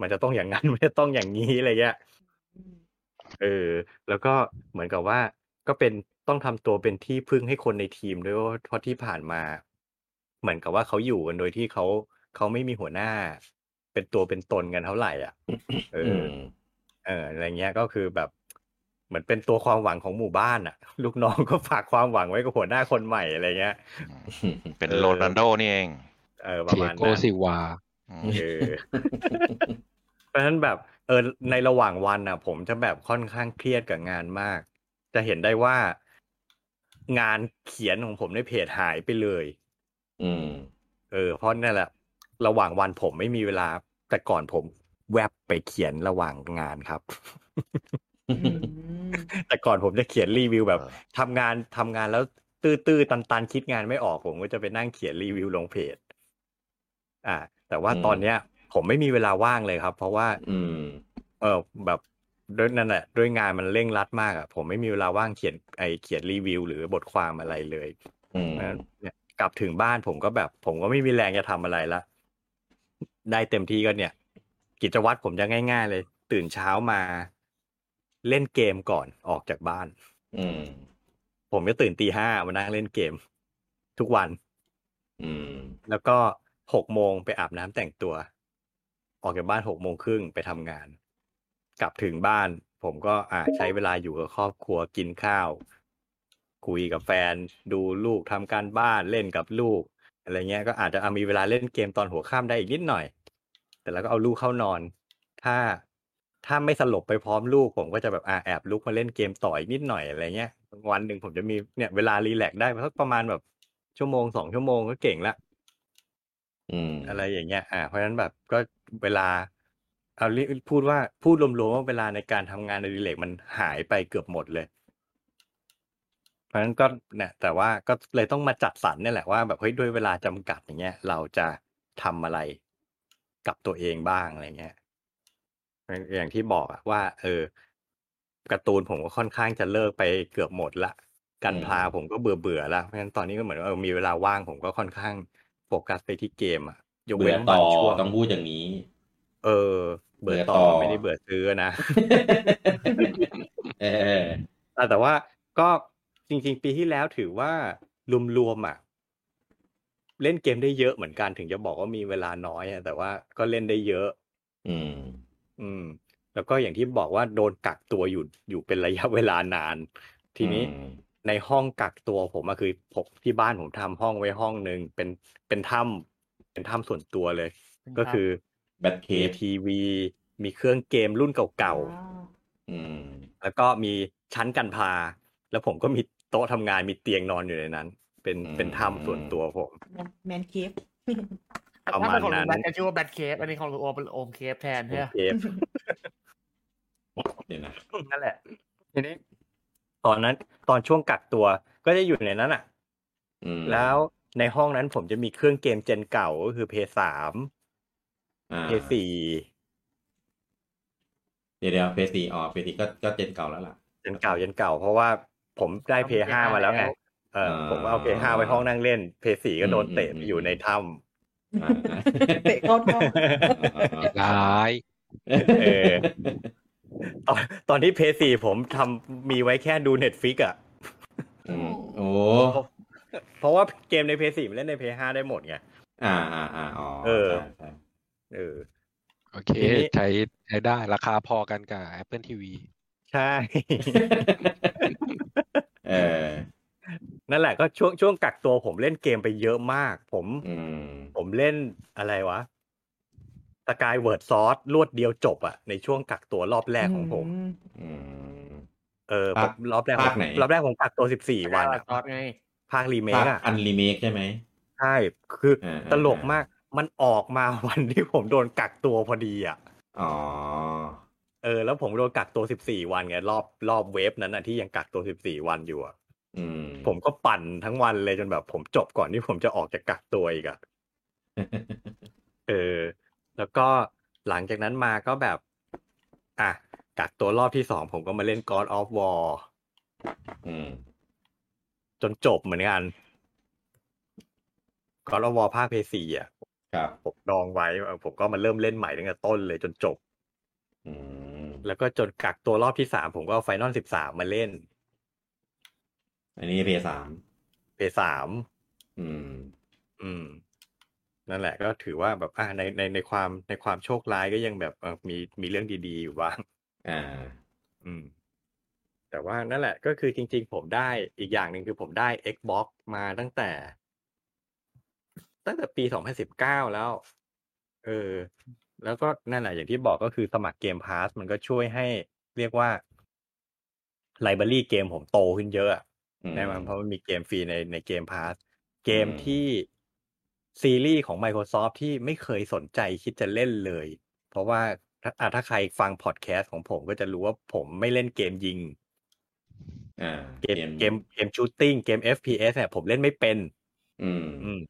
S5: มันจะต้องอย่างนั้น มันจะต้องอย่างนี้อะไรเงี้ย เออแล้วก็เหมือนกับว่าก็เป็นต้องทำตัวเป็นที่พึ่งให้คนในทีมด้วยว่าเพราะที่ผ่านมา เหมือนกับว่าเขาอยู่กันโดยที่เขาเขาไม่มีหัวหน้า เป็นตัวเป็นตนกันเท่าไหร่อ่ะ เอ
S1: อื
S5: อ
S1: ม
S5: เอออะไรเงี้ยก็คือแบบ เหมือนเป็นตัวความหวังของหมู่บ้านอ่ะ ลูกน้องก็ฝากความหวังไว้กับหัวหน้าคนใหม่อะไรเงี้ย
S4: เป็น
S5: เออ
S4: โรนัลโดนี่เอง
S5: เออประ
S7: เทีย
S5: มาณ
S7: โก
S5: นั้น
S7: ซิวา
S4: อืม
S5: เออ เพราะฉะนั้นแบบเออในระหว่างวันน่ะ ผมจะแบบค่อนข้างเครียดกับงานมาก จะเห็นได้ว่างานเขียนของผมในเพจหายไปเลย
S1: อืม
S5: เออเพราะนั่นแหละ ระหว่างวันผมไม่มีเวลา แต่ก่อนผมแวบไปเขียนระหว่างงานครับ
S11: อืม
S5: แต่ก่อนผมจะเขียนรีวิวแบบ
S4: เออ
S5: ทำงานทำงานแล้วตื้อตื้อตันตันๆคิดงานไม่ออกผมก็จะไปนั่งเขียนรีวิวลงเพจ อ่า แต่ว่า
S1: อืม
S5: ตอนเนี้ย ผมไม่มีเวลาว่างเลยครับ เพราะว่า
S1: อืม
S5: เออแบบด้วยนั่นแหละด้วยงานมันเร่งรัดมากอะผมไม่มีเวลาว่างเขียนไอเขียนรีวิว หรือบทความอะไรเลย
S1: อืม
S5: นะเนี่ยกลับถึงบ้านผมก็แบบ ผมก็ไม่มีแรงจะทำอะไรละได้เต็มที่ก็เนี่ย กิจวัตรผมจะง่าย ๆ เลย ตื่นเช้ามา เล่นเกมก่อนออกจากบ้าน
S1: อืม
S5: ผมก็ตื่นตีห้ามานั่งเล่นเกม ทุกวัน
S1: อืม
S5: แล้วก็หกโมงไปอาบน้ำแต่งตัว ออกจากบ้านหกโมงครึ่งไปทำงาน กลับถึงบ้าน ผมก็อ่าใช้เวลาอยู่กับครอบครัวกินข้าว คุยกับแฟน ดูลูกทำการบ้านเล่นกับลูก อะไรเงี้ยก็อาจจะอ่ะมีเวลาเล่นเกมตอนหัวค่ำได้อีกนิดหน่อย แต่แล้วก็เอาลูกเข้านอน ถ้าถ้าไม่สลบไปพร้อมลูก ผมก็จะแบบอ่ะแอบลุกมาเล่นเกมต่ออีกนิดหน่อยอะไรเงี้ยวันหนึ่งผมจะมีเนี่ยเวลารีแลกซ์ได้สักประมาณแบบชั่วโมงสองชั่วโมงก็เก่งละ
S1: อืม
S5: อะไรอย่างเงี้ย อ่า เพราะฉะนั้นแบบก็เวลา เอาเรียกพูดว่าพูดรวมๆว่าเวลาในการทำงานในดิเลกมันหายไปเกือบหมดเลย เพราะฉะนั้นก็เนี่ยแต่ว่าก็เลยต้องมาจัดสรรเนี่ยแหละว่าแบบเฮ้ยด้วยเวลาจำกัดอย่างเงี้ย เราจะทำอะไรกับตัวเองบ้างอะไรเงี้ย อย่างอย่างที่บอกอะว่า เออการ์ตูนผมก็ค่อนข้างจะเลิกไปเกือบหมดละกันพลาผมก็เบื่อเบื่อๆละเพราะฉะนั้นตอนนี้ก็เหมือนว่าเออมีเวลาว่างผมก็ค่อนข้างโฟกัสไปที่เกมอะยก
S1: เบื่
S5: เว้
S1: อน ต่
S5: บา
S1: อง
S5: ช่วง
S1: ต้องพูดอย่างนี้
S5: เออ เบื่อต่
S1: เบื่
S5: อ
S1: อต่อ
S5: ไม่ได้เบื่อซื้อนะ
S1: เออ
S5: อ่ะแต่ว่าก็จริง ๆ ปีที่แล้วถือว่ารวมๆอ่ะ เล่นเกมได้เยอะเหมือนกันถึงจะบอกว่ามีเวลาน้อยอ่ะแต่ว่าก็เล่นได้เยอะ
S1: อืม
S5: อืม แล้วก็อย่างที่บอกว่าโดนกักตัวอยู่อยู่เป็นระยะเวลานาน ทีนี้
S1: อืม
S5: ในห้องกักตัวผมอะคือผมที่บ้านผมทำห้องไว้ห้องหนึ่งเป็นเป็นถ้ำเป็นถ้ำส่วนตัวเลย ก็คือ
S1: แบทเค
S5: มี
S1: ส
S5: ทีวี มีเครื่องเกมรุ่นเก่าๆ
S1: อืม
S5: แล้วก็มีชั้นกันพา แล้วผมก็มีโต๊ะทำงานมีเตียงนอนอยู่ในนั้น เป็น
S1: อืม
S5: เป็นถ้ำส่วนตัวผม
S11: แมนแมนเคฟ
S5: ประ
S2: ถ้า
S5: มา
S2: เป็
S5: ณ
S2: นของ
S5: นั้
S2: ลุง
S5: น
S2: แบทจะชื่อว่าแบทเคฟอันนี้ของลุงโอมเป็นโอมเคฟแทนใช่ไหม
S5: โอเค
S1: เดี๋ยวนะ
S5: นั่นแหละทีนี้ตอนนั้นตอนช่วงกักตัวก็จะอยู่ในนั้นอ่ะ
S1: อืม
S5: แล้วในห้องนั้นผมจะมีเครื่องเกมเจนเก่าก็คือเพย์สาม
S1: อ่า
S5: เอสี่
S1: เดี๋ยวเดี๋ยวเพสีอ๋อเพสีก็ก็เจนเก่าแล้วล่ะ
S5: ยันเก่ายันเก่า เพราะว่าผมได้เพย์ห้ามาแล้วไงเออผมก็เอาเพย์ห้าไว้ห้องนั่งเล่นเพย์สี่ก็โดนเตะไปอยู่ในถ้
S1: อ่า
S11: เตะเข้าท้อง
S1: อ่า
S7: ร้าย
S5: ำเออ ตอน ตอนที่เพย์สี่ผมทำมีไว้แค่ดูเน็ตฟิกอะ
S1: อืมโอ้
S5: เพราะว่าเกมในเพย์สี่มันเล่นในเพย์ห้าได้หมดไง
S1: อ่าอ่าอ่าอ๋อ
S5: เออ
S1: ใช่ใช่
S5: เออ
S7: โอเค
S5: ทีนี้
S7: ใช้ใช้ได้ราคาพอกันกับ Apple TV
S5: ใช่
S1: เออ
S5: นั่นแหละก็ช่วงช่วงกักตัวผมเล่นเกมไปเยอะมาก ผม
S1: อืม
S5: ผมเล่นอะไรวะสกายเวิร์ดซอสรวดเดียวจบอะในช่วงกักตัวรอบแรกของผม
S1: อืม
S5: เออ
S1: ภาค
S5: รอบแรก
S1: ภาคไหน
S5: รอบแรกผมกักตัวสิบสี่วันอะ
S2: ซอสไง
S5: ภาครีเม
S1: ภา
S5: ค
S1: ค
S5: อะ
S1: อันรีเมคใช่ไหม
S5: ใช่คืออา
S1: อ่า
S5: ตลกมากมันออกมา วันที่ผมโดนกักตัวพอดีอะ
S1: อ๋อ
S5: เออแล้วผมโดนกักตัวสิบสี่วันไงรอบรอบเวฟนั้นอะที่ยังกักตัวสิบสี่วันอยู่อะ
S1: อืม
S5: ผมก็ปั่นทั้งวันเลยจนแบบผมจบก่อนที่ผมจะออกจากกักตัวอีกอะ เออ แล้วก็หลังจากนั้นมาก็แบบ อ่ะกักตัวรอบที่สองผมก็มาเล่น God of War
S1: อืม
S5: จนจบเหมือนกัน God of War ภาคเพซีอ่ะ
S1: ครับ
S5: ผมดองไว้เออผมก็มาเริ่มเล่นใหม่ตั้งแต่ต้นเลยจนจบ
S1: อืม
S5: แล้วก็จนกักตัวรอบที่สามผมก็ไฟนอลสิบสามมาเล่น
S1: อันนี้เพย์สาม
S5: เพสาม
S1: อืม
S5: อืม นั่นแหละก็ถือว่าแบบอ่ะในในในความในความโชคร้ายก็ยังแบบเออมีมีเรื่องดีๆอยู่บ้าง
S1: อ่า
S5: อืม แต่ว่านั่นแหละก็คือจริง ๆ ผมได้อีกอย่างหนึ่งคือผมได้ Xbox มาตั้งแต่ ตั้งแต่ปี 2019 แล้ว เออ แล้วก็นั่นแหละอย่างที่บอกก็คือสมัครเกมพาสมันก็ช่วยให้เรียกว่าไลบรารีเกมผมโตขึ้นเยอะอะได้มั้ยเพราะมันมีเกมฟรีในในเกมพาสเกม
S1: อืม
S5: ที่ซีรีส์ของ Microsoft ที่ไม่เคยสนใจคิดจะเล่นเลย เพราะว่าถ้าอ่ะถ้าใครฟังพอดแคสต์ของผมก็จะรู้ว่าผมไม่เล่นเกมยิง
S1: อ่า
S5: เกมเกมเกมชูตติ้งเกม FPS เนี่ยผมเล่นไม่เป็น
S1: อืม
S5: อืม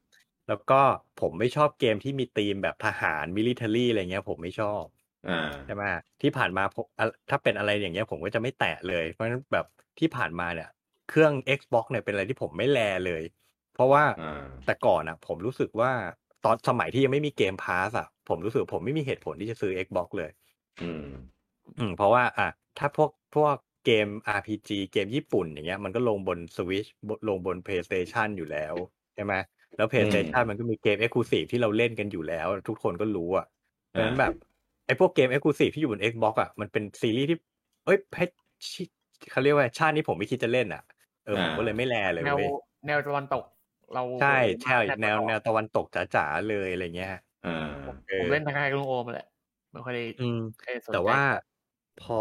S5: แล้วก็ผมไม่ชอบเกมที่มีธีมแบบทหารมิลิเทอรี่อะไรเงี้ย ผมไม่ชอบ
S1: อ่า
S5: ใช่ไหมที่ผ่านมาผมอ่ะถ้าเป็นอะไรอย่างเงี้ย ผมก็จะไม่แตะเลย เพราะฉะนั้นแบบที่ผ่านมาเนี่ย เครื่อง Xbox เนี่ยเป็นอะไรที่ผมไม่แลเลย เพราะว่า
S1: อ่า
S5: แต่ก่อนอ่ะ ผมรู้สึกว่าตอนสมัยที่ยังไม่มีเกมพาสอ่ะ ผมรู้สึกผมไม่มีเหตุผลที่จะซื้อ Xbox เลย
S1: อืม
S5: อืมเพราะว่าอ่ะถ้าพวกพวกเกม RPG เกมญี่ปุ่นอย่างเงี้ยมันก็ลงบน Switch บลงบน PlayStation อยู่แล้วใช่ไหมแล้ว PlayStation มันก็มีเกม Exclusive ที่เราเล่นกันอยู่แล้ว ทุกคนก็รู้อ่ะเพราะฉะนั้นแบบไอ้พวกเกม Exclusive ที่อยู่บน Xbox อ่ะมันเป็นซีรีส์ที่ เอ้ยเพชรชิเขาเรียกว่าชาตินี้ผมไม่คิดจะเล่นอ่ะเออผมก็เลยไม่แลเลย
S2: แนว
S5: เว้ย
S2: แนวตะวันตก เรา
S5: ใช่ใช่แนวแนว
S2: ตะ
S5: ตะวันตกจ๋าๆเลยอะไรเงี้ยฮะ
S1: อ่า
S2: วันตกผมเล่นทางใครกับลุงโอมแหละไม่ค่อยได้
S5: อืม
S2: เคยสนใจ
S5: แต่ว่าพอ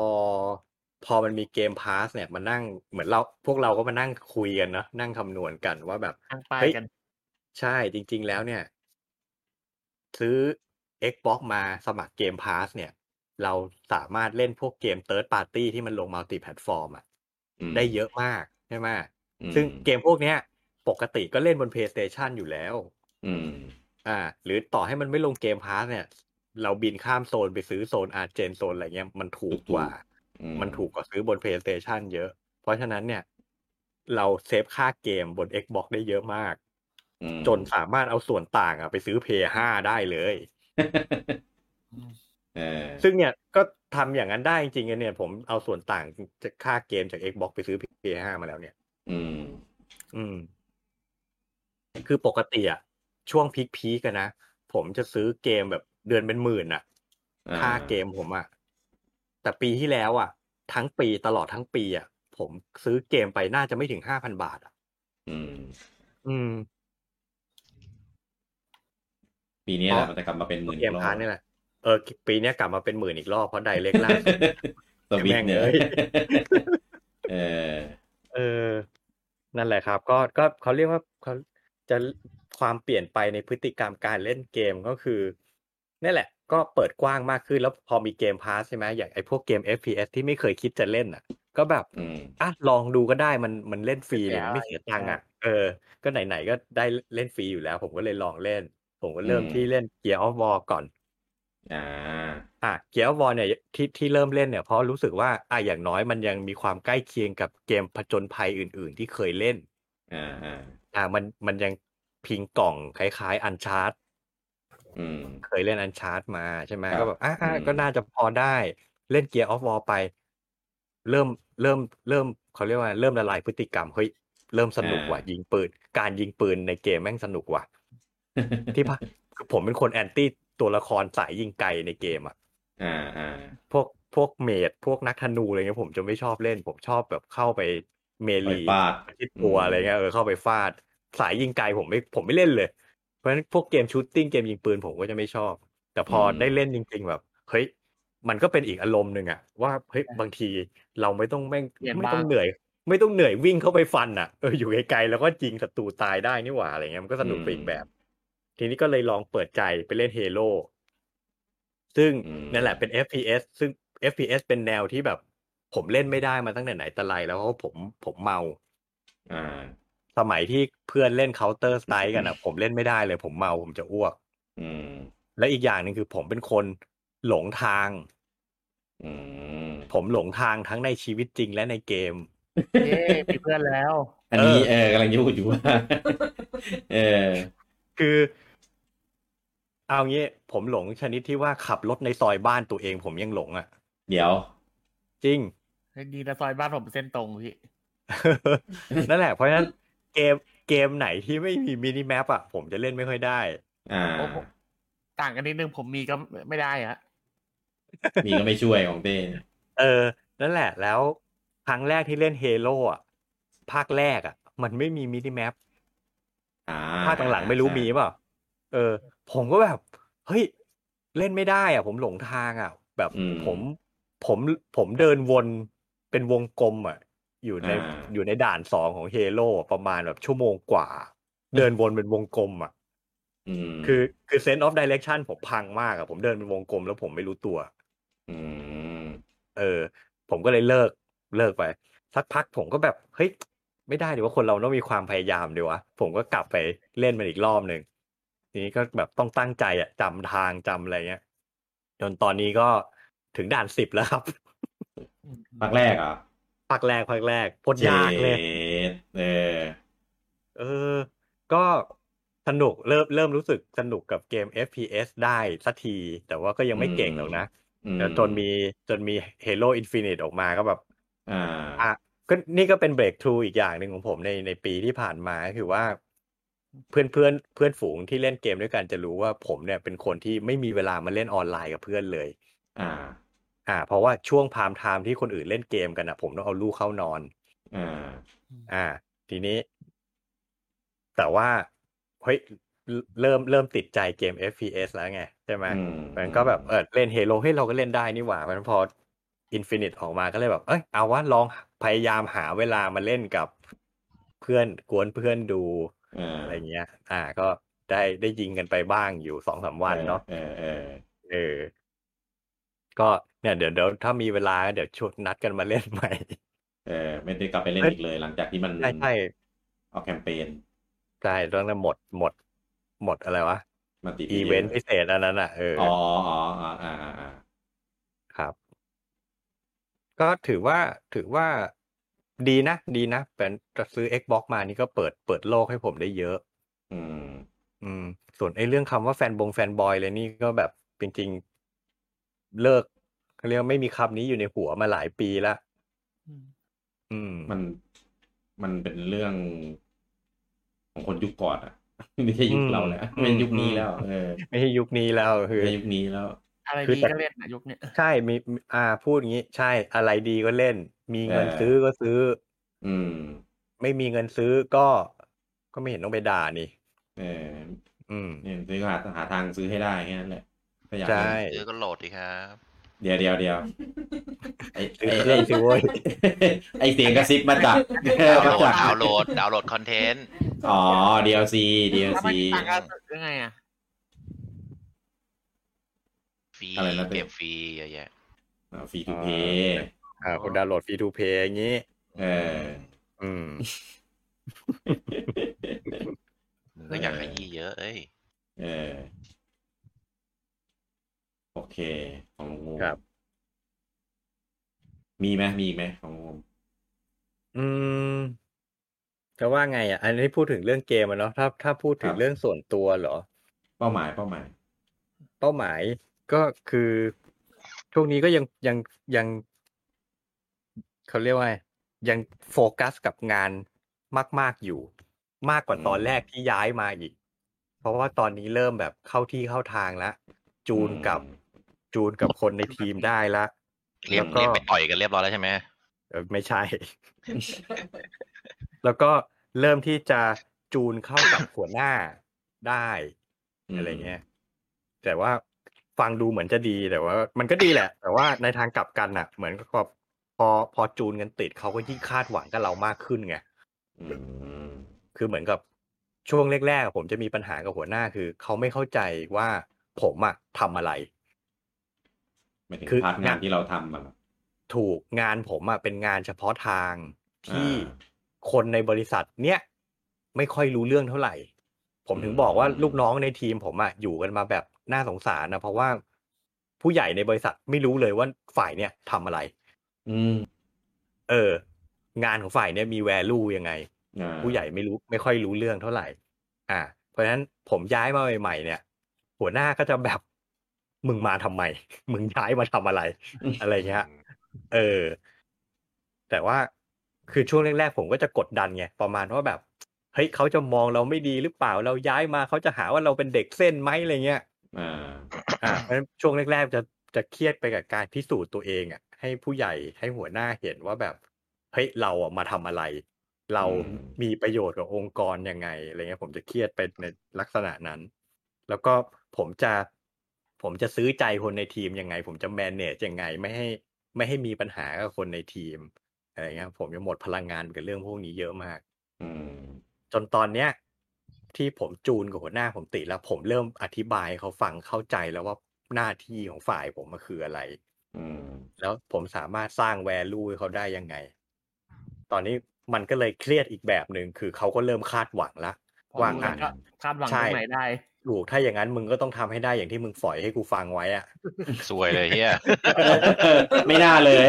S5: พอมันมีเกมพาสเนี่ยมานั่งเหมือนเราพวกเราก็มานั่งคุยกันเนอะนั่งคำนวณกันว่าแบบ
S2: ทางปลาย
S5: เฮ้ย
S2: กัน
S5: ใช่จริง ๆ แล้วเนี่ย ซื้อ Xbox มาสมัครเกมพาสเนี่ย เราสามารถเล่นพวกเกม Third Party ที่มันลงมัลติแพลตฟอร์มอะ
S1: อืม
S5: ได้เยอะมากใช่ไหม
S1: อืม
S5: ซึ่งเกมพวกเนี้ย ปกติก็เล่นบน PlayStation อยู่แล้ว
S1: อืม
S5: อ่า หรือต่อให้มันไม่ลงเกมพาสเนี่ย เราบินข้ามโซนไปซื้อโซนอาร์เจนโซนอะไรเงี้ยมันถูกกว่า
S1: ถูก อื
S5: มันถูกกว่าซื้อบน PlayStation เยอะ เพราะฉะนั้นเนี่ย เราเซฟค่าเกมบน Xbox ได้เยอะมาก
S1: อืม
S5: จนสามารถเอาส่วนต่างอะไปซื้อ PS5 ได้เลย
S1: เออ
S5: ซึ่งเนี่ยก็ทำอย่างนั้นได้จริงๆเนี่ย ผมเอาส่วนต่างจากค่าเกมจาก Xbox ไปซื้อ PS5 มาแล้วเนี่ย
S1: อืม
S5: อืม คือปกติอะช่วงพีคๆกันนะ ผมจะซื้อเกมแบบเดือนเป็นหมื่นอะ
S1: อ่
S5: ค่าเกมผมอะแต่ปีที่แล้วอะทั้งปีตลอดทั้งปีอะผมซื้อเกมไปน่าจะไม่ถึงห้าพันบาทอะ
S1: อืม
S5: อืม
S1: ปีนี้แหละมันจะกลับมาเป็นหมื่น
S5: เกมพาร์ทนี่แหละเออปีเนี้ยกลับมาเป็นหมื่นอีกรอบเพราะไดเล็กล่าสุด
S1: สวิตช์เนี่ย
S5: แม่งเอ้ย
S1: เออ
S5: เออ นั่นแหละครับ ก็ก็เขาเรียกว่าเขาจะความเปลี่ยนไปในพฤติกรรมการเล่นเกมก็คือนี่แหละ ก็เปิดกว้างมากขึ้นแล้วพอมีเกมพาสใช่ไหมอย่างไอ้พวกเกม FPS ที่ไม่เคยคิดจะเล่นอ่ะ ก็แบบ
S1: อืม
S5: อ่ะลองดูก็ได้มันมันเล่นฟรีเนี่ยมันไม่เสียตังค์อ่ะเออ ก็ไหนๆก็ได้เล่นฟรีอยู่แล้ว ผมก็เลยลองเล่น ผมก็เริ่ม
S1: อืม
S5: ที่เล่น Gear of War ก่อน
S1: อ่า
S5: อ่ะเกียร์วอลเนี่ยที่ที่เริ่มเล่นเนี่ยเพราะรู้สึกว่าอ่ะอย่างน้อยมันยังมีความใกล้เคียงกับเกมผจญภัยอื่น ๆ ที่เคยเล่น
S1: อ่าอ่า
S5: อ่ะมันมันยังพิงกล่องคล้ายๆอันชาร์ต
S1: อืม
S5: เคยเล่นอันชาร์ตมาใช่ไหม
S1: ครับ
S5: ก็แบบอ่ะอ่ะ
S1: อืม
S5: ก็น่าจะพอได้เล่นเกียร์ออฟวอลไป เริ่มเริ่มเริ่มเขาเรียกว่า เริ่มละลายพฤติกรรมเฮ้ยเริ่มสนุกว่ะยิงปืน การยิงปืนในเกมแม่งสนุกว่ะ ที่ผ่านคือผมเป็นคนแอนตี้ตัวละครสายยิงไกลในเกมอ่ะ
S1: อ่าอ่า
S5: พวกพวกเมดพวกนักธนูอะไรเงี้ยผมจะไม่ชอบเล่น ผมชอบแบบเข้าไปเม
S1: ไป
S5: ลี
S1: ฟาด
S5: ที่ตัวอะไรเงี้ยเออเข้าไปฟาด สายยิงไกลผมไม่ผมไม่เล่นเลย เพราะฉะนั้นพวกเกมชูตติ้งเกมยิงปืนผมก็จะไม่ชอบ แต่พอ
S1: อืม
S5: ได้เล่นจริง ๆ แบบ เฮ้ย มันก็เป็นอีกอารมณ์หนึ่งอะว่าเฮ้ยบางทีเราไม่ต้องแม่ง
S2: เปลี่ยน
S5: ไม่ต้อง
S2: บ้าง
S5: เหนื่อย ไม่ต้องเหนื่อยวิ่งเข้าไปฟันอ่ะเอออยู่ไกลๆแล้วก็ยิงศัตรูตายได้นี่หว่าอะไรเงี้ยมันก็สนุกไปอีกแบบ ทีนี้ก็เลยลองเปิดใจไปเล่นเฮโร่ซึ่ง
S1: อืม
S5: นั่นแหละเป็น FPS ซึ่ง FPS เป็นแนวที่แบบ ผมเล่นไม่ได้มาตั้งแต่ไหนแต่ไรแล้วเพราะผมผมเมา
S1: อ่า
S5: สมัยที่เพื่อนเล่น Counter Strike กันอ่ะ ผมเล่นไม่ได้เลย ผมเมาผมจะอ้วก
S1: อืม
S5: และอีกอย่างหนึ่งคือผมเป็นคนหลงทาง
S1: อืม
S5: ผมหลงทางทั้งในชีวิตจริงและในเกม
S2: เย้มีเพื่อนแล้ว
S1: อันนี้เออกำลังจะพูดอยู่ว่า เออ
S5: คือ เอางี้ผมหลงชนิดที่ว่าขับรถในซอยบ้านตัวเองผมยังหลงอ่ะ
S1: เดี๋ยว
S5: จริง
S2: ดีนะซอยบ้านผมเส้นตรงพี่
S5: นั่นแหละ เพราะฉะนั้นเกมเกมไหนที่ไม่มีมินิแมปอ่ะ ผมจะเล่นไม่ค่อยได้
S1: อ่า
S2: โอ้โห ต่างกันนิดนึงผมมีก็ไม่ได้ฮะ
S1: มีก็ไม่ช่วยของเต้
S5: เออ นั่นแหละ แล้วครั้งแรกที่เล่นเฮโร่อ่ะ ภาคแรกอ่ะ มันไม่มีมินิแมป
S1: อ่า
S5: ภาคหลังๆไม่รู้มีเปล่า เออ ผมก็แบบ เฮ้ย เล่นไม่ได้อ่ะ ผมหลงทางอ่ะ แบบ
S1: อืม
S5: ผม ผม ผมเดินวนเป็นวงกลมอ่ะ อยู่ใน
S1: อ่า
S5: อยู่ในด่านสองของเฮโร่ประมาณแบบชั่วโมงกว่า เดินวนเป็นวงกลมอ่ะ
S1: อืม
S5: คือคือเซนต์ออฟดิเรกชันผมพังมากอะผมเดินเป็นวงกลมแล้วผมไม่รู้ตัว
S1: ม
S5: เออ ผมก็เลยเลิกเลิกไป สักพักผมก็แบบเฮ้ยไม่ได้ดิว่าคนเราต้องมีความพยายามดีวะผมก็กลับไปเล่นมันอีกรอบหนึ่งทีนี้ก็แบบต้องตั้งใจอะจำทางจำอะไรเงี้ยจนตอนนี้ก็ถึงด่านสิบแล้วครับ
S1: ภาคแรกเหรอ่ะ
S5: ภาคแรกภาคแรกโคตรยากเลย
S1: เออ
S5: เออ ก็สนุกเริ่มเริ่มรู้สึกสนุกกับเกม FPS ได้สักที แต่ว่าก็ยังไม่เก่งหรอกนะ
S1: อื
S5: แล้วจนมีจนมี Halo Infinite ออกมาก็แบบ
S1: อ่า
S5: อ่ะก็นี่ก็เป็นเบรกทรูอีกอย่างหนึ่งของผมในในปีที่ผ่านมาก็คือว่าเพื่อนเพื่อนเพื่อนฝูงที่เล่นเกมด้วยกันจะรู้ว่าผมเนี่ยเป็นคนที่ไม่มีเวลามาเล่นออนไลน์กับเพื่อนเลย
S1: อ่า
S5: อ่า เพราะว่าช่วงพามไทม์ที่คนอื่นเล่นเกมกันอ่ะ ผมต้องเอาลูกเข้านอน
S1: อ่า
S5: อ่า ทีนี้ แต่ว่าเฮ้ยเริ่มเริ่มติดใจเกม FPS แล้วไงใช่ไหม
S1: อืม
S5: มันก็แบบเออเล่นเฮโลเฮ้ยเราก็เล่นได้นี่หว่ามันพออินฟินิตออกมาก็เลยแบบ เอ้ยเอาวะลองพยายามหาเวลามาเล่นกับเพื่อนกวนเพื่อนดู
S1: อ่า
S5: อะไรเงี้ย อ่าก็ได้ได้ยิงกันไปบ้างอยู่สองสามวันเนาะ
S1: เออเออ
S5: เออ ก็เนี่ยเดี๋ยวเดี๋ยวถ้ามีเวลาเดี๋ยวชวนนัดกันมาเล่นใหม่
S1: เออ ไม่ได้กลับไปเล่นอีกเลย หลังจากที่มัน
S5: ใช่ใช่
S1: ออกแคมเปญ
S5: ใช่ตอนนั้นหมดหมด หมดอะไรวะ
S1: มันติด
S5: อีเวนต์พิเศษอันนั้นอ่ะเอออ
S1: อ๋ออ๋ออ๋ออ่าอ่า
S5: ครับ ก็ถือว่าถือว่าดีนะ ดีนะเป็นจะซื้อ Xbox มานี่ก็เปิดเปิดโลกให้ผมได้เยอะ
S1: อืม
S5: อืม ส่วนไอ้เรื่องคำว่าแฟนบงแฟนบอยเลยนี่ก็แบบจริงๆเลิกเขาเรียกว่าไม่มีคำนี้อยู่ในหัวมาหลายปีละอืม
S1: มันมันเป็นเรื่องของคนยุคก่อนอ่ะ ไม่ใช่ยุคเราแล้ว
S5: อืม
S1: ไม่ใช่ยุคนี้แล้ว เออ
S5: ไม่ใช่ยุคนี้แล้วคื
S1: ไม่
S5: อ
S1: ใช่ยุคนี้แล้ว
S2: อะไร
S5: คือ
S2: ดี
S5: แต่
S2: ก็เล่นนายกเนี่ย
S5: ใช่มีมีอ่าพูดอย่างนี้ ใช่อะไรดีก็เล่น มีเงิน
S1: เออ
S5: ซื้อก็ซื้อ
S1: อืม
S5: ไม่มีเงินซื้อก็ ก็ไม่เห็นต้องไปด่านี่
S1: เออ
S5: อืม
S1: เนี่ยซื้อหาหาทางซื้อให้ได้แค่นั้นแหละถ้าอยาก
S5: ใช่
S1: เล่น
S4: เจอก็โหลดดีครับ
S1: เดี๋ยวเดี๋ยวเดี๋ยวไอ
S5: ซื้อ
S1: ไอ
S5: เครื่องสิเว้ย
S1: ไอเสียงกระซิบมาจาก
S4: ดาวน์
S1: มา
S4: โหล
S1: จา
S4: ด
S1: ก
S4: ดาวน์โหลดดาวน์โหลดคอนเทนต์
S1: อ๋อ DLC DLC
S2: ต่างกันยังไงอ่ะ
S4: ฟรี
S1: อะไรนะ
S4: เก็บฟรีเยอะแยะ
S1: ฟรีทูเพย์
S5: อ่าคนดาวน์โหลดฟรีทูเพย์อย่างนี้
S1: เออ
S5: อืม
S4: มึงก็อยากขยี้เยอะ เอ้ย
S1: เออ โอเค ของลุงงู
S5: ครับ
S1: มีไหมมีอีกไหมของลุงงู
S5: อืมจะว่าไงอ่ะ อันนี้พูดถึงเรื่องเกมอะเนาะถ้าถ้าพูดถึงเรื่องส่วนตัวเหรอ
S1: เป้าหมายเป้าหมาย
S5: เป้าหมายก็คือ ช่วงนี้ก็ยังยังยังเขาเรียกว่าไงยังโฟกัสกับงานมากๆอยู่ มากกว่าตอน
S1: อืม
S5: แรกที่ย้ายมาอีก เพราะว่าตอนนี้เริ่มแบบเข้าที่เข้าทางละจูนกับ
S1: อืม
S5: จูนกับคนในทีมได้ละ
S4: เรีย
S5: แล้
S4: ม
S5: ว
S4: เรียมไปต่อยกันเรียบร้อยแล้วใช่ไหม
S5: เอ่อไม่ใช่ แล้วก็เริ่มที่จะจูนเข้ากับ หัวหน้าได้
S1: อืม
S5: อะไรเงี้ย แต่ว่าฟังดูเหมือนจะดีแต่ว่า มันก็ดีแหละ แต่ว่าในทางกลับกันอ่ะ เหมือนกับพอพอจูนกันติดเขาก็ยิ่งคาดหวังกับเรามากขึ้นไง
S1: อืม
S5: คือเหมือนกับช่วงแรกๆอะผมจะมีปัญหากับหัวหน้าคือเขาไม่เข้าใจว่าผมอะทำอะไร
S1: ไม่ถึง
S5: คือ
S1: พาร์ทงานที่เราทำอะ
S5: ถูกงานผมอะเป็นงานเฉพาะทางที่
S1: อ่า
S5: คนในบริษัทเนี่ยไม่ค่อยรู้เรื่องเท่าไหร่ ผมถึงบอกว่า
S1: อืม
S5: ลูกน้องในทีมผมอะอยู่กันมาแบบน่าสงสารนะ เพราะว่าผู้ใหญ่ในบริษัทไม่รู้เลยว่าฝ่ายเนี่ยทำอะไร
S1: อืม
S5: เออ งานของฝ่ายเนี่ยมีแวลูยังไง
S1: อ่า
S5: ผู้ใหญ่ไม่รู้ไม่ค่อยรู้เรื่องเท่าไหร่ อ่า เพราะฉะนั้นผมย้ายมาใหม่ๆเนี่ย หัวหน้าก็จะแบบ มึงมาทำไม มึงย้ายมาทำอะไร อะไรเงี้ย เออ แต่ว่าคือช่วงแรกๆผมก็จะกดดันไงประมาณว่าแบบเฮ้ยเขาจะมองเราไม่ดีหรือเปล่าเราย้ายมาเขาจะหาว่าเราเป็นเด็กเส้นไหมอะไรเงี้ย
S1: อ่า
S5: อ่าเพราะฉะนั้นช่วงแรกๆจะจะเครียดไปกับการพิสูจน์ตัวเองอ่ะ ให้ผู้ใหญ่ให้หัวหน้าเห็นว่าแบบเฮ้ยเราอ่ะมาทำอะไร เรามีประโยชน์กับองค์กรยังไงอะไรเงี้ยผมจะเครียดไปในลักษณะนั้น แล้วก็ผมจะผมจะซื้อใจคนในทีมยังไง ผมจะ manage ยังไงไม่ให้ ไม่ให้มีปัญหากับคนในทีมอะไรเงี้ยผมยังหมดพลังงานกับเรื่องพวกนี้เยอะมาก
S1: อืม
S5: จนตอนเนี้ย ที่ผมจูนกับหัวหน้าผมติดแล้ว ผมเริ่มอธิบายให้เขาฟังเข้าใจแล้วว่าหน้าที่ของฝ่ายผมมันคืออะไร
S1: อืม
S5: แล้วผมสามารถสร้างแวลูให้เขาได้ยังไง ตอนนี้มันก็เลยเครียดอีกแบบหนึ่งคือเขาก็เริ่มคาดหวังละ ว่า
S2: ผมมัน
S5: อ่ะ
S2: ก็คาดหวังตรงไหนได้
S5: ถูกถ้าอย่างนั้นมึงก็ต้องทำให้ได้อย่างที่มึงฝอยให้กูฟังไว้อะ
S4: สวยเลยเฮีย
S1: เออไม่น่าเลย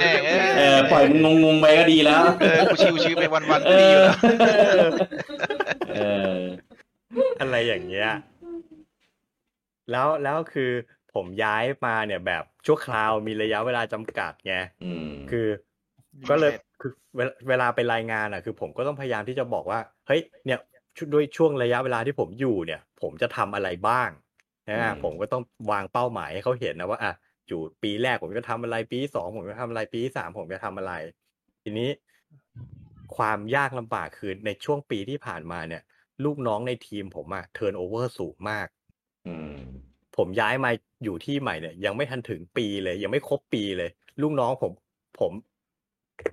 S4: แม่งเอ้ย
S1: เออปล่อยมึงงงๆไปก็ดีแล้ว
S4: เออกูชิวชิวๆไปวันวัน
S1: เอ
S4: ๆดีอ
S1: อยู่
S4: แล้ว
S1: เออ
S5: อะไรอย่างเงี้ย แล้วแล้วคือผมย้ายมาเนี่ยแบบชั่วคราวมีระยะเวลาจำกัดไง
S1: อืม
S5: คือ ก็เลยคือเวลาเวลาไปรายงานอ่ะ คือผมก็ต้องพยายามที่จะบอกว่า เฮ้ย เนี่ยชุดด้วยช่วงระยะเวลาที่ผมอยู่เนี่ย ผมจะทำอะไรบ้างนะฮะผมก็ต้องวางเป้าหมายให้เขาเห็นนะว่าอ่ะอยู่ปีแรกผมจะทำอะไรปีสองผมจะทำอะไรปีสามผมจะทำอะไร ทีนี้ ความยากลำบากคือในช่วงปีที่ผ่านมาเนี่ย ลูกน้องในทีมผมอะเทิร์นโอเวอร์สูงมาก
S1: อืม
S5: ผมย้ายมาอยู่ที่ใหม่เนี่ย ยังไม่ทันถึงปีเลย ยังไม่ครบปีเลย ลูกน้องผมผม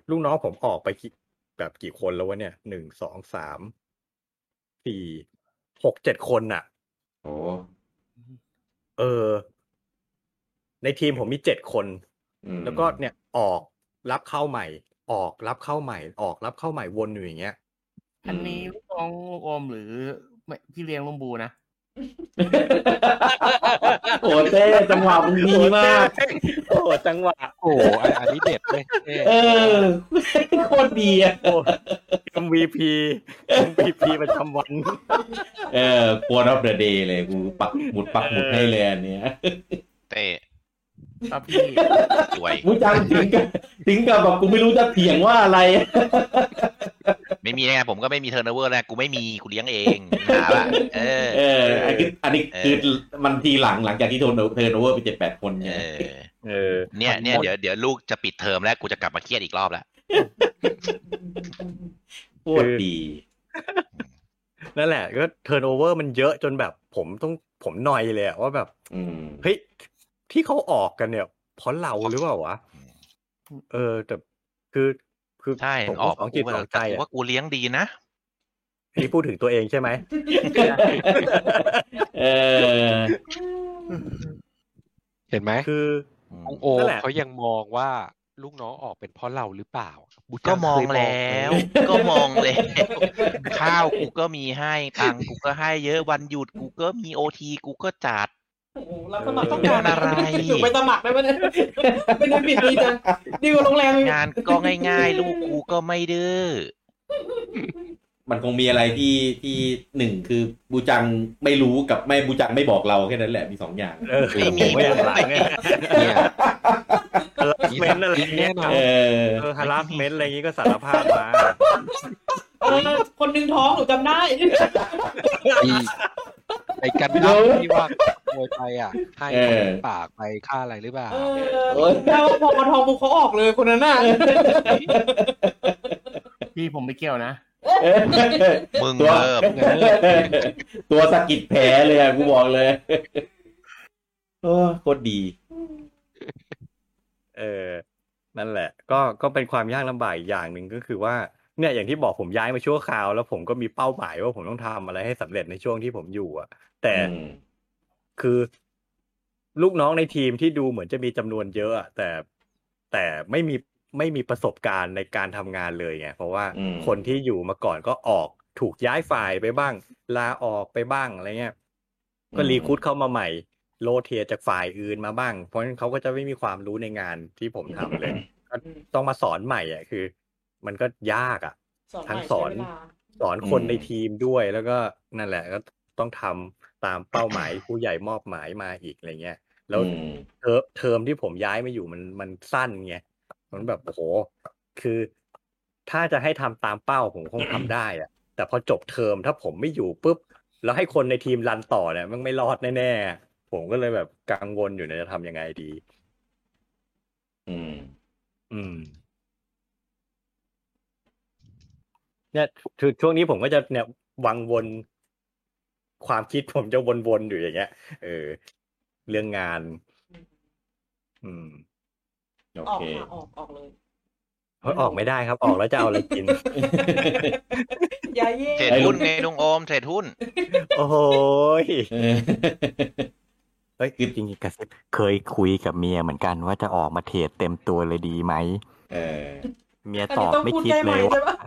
S5: ลูกน้องผมออกไปกี่แบบกี่คนแล้ววะเนี่ยหนึ่งสองสามสี่หกเจ็ดคนน่ะ
S1: โอ้
S5: เออ ในทีมผมมีเจ็ดคน
S1: อืม
S5: แล้วก็เนี่ยออกรับเข้าใหม่ ออกรับเข้าใหม่ ออกรับเข้าใหม่วนอยู่อย่างเงี้ย
S2: อันนี้ลูกน้องลูกอมหรือไม่พี่เลี้ยงลุงบูนะ
S1: โอ้เต้จังหวะมึงดีมาก
S5: โอ้จังหวะ
S7: โอ้โหอันอันนี้เด็ดเลยเท่
S1: เออโคตรดีอ่ะ
S5: MVP MVP ประจำวัน
S1: เออควรรับเดอะเดย์เลยกูปักหมุดปักหมุดให้เลยอันเนี้ย
S4: เต้
S2: ครับพี่
S4: สวย
S1: กูจำถึงกับถึงกับแบบกูไม่รู้จะเถียงว่าอะไร
S4: ไม่มีไงผมก็ไม่มีเทอร์นเวอร์นะกูไม่มีกูเลี้ยงเองหาละเออ
S1: เอออันนี้อันนี้
S4: เออ
S1: คือมันทีหลังหลังจากที่โทนเทอร์โนเวอร์ไปเจ็ดแปดคน
S4: เอ
S1: เนี่ย
S4: อ
S5: เออ
S4: เนี่ยเนี่ยเดี๋ยวเดี๋ยวลูกจะปิดเทอมแล้วกูจะกลับมาเครียดอีกรอบแล้ว
S1: โคตรดี
S5: นั่นแหละก็เทิร์นโอเวอร์มันเยอะจนแบบผมต้องผมหน่อยเลยอะว่าแบบ
S1: อืม
S5: เฮ้ย ที่เขาออกกันเนี่ยเพราะเราหรือเปล่าวะ เออ แต่คือคือ
S4: ใช่
S5: ผม
S4: ออก
S5: สองจิตสองใจ
S4: แต่กู
S5: อะ
S4: ว่ากูเลี้ยงดีนะ
S5: นี่พูดถึงตัวเองใช่ไหม
S1: เออ
S7: เห็นไหม
S5: คือ
S7: องโอ
S5: นั่นแหละ
S7: เขายังมองว่าลูกน้องออกเป็นเพราะเราหรือเปล่าบูจั
S4: ก็มอง
S7: เคย
S4: แล
S7: เย้
S4: ว ก็มองแล้วข้าวกูก็มีให้ตังค์กูก็ให้เยอะวันหยุดกูก็มีโอทีกูก็จัด
S11: โอ้โหรับสมัครต้อ
S4: งาก
S11: งาน ร
S4: อะไร
S11: หนูไปสมัครได้ไหมเนี่ยเป็นบิดดีจังดีกว่าโรงแรมอีก
S4: งานก็ง่าย ๆ ลูกกูก็ไม่ดื้อ
S1: มันคงมีอะไรที่ที่หนึ่งคือบูจังไม่รู้กับไม่บูจังไม่บอกเราแค่นั้นแหละมีสองอย่าง
S5: เออผมก็อยากหลังเนี่ย
S7: เนี่ย
S5: ฮาร์เมนอะไร
S7: อีกแน่นอน
S1: เออ
S5: เออฮาร์เมนอะไรอย่างงี้ก็สารภาพมา
S11: เออคนหนึ่งท้องหนูจำได้
S7: อีกไอ้กันดั้มที่ว่าขโมยไปอ่ะให้
S1: เออ
S7: ปากไปค่าอะไรหรือเปล่า
S11: เออแปลว่าพอมาท้องปุ๊บเขาออกเลยคนนั้นน่ะ
S2: พี่ผมไม่เกี่ยวนะ
S4: มึง
S1: ตัว
S4: เริ่ม
S1: ตัวสะกิดแผลเลยอะกูบอกเลยเออโคตรดี
S5: เออ นั่นแหละ ก็ ก็เป็นความยากลำบากอีกอย่างหนึ่งก็คือว่า เนี่ย อย่างที่บอกผมย้ายมาชั่วคราว แล้วผมก็มีเป้าหมายว่าผมต้องทำอะไรให้สำเร็จในช่วงที่ผมอยู่อะแต่
S1: อืม
S5: คือ ลูกน้องในทีมที่ดูเหมือนจะมีจำนวนเยอะอะแต่ แต่ไม่มี ไม่มีประสบการณ์ในการทำงานเลยไง เพราะว่า
S1: อืม
S5: คนที่อยู่มาก่อนก็ออก ถูกย้ายฝ่ายไปบ้าง ลาออกไปบ้างอะไรเงี้ย ก็รีคูดเข้ามาใหม่ โลเทียจากฝ่ายอื่นมาบ้าง เพราะฉะนั้นเขาก็จะไม่มีความรู้ในงานที่ผมทำ เลย ก็ต้องมาสอนใหม่อ่ะคือ มันก็ยากอ่ะ ทั้งสอน
S11: ใช้เวลา
S5: สอนคน
S1: อืม
S5: ในทีมด้วยแล้วก็นั่นแหละก็ต้องทำตามเป้าหมาย ผู้ใหญ่มอบหมายมาอีกอะไรเงี้ยแล้ว
S1: อืม
S5: เทอมเทอมที่ผมย้ายมาอยู่มันมันสั้นไงมันแบบโอ้โหคือ ถ้าจะให้ทำตามเป้าผมคงทำได้อ่ะ แต่พอจบเทอมถ้าผมไม่อยู่ปุ๊บแล้วให้คนในทีมรันต่อเนี่ยมันไม่รอดแน่ๆผมก็เลยแบบกังวลอยู่เนยจะทำยังไงดี
S1: อืม
S5: อืมเนี่ยคือช่วงนี้ผมก็จะเนี่ยวังวน ความคิดผมจะวนๆอยู่อย่างเงี้ยเออ เรื่องงาน อืม
S1: โอ
S11: ออก
S1: เค
S11: ค่ะออกอ อกเลย
S5: เฮ้ยออกไม่ได้ครับ ออกแล้วจะเอาอะไรกิน
S11: อย่าเย่
S4: เทรดหุ้นไงลุงโอมเทรดหุ้น
S5: โอ้โหย
S1: เออ
S5: เฮ้ยจริงๆกระซิบเคยคุยกับเมียเหมือนกันว่าจะออกมาเทรดเต็มตัวเลยดีไหม
S1: เออ
S5: เมีย
S11: อัน
S5: ต
S11: นี้
S5: อบ
S11: ต้อง
S5: ไม่
S11: พูด
S5: คิด
S11: ใกล้ไห
S5: เล
S11: ม
S5: ย
S11: ค์ใช่
S5: ว่า
S11: ปะ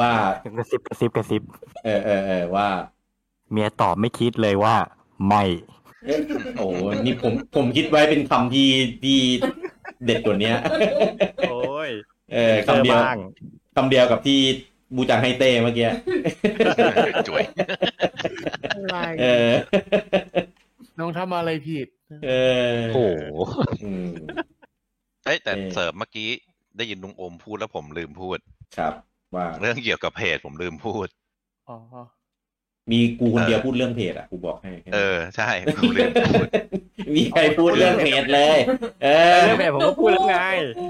S1: ว่า
S5: กระซิบกระซิบกระซิบ
S1: เออเออเออว่า
S5: เมียตอบไม่คิดเลยว่า ไม่
S1: โอ้โหนี่ผมผมคิดไว้เป็นคำที่ที่เด็ดตัวาเนี้ย
S5: โอ้ย
S1: เออคำเดียว
S5: บ้าง
S1: คำเดียวกับที่บูจังไฮเต้เมื่อกี้
S4: จ่วย
S2: อะไร
S1: เออ
S2: น้องทำอะไรผิด
S1: เออ
S7: โอ้โห
S1: อืม
S4: เอ้ยแต่
S1: เออ
S4: เสริมเมื่อกี้ได้ยินลุงโอมพูดแล้วผมลืมพูด
S1: ครับ ว่า
S4: เรื่องเกี่ยวกับเพจผมลืมพูด
S2: อ๋อ
S1: มีกูคนเดียวพูดเรื่องเพจอ่ะกูบอกให้
S4: เออ ใช่ผมลืมพูด
S1: มีใครพูดเรื่องเพจเลย เออ
S5: เรื่องแบบผมก็พูดแล้วไง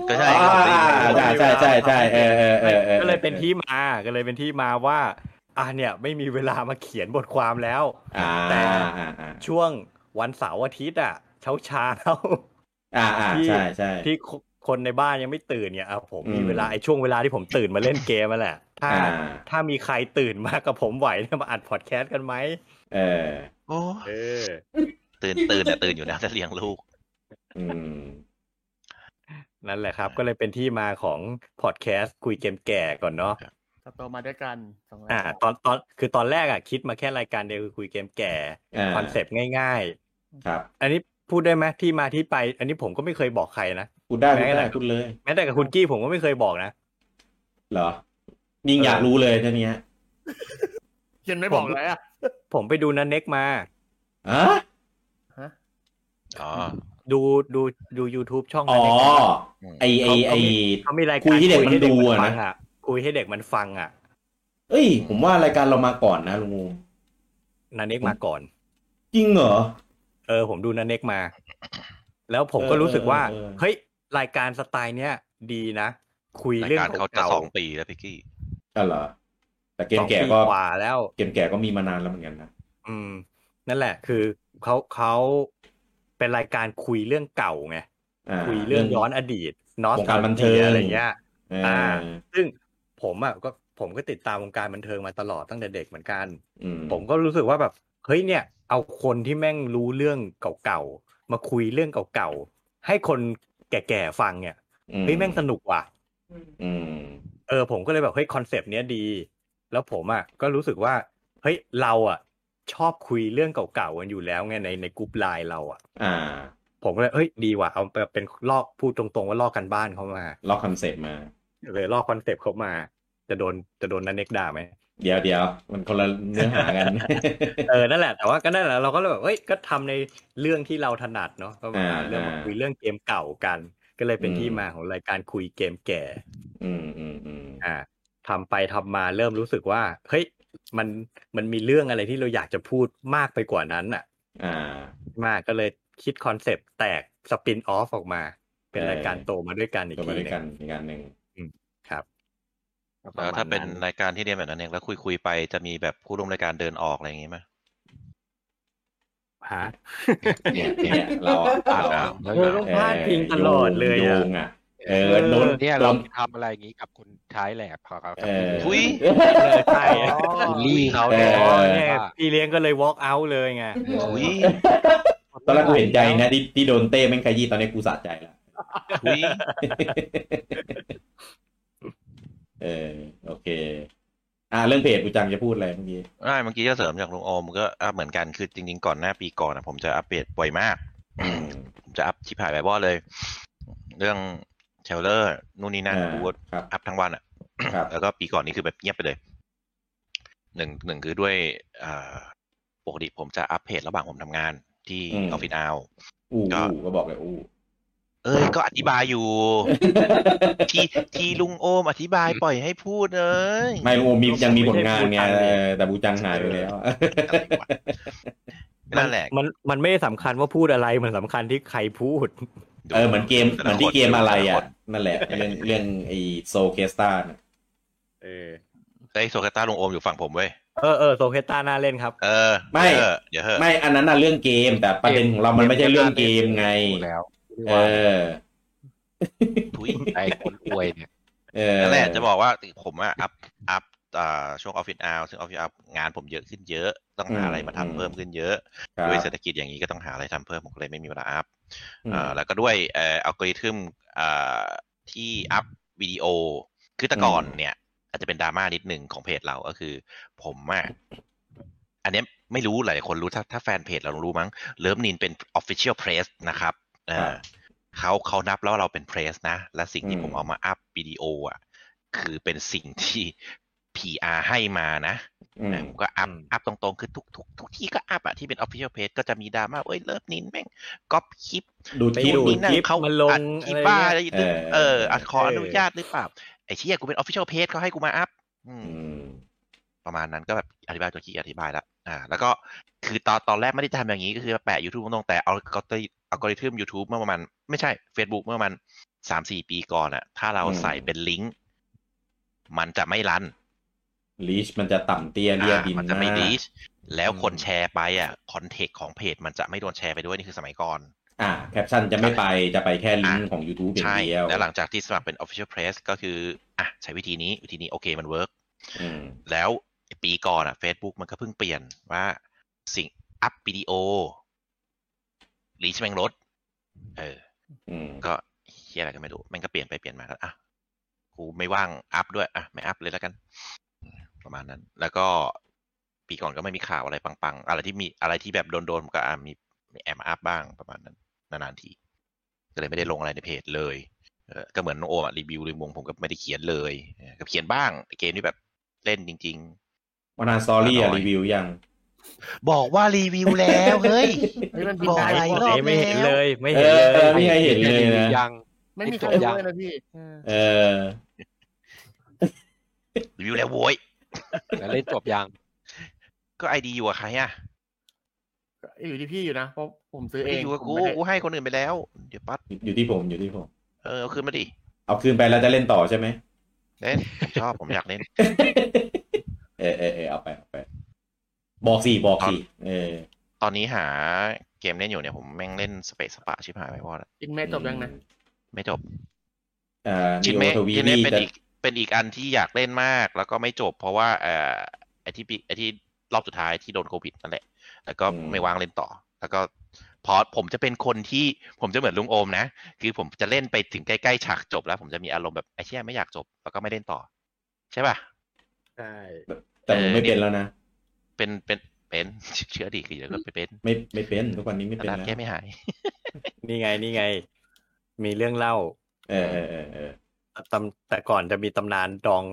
S4: ก็ใช่
S1: อ่าอ่าใช่ใช่ใช่เออเออเออออ
S5: ก็เลยเป็นที่มาก็เลยเป็นที่มาว่า อ่ะเนี่ยไม่มีเวลามาเขียนบทความแล้ว
S1: อ่า
S5: แต่
S1: อ่าอ่าอ่า
S5: ช่วงวันเสาร์อาทิตย์อ่ะเช้าเช้า
S1: อ่าอ่าใช่ใช่
S5: ๆที่คนในบ้านยังไม่ตื่นเนี่ยอ่ะผม
S1: อืม
S5: มีเวลาไอ้ช่วงเวลาที่ผมตื่นมาเล่นเกมมาแหละ ถ้า
S1: อ่า
S5: ถ้ามีใครตื่นมากับผมไหวเนี่ยมาอัดพอดแคสต์กันไหม
S1: เออ
S4: โอ้
S5: เออ
S4: ตื่นตื่นแต่ตื่นอยู่แล้วจะเลี้ยงลูก
S1: อืม
S5: นั่นแหละครับ ก็เลยเป็นที่มาของพอดแคสต์คุยเกมแก่ก่อนเนาะ
S2: จะโตมาด้วยกันสองรย
S5: อ่าตอนตอนคือตอนแรกอ่ะคิดมาแค่รายการเดียวคือคุยเกมแก่
S1: อ่า
S5: คอนเซปต์ง่าย
S1: ครับ
S5: ๆ อันนี้พูดได้ไหมที่มาที่ไป อันนี้ผมก็ไม่เคยบอกใครนะ
S1: พูดได้
S5: แม้
S1: พูด
S5: กระทั่
S1: ได้
S5: ง
S1: พูดเลย
S5: แม้แต่กับคุณกี้ผมก็ไม่เคยบอกนะ
S1: เหรอ ยิ่งอยากรู้เลยท่านี้
S2: เขียนไม่บอกเลยอ่ะ
S5: ผมไปดูนันเน็กมา
S1: อ่ะ
S4: อ๋อ
S5: ดูดูดู YouTube ช่อง
S1: อ๋อ
S5: นันเน็ก
S1: ไอไอไอ
S5: เขามีรายการ
S1: คุยให้เด็กมันดู
S5: คุย
S1: อะ
S5: ให้เด็กมัน
S1: นะ
S5: ฟังอ่ะคุยให้เด็กมันฟังอ่ะ
S1: เอ้ย ผมว่ารายการเรามาก่อนนะลุงงู
S5: นันเน็กมาก่อน
S1: จริงเหรอ
S5: เออ ผมดูนันเน็กมา แล้วผม
S1: เออ
S5: ก็รู้สึกว่า
S1: เออเออ
S5: เฮ้ย รายการสไตล์เนี้ยดีนะ คุย
S4: ราย
S5: เรื่อง
S4: การเขาจะ
S5: เก่า
S4: สองปีแล้วพี่กี้
S1: อ่ะเหรอ แต่เก
S5: ๆ
S1: ม
S5: สอง
S1: แก่
S5: ปี
S1: ก็
S5: กว่าแล้ว
S1: เกมแก่ก็มีมานานแล้วเหมือนกันนะ
S5: อืม นั่นแหละ คือเขาเขาเป็นรายการคุยเรื่องเก่าไง
S1: อ่า
S5: คุยเรื่องย้อนอดีตนอส
S1: วงการบันเทิง
S5: อะไรอย่างเงี้ย
S1: เอ
S5: อ่า
S1: อ
S5: ซึ่งผมอ่ะก็ผมก็ติดตามวงการบันเทิงมาตลอดตั้งแต่เด็กเหมือนกัน
S1: อืม
S5: ผมก็รู้สึกว่าแบบเฮ้ยเนี่ย เอาคนที่แม่งรู้เรื่องเก่าๆมาคุยเรื่องเก่าๆให้คนแก่ๆฟังเนี่ยเฮ้ยแม่งสนุกว่ะ
S11: อืม
S1: อืม
S5: เออผมก็เลยแบบเฮ้ยคอนเซปต์เนี้ยดี แล้วผมอ่ะก็รู้สึกว่าเฮ้ยเราอ่ะ ชอบคุยเรื่องเก่าๆกันอยู่แล้วไงในในกลุ่มไลน์เราอ่ะ
S1: อ่า
S5: ผมก็เลยเอ้ยดีว่ะเอาไปเป็นลอกพูดตรงๆว่าลอกกันบ้านเขามา
S1: ลอกคอนเซ็ปต์มา
S5: เลยลอกคอนเซปต์เขามา จะโดนจะโดนนันเน็กด่าไหม
S1: เดี๋ยวเดี๋ยวมันคนละเนื้อหา กัน
S5: เออ นั่นแหละ แต่ว่าก็นั่นแหละ เราก็เลยแบบเอ้ย ก็ทำในเรื่องที่เราถนัดเนาะ ก็มา
S1: อ่า
S5: เรื่องมาคุยเรื่องเกมเก่ากัน ก็เลยเป็น
S1: อืม
S5: ที่มาของรายการคุยเกมแก่
S1: อืมอืมอืม
S5: อ่าทำไปทำมาเริ่มรู้สึกว่า เฮ้ย มัน มันมีเรื่องอะไรที่เราอยากจะพูดมากไปกว่านั้นอ่ะ
S1: อ่า
S5: มากก็เลยคิดคอนเซปต์แตกสปินออฟออกมา เป็น
S1: เออ
S5: รายการโตมาด้วยกันอีก
S1: ตัวมา
S5: ทีห
S1: ด้วย
S5: นึ
S1: กัน
S5: ง
S1: อีกการหนึ่ง
S5: ครับ
S4: แล้วถ้าเป็น
S5: ระมณ
S4: รายการที่เรียนแบบนั้นเองแล้วคุยคุยๆไปจะมีแบบผู้ร่วมรายการเดินออกอะไรอย่างงี้ไหม
S5: ฮะ
S1: เนี่ยเนี่ยเราอะเราอะ
S5: เออต้องพลาดพิงตลอดเลย
S1: โย
S5: อะ
S1: งอ่ะ เออโดน
S7: เนี่ย
S1: โด
S7: เรา
S1: น
S7: ทำอะไรอย่างนี้กับคนท้ายแหลบพอครับ
S1: เออ
S4: อุ้ย
S5: ใช่
S7: บูลลี่เขา
S1: เออ
S7: เนี่ย
S5: เนี่ย
S7: ว่า
S5: พี่เลี้ยงก็เลย walk out เลยไง
S4: อุ้ย
S1: ตอนแรกกูเห็นใจนะที่ที่โดนเต้แม่งขยี้ตอนนี้กูสะใจ ละ
S4: อุ้ย
S1: เออโอเค อ่าเรื่องเพจกูจังจะพูดอะไรเมื่อกี้
S4: ได้เมื่อกี้จะเสริมจากลุงโอมก็อัพเหมือนกันคือจริงๆก่อนหน้าปีก่อนอะผมจะอัปเดตบ่อยมาก
S1: อืม
S4: ผมจะอัพชิบหายแบบว่าเลย เรื่องเทเลอร์นู่นนี่นั่น
S1: อ่า
S4: กูก็
S1: ครับ
S4: อัพทั้งวันอ่ะ
S1: ครับ
S4: แล้วก็ปีก่อนนี้คือแบบเงียบไปเลยหนึ่งหนึ่งคือด้วยอ่าปกติผมจะอัพเพจระหว่างผมทำงานที่
S1: อื
S4: อ
S1: ม
S4: อฟฟิศเอา
S1: อู้
S4: ก็
S1: อู้ก็บอกเลยอู้
S4: เอ้ยก็อธิบายอยู่ ที่ที่ลุงโอมอธิบายปล่อยให้พูดเลย
S1: ไม่โอมียังมีผลงานไง
S5: ไม่ใช่ผู้จัง
S1: เออแต่บูจังหายไปแล้ว
S4: อะไรวะนั่นแหละ
S5: มันมันไม่ได้สำคัญว่าพูดอะไร มันสำคัญที่ใครพูด
S1: เออเหมือนเกม
S4: แต่
S1: เห
S4: ละ
S1: มือนที่
S4: ค
S1: เกมอะไรอ่ะ
S4: แต่ล
S1: นั่นแหละเรื่องเรื่องไอ้โซเคสตา
S5: เออ
S4: คนไอโซเคาต้าลุงโอมอยู่ฝั่งผมเว้ย
S5: เออเออโซเคต้าน่าเล่นครับ
S4: เออ
S1: ไม่
S4: เออเดี๋ยวเหอะ
S1: ไม่อันนั้นน่ะเรื่องเกม แต่ประเด็นของเรามันไม่ใช่เรื่องเกมไง
S7: แล้ว
S1: เออ
S4: ทุย
S7: ไอ้คนอวยเนี่ย
S1: เออ
S4: นั่นแหละจะบอกว่าผมอะอัพอัพอ่าช่วงออฟฟิศอาซึ่งออฟฟิศอางานผมเยอะขึ้นเยอะต้องหาอะไรมาทำเพิ่มขึ้นเยอะ
S1: ครับ
S4: ด้วยเศรษฐกิจอย่างนี้ก็ต้องหาอะไรทำเพิ่มผมก็เลยไม่มีเวลาอัพ
S1: อืม
S4: อ่าแล้วก็ด้วยเอ่ออัลกอริทึมอ่าที่อัพวิดีโอคือแต่ก่อน
S1: อืม
S4: เนี่ย อาจจะเป็นดราม่านิดหนึ่งของเพจเราก็คือ ผมอะอันเนี้ยไม่รู้หลายคนรู้ถ้าถ้าแฟนเพจเรารู้มั้งเลิฟนินเป็นออฟฟิเชียลเพรสนะครับเอ
S1: ครั
S4: อบ เขาเขานับแล้วเราเป็นเพรสนะ และสิ่งที่
S1: อืม
S4: ผมเอามาอัพวิดีโออ่ะ คือเป็นสิ่งที่ PR ให้มานะ
S1: อืม
S4: ผมก็อัพ
S5: อืม
S4: อัพตรงๆ คือทุกทุกทุกที่ก็อัพอะที่เป็น Official Page ก็จะมีดราม่าเอ้ยเลิฟนินแม่งก๊อปคลิป
S1: ดูด
S5: ไป
S1: คลิป
S5: ดู
S4: นี่นั่น
S5: คลิป
S4: เขา
S5: มาลง
S4: อัดคลิปบ้า
S5: อะ
S4: อะไร ไร
S5: เงี้ย
S4: หรือ
S1: เอ
S4: เอ
S1: อ
S4: ออัดขออนุญาตหรือเปล่า ไอ้เชี่ยกูเป็น Official Page เขาให้กูมาอัพอืม
S1: อืม
S4: ประมาณนั้นก็แบบอธิบายตัวขี้อธิบายแล้วอ่า แล้วก็คือตอนตอนแรกไม่ได้จะทำอย่างนี้ก็คือแปะ YouTube ตรงๆแต่เอาก็ตอัลกอริทึม YouTube เมื่อประมาณไม่ใช่ Facebook เมื่อประมาณสามสี่ปีก่อนอะถ้าเรา
S1: อืม
S4: ใส่เป็นลิงก์มันจะไม่รัน
S1: ลีชมันจะต่ำเตี้ยเรีย
S4: อ่า
S1: ดิน
S4: มันจะไม่
S1: าก
S4: ดีชแล้ว
S5: อืม
S4: คนแชร์ไปอะคอนเทกต์ของเพจมันจะไม่โดนแชร์ไปด้วยนี่คือสมัยก่อน
S1: อ่าแคปชั่นจะไม่ไปจะไปแค่ลิงก์
S4: อ่ะ
S1: ของ YouTube อย่าง
S4: ใช่
S1: เดียว
S4: แล้วหลังจากที่สมัครเป็น Official Press ก็คืออ่ะใช้วิธีนี้วิธีนี้โอเคมันเวิร์ก
S1: อืม
S4: แล้วปีก่อนอะ Facebook มันก็เพิ่งเปลี่ยนว่าสิ่งอัพวิดีโอรีชแม่งลดเออ
S1: อืม
S4: ก็เฮียอะไรก็ไม่รู้แม่งก็เปลี่ยนไปเปลี่ยนมาก็อ่ะกูไม่ว่างอัพด้วยอ่ะไม่อัพเลยแล้วกันประมาณนั้น แล้วก็ปีก่อนก็ไม่มีข่าวอะไรปังๆ อะไรที่มีอะไรที่แบบโดนๆผมก็อ่ะมีมีแอบมาอัพบ้างประมาณนั้นนานๆทีก็เลยไม่ได้ลงอะไรในเพจเลยเออก็เหมือนน้องโอมอะรีวิวรีวงผมก็ไม่ได้เขียนเลยเออก็เขียนบ้างเกมที่แบบเล่นจริง ๆ
S1: วันนานสตอรี่
S4: น้
S1: อะ
S4: อย
S1: รีวิวยัง
S4: บอกว่ารีวิวแล้วเฮ้ย
S2: เฮ้ยมันบิน
S4: บอก
S2: ได้
S4: หลายรอบ
S5: เอ้ยไม่เห็นเลย ไม่
S1: เอ
S5: เห็
S1: อ
S5: นเล
S1: ย ไม่เคยเห็นเลยนะ
S7: ยัง
S2: ไม่มีใคร
S7: ไม่จบ
S2: รู้เลยนะพี่เออ
S1: เออ
S4: รีวิวแล้วโว้ย
S7: แล้วเล่นจบยัง
S4: ก็ไอดีอยู่กับใครอ่ะ
S2: อยู่ที่พี่อยู่นะเพราะผมซื้อ
S4: ไม่
S2: เอง
S4: ได้อยู่กับ
S2: ผม
S4: กู
S2: ไม่ได้
S4: กูให้คนอื่นไปแล้ว เดี๋ยวปั๊ด
S1: อยู่ที่ผมอยู่ที่ผม
S4: เออเอาคืนมาดิ
S1: เอาคืนไปแล้วจะเล่นต่อใช่ ไหม
S4: เล่นผมชอบผมอยากเล่น
S1: เออเออเออเอาไปเอาไป บอกสี่บอกสี่เออ
S4: ตอนนี้หาเกมเล่นอยู่เนี่ยผมแม่งเล่นสเปซสปะชิบหายไปวอด
S2: กินแม่จบยังนะ
S4: ไม่จบ
S1: อ่า
S4: ชิน
S1: เม
S4: เมะ
S1: ทวี
S4: ชิน
S1: นี่
S4: เมะเป็น
S1: จะ
S4: อีกเป็นอีกอันที่อยากเล่นมาก แล้วก็ไม่จบ เพราะว่าเอ่อไอที่ปีไอที่รอบสุดท้ายที่โดนโควิดนั่นแหละ แล้วก็ไม่วางเล่นต่อ แล้วก็พอผมจะเป็นคนที่ผมจะเหมือนลุงโอมนะ คือผมจะเล่นไปถึงใกล้ๆฉากจบแล้ว ผมจะมีอารมณ์แบบไอ้เชี่ยไม่อยากจบ แล้วก็ไม่เล่นต่อ ใช่ป่ะ
S5: ใช่
S1: แต่ผมไม่เป็นแล้วนะ
S4: เป็นเป็น เป็น เชื้อดีคือเดี๋ยวก็ไปเป็น
S1: ไม่ไม่เป็นทุกวันนี้ไม่
S4: กระ
S1: เป็น
S4: ดาษ
S1: แล้ว
S4: แก้ไม่หาย
S5: นี่ไงนี่ไง มีเรื่องเล่า
S1: เออเออเออเออ
S5: ตำแต่ก่อนจะมีตำนานดอง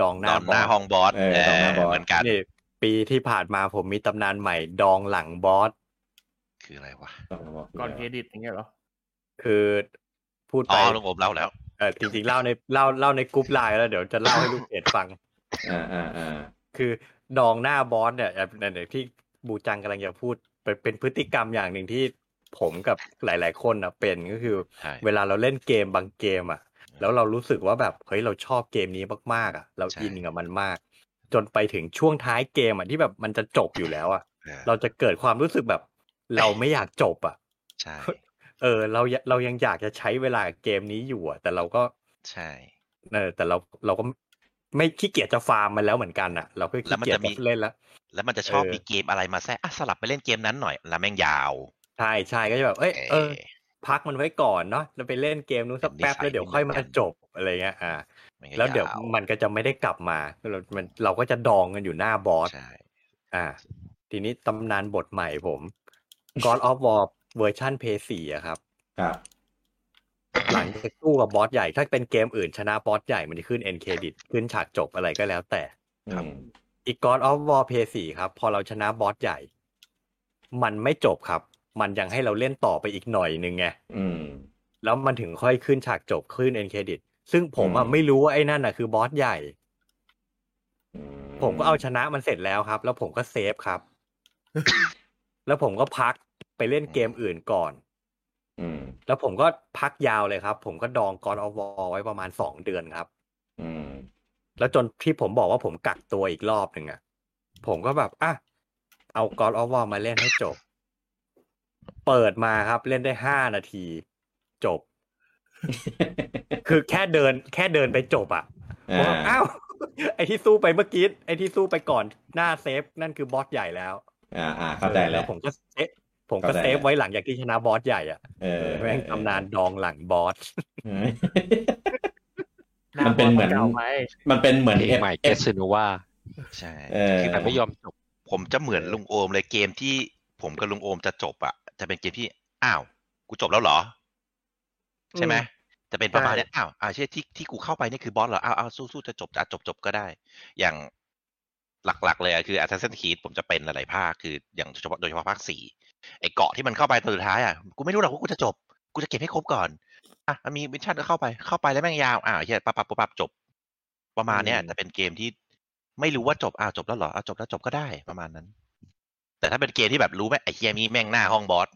S5: ดองห
S4: ต
S5: น้า
S4: อน
S5: บ
S4: ห
S5: อ
S4: น้า
S5: ส
S4: ห้องบอส
S1: เออตอนหน้าบอส
S4: เหมือนกัน
S5: นี่ปีที่ผ่านมาผมมีตำนานใหม่ ดองหลังบอส
S4: คืออะไรวะ
S1: ต้องมาบอก
S2: ก่อนเครดิตอย่างเงี้ยเหรอ
S5: คือพูด
S4: อ๋
S5: ไป
S4: อลุงโอมเล่าแล้ว
S5: เออจริงๆเล่าในเล่าเล่าในกรุ๊ปไลน์แล้วเดี๋ยวจะเล่าให้ลูกเพจฟัง
S1: อ่าอ่าอ่า
S5: คือดองหน้าบอสเนี่ยแบบไหนๆที่บูจังกำลังจะพูดเป็นเป็นพฤติกรรมอย่างหนึ่งที่ผมกับหลายๆคนนะเป็นก็คือ
S4: ใช่
S5: เวลาเราเล่นเกมบางเกมอ่ะ แล้วเรารู้สึกว่าแบบเฮ้ยเราชอบเกมนี้มากๆอ่ะ เราอินกับมันมาก จนไปถึงช่วงท้ายเกมอ่ะที่แบบมันจะจบอยู่แล้วอ่ะ
S4: เออ
S5: เราจะเกิดความรู้สึกแบบ เราไม่อยากจบอ่ะ
S4: ใช่
S5: เออ เราอยากเรายังอยากจะใช้เวลากับเกมนี้อยู่อ่ะ แต่เราก็
S4: ใช่
S5: เออแต่เราเราก็ไม่ขี้เกียจจะฟาร์มมันแล้วเหมือนกันอ่ะ เราก็
S4: แล้วมัน
S5: ขี้เกียจ
S4: จะมี
S5: จะเล่นแล้ว
S4: แล้วมันจะชอบ
S5: เออ
S4: มีเกมอะไรมาแทรกอ่ะสลับไปเล่นเกมนั้นหน่อยแล้วแม่งยาว
S5: ใช่ใช่ก็จะแบบ เอ้ยเอ
S4: เอ
S5: อ
S4: อ
S5: พักมันไว้ก่อนเนาะแล้วไปเล่นเกมนู้นสัก
S4: เป็นนิสัย
S5: แป๊บแล้วเดี๋ยว
S4: เป็น
S5: ค่อยมา
S4: เหมือนกัน
S5: จบอะไรเงี้ยอ่า
S4: มันก็
S5: แล้วเดี๋ยว
S4: า
S5: มันก็จะไม่ได้กลับมาเรามันเราก็จะดองกันอยู่หน้าบอส
S4: ใช่
S5: อ่า ทีนี้ตำนานบทใหม่ผม God of War เวอร์ชัน PS4 อะครับ
S1: ครับ
S5: หลังจากสู้กับบอสใหญ่ ถ้าเป็นเกมอื่นชนะบอสใหญ่มันจะขึ้น end credit ขึ้นฉากจบอะไรก็แล้วแต่
S1: อืม
S5: อีก God of War PS4 ครับ พอเราชนะบอสใหญ่ มันไม่จบครับ มันยังให้เราเล่นต่อไปอีกหน่อยนึงไง
S1: อืม
S5: แล้วมันถึงค่อยขึ้นฉากจบขึ้น end credit ซึ่งผมอะ
S1: อืม
S5: ไม่รู้ว่าไอ้นั่นน่ะคือบอสใหญ่
S1: อื
S5: ผมก็เอาชนะมันเสร็จแล้วครับ แล้วผมก็เซฟ ครับ แล้วผมก็พักไปเล่นเกมอื่นก่อน
S1: อืม
S5: แล้วผมก็พักยาวเลยครับ ผมก็ดองกอนอวไว้ประมาณสองเดือนครับ
S1: อืม
S5: แล้วจนที่ผมบอกว่าผมกักตัวอีกรอบหนึ่งอะผมก็แบบอ่ะเอากอนอวมาเล่นให้จบ เปิดมาครับ เล่นได้ห้านาที จ บ คือแค่เดิน แค่เดินไปจบอะ
S1: อ่
S5: ผมแบบ
S1: า
S5: อ้าว ไอที่สู้ไปเมื่อกี้ไอที่สู้ไปก่อนหน้าเซฟนั่นคือบอสใหญ่แล้ว
S1: อ่าอ่าเข้าใจแล้ว
S5: ผมก็เซฟผมก็
S1: เข้าใจ
S5: เซฟ
S1: แล้ว
S5: ไว้หลังจากที่ชนะบอสใหญ่อ่ะ
S1: เออ
S5: แม่งตำนานดองหลังบอส
S1: เออ
S2: า
S1: มันเป็นเหมือน
S2: บสก่าไหม
S1: มันเป็นเหมือน
S7: เพลงใหม่
S1: F-
S7: เกสซินว่า
S4: ใช่
S1: เออ
S7: แต่ไม่ยอมจบ
S4: ผมจะเหมือนลุงโอมเลยเกมที่ผมกับลุงโอมจะจบอ่ะ จะเป็นเกมที่อ้าว กูจบแล้วเหรอ ใช่ไหมจะเป็นประมาณเนี้ยอ้าวอ้าวเช่ยที่ที่กูเข้าไปนี่คือบอสเหรออ้าวอ้าวสู้สู้จะจบจะจบจบก็ได้ อย่างหลักๆเลยอะคือ Assassin's Creed ผมจะเป็นหลายๆภาคคืออย่างเฉพาะโดยเฉพาะภาคสี่ไอ้เกาะที่มันเข้าไปตอนสุดท้ายอ่ะกูไม่รู้หรอกว่ากูจะจบ กูจะเก็บให้ครบก่อน อ่ะมันมีมิชชั่นก็เข้าไปเข้าไปแล้วแม่งยาวอ่าเฮียปั๊บปั๊บปั๊บปั๊บจบ ประมาณเนี้ย
S5: อืม
S4: จะเป็นเกมที่ไม่รู้ว่าจบอ้าวจบแล้วเหรออ้าวจบแล้วจบก็ได้ประมาณนั้น แต่ถ้าเป็นเกมที่แบบรู้ไหมไอ้เฮียมีแม่งหน้าห้องบอส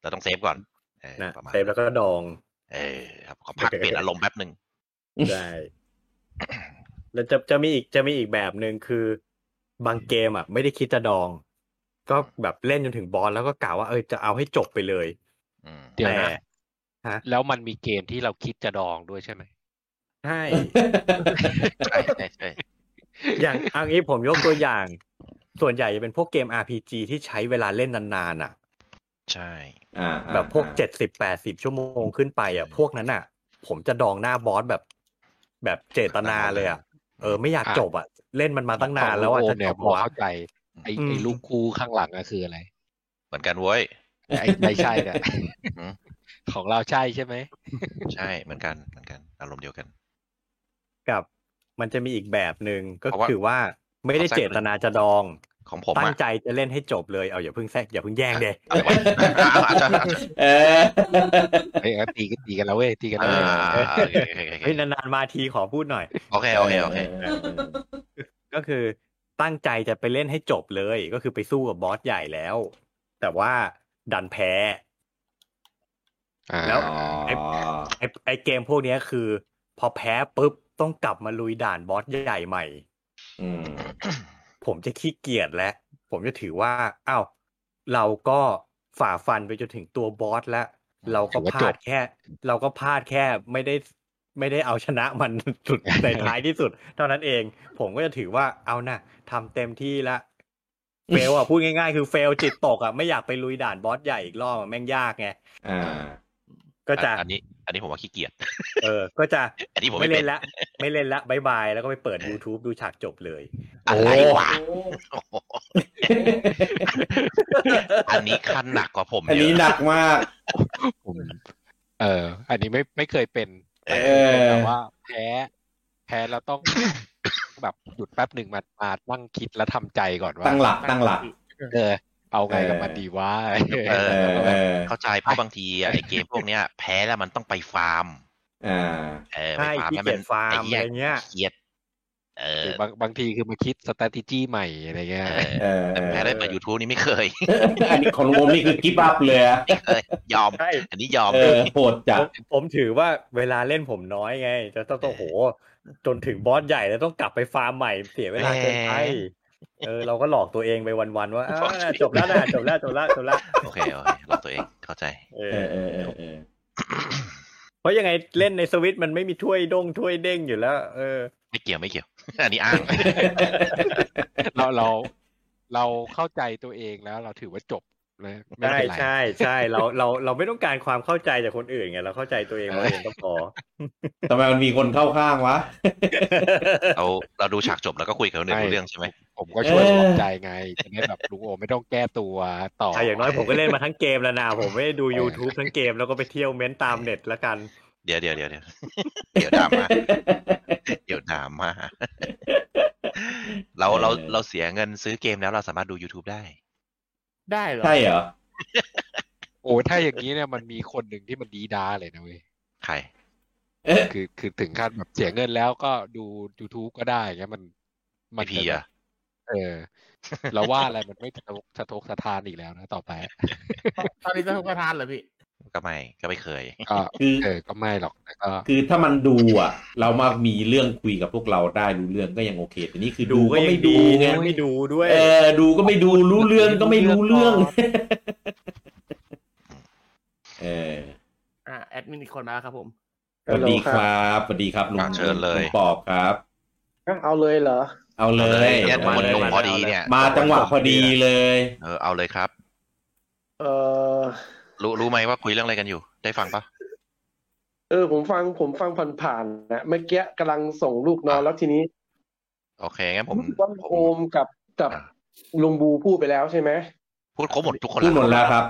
S4: เราต้องเซฟก่อนเออ
S5: นะ
S4: ประมาณ
S5: เซฟแล้วก็ดอง
S4: เออครับขอพักเปลี่ยนอารมณ์แป๊บหนึ่ง
S5: ได้ แล้วจะจะมีอีกจะมีอีกแบบหนึ่งคือบางเกมอ่ะ ไม่ได้คิดจะดอง ก็แบบเล่นจนถึงบอสแล้วก็กล่าวว่าเออจะเอาให้จบไปเลย
S4: อืม
S7: เดี๋ยว
S5: แต่
S7: นะ แล้วมันมีเกมที่เราคิดจะดองด้วยใช่ไหม
S5: ใช่
S4: ใช่ใช่ใช่
S5: อย่างเอังนี้ผมยกตัวอย่าง ส่วนใหญ่จะเป็นพวกเกม RPG ที่ใช้เวลาเล่นนานๆอ่ะ
S4: ใช่
S1: อ่า
S5: แบบพวก
S1: อ่า
S5: เจ็ดสิบแปดสิบชั่วโมงขึ้นไปอ่ะ พวกนั้นอ่ะ ผมจะดองหน้าบอสแบบ แบบเจตนาเลยอ่ะ เออไม่อยาก
S7: อ่ะ
S5: จบอ่ะ เล่นมันมาตั้งนานแล้วอ่ะ
S7: ขง
S5: จะ
S7: โม
S5: จ
S7: เนี่ย
S5: บ
S7: พ
S5: เหร
S7: อ
S5: อวะ
S7: เข้าใจไอ้
S5: อืม
S7: ไอ้ลูกคู่ข้างหลังอะคืออะไร
S4: เหมือนกันเว้ย
S7: ไอ้ไม่ใช่เนี่ย
S4: อืม
S7: ของเราใช่ใช่ไหม
S4: ใช่เหมือนกันเหมือนกัน อารมณ์เดียวกัน
S5: กับ มันจะมีอีกแบบหนึ่งก็
S4: เพราะว่า
S5: คือว่าไม่ได้เจตนาจะดอง
S4: ของผมอะ
S5: ตั้งใจจะเล่นให้จบเลยเอาอย่าเพิ่งแทรกอย่าเพิ่งแย่งเด
S4: อะไรวะอ้าวอาจจะ อาจจะ
S1: เออ
S7: ไอ้ยงั้นตีก็ตีกันแล้วเว้ยตีกันแล้ว
S4: อ่า
S7: เว้ย
S4: โอเคโอเคโอเค
S5: เฮ้ยนานๆมาทีขอพูดหน่อย
S4: โอเคโอเคโอเค
S5: ก็คือตั้งใจจะไปเล่นให้จบเลยก็คือไปสู้กับบอสใหญ่แล้ว แต่ว่าดันแพ้
S7: อ่า
S5: แล้ว ไอ้ไอเกมพวกเนี้ยคือ พอแพ้ปุ๊บต้องกลับมาลุยด่านบอสใหญ่ใหม่
S1: อืม
S5: ผมจะขี้เกียจแล้ว ผมจะถือว่าอ้าวเราก็ฝ่าฟันไปจนถึงตัวบอสแล้ว เราก็พลาดแค่ เราก็พลาดแค่ไม่ได้ไม่ได้เอาชนะมัน สุดในท้ายที่สุด เท่านั้นเอง ผมก็จะถือว่าเอานะทำเต็มที่ละเฟลอ่ะพูดง่ายๆ คือเฟลจิตตกอ่ะไม่อยากไปลุยด่านบอสใหญ่อีกรอบอะแม่งยากไง
S1: อ่า
S5: ก็จะ
S4: อ่อันนี้ อันนี้ผมว่าขี้เกียจ
S5: เออ ก็ จะ
S4: อันนี้ผม
S5: ไม่
S4: ไม่เป็
S5: เล่
S4: น
S5: นละ ไม่เล่นละบายบาย แล้วก็ไปเปิด YouTube ดูฉากจบเลย
S4: อะไรวะ
S1: โอ้
S4: อันนี้ขั้นหนักกว่าผม
S1: อัน
S4: เย
S1: นี้
S4: อะ
S1: หนักมาก
S7: ผม เออ อันนี้ไม่ไม่เคยเป็น
S4: เอ
S1: เอ
S4: อ
S1: อ
S7: แต่ว่าแพ้ แพ้แล้วต้อง แบบหยุดแป๊บหนึ่งมามานั่งคิดแล้วทำใจก่อนว่า
S1: ตั้งหลักตั้งหลัก
S7: เออ เอาไงกับมัน
S1: เออ
S7: ดีวะ
S4: เอ
S1: เอ
S4: อ
S1: อเออ
S4: เข้าใจเพราะบางทีอะไอ้เกมพวกเนี้ย แพ้แล้วมันต้องไปฟาร์ม
S1: อ่า
S4: เออ
S5: ใช่
S4: ไปฟาร์ม
S5: ขี้เกีย
S4: หี้
S5: จฟาร์มอะไรเงี้ย
S4: ขี้เกียจเอ
S7: ห
S4: อ
S7: รือบางบางทีคือมาคิด s t r a t e g y ใหม่อะไรเงี้ย
S4: เออ
S1: เออเอ
S4: แต่
S1: อ
S4: แพ้ได้เปิด YouTube นี่ไม่เคย
S1: อันนี้ของโอมนี่คือกิฟต์อัพเลยอะ
S4: ไม่เคยยอม
S5: ใช่
S4: อันนี้ยอม
S1: เออโหดจั
S5: ผ
S1: ด
S5: มผมถือว่าเวลาเล่นผมน้อยไง จะต้องโอ้โห จนถึงบอสใหญ่แล้วต้องกลับไปฟาร์มใหม่เสียเวลาเกินไปเออ เราก็หลอกตัวเองไปวันๆว่าอ้าวจบแล้วนะจบแล้วจบแล้วจบแล้ว
S4: โอเคโอเคหลอกตัวเองเข้าใจ
S5: เอ
S1: เอ
S5: อ
S1: อเออเออเออ
S5: เพราะยังไงเล่นในสวิตช์มันไม่มีถ้วยด้งถ้วยเด้งอยู่แล้ว เออ
S4: ไม่เกี่ยวไม่เกี่ยว อันนี้อ้าง
S7: เราเราเราเข้าใจตัวเองแล้วเราถือว่าจบเลยไม่
S5: ใช่
S7: เป็นไร
S5: ใช่ใช่เราเราเราไม่ต้องการความเข้าใจจากคนอื่นไงเราเข้าใจตัวเองเราเองก็พอ
S1: ทำไมมันมีคนเข้าข้างวะ
S4: เราเราดูฉากจบแล้วก็คุยกับคนอื่นรู้เรื่องใช่ไหม
S7: ผมก็ช่วย
S1: เออ
S7: ปลอบใจไงจะได้แบบลุงโอไม่ต้องแก้ตัวต่อ
S5: อ่ะอย่างน้อยผมก็เล่นมาทั้งเกมแล้วนะผมไม่ได้ดู YouTube ทั้งเกมแล้วก็ไปเที่ยวเม้นตามเน็ตละกัน
S4: เดี๋ยวเดี๋ยวเดี๋ยวเดี๋ยว เดี๋ยวดราม่าเดี๋ยวดราม่าเราเรา
S1: เออ
S4: เราเสียเงินซื้อเกมแล้วเราสามารถดู YouTube ได้
S13: ได้เหรอ
S1: ใช่เหรอ
S7: โอ้ถ้าอย่างนี้เนี่ยมันมีคนหนึ่งที่มันดีดาเลยนะเว้ย
S4: ใคร
S7: คือคือถึงขั้นแบบเสียเงินแล้วก็ดู YouTube ก็ได้เงี้ยมันมั
S4: พี่อะ
S7: เออเราว่าอะไรมันไม่สะทกสะทกสะทานอีกแล้วนะต่อไป
S13: ตอนนี้จะทุกทานเหรอพี่
S4: ก็ไม่ก็ไม่เคย
S7: ก็
S1: คือ
S7: เออก็ไม่หรอกแต่ก็
S1: คือถ้ามันดูอ่ะ เรามามีเรื่องคุยกับพวกเราได้รู้เรื่องก็ยังโอเค แต่นี่คือดู
S5: ดู
S1: ก็
S5: ก็ยั
S1: ไม่
S5: ง
S1: ดู
S5: ดี
S1: ไง
S5: ไม่ดูด้วย
S1: เออ ดูก็ไม่ดูรู้เรื่องก็ไม่รู้เรื่อง เออ
S13: อ่าแอดมินอีกคนมาแล้วครับผม
S1: สวัสดีครับสวัสดีครับลุง
S4: อ่ะเชิญเลย
S1: งปอบครับ
S2: เอาเลยเหรอ
S1: เอาเลย
S4: เนี่ย
S5: มา
S4: คน
S5: เลย
S4: ลงพอดีเนี่ย
S1: มาจังหวะพอดีเลย
S4: เออเอาเลยครับ
S2: เออ
S4: รู้รู้ไหมว่าคุยเรื่องอะไรกันอยู่ ได้ฟังปะ
S2: เออผมฟังผมฟังผ่านๆนะเมื่อกี้กำลังส่งลูกนอนแล้วทีนี้
S4: โอเคงั้นผม
S2: ว่า
S4: ผม
S2: โอมกับกับลุงบูพูดไปแล้วใช่ไหม
S4: พูดครบหมดทุกคน
S1: พูดหมด
S4: แล้
S1: แล้ว วครับ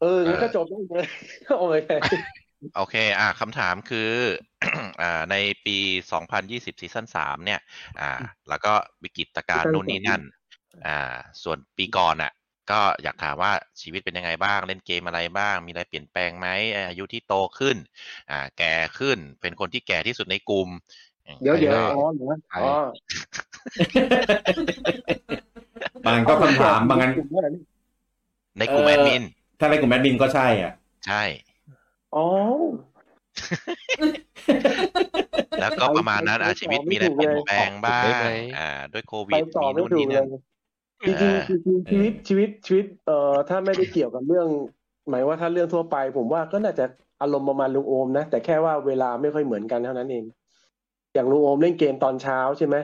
S2: เอองั้น
S4: เออ
S2: ก็จบได้เลย โอเค
S4: โอเค อ่าคำถามคือ อ่าในปี 2020ซีซั่น3เนี่ย อ่า แล้วก็วิกฤตการณ์นู่นนี่นั่น อ่า ส่วนปีก่อนอ่ะ ก็อยากถามว่าชีวิตเป็นยังไงบ้าง เล่นเกมอะไรบ้าง มีอะไรเปลี่ยนแปลงไหมเอ่ออายุที่โตขึ้น อ่า แก่ขึ้น เป็นคนที่แก่ที่สุดในกลุ่ม
S2: เดี๋ยว
S7: ไป
S2: เดี๋ยว
S7: เลย
S2: อ๋อเหรอ
S7: ไป
S2: อ๋อบ
S1: างก็คำถามบางงั้น
S4: ในกลุ่ม
S1: เอ่
S4: แอ
S1: อ
S4: ดมิน
S1: ถ้าในกลุ่มแอดมินก็ใช่อ่ะ
S4: ใช่
S2: อ๋อ
S4: แล้วก็ประมาณนั้นอาชีวิตมีอะไรเปลี่ยนแปลงบ้า
S7: ไป
S4: ง
S7: ไหม
S4: อ่า ด้วยโควิ
S2: ไป
S4: ด
S2: ต่อ
S4: มี
S2: ไม่
S4: นู่น
S2: ถู
S4: นี่
S2: กเล
S4: นั่
S2: ย
S4: น
S2: จริง
S4: เออ
S2: ๆจริงๆชีวิตชีวิตชีวิตเอ่อถ้าไม่ได้เกี่ยวกับเรื่อง หมายว่าถ้าเรื่องทั่วไป ผมว่าก็น่าจะอารมณ์ประมาณลุงโอมนะ แต่แค่ว่าเวลาไม่ค่อยเหมือนกันเท่านั้นเอง อย่างลุงโอมเล่นเกมตอนเช้าใช่ไหม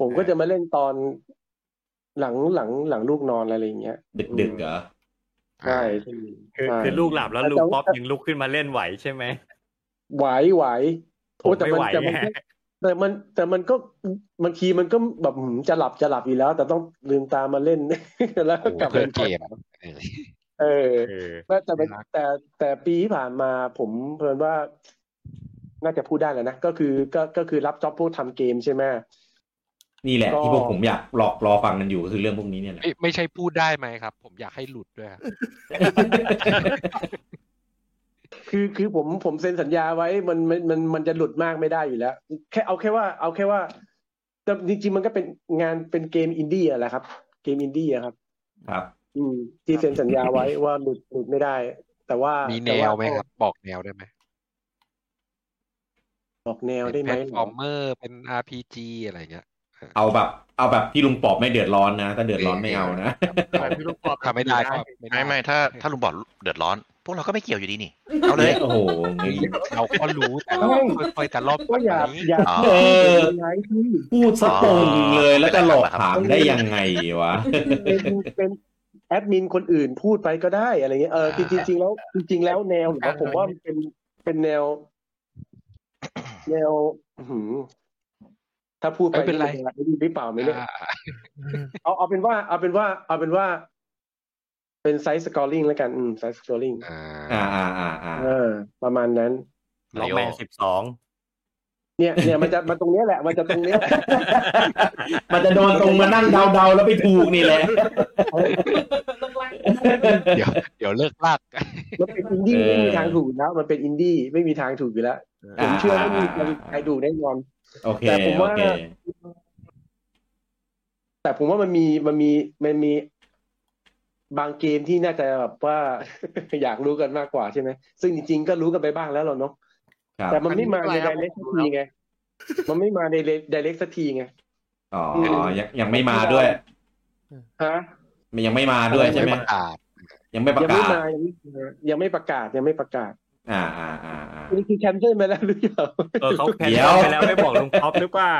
S2: ผมก็จะมาเล่นตอนหลังหลังหลังลูกนอนอะไรอย่างเงี้ย
S1: ดึกดึกๆเหรอ
S2: ใช่ใช่
S5: คือ
S2: ใช่
S5: คือลูกหลับแล้วลูกป๊อปยังลุกขึ้นมาเล่นไหวใช่ไหม
S2: ไหวไหว
S5: ผม
S2: โอ้แต่
S5: ไม่
S2: มัน
S5: ไหว
S2: แต่มัน
S5: แน่
S2: ก็แต่มันแต่มันก็บางทีมันก็แบบหืมจะหลับจะหลับอยู่แล้ว แต่ต้องลืมตามาเล่น แล้วก็
S7: โอ้
S2: กลับ
S7: เพื่อน
S2: น
S7: เกม
S2: เออ
S5: เออ
S2: แต่แต่เป็นแต่แต่ปีที่ผ่านมาผมเพลินว่า น่าจะพูดได้แล้วนะ ก็คือก็ก็คือรับจ็อบพวกทำเกมใช่ไหม
S1: นี่แหละ
S2: ก็
S1: ที่พวกผมอยากรอรอฟังกันอยู่ก็คือเรื่องพวกนี้เนี่ยแหละ
S7: ไม่ไม่ใช่พูดได้ไหมครับ ผมอยากให้หลุดด้วย
S2: คือคือผมผมเซ็นสัญญาไว้มันมันมันมันจะหลุดมากไม่ได้อยู่แล้ว แค่เอาแค่ว่า เอาแค่ว่าแต่จริงๆมันก็เป็นงานเป็นเกมอินดี้อะแหละครับ เกมอินดี้อะครับ
S1: ครับ
S2: อืม ที่เซ็นสัญญาไว้ว่าหลุดหลุดไม่ได้ แต่ว่า
S7: มีแน
S2: ต่าว
S7: ไหมครับ บอกแนวได้ไหม
S2: บอกแนว
S7: เป็น
S2: ได้ไห
S7: แพ
S2: ม
S7: ลต
S2: เห
S7: ฟ
S2: ร
S7: อ
S2: อ
S7: ร์มเมอร์เป็น RPG อะไรเงี้ย
S1: เอาแบบ เอาแบบที่ลุงปอบไม่เดือดร้อนนะถ้าเดือดร้อนไม่เอานะ
S13: แบบที่ลูกปอบ
S7: ทำไม่ได้ก็ไม่ได้
S4: ไม่ไม่ถ้าถ้าลุงบอกเดือดร้อน พวกเราก็ไม่เกี่ยวอยู่ดีนี่ เอาเลย
S1: โอ้โหงี้
S7: เราก็รู้แต่เราค่อยๆแต่รอบ
S2: ก็อย่าอย่า
S4: อ๋อ
S2: พูดถึงไลฟ์ที่
S1: พูดสะตรงเลยแล้วจะหลอกถามได้ยังไงวะ
S2: เป็นเป็น
S10: แอดมินคนอื่นพูดไปก็ได้อะไรเงี้ยเออจริงจริงๆแล้วจริง ๆ แล้วแนวหรือว่าผมว่ามันเป็นเป็นแนว แนวอื้อหือถ้าพูดไป
S7: ไม่เป็นไร
S10: จะด้ยิหรือเปล่าไหมเนี่ย
S7: อ่า
S10: เอาเอาเป็นว่าเอาเป็นว่าเอาเป็นว่า เป็นไซส์สกอร์ลิงแล้วกันอืมไซส์สกอร์ลิง
S7: อ่า
S1: อ่าอ่าอ่าอ่า
S10: เออ ประมาณนั้น
S5: ล็อกแมนสิบสอง
S10: เนี่ยเนี่ยมันจะมันตรงเนี้ยแหละ มันจะตรงเนี้ยแหละ
S1: มันจะโดนตรงมานั่งเดาๆแล้วไปถูกนี่แหละ
S7: เดี๋ยวเดี๋ยวเลิกลาก
S10: มันเป็นอินดี้
S1: เออ
S10: ไม่มีทางถูกอยู่แล้วมันเป็นอินดี้ไม่มีทางถูกอยู่แล้วผ
S1: อ่า
S10: มเชื่อว่ามีมันมีใครดูแน่นอน
S1: โอเค
S10: แต่ผม
S1: โอ
S10: ว่า
S1: เค
S10: แต่ผมว่ามันมีมันมีมันมีบางเกมที่น่าจะแบบว่า อยากรู้กันมากกว่าใช่ไหมซึ่งจริงๆก็รู้กันไปบ้างแล้วเราเนาะ
S1: ครับ
S10: แต่มันไม่มาใน
S2: ครั
S10: ด
S2: บ
S10: เรกสักทีไงมันไม่มาในดเรกสักทีไง
S1: อ๋อยังยังไม่มาด้วย
S10: ฮะ
S1: มันยังไม่มาด้วยใช่ไหม
S7: ประกาศ
S1: ยังไม่ป
S10: ยั
S1: ระกา
S10: งไม่
S1: ศ
S10: มายังไม่มายังไม่ประกาศยังไม่ประกาศ
S1: อ่าอ่าอ่าอ่า
S10: นี่คือแคนเซิลไปแล้วหรือเปล่า
S5: เออเขาแพน
S1: เดี๋ยว
S5: ไปแล้วไม่บอกลุงท็อปหรือเปล่า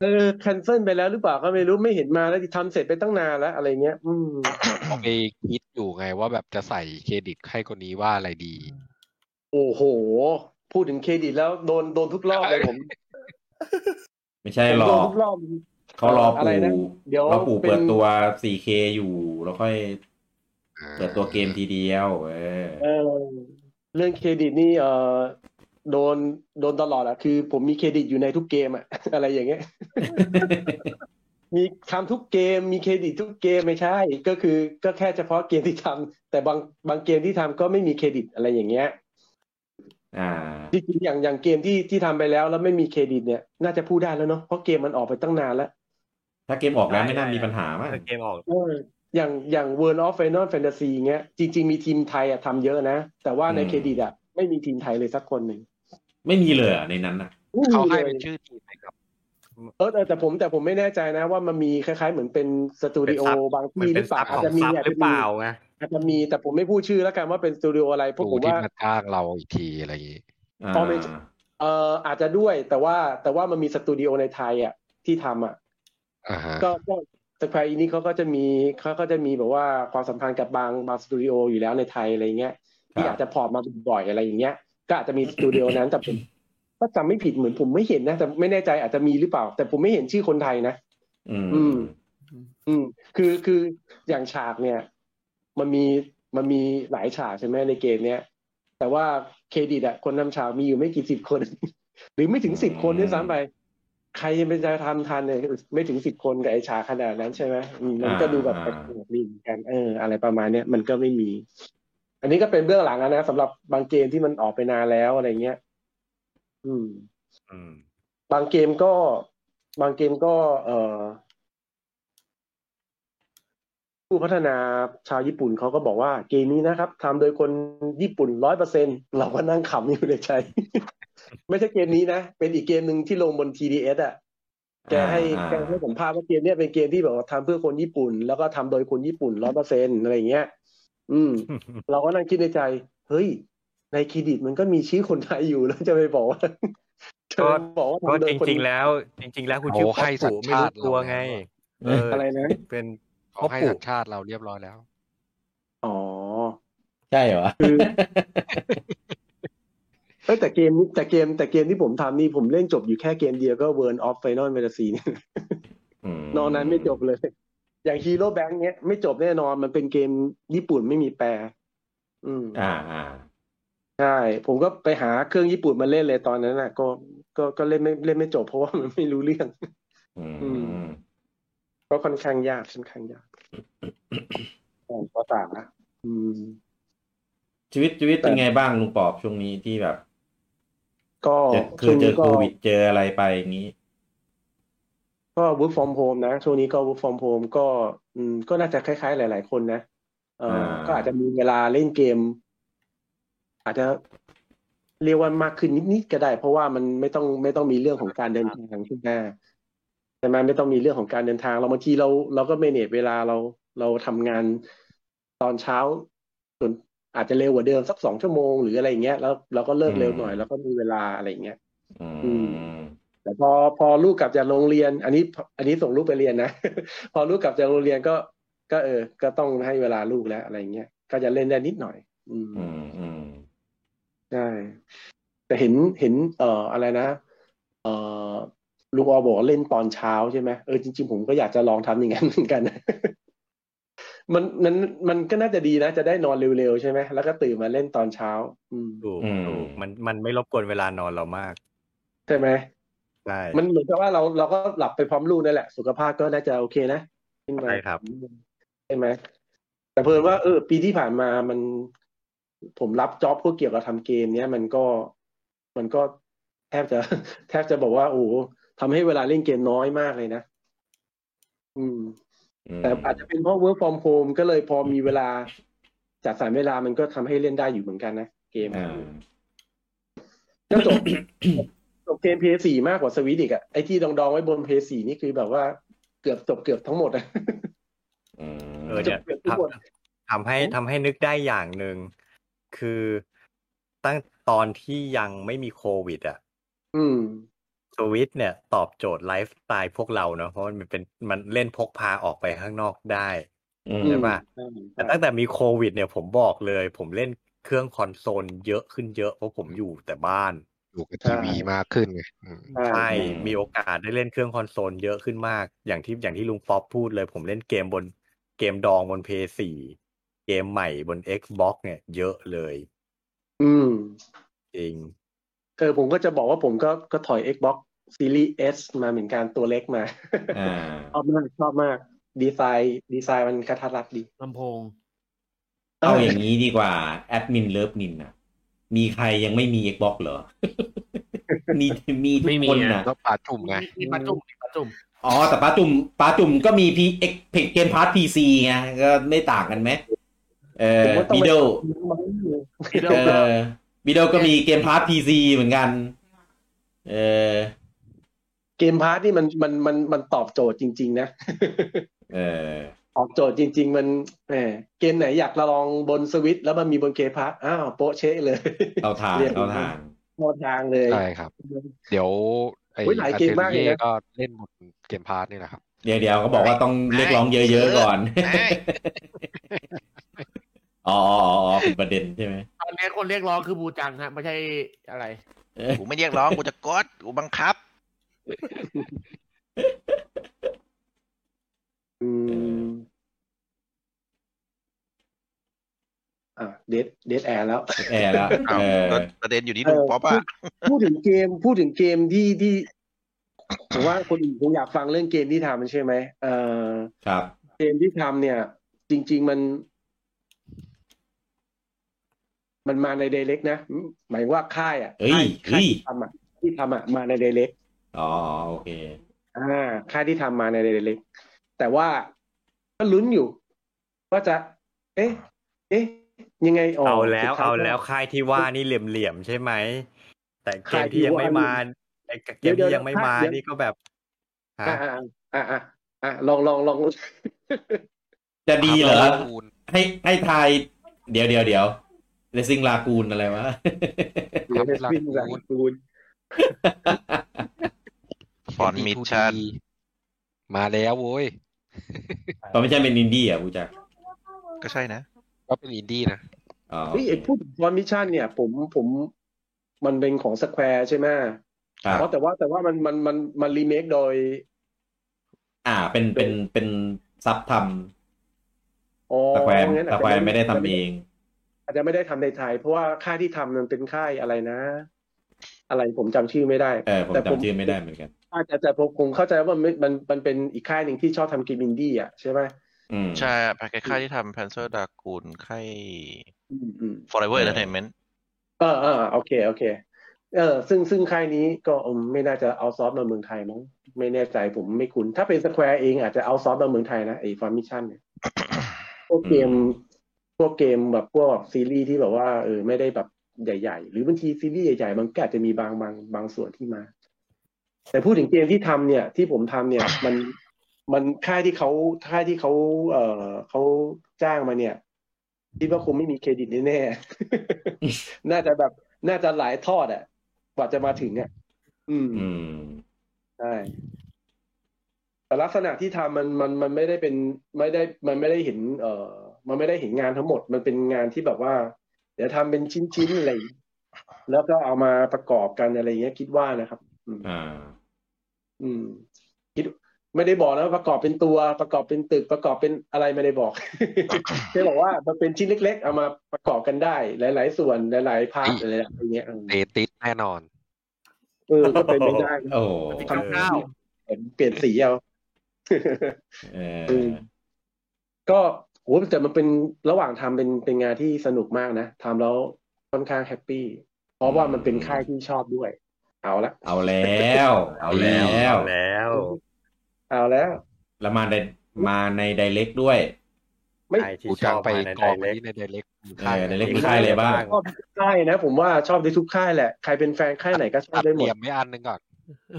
S10: เออแคนเซิลไปแล้วหรือเปล่าก็ไม่รู้ไม่เห็นมาแล้วที่ทำเสร็จไปตั้งนานแล้วอะไรเงี้ย อืม
S7: ผมไปคิดอยู่ไงว่าแบบจะใส่เครดิตให้คนนี้ว่าอะไรดี
S10: โอ้โห พูดถึงเครดิตแล้วโดนโดนทุกรอบเลยผม
S1: ไม่ใช่
S10: ผม
S1: หร
S10: โด
S1: อน ก
S10: ทุกรอบ
S1: เขารอ
S10: อะไร
S1: ปู่
S10: นะเดี๋ยว
S1: รอปู่
S10: เป็น
S1: เปิดตัว 4K อยู่แล้วค่อยเปิดตัวเกมทีเดียวเออ
S10: เออเรื่องเครดิตนี่เออโดนโดนตลอดอะคือ ผมมีเครดิตอยู่ในทุกเกมอะ อะไรอย่างเงี้ย มีทำทุกเกมมีเครดิตทุกเกมไม่ใช่ ก็คือก็แค่เฉพาะเกมที่ทำแต่บางบางเกมที่ทำก็ไม่มีเครดิตอะไรอย่างเงี้ย
S1: อ่า
S10: จริงๆอย่างอย่างเกมที่ที่ทำไปแล้วแล้วไม่มีเครดิตเนี่ยน่าจะพูดได้แล้วเนาะเพราะเกมมันออกไปตั้งนานแล้ว
S1: ถ้าเกมออกแล้วไม่น่ามีปัญหามั้ง
S5: เกมออก
S10: เอออย่างอย่าง World of Final Fantasy เงี้ยจริง ๆ มีทีมไทยอะทำเยอะนะ แต่ว่าในเครดิตอะไม่มีทีมไทยเลยสักคนหนึ่ง
S1: ไม่มีเลยเหรอในนั้นนะ
S10: ไม่มี
S7: เขาให้
S10: ล
S7: เป็
S10: ย
S7: นชื่อทีมไหมครับ
S10: เออแต่แต่ผมแต่ผมไม่แน่ใจนะว่ามันมีคล้ายๆเหมือนเป็นสตูดิโอบาง
S5: มัน
S10: ที่ห
S5: เป็
S10: รื
S5: น
S10: อเป
S5: ซั
S10: ล่า
S5: บข
S10: อาจ
S5: อง
S10: จะมี
S5: ซับ
S10: อาจ
S5: หรือ
S10: จะ
S5: เป
S10: มี
S5: ล่าไง
S10: อาจจะมีแต่ผมไม่พูดชื่อแล้วกันว่าเป็นสตูดิโออะไรเพราะ
S7: ดู
S10: ผม
S7: ที่
S10: ว่า
S7: มาจ้างเราอีกทีอะไรอย่างงี้
S1: อ่า
S10: อ๋อไม่ใช่ เอออาจจะด้วยแต่ว่าแต่ว่ามันมีสตูดิโอในไทยอ่ะที่ทำอ่ะ
S7: อ่าฮะ
S10: ก็ก็สแควร์อินี้เขาก็จะมีเขาก็จะมีแบบว่าความสัมพันธ์กับบางบางสตูดิโออยู่แล้วในไทยอะไรเงี้ยที่อาจจะพอร์ตมาบ่อยๆอะไรอย่างเงี้ยก็อาจจะมีสตูดิโอนั้นแต่ผมถ้าจำไม่ผิดเหมือนผมไม่เห็นนะแต่ไม่แน่ใจอาจจะมีหรือเปล่า แต่ผมไม่เห็นชื่อคนไทยนะ
S1: อื
S10: อื
S1: ม
S10: ม อืมคือคืออย่างฉากเนี่ย มันมีมันมีหลายฉากใช่ไหมในเกมเนี้ยแต่ว่าเครดิตอะคนนำฉากมีอยู่ไม่กี่สิบคน หรือไม่ถึงสิบคนด้วยซ้ำไป ใครจะเป็นจะทำทันเนี่ยไม่ถึงสิบคนกับไอฉากขนาดนั้นใช่ไหมอืมมันก็
S1: อ่า
S10: ดูแบบแป
S1: อ่า
S10: ลกๆดีเหมือนกันเออ อะไรประมาณเนี้ยมันก็ไม่มี อันนี้ก็เป็นเบื้องหลังแล้วนะสำหรับบางเกมที่มันออกไปนานแล้วอะไรเงี้ยอืม
S5: อืม
S10: บางเกมก็ บางเกมก็ เอ่อ ผู้พัฒนาชาวญี่ปุ่นเขาก็บอกว่าเกมนี้นะครับทำโดยคนญี่ปุ่นร้อยเปอร์เซ็นเราก็นั่งขำอยู่ในใจ ไม่ใช่เกมนี้นะ เป็นอีกเกมหนึ่งที่ลงบน TDS อ่ะแกให้
S1: อ่า
S10: แกให้สัมภาษณ์ว่าเกมเนี้ยเป็นเกมที่แบบว่าทำเพื่อคนญี่ปุ่น แล้วก็ทำโดยคนญี่ปุ่นร้อยเปอร์เซ็นอะไรอย่างเงี้ย อืม เราก็นั่งคิดในใจ เฮ้ย ในเครดิตมันก็มีชื่อคนไทยอยู่แล้วจะไปบอกว่า จะไปบอกว่า
S5: ก็
S10: ทำโด
S5: จ
S10: ยคน
S5: ริง ๆ แล้ว จริง ๆ แล้วคุณชื่อ
S7: เขาให้สั
S5: พ่อ
S7: ญ
S5: ปู่ไม่
S7: ชา
S5: รู้
S7: ติ
S5: ตัว
S7: เรา
S5: ไง
S7: แล้วอะ
S5: เอออ
S10: อะไรนะ
S5: เป็น
S7: เขาให้สัญชาติเราเรียบร้อยแล้ว
S10: อ๋อ
S1: ใช่เหรอ
S10: เอ้ยแต่เกมนี้แต่เกมแต่เกมที่ผมทำนี่ผมเล่นจบอยู่แค่เกมเดียวก็ Burn of Final Fantasy เนี่ย
S1: ม
S10: นอกนั้นไม่จบเลย อย่าง Hero Bank เนี้ยไม่จบแน่นอนมันเป็นเกมญี่ปุ่นไม่มีแปล อืม
S1: อ่าอ่า
S10: ใช่ ผมก็ไปหาเครื่องญี่ปุ่นมาเล่นเลยตอนนั้นน่ะ ก็ก็ก็เล่นไม่เล่นไม่จบเพราะว่ามันไม่รู้เรื่อง
S1: อื
S10: อื
S1: ม
S10: ก็ค่อนข้างยากค่อนข้างยากแต่ก็ต่างนะอืม
S1: ชีวิตชีวิตเป็น
S10: แต่
S1: ไงบ้างลุงปอบช่วงนี้ที่แบบ
S10: ก็
S1: เจอเค
S10: ช่
S1: ยว
S10: ง
S1: เจ
S10: นี้
S1: อโค
S10: ก็
S1: วิดเจออะไรไปอย่างนี้
S10: ก็ work from home นะ ช่วงนี้ก็ work from home ก็อืมก็น่าจะคล้ายๆ หลาย ๆ คนนะเอ่ออา ก็อาจจะมีเวลาเล่นเกม อาจจะเรียกว่ามากขึ้นนิดๆก็ได้ เพราะว่ามันไม่ต้องไม่ต้องมีเรื่องของการเดินทางขึ้นหน้าใช่ไหมไม่ต้องมีเรื่องของการเดินทาง เราบางทีเราเราก็เมเนจเวลาเราเราทำงานตอนเช้าส่วนอาจจะเร็วกว่าเดิมสักสองชั่วโมงหรืออะไรอย่างเงี้ยแล้วเราก็เลิกเร็วหน่อย แล้วก็มีเวลาอะไรอย่างเงี้ย
S1: อื
S10: อื
S1: ม
S10: แต่พอ พอลูกกลับจากโรงเรียน อันนี้อันนี้ส่งลูกไปเรียนนะ พอลูกกลับจากโรงเรียนก็ ก็เออ ก็ต้องให้เวลาลูกแล้วอะไรเงี้ยก็จะเล่นได้นิดหน่อย อืม
S1: อืมอืม
S10: ใช่ แต่เห็นเห็น เอ่ออะไรนะ เอ่อลุงออบอกว่าเล่นตอนเช้าใช่ไหมเออจริงๆผมก็อยากจะลองทำอย่างนั้นเหมือนกัน มันมันมันก็น่าจะดีนะ จะได้นอนเร็วๆใช่ไหมแล้วก็ตื่นมาเล่นตอนเช้า อืม
S5: ถูกถูกมันมันไม่รบกวนเวลานอนเรามาก
S10: ใช่ไหม
S5: ใช่
S10: มันเหมือนกับว่าเราเราก็หลับไปพร้อมลูกนั่นแหละ สุขภาพก็น่าจะโอเคนะขึ้นมา
S5: ใช่ครับ
S10: ใช่ไหมแต่เพิ่นว่าเออ ปีที่ผ่านมามัน ผมรับจ็อบพวกเกี่ยวกับทำเกม เนี้ยมันก็มันก็แทบจะ แทบจะบอกว่า โอ้โหทำให้เวลาเล่นเกมน้อยมากเลยนะ อืม
S1: อืม
S10: แต่อาจจะเป็นเพราะ work from home ก็เลยพอมีเวลา จัดสรรเวลามันก็ทำให้เล่นได้อยู่เหมือนกันนะ เกม
S1: อ่า
S10: ก็จบ จบเกม PS4 มากกว่าสวิตอีกอะไอที่ดองๆไว้บน PS4 นี่คือแบบว่าเกือบจบเกือบทั้งหมดอะ
S1: อืม
S5: เออเนี่ย
S10: จะเปลี่ยนทุกคน
S5: ทำทำให้ทำให้นึกได้อย่างหนึ่งคือตั้งตอนที่ยังไม่มีโควิดอ่ะ
S10: อืม
S5: สวิตเนี่ย ตอบโจทย์ไลฟ์สไตล์พวกเราเนาะเพราะมันเป็นมันเล่นพกพาออกไปข้างนอกได้
S1: อืม
S5: ใช่ปะ
S10: อืม
S5: แต่ตั้งแต่มีโควิด เนี่ยผมบอกเลย ผมเล่นเครื่องคอนโซลเยอะขึ้นเยอะเพราะผมอยู่แต่บ้าน
S7: อยู่กับทีวีมากขึ้นไงอืม
S10: ใช่
S5: ใช่ มีโอกาสได้เล่นเครื่องคอนโซลเยอะขึ้นมาก อย่างที่อย่างที่ลุงป๊อปพูดเลย ผมเล่นเกมบนเกมดองบน PS4 เกมใหม่บน Xbox เนี่ย เยอะเลย
S10: อืม
S5: จริง
S10: เออผมก็จะบอกว่าผมก็ก็ถอย Xbox Series S มาเหมือนกันตัวเล็กมา
S1: อ่า
S10: ชอบมากชอบมาก ดีไซน์ดีไซน์มันกระทัดรัดดี
S2: ลำโพง
S1: เอาอย่างนี้ดีกว่า แอดมินเลิฟนินนะมีใครยังไม่มี Xbox เหรอ มีมีทุ
S6: ไม่
S1: ก
S6: มี
S1: คน
S6: อะ
S1: นะ
S7: แล้วปลาจุ่มไง
S2: มีมีปลาจุ่มมีปลาจุ่ม
S1: อ๋อ แต่ป้าจุ่มป้าจุ่มก็มีพีเอ็กเพจเกมพาร์ทพีซีไงก็ไม่ต่างกันไหมเออ
S10: ผมว่าต้อง
S1: บิ
S10: ไป
S1: ดล
S2: มีเดล
S1: เอ
S2: ก็
S1: อบิดลก็มีเกมพาร์ทพีซีเหมือนกัน เออ
S10: เกมพาร์ทนี่มันมันมันมันตอบโจทย์จริง ๆ นะ
S1: เออ
S10: ออกโจทย์จริง ๆ มันแหมเกมไหนอยากลองบนสวิตช์แล้วมันมีบนเกมพาร์ทอ้าวโป๊ะเชะเลย
S1: เอาทาง
S10: เรียก
S1: เอาทาง
S10: หมดทางเลย
S7: ใช่ครับ เดี๋ยวไอ้
S10: เฮ้ยหลาย
S7: อา
S10: เก
S7: เซ
S10: มมากเลย
S7: เย่
S10: นะ
S7: ก็เล่นบนเกมพาร์ทนี่แหละครับ
S1: เดี๋ยวเดี๋ยวเขาบอกว่าต้องเรียกร้องเยอะๆก่อน
S4: ไม่
S1: อ๋ออ๋ออ๋ออ๋อเป็นประเด็นใช่ไหม
S2: ตอนนี้คนเรียกร้องคือบูจังฮะไม่ใช่อะไร
S1: เออ
S4: กูไม่เรียกร้อง กูจะกดกูบังคับ
S10: อืมอ่าเดดเดดแอร์แล้ว
S1: แอร์แล้ว
S4: อ้าว
S1: เออ
S4: ก็ประเด็นอยู่ที่ลุงป๊อปอ่ะ
S10: พูดถึงเกมพูดถึงเกมที่ที่ผมว่าคนอื่นคงอยากฟังเรื่องเกมที่ทำใช่ไหมเออ
S1: ครับ
S10: เกมที่ทำเนี่ย จริง ๆมัน มันมาในเดเล็กนะหมายว่าค่ายอ่ะ
S1: เอ้ยเอ้
S10: ค่ายค่า
S1: ย
S10: ยที่ทำอ่ะที่ทำอ่ะมาในเดเล็ก
S1: อ๋อโอเค
S10: อ่า ค่ายที่ทำมาในเดเล็กแต่ว่าก็ลุ้นอยู่ว่าจะ เอ๊ะ เอ๊ะ ยังไงออก
S5: เอาแล้ว
S10: สุดท้ย
S5: เอาแล้ว
S10: ก็
S5: ค่ายที่ว่านี่เหลี่ยมๆใช่ไหม แต่เกมที่ยังไม่มาไอ้เก
S10: เดี๋ย
S5: ม
S10: วเดี๋ยว
S5: ที่ยังไม่มา
S10: เดี๋ยว
S5: นี่ก็แบบฮะ
S10: อ่าอ่าอ่าอ่าลองลองลอง
S1: จะดีเหรอ
S7: Resident Evil
S1: ให้ให้ทาย เดี๋ยวเดี๋ยวเดี๋ยวเลซิงลากูนอะไรวะ
S7: ครับ
S10: Resident Evil
S7: ลากูน
S10: กูน
S4: ฟอนมิชชั่น
S7: D2D มาแล้วโว้ย
S1: มันไม่ใช่เป็นอินดี้เหรอ่ะบูจัก
S4: ก็ใช่นะ
S7: ก็เป็นอินดี้นะ
S1: อ๋อโอ
S10: เฮ้ย
S1: เค
S10: ไอ้พูดถึงมิชชั่นเนี่ย ผมผมมันเป็นของสแควร์ใช่ไหม
S1: ครับ
S10: เพราะแต่ว่าแต่ว่ามันมันมันมันรีเมคโดย
S1: อ่าเป็นเป็นเป็นซับทำ
S10: อ๋อ
S1: ตะแควน
S10: งั้น
S1: ตะ
S10: อาจ
S1: แควน
S10: จะ
S1: ไม่ได้ทำเอง
S10: อาจจะไม่ได้ทำในไทย เพราะว่าค่ายที่ทำมันเป็นค่ายอะไรนะ อะไรผมจำชื่อไม่ได้
S1: เออผม
S10: แต่ผม
S1: จำชื่อไม่ได้เหมือนกัน
S10: อาจจะแต่ผมผมเข้าใจว่ามันมันมันเป็นอีกค่ายหนึ่งที่ชอบทำเกมอินดี้อ่ะใช่ไหม
S1: อืม
S4: ใช่ภายใค่ายที่ทำ Panzer Dragoon ค่าย
S10: อืมอืม
S4: Forever Entertainment
S10: เออเออโอเคโอเค เออ ซึ่งซึ่งค่ายนี้ก็อืมไม่น่าจะเอาซอฟต์มาเมืองไทยมั้งไม่แน่ใจผมไม่คุ้น ถ้าเป็นสแควร์เองอาจจะเอาซอฟต์มาเมืองไทยนะไอ้ฟอร์มิชันเนี่ยพวกเกม พวกเกมแบบพวกซีรีส์ที่แบบว่าเออไม่ได้แบบใหญ่ ๆ หรือบางทีซีรีส์ใหญ่ๆ มันก็อาจจะมีบางบางบางส่วนที่มา แต่พูดถึงเกมที่ทำเนี่ย ที่ผมทำเนี่ย มันมันค่ายที่เขาค่ายที่เขาเออเขาจ้างมาเนี่ยคิดว่าคงไม่มีเครดิตแน่ๆ น่าจะแบบ น่าจะหลายทอดอ่ะกว่าจะมาถึงอ่ะ อืม
S1: อืม
S10: ใช่ เอ แต่ลักษณะที่ทำมันมันมันไม่ได้เป็นไม่ได้มันไม่ได้เห็น เอ่อ มันไม่ได้เห็นงานทั้งหมด มันเป็นงานที่แบบว่า เดี๋ยวทำเป็นชิ้นๆอะไรอย่างเงี้ยแล้วก็เอามาประกอบกันอะไรอย่างเงี้ยคิดว่านะครับ
S1: อ่า
S10: อืม คิดไม่ได้บอกนะว่าประกอบเป็นตัวประกอบเป็นตึกประกอบเป็นอะไรไม่ได้บอก แค่บอกว่ามันเป็นชิ้นเล็ก ๆ เอามาประกอบกันได้ หลาย ๆ ส่วนหลายๆพาร์ทอะไรอย่างเงี้ย
S7: เดทติดแน่นอน
S10: เออก็เป็นไม่ได้นะ
S1: โอ้
S10: ทำเก้าเปลี่ยนสีเอา
S1: เอ
S10: เอ
S1: อ
S10: อก็โอ้แต่มันเป็นระหว่างทำเป็นเป็นงานที่สนุกมากนะทำแล้วค่อนข้างแฮปปี้เพราะว่ามันเป็นค่ายที่ชอบด้วย เอาละ
S1: เอาแล้ว เอาแล้ว
S5: แล้ว
S10: เอาแล้ว
S1: แล้วมาในมาในไดเรกด้วย
S10: ไม่
S5: ใครที่
S7: กู
S5: ช
S7: จะ
S5: อบ
S7: ไป
S5: มาใน
S7: ก
S5: ได
S7: อง
S5: เรก
S7: ที่ในเดเล็ก
S1: เออไดเรกมีค่ายอะไรบ้าง
S10: ชอบทุกค่ายนะ ผมว่าชอบได้ทุกค่ายแหละใครเป็นแฟนค่ายไหนก็ชอบ
S7: ตัด
S10: ได้ห
S7: เห
S10: มด
S7: ลี่ยมไม่อันหนึ่งก่อน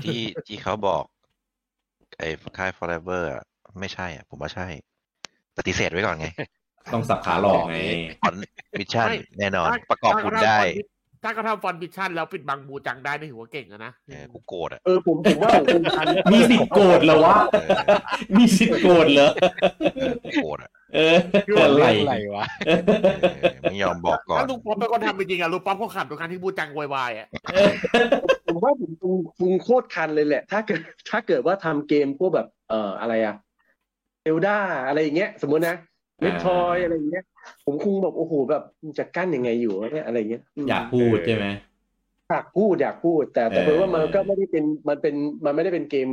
S4: ที่ที่เขาบอกไอ้ค่าย forever อะไม่ใช่อ่ะ ผมว่าใช่ ปฏิเสธไว้ก่อนไง
S1: ต้องสับขาหลอกไง
S4: ก่อนมิชชั่น
S2: ไม่
S4: แน่นอน
S2: ถ้า
S4: ประกอบหุ่นได้
S2: ถ้าเขาทำฟอนต์บิชชั่นแล้วปิดบังบูจังได้นี่ถือว่าเก่งแล้วนะ
S4: เออกูโกรธอ่ะ
S10: เออผมผมว่าผมเป็นพัน
S1: มีสิทธิ์โกรธเหรอวะ
S4: เออ
S1: มีสิทธิ์โกรธเหรอ
S4: เออกูโกรธอ่ะ
S1: เอออะไร
S7: อะไรวะ
S4: เออไม่ยอมบอกก่อน
S2: ถ้าลุงป๊อปเป็นคนทำจริงๆอะลุงป๊อปเขาขับทุกครั้งที่บูจังโวยวายอะ
S10: ผมว่าผมปรุงปรุงโคตรคันเลยแหละ ถ้าเกิดถ้าเกิดว่าทำเกมพวกแบบเอ่ออะไรอะเอลดาอะไรอย่างเงี้ย สมมตินะเมทรอยอะไรอย่างเงี้ย ผมคงแบบโอ้โหแบบจะกั้นยังไงอยู่วะเนี่ยอะไรอย่างเงี้ยม
S1: อยากพูดใช่ไหม
S10: อยากพูดอยากพูด แต่แต่
S1: เออ
S10: เพื่อว่ามันก็ไม่ได้เป็นมันเป็นมันไม่ได้เป็นเกม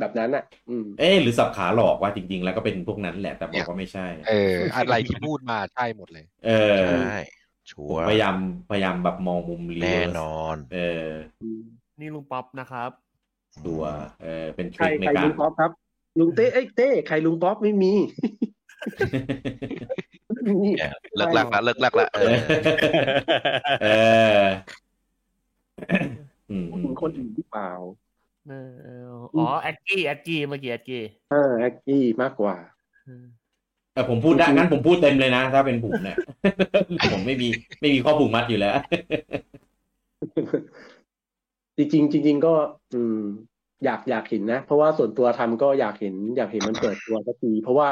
S10: แบบนั้นอ่ะ อืม
S1: เอ๊ะหรือสับขาหลอกว่าจริง ๆ แล้วก็เป็นพวกนั้นแหละแต่บอกว่าไม่ใช่
S7: เออ อะไรที่พูดมาใช่หมดเลย
S1: เออ
S4: ใช่ชั
S1: ผ
S4: ว
S1: ม
S4: ร์
S1: พยายามพยายามแบบมองมุมรี
S4: แน่
S1: เวิร์ส
S4: นอน
S1: เออ
S2: นี่ลุงป๊อปนะครับ
S1: ตัวเออเป็นท
S10: ใคร
S1: ริคใน
S10: ใคร
S1: การ
S10: ลุงป๊อปครับ ลุงเต้เอ้ยเต้ใครลุงป๊อปไม่มี ไม่มี
S4: เนี่ยเลิกลักละเลิกลักละเออ
S1: เอออืม
S10: พูดถึงคนอื่นหรือเปล่า
S2: เออเอออ๋อแอดกี้แอดกี้เมื่อกี้แอดกี้
S10: เออแอคกี้มากกว่า
S2: อืม
S1: เออผมพูดได้งั้นผมพูดเต็มเลยนะ ถ้าเป็นผม เนี่ย ผมไม่มีไม่มีข้อผูกมัดอยู่แล้ว
S10: จริงๆจริง ๆ ก็ อืม อยากอยากเห็นนะ เพราะว่าส่วนตัวทำก็อยากเห็น อยากเห็นมันเปิดตัวสักทีเพราะว่า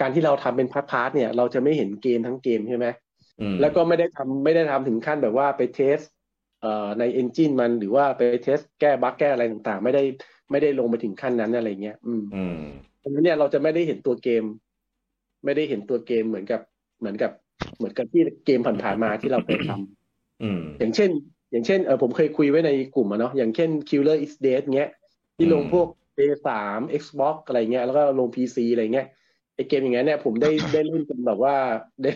S10: การที่เราทำเป็นพาร์ทๆเนี่ย เราจะไม่เห็นเกมทั้งเกมใช่ไหม
S1: อืม
S10: แล้วก็ไม่ได้ทำไม่ได้ทำถึงขั้นแบบว่าไปเทสเอ่อในเอนจินมันหรือว่าไปเทสแก้บั๊กแก้อะไรต่างๆ ไม่ได้ไม่ได้ลงไปถึงขั้นนั้นอะไรเงี้ยอืม
S1: อืม
S10: ดังนั้นเนี่ยเราจะไม่ได้เห็นตัวเกม ไม่ได้เห็นตัวเกมเหมือนกับเหมือนกับ เหมือนกับที่เกมผ่านๆมาที่เราเคยท
S1: อืม
S10: ำอย่างเช่น อย่างเช่นเออผมเคยคุยไว้ในกลุ่มอะเนาะอย่างเช่น Killer is Dead เงี้ย ที่ลงพวก P3 Xbox อะไรเงี้ยแล้วก็ลง PC อะไรเงี้ยไอเกมอย่างเงี้ยเนี่ยผมได้ ได้เล่นจนแบบว่าได้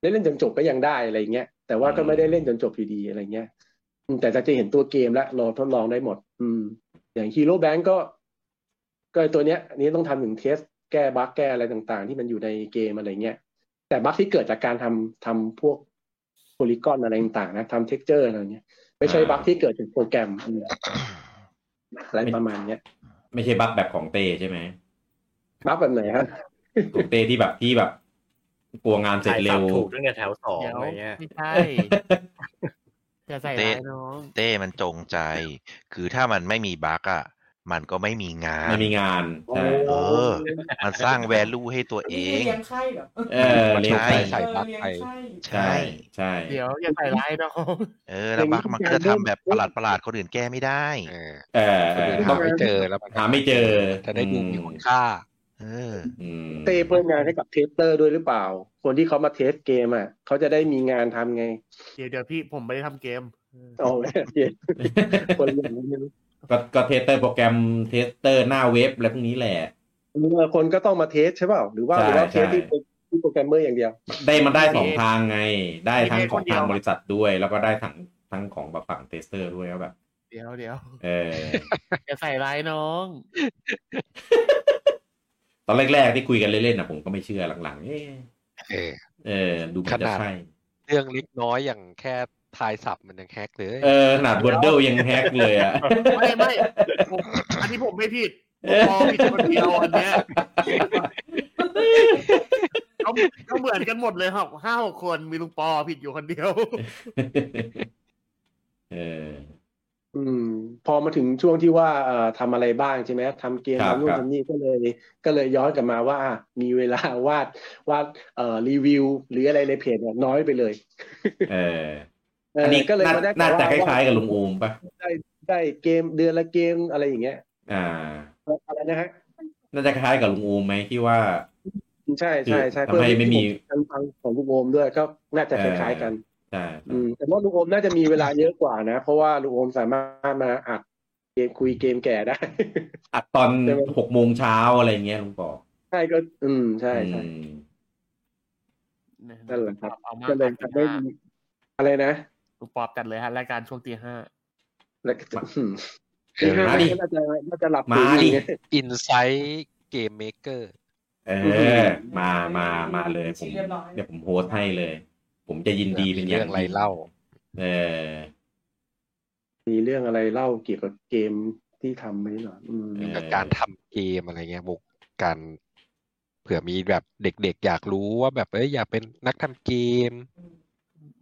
S10: ได้เล่นจนจบก็ยังได้อะไรเงี้ยแต่ว่าก็ไม่ได้เล่นจนจบอยู่ดีอะไรเงี้ยอืมแต่จะเห็นตัวเกมแล้วเราทดลองได้หมด อืม อย่าง Hero Bank ก็ ก็ไอ้ตัวเนี้ยอันนี้ต้องทำถึงเทสแก้บั๊กแก้อะไรต่างๆ ที่มันอยู่ในเกมอะไรเงี้ยแต่บั๊กที่เกิดจากการทำทำพวกโพลีกอนอะไรต่างๆนะทำเท็กเจอร์อะไรเงี้ยไม่ใช่บั๊กที่เกิดจากโปรแกรมอืมอะไรประมาณเนี้ย
S1: ไม่ใช่บั๊กแบบของเต้ใช่ไหม
S10: บัฟแบบไหนครับ
S1: ของเต้ที่แบบที่แบบกลัวงานเสร็จ
S5: ถ่าย
S1: เร็
S5: สั
S1: ว
S5: บถูกตั้งแต่แถวสอง
S2: เดี๋ยว
S5: อะไรเงี้ย
S2: ไม่ใช่จะใส่ร้ายน้อง
S4: เต้มันจงใจ คือถ้ามันไม่มีบั๊กอ่ะ มันก็ไม่มีงาน
S1: ไม่มีงานใช่
S4: เออ มันสร้างแวลูให้ตัวเอ
S11: นี่คือง เลี้ยงไข้เหรอ
S1: เออเลี้ยง
S4: ใช่
S1: ไข่
S11: เอ
S7: ใส่
S11: อ
S7: บัตร
S11: เลี้ยง
S7: ไป
S11: ไข้
S1: ใช่ใช่
S2: เดี๋ยวอย่าใส่ร้ายน้อง
S4: เออ แล้วบั๊กมันก็จะทำแบบประหลาดประหลาดๆคนอื่นแก้ไม่ได้
S7: เออ
S1: เออ
S7: ค
S1: เอนอ
S7: อื่น
S1: ต้
S7: หา
S1: อง
S7: ไม่เจอแล้วนก็
S1: หาไม่เจอ
S7: จะได้ดูมีคุณค่า
S4: เออ
S1: อืม
S10: เตเพิ่มงานให้กับเทสเตอร์ด้วยหรือเปล่า คนที่เขามาเทสเกมอ่ะเขาจะได้มีงานทำไง
S2: เดี๋ยวเดี๋ยวพี่ผมไม่ได้ทำเกม
S10: เอาไว้เย็นคนละอย่างนี้
S1: ก็ก็เทสเตอร์โปรแกรมเทสเตอร์หน้าเว็บอะไรพวกนี้แหละ
S10: เออคนก็ต้องมาเทสใช่เปล่าหรือว่า
S1: ใช่
S10: หรือว่าเทส
S1: ใช่
S10: ที่เป็นที่โปรแกรมเมอร์อย่างเดียว
S1: ได้มันได้สองทางไง ได้ทั้งของทางบริษัทด้วย แล้วก็ได้ทั้งทั้งของแบบฝั่งเทสเตอร์ด้วยว่าแบบ
S2: เดี๋ยวเดี๋ยว
S1: เออ
S2: อย่าใส่ร้ายน้อง
S1: ตอนแรกๆที่คุยกันเล่นๆนะผมก็ไม่เชื่อหลังๆเอ๊ะ
S7: เออ
S1: เออ ดูเหมันจะใช่
S7: เรื่องเล็กน้อยอย่างแค่ทายสับมันยังแฮกเลย
S1: เออขนาดเวอร์เดิลยังแฮกเลยอ่ะ
S2: ไม่ไม่ผมอันนี้ผมไม่ผิดผมมองผิดคนเดียวอันเนี้ยเขาเขาเหมือนกันหมดเลยครับห้าหกคนมีลุงปอผิดอยู่คนเดียว
S1: เออ
S10: อืม พอมาถึงช่วงที่ว่าเอ่อทำอะไรบ้างใช่ไหมทำเกม
S1: ครับ
S10: ทำนู่
S1: ค
S10: น
S1: รับ
S10: ทำนี่ก็เลย ก็เลยย้อนกลับมาว่าอ่ะมีเวลาว าดวาดเอ่อรีวิว หรืออะไรในเพจเนี่ยน้อยไปเลย
S1: เออ
S10: เออ
S1: อันนี้
S10: ก็เลย
S1: น่า
S10: มาได้
S1: น่าจะ
S10: แต่
S1: ค
S10: ว่า
S1: ล้ายๆกับลุงอูมปะ
S10: ได้ได้เกมเดือนละเกมอะไรอย่างเงี้ย
S1: อ่า
S10: อะไรนะฮะ
S1: น่าจะคล้ายๆกับลุงอูมไหมที่ว่า
S10: ใช่ใช่ใช่
S1: ทำให้ไม่มี
S10: ทางฟังของลูกโอมด้วยก็น่าจะคล้ายๆกัน
S1: ใช่
S10: อืมแต่ว่าลุงโอมน่าจะมีเวลาเยอะกว่านะ เพราะว่าลุงโอมสามารถมาอัดเกมคุยเกมแก่ได้
S1: อัดตอน
S10: ใช่ไหม
S1: หกโมงเช้าอะไรเงี้ยลุงบอก
S10: ใช่ก็อืมใช่
S1: อื
S10: ใช่
S1: ม
S10: นั่นแหละครับ
S2: เอามา
S10: ก็เลย
S2: จัด
S10: ได้
S2: เลย
S10: มีอะไรนะ
S2: ลุงปอบจัดเลยฮะรายการช่วงตีห้า
S10: แล้วก็จะอืม
S7: เดี๋ยว
S1: มา
S7: นะ
S1: ดิ
S10: น่าจะน่าจะหลับ
S1: มาดิ
S10: ไง
S7: อินไซต์เกมเมเกอร์
S1: เออ มามามาเลยผม
S11: เรียบร้อย
S1: เดี๋ยวผมโฮสต์ให้เลย ผมจะยินดีเป็นอ
S7: เรื่
S1: ย่า
S7: อง
S1: ง
S7: อะไร
S1: ยิ่ง
S7: เล่า
S1: เออ
S10: มีเรื่องอะไรเล่าเกี่ยวกับเกมที่ทำไหมเหรออืม
S1: เออ
S7: กับการทำเกมอะไรเงี้ยบุกการเผื่อมีแบบเด็กๆ อยากรู้ว่าแบบเอ้ยอยากเป็นนักทำเกม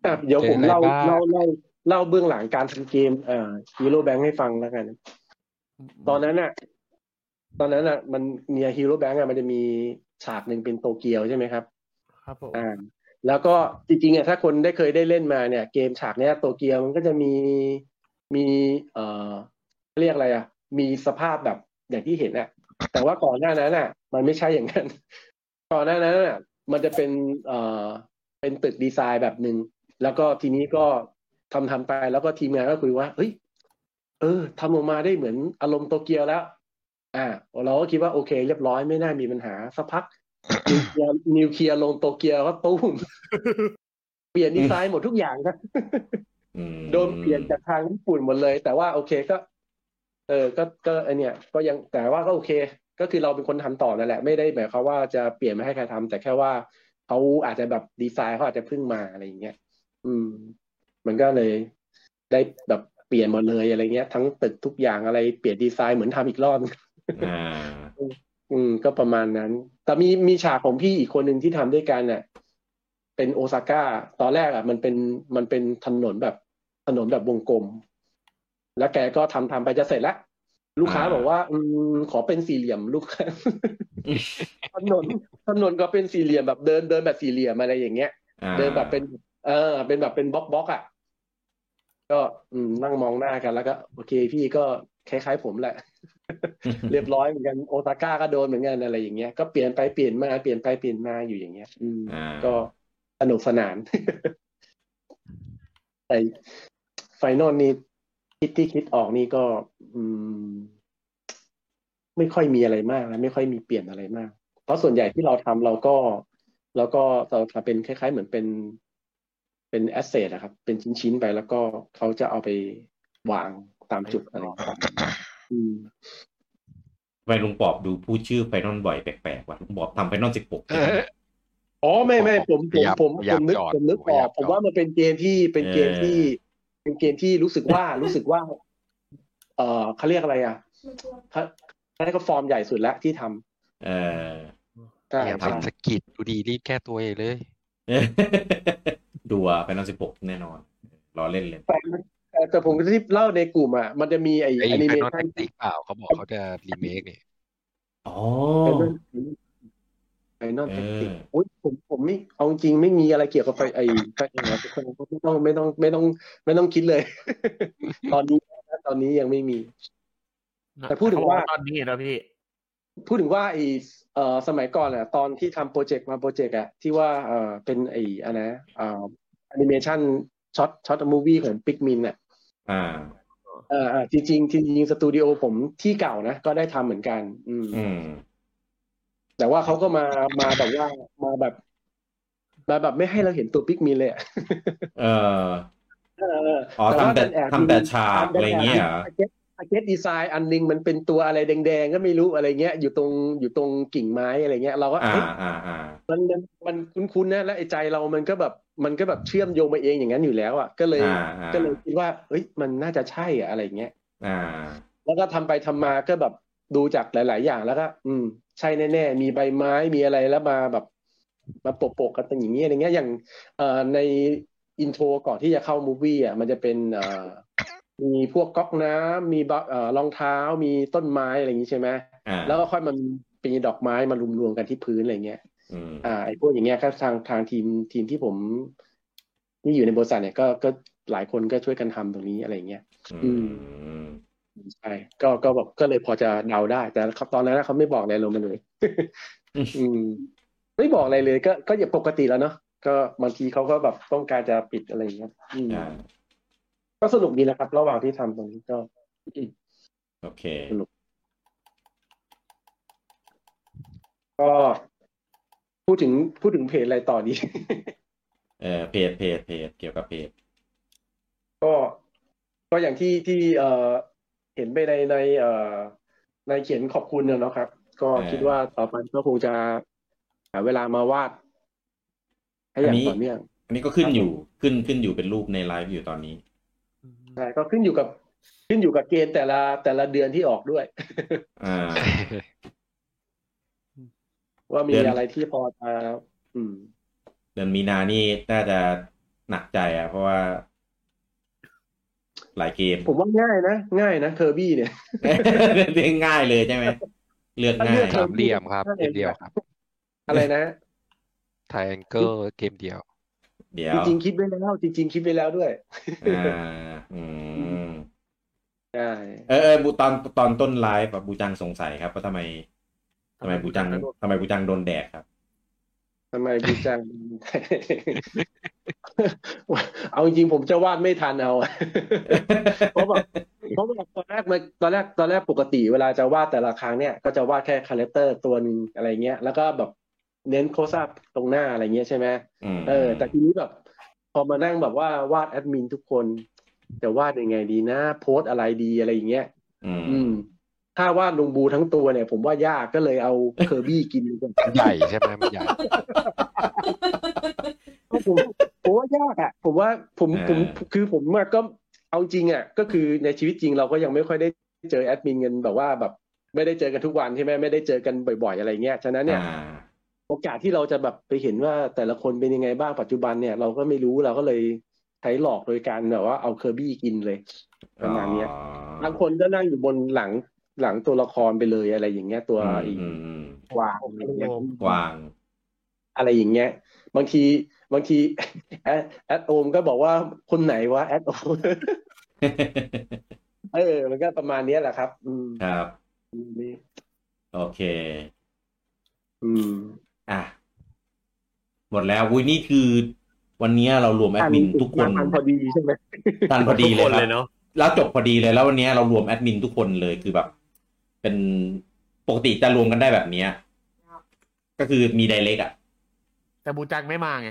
S10: แต่เดี๋ยวผม
S7: เจออะไร
S10: เล่า
S7: บ้าง
S10: เล่าเล่าเล่าเบื้องหลังการทำเกมเอ่อฮีโร่แบงค์ให้ฟังแล้วกัน ตอนนั้นน่ะ ตอนนั้นน่ะ มันเนี่ยฮีโร่แบงค์อะมันจะมีฉากหนึ่งเป็นโตเกียวใช่ไหมครับ
S2: ครับผม
S10: อ่าแล้วก็จริงๆอ่ะถ้าคนได้เคยได้เล่นมาเนี่ย เกมฉากเนี้ยโตเกียวมันก็จะมีมีเอ่อเรียกอะไรอ่ะ มีสภาพแบบอย่างที่เห็นอ่ะ แต่ว่าก่อนหน้านั้นอ่ะ มันไม่ใช่อย่างนั้น ก่อนหน้านั้นอ่ะ มันจะเป็นเอ่อเป็นตึกดีไซน์แบบหนึ่งแล้วก็ทีนี้ก็ทำทำไปแล้วก็ทีมงานก็คุยว่าเฮ้ยเออทำออกมาได้เหมือนอารมณ์โตเกียวแล้ว อ่าเราก็คิดว่าโอเค เรียบร้อยไม่น่ามีปัญหาสักพัก นิวเคลียร์นิวเคลียร์ลงโตเกียวก็ตุ้ม เปลี่ยนดีไซน์หมดทุกอย่างนะ
S1: อืม
S10: โดนเปลี่ยนจากทางญี่ปุ่นหมดเลย แต่ว่าโอเคก็ เออก็ก็ไอเนี่ย ก็ยังแต่ว่าก็โอเค ก็คือเราเป็นคนทำต่อนั่นแหละ ไม่ได้หมายความว่าจะเปลี่ยนมาให้ใครทำแต่แค่ว่าเขาอาจจะแบบดีไซน์เขาอาจจะเพิ่งมาอะไรอย่างเงี้ยอืม มันก็เลยได้แบบเปลี่ยนหมดเลยอะไรเงี้ย ทั้งตึกทุกอย่างอะไรเปลี่ยนดีไซน์เหมือนทำอีกรอบ
S1: อ่า
S10: อืมก็ประมาณนั้น แต่มีมีฉากของพี่อีกคนหนึ่งที่ทำด้วยกันเนี่ยเป็นโอซาก้าตอนแรกอ่ะ มันเป็นมันเป็นถนนแบบถนนแบบวงกลม แล้วแกก็ทำทำไปจะเสร็จแล้วลูกค้า
S1: อ่า
S10: บอกว่า อืมขอเป็นสี่เหลี่ยมลูกค้ า ถนนถนนก็เป็นสี่เหลี่ยมแบบเดินเดินแบบสี่เหลี่ยมอะไรอย่างเงี้ย
S1: อ่า
S10: เดินแบบเป็น เออ เป็นแบบเป็นบล็อกบล็อกอ่ะ ก็อืมนั่งมองหน้ากันแล้วก็ โอเค พี่ก็คล้ายๆผมแหละ เรียบร้อยเหมือนกันโอซาก้าก็โดนเหมือนกันอะไรอย่างเงี้ยก็เปลี่ยนไปเปลี่ยนมาเปลี่ยนไปเปลี่ยนมาอยู่อย่างเงี้ย อืม
S1: อ่า
S10: ก็สนุกสนาน แต่ไฟนอลนี่คิดที่คิดออกนี่ก็ อืม ไม่ค่อยมีอะไรมากนะไม่ค่อยมีเปลี่ยนอะไรมาก เพราะส่วนใหญ่ที่เราทำเราก็เราก็เราทำเป็นคล้าย ๆ เหมือนเป็นเป็นแอสเซทอะครับ เป็นชิ้นๆไปแล้วก็เขาจะเอาไปวางตามจุดอะไรอย่างเงี้ยอืม
S1: ทำไปลุงปอบดูพูดชื่อไฟนอลบ่อยแปลกๆว่ะลุงปอบทำไฟนอลสิบหก
S10: อ๋อไม่ไม่ผม
S7: พ
S10: ผม
S7: ยายามพยายาม
S10: ผมผมนึก
S7: จอด
S10: ผมนึก
S7: ผมพ
S10: ออย
S7: ยาาก ม
S10: ผม
S7: จอด
S10: ว่ามันเป็นเกมที่เป็นเกมที่ เป็นเกมที่รู้สึกว่ารู้สึกว่า เออเขาเรียกอะไรอ่ะเขาเขาเรียกว่าฟอร์มใหญ่สุดแล้วที่ทำ
S1: เออ
S10: ใช่
S7: เนี่ย
S1: ทำ
S10: ใช่
S7: ทำสกิดดูดีรีบแก้ตัวเองเลย
S1: ดูอ่ะไฟนอลสิบหกแน่นอนรอเล่นเลย
S10: แต่แต่แต่ผมที่เล่าในกลุ่มอ่ะมันจะมีไอ
S7: ไอ้
S10: แอนิ
S7: ไฟ
S10: เม
S7: นอล
S10: ชั
S7: แท็
S10: น
S7: กติกเปล่าเขาบอกเขาจะรีเมคเนี่ย
S1: อ๋อ
S10: ไฟนอล
S1: เออ
S10: แท็กติกโอ้ยผมผมไม่เอาจริงไม่มีอะไรเกี่ยวกับไฟไอไฟเออไม่ต้องไม่ต้องไม่ต้อง ไม่ต้องคิดเลย ตอนนี้นะตอนนี้ยังไม่มี แต่พูดถึงว่า
S2: เขบอกตอนนี้นะพี่
S10: พูดถึงว่าไอเอ่อสมัยก่อนอะตอนที่ทำโปรเจกต์มาโปรเจกต์อะที่ว่าเอ่อเป็นไออันนะเอ่อแอนิเมชันช็อตช็อตมูวี่ของปิกมินอะ
S1: อ่า
S10: เอ่อเอ่อจริงๆจริงๆสตูดิโอผมที่เก่านะ ก็ได้ทำเหมือนกัน อืม
S1: อืม
S10: แต่ว่าเขาก็มามาแบบว่ามาแบบมาแบบไม่ให้เราเห็นตัวปิกมินเลยอะ
S1: เออ
S10: เออ
S1: อ๋อ
S10: แต่ว่า
S1: ทำแต่
S10: ดันแอบ
S1: ทำแต่ฉากอะไรเงี้ยเหรอ
S10: อาเก็ตอาเก็ตดีไซน์อันนึงมันเป็นตัวอะไรแดงๆก็ไม่รู้อะไรเงี้ย อยู่ตรงอยู่ตรงกิ่งไม้อะไรเงี้ยเราก็
S1: อ่า
S10: เอ๊ะ
S1: อ่าอ่า
S10: มันมันมันคุ้นๆนะแล้วไอ้ใจเรามันก็แบบมันก็แบบเชื่อมโยงไปเองอย่างนั้นอยู่แล้ว อ่ะก็เลย
S1: อ่าอ่า
S10: ก็เลยคิดว่าเอ้ยมันน่าจะใช่อะอะไรอย่างเงี้ย
S1: อ่า
S10: แล้วก็ทำไปทำมาก็แบบดูจากหลาย ๆ อย่างแล้วก็อืม ใช่แน่ๆมีใบไม้มีอะไรแล้วมาแบบมาโปะๆกันเป็นอย่างเงี้ยอย่างเงี้ยอย่างเอ่อในอินโทรก่อนที่จะเข้ามูฟวี่อ่ะมันจะเป็นเอ่อ มีพวกก๊อกน้ำมีบะเอ่อรองเท้ามีต้นไม้อะไรอย่างนี้ใช่ไหม
S1: อ่า
S10: แล้วก็ค่อยมาปีดอกไม้มารวมรวมๆกันที่พื้นอะไรเงี้ย
S1: อืม
S10: อ่าไอ้พวกอย่างเงี้ยครับทางทางทีมทีมที่ผม นี่อยู่ในบริษัทเนี่ยก็ก็หลายคนก็ช่วยกันทำตรงนี้อะไรอย่างเงี้ย อืม
S1: อืม
S10: ใช่ก็ก็แบบก็เลยพอจะเดาได้ แต่เขาตอนนั้นเขาไม่บอกอะไรลงมาเลย
S1: อืม
S10: อืม ไม่บอกอะไรเลยก็ก็อย่าปกติแล้วเนาะก็บางทีเขาก็แบบต้องการจะปิดอะไรอย่างเงี้ยอืม
S1: อ่า
S10: ก็สนุกดีนะครับ ระหว่างที่ทำตรงนี้ก็
S1: โอเค
S10: ก็พูดถึงพูดถึงเพจอะไรต่อดี
S1: เออเพจเพจเพจเกี่ยวกับเพจ
S10: ก็ก็อย่างที่ที่เอ่อเห็นไปในในเอ่อในเขียนขอบคุณเนี่ยเนาะครับ ก็
S1: เออ
S10: คิดว่าต่อไปก็คงจะหาเวลามาวาดให้อย่างต่อเนื่อง
S1: อันนี้ก็ขึ้นอยู่ขึ้นขึ้นอยู่เป็นรูปในไลฟ์อยู่ตอนนี้
S10: ใช่ก็ขึ้นอยู่กับขึ้นอยู่กับเกณฑ์แต่ละแต่ละเดือนที่ออกด้วย
S1: อ่า
S10: ว่ามี
S1: เดือน
S10: อะไรที่พอจะอืม
S1: เดือนมีนานี่น่าจะหนักใจอ่ะ เพราะว่า หลายเกม
S10: ผมว่าง่ายนะง่ายนะเคอร์บี้เนี่ย
S1: เลือก ง่ายเลยใช่ไหมเลือกง่าย
S7: สามเหลี่ยมครับ
S10: ถ้า
S7: เก
S10: เห็น
S7: มเดียวครับ
S10: อะไรนะ
S7: ไทแองเกิลเกมเดียว
S1: เดี๋ย
S10: จ
S1: ว
S10: ริงๆคิดไว้แล้ว จริง ๆ คิดไว้แล้วด้วย
S1: อ่าอืม
S10: ใช่
S1: เออเออบูตอนตอนต้นไลฟ์อะบูจังสงสัยครับว่าทำไมทำไมบูจังทำไมบูจังโดนแดด ครับ
S10: ทำไมบูจัง เอาจริงๆผมจะวาดไม่ทันเอาอะ เพราะแบบเพราะแบบตอนแรกมันตอนแรกตอนแรกปกติเวลาจะวาดแต่ละครั้งเนี่ยก็จะวาดแค่คาแรคเตอร์ตัวหนึงอะไรเงี้ย แล้วก็แบบเน้นโคซอัพตรงหน้าอะไรเงี้ยใช่ไหม
S1: อืม
S10: เออ แต่ทีนี้แบบ พอมานั่งแบบว่าวาดแอดมินทุกคนจะวาดยังไงดีนะโพสต์อะไรดีอะไรอย่างเงี้ย
S1: อืม
S10: อืม ถ้าวาดลงบูทั้งตัวเนี่ย ผมว่ายากก็เลยเอาเคอร์บี้กินดีกว่า
S7: ใหญ่ใช่ไหมมันใหญ่
S10: ผมผมว่ายากอ่ะ ผมว่าผมผมคือผมอะก็เอาจริงอ่ะ ก็คือในชีวิตจริงเราก็ยังไม่ค่อยได้เจอแอดมินกันแบบว่าแบบ ไม่ได้เจอกันทุกวันใช่ไหมไม่ได้เจอกันบ่อย ๆ อะไรเงี้ยฉะนั้นเนี่ย
S1: อ่า
S10: โอกาสที่เราจะแบบไปเห็นว่าแต่ละคนเป็นยังไงบ้างปัจจุบันเนี่ยเราก็ไม่รู้เราก็เลยใช้หลอกโดยการแบบว่าเอาเคอร์บี้กินเลย ประมาณเนี้ย
S1: อ๋อบ
S10: างคนก็นั่งอยู่บนหลังหลังตัวละครไปเลยอะไรอย่างเงี้ยตัว
S1: อืม
S10: ไอีก
S1: อืมอืม
S10: วางอะไรอ
S1: กวาง
S10: ย่างเงี้ยอะไรอย่างเงี้ย บางทีบางที แอดแอดโอมก็บอกว่าคนไหนวะแอดโอม เออ มันก็ประมาณเนี้ยแหละครับ อืม
S1: ครับ
S10: นี่
S1: โอเค
S10: อืม
S1: อ่ะ หมดแล้วอุ้ยนี่คือวันนี้เรารวมแอดมินทุกคน
S10: ทันพอดีใช่ไหม
S1: ทันพอดี
S5: ทุก
S1: เล
S5: ค
S1: ย
S5: น
S1: ค
S5: เล
S1: รับ
S5: ยเนาะ
S1: แล้วจบพอดีเลยแล้ววันนี้เรารวมแอดมินทุกคนเลยคือแบบ เป็นปกติจะรวมกันได้แบบเนี้ยก็คือมีไดเรกอ่ะ
S2: แต่บูจังไม่มาไง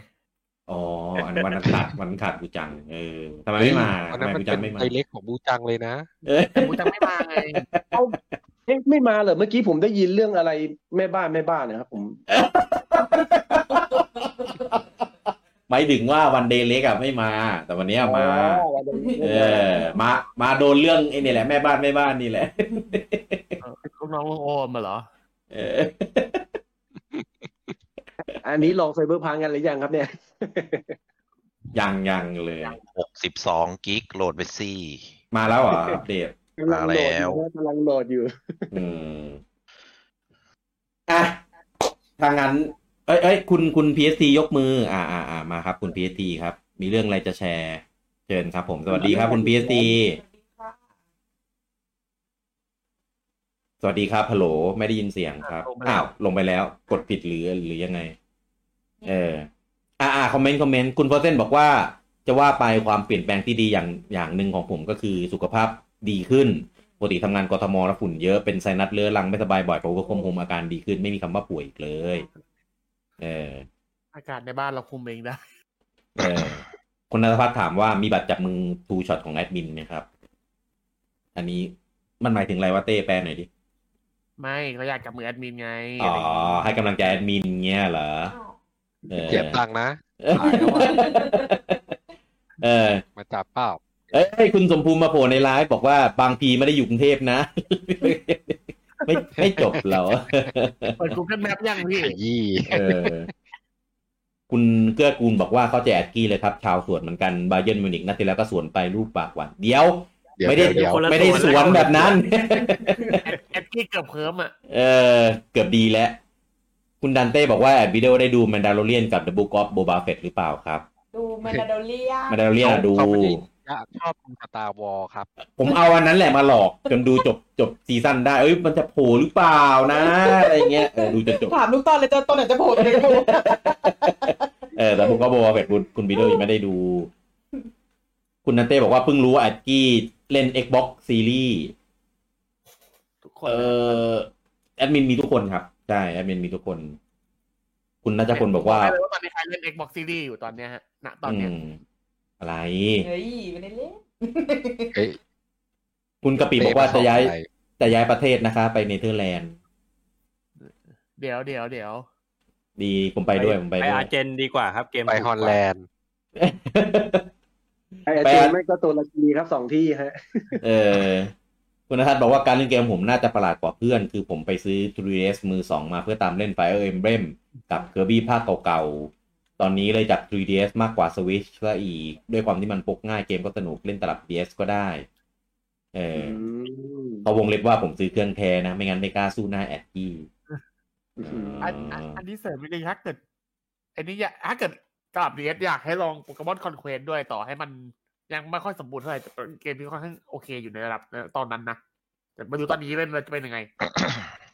S1: อ๋ออันวันขาดวันขาดกูจัง เออทำไมไม่มา
S7: ตอน
S1: ทำ
S7: นั้
S1: ไมกู
S7: นมัน
S1: จั
S7: เป็
S1: งไม่
S7: น
S1: มา
S7: ไอเล็กของบูจังเลยนะ
S1: เออ
S2: แต่บูจังไม่มาไง
S10: เอ๊ะไม่มาเหรอเมื่อกี้ผมได้ยินเรื่องอะไรแม่บ้านแม่บ้านนะครับ ผม
S1: หมายถึงว่าวันเดเล็กอ่ะไม่มา แต่วันนี้มา
S10: อ๋อวันนี้
S1: เออ มา มาโดนเรื่องไอ้นี่แหละแม่บ้านแม่บ้านนี่แหละ
S2: ลูกน้องลุงโอมมาเหรอ
S1: เออ
S10: อันนี้ลองไซเบอร์พังกันหรือยังครับเนี่ย
S1: ยังยังเลย
S4: หกสิบสองกิกโหลดไปซี่
S1: มาแล้วเหรออัปเดต
S10: กำลังโหลดอยู่นะกำลังโหลดอยู่
S1: อืม อ่ะถ้างั้น เอ้ยเอ้ยคุณคุณ PST ยกมือ อ่าอ่าอ่ามาครับ คุณ PST ครับ มีเรื่องอะไรจะแชร์ เชิญครับผม สวัสดีครับ คุณ PST สวัสดีครับฮัลโหล ไม่ได้ยินเสียงครับ
S2: ลงไปแล้ว
S1: อ้าว ลงไปแล้ว กดผิดหรือหรือยังไง เออ อ่าอ่าคอมเมนต์ คอมเมนต์ คุณโฟเซนบอกว่า จะว่าไปความเปลี่ยนแปลงที่ดีอย่างอย่างหนึ่งของผมก็คือสุขภาพดีขึ้น ปกติทำงานกทมแล้วฝุ่นเยอะเป็นไซนัสเรื้อรังไม่สบายบ่อยเพราะว่าคมโฮมอาการดีขึ้นไม่มีคำว่าป่วยอีกเลย เออ
S2: อากาศในบ้านเราคุมเองได้
S1: เออ คุณนัทพัฒน์ถามว่ามีบัตรจับมือทูช็อตของแอดมินไหมครับ อันนี้มันหมายถึงอะไรว่าเต้แปลหน่อยดิ
S2: ไม่เขาอยากจับมือแอดมินไง
S1: อ๋อ ให้กำลังใจแอดมินเงี้ยเหรอออ
S7: เจ็บตังค์นะ
S1: เออเออ
S7: มาจับเปล่า
S1: เอ้ยคุณสมภูมิมาโผล่ในไลฟ์บอกว่าบางพีไม่ได้อยู่กรุงเทพนะ ไม่ไม่จบเหรอ
S2: เปิด Google Map ยังพี่
S7: ขยี้
S1: เออ คุณเกื้อกูลบอกว่าเขาแจกกี้เลยครับ ชาวสวนเหมือนกันบาเย r n m นมิวนิกนัดที่แล้วก็สวนไปรูปปากหวานเดี๋ยว
S7: ดี๋ยว
S1: ไม่ได้
S7: เดี๋ยว
S1: ไม่ได้สวนแบบนั้น
S2: แอดกี้เกือบเพิ่มอ่ะ
S1: เออเกือบดีแล้ว คุณดันเต้บอกว่าวิดีโอได้ดูแมนดา r o เ i ียนกับ The Book of Boba Fett หรือเปล่าครับ
S11: ดูแมนดาโดเรีย
S1: แมนดา r o เ i ียนดู
S7: เขาไม่ได้อยากชอบดูสตาร์วอลครับ
S1: ผมเอาอันนั้นแหละมาหลอก จนดูจบจบซีซั่นได้ เอ้ยมันจะโผล่หรือเปล่านะ อะไรเงี้ยเออดูจนจบ
S11: ถามลูกตอนเลยจะตอนไหนจะโผล่ตอนไหนจะโผล่
S1: เออแต่ผมก็บอกว่าแบบคุณคุณวิดีโอยังไม่ได้ดู คุณนันเต้บอกว่าเพิ่งรู้ว่าแอดกี้เล่น Xbox Series
S2: ทุกคน
S1: เออแอดมินมีทุกคนครับ ใช่ แอดมินมีทุกคน คุณนัชพลบอกว่า
S2: ได้เลยว่าตอนนี้ใครเล่น Xbox Series อยู่ตอนเนี้ยฮะณตอนเนี้ย
S1: อืมอะไร
S11: เฮ้ยไม่ได้เล่น
S7: เอ้ย
S1: คุณกะปิบอกว่าจะย้าย
S7: ไป
S1: จะย้ายประเทศนะคะ ไปเนเธอร์แลนด์
S2: เดี๋ยวเดี๋ยวเดี๋ยว
S1: ดีผมไปด้วยผมไป
S5: ไป
S1: ด้วย
S5: อาร์เจนดีกว่าครับเกม
S7: ไป
S5: ถูกก
S7: ฮ
S5: ว่า
S7: อลแลนด์
S10: ไอ้อาเจนไม่ก็ตัวละทีครับสองที่ฮะ
S1: เออคุณนทัศน์บอกว่าการเล่นเกมผมน่าจะประหลาดกว่าเพื่อน คือผมไปซื้อ 3DS มือสองมาเพื่อตามเล่น Fire Emblem กับ Kirby ภาคเก่าๆ ตอนนี้เลยจาก 3DS มากกว่า Switch ซะอีก ด้วยความที่มันพกง่ายเกมก็สนุกเล่นตลับ DS ก็ได้ เออเขาวงเล็บว่าผมซื้อเครื่องแท้นะ ไม่งั้นไม่กล้าสู้หน้าแอดกี้
S2: อันอันอันที่เสริมนิดนึงถ้าเกิดอันนี้อยากถ้าเกิดกลับเรียอยากให้ลองโปเกมอนคอนเควสด้วยต่อให้มันยังไม่ค่อยสมบูรณ์เท่าไหร่แต่เกมที่ค่อนข้างโอเคอยู่ในระดับตอนนั้นนะแต่มาดูตอนนี้เล่นแล้วจะเป็นยังไง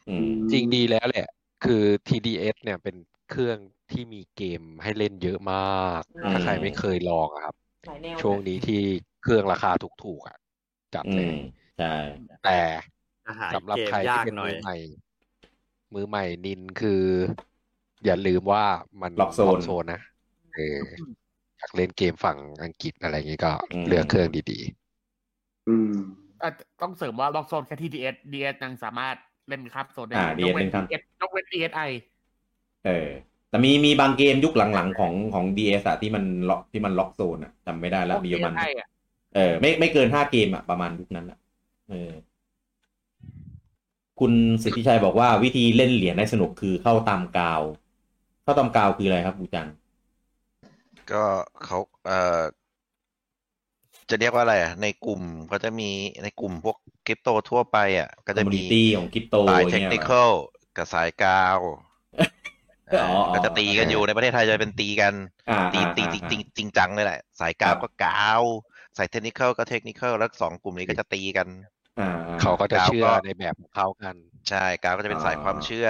S1: อืม
S7: จริงดีแล้วแหละ คือ TDS เนี่ยเป็นเครื่องที่มีเกมให้เล่นเยอะมาก ถ้าใครไม่เคยลองอะครับ
S11: หลายแนว
S7: ช่วงนี้ที่เครื่องราคาถูกๆอ่ะ จัด
S1: อื
S7: เลย
S1: ม ใช่
S7: แต่
S5: อาหาร
S7: สำหรับ
S5: เกม
S7: ใคร
S5: ยา
S7: ที่
S5: ก
S7: เป็น
S5: หน่อ
S7: มื
S5: ย
S7: อใหม่ มือใหม่นินคือ อย่าลืมว่ามัน
S1: ล็อกโซน
S7: โซนนะเอออยากเล่นเกมฝั่งอังกฤษอะไรอย่างงี้ก็
S1: อืม
S7: เลือกเครื่องดี
S10: อืม
S2: อาจจะต้องเสริมว่าล็อกโซนแค่ที่ DS DS ยังสามารถเล่นครับโซนได้
S1: อ่า DS
S2: ยกเว้น
S1: เล่นครับ
S2: DS ยกเว้น DSi
S1: เออ แต่มีมีบางเกมยุคหลังๆของของ DS อะที่มันล็อกที่มันล็อกโซนอะจำไม่ได้
S2: พ
S1: แล้ว
S2: วก
S1: มีประมาณ
S2: DSi อ่ะ
S1: เออไม่ไม่เกินห้าเกมอะประมาณยุคนั้นอะเออ คุณสิทธิชัยบอกว่าวิธีเล่นเหรียญให้สนุกคือเข้าตามกาว เข้าตามกาวคืออะไรครับบูจัง
S4: ก็เขาเอ่อจะเรียกว่าอะไรอ่ะ ในกลุ่มก็จะมีในกลุ่มพวกคริปโตทั่วไปอ่ะ ก็จะมี
S1: Community ของ crypto
S4: สา
S1: อย่า
S4: ย
S1: ง
S4: เท
S1: เงี้
S4: ค
S1: ย
S4: นิคกับสายกาว
S1: อ๋ออ๋อ
S4: ก็จะตีกันอยู่ในประเทศไทยจะเป็นตีกัน
S1: อ่า
S4: ตี
S1: อ่า
S4: ตี
S1: อ่า
S4: จริงจริง
S1: อ่า
S4: จริงจังเลยแหละ สายกา
S1: ค
S4: ว
S1: รับ
S4: ก็กาวสายเทคนิคก็เทคนิคแล้วสองกลุ่มนี้ก็จะตีกัน
S1: อ่าอ่า
S7: ๆ เขาก็จะ
S4: แล้วก็
S7: เชื่อในแบบของเขา กัน
S4: ใช่กาวก็จะเป็นสายความเชื่อ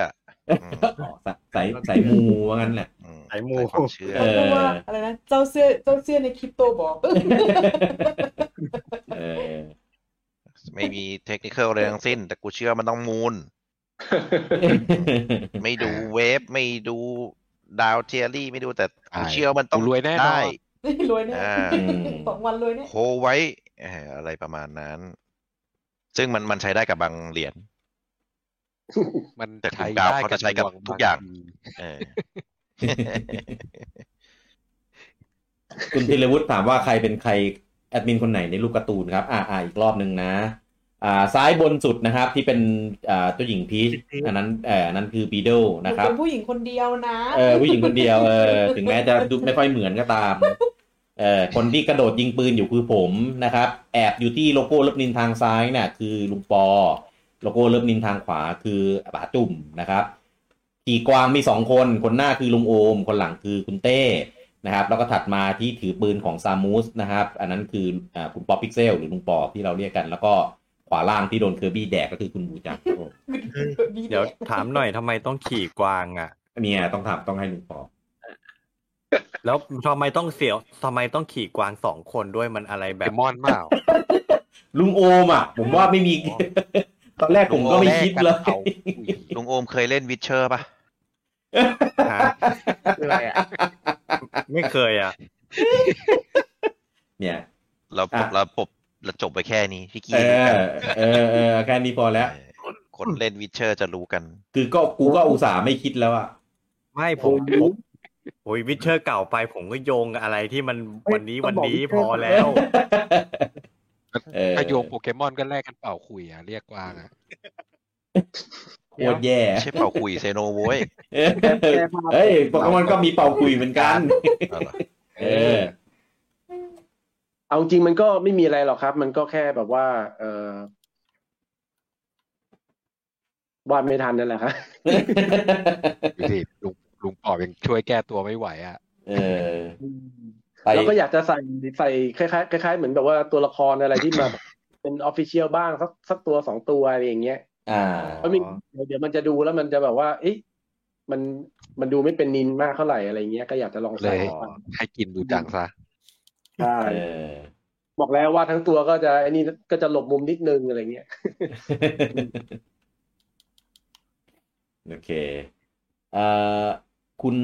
S4: อืม
S1: อ๋อสายสายสายมูว่างั้นแหละ
S4: อืม
S5: สายมู
S4: ความเชื่อ
S1: เออ
S11: เพราะว่าอะไรนะเจ้าเสื้อเจ้าเสื้อในคริปโตบอก
S1: เออ
S4: ไม่มีเทคนิคอะไรทั้งสิ้น แต่กูเชื่อมันต้องมูล ไม่ดูเวฟไม่ดูดาวเทียรี่ไม่ดูแต่กูเชื่อมันต้อง
S7: กูรวยแน่นอน
S4: ได้
S11: รวยแน่
S4: อ่า
S11: สองวันรวยแน่
S4: โคไว้เอ่ออะไรประมาณนั้น ซึ่งมันมันใช้ได้กับบางเหรียญ
S7: มัน
S4: แต่กลุ่
S7: ใช้
S4: มกาว
S7: ได้
S4: เขา
S7: กับ
S4: จะใช้กับ
S7: ดว
S4: ทุกอย่าง
S7: บที
S4: เออ
S1: คุณธีรวุฒิถามว่าใครเป็นใครแอดมินคนไหนในรูปการ์ตูนครับ อ่าอ่าอีกรอบหนึ่งนะ อ่าซ้ายบนสุดนะครับ ที่เป็นอ่าตัวหญิงพีชอันนั้นเอออันนั้นคือบีโด
S11: หนู
S1: นะครับ
S11: เป็นผู้หญิงคนเดียวนะ
S1: เออผู้หญิงคนเดียวเออถึงแม้จะดูไม่ค่อยเหมือนก็ตามเออคนที่กระโดดยิงปืนอยู่คือผมนะครับ แอบอยู่ที่โลโก้เลิฟนินทางซ้ายเนี่ยคือลุงปอ โลโก้เลิฟนินทางขวาคือป๋าจุ่มนะครับขี่กวางมีสองคนคนหน้าคือลุงโอม คนหลังคือคุณเต้นะครับ แล้วก็ถัดมาที่ถือปืนของซามูสนะครับ อันนั้นคืออ่าคุณปอพิกเซลหรือลุงปอที่เราเรียกกัน แล้วก็ขวาล่างที่โดนเคอร์บี้แดกก็คือคุณบูจังครับผม
S5: เดี๋ยวถามหน่อยทำไมต้องขี่กวางอ่ะ
S1: เนี่ยต้องถามต้องให้ลุงปอ
S5: แล้วทำไมต้องเสียวทำไมต้องขี่กวางสองคนด้วยมันอะไรแบ
S7: เด
S5: บ
S7: มอนเปล่า
S1: ลุงโอมอ่ะ ผมว่าไม่มี ตอนแรกผมก็ไม่คิดเลย
S7: อา
S4: ลุงโอมเคยเล่นวิ t เชอร์ป่ะ
S5: ฮะ
S2: คืออะไรอ่ะ
S5: ไม่เคยอ่ะ
S1: เนี่ย
S4: เราปบ
S1: อ่ะ
S4: เราปบเราจบไปแค่นี้พี่กี้
S1: เอ
S4: รู้
S1: อ
S4: กั
S1: น เออเออแค่นี้พอแล้ว
S4: เออคนเล่นวิ t เชอร์จะรู้กัน
S1: คือก็กูก็อุตส่าห์ไม่คิดแล้วอ่ะ
S5: ไม่ผมผมโอ้ยวิเชอร์เก่าไปผมก็โยงกับอะไรที่มันวันนี้วันนี้พอแล้ว
S1: เออ
S7: ถ้าโยงโปเกมอนก็แลกกันเป่าคุยอ่ะ เรียกว่างอ่ะ
S1: โคตรแย่
S4: ไม่ใช่เป่าคุยเซโนโว้ย
S1: เออเฮ้ย โปเกมอนก็มีเป่าคุยเหมือนกัน
S4: เอาล่ะ
S1: เออ
S10: เอาจริงมันก็ไม่มีอะไรหรอกครับ มันก็แค่แบบว่า เออวาดไม่ทันนั่นแหละครับ
S7: ดูสิลุงลุงปอบยังช่วยแก้ตัวไม่ไหวอ่ะ
S1: เออ
S10: แล้วก็อยากจะใส่ใส่คล้ายๆคล้ายๆเหมือนแบบว่าตัวละครอะไรที่มา เป็นออฟฟิเชียลบ้างสักสักตัวสองตัวอะไรอย่างเงี้ย
S1: อ่า
S10: เพราะมีเดี๋ยวมันจะดูแล้วมันจะแบบว่า เอ๊ะมันมันดูไม่เป็นนินมากเท่าไหร่อะไรเงี้ยก็อยากจะลอง
S7: เล
S10: ใส่
S7: ย
S10: ออกมา
S7: ให้กินดูจังซะ
S10: ใช่
S1: เออ
S10: บอกแล้วว่าทั้งตัวก็จะไอ้นี่ก็จะหลบมุมนิดนึงอะไรเงี้ย
S1: โอเคเอ่อคุณ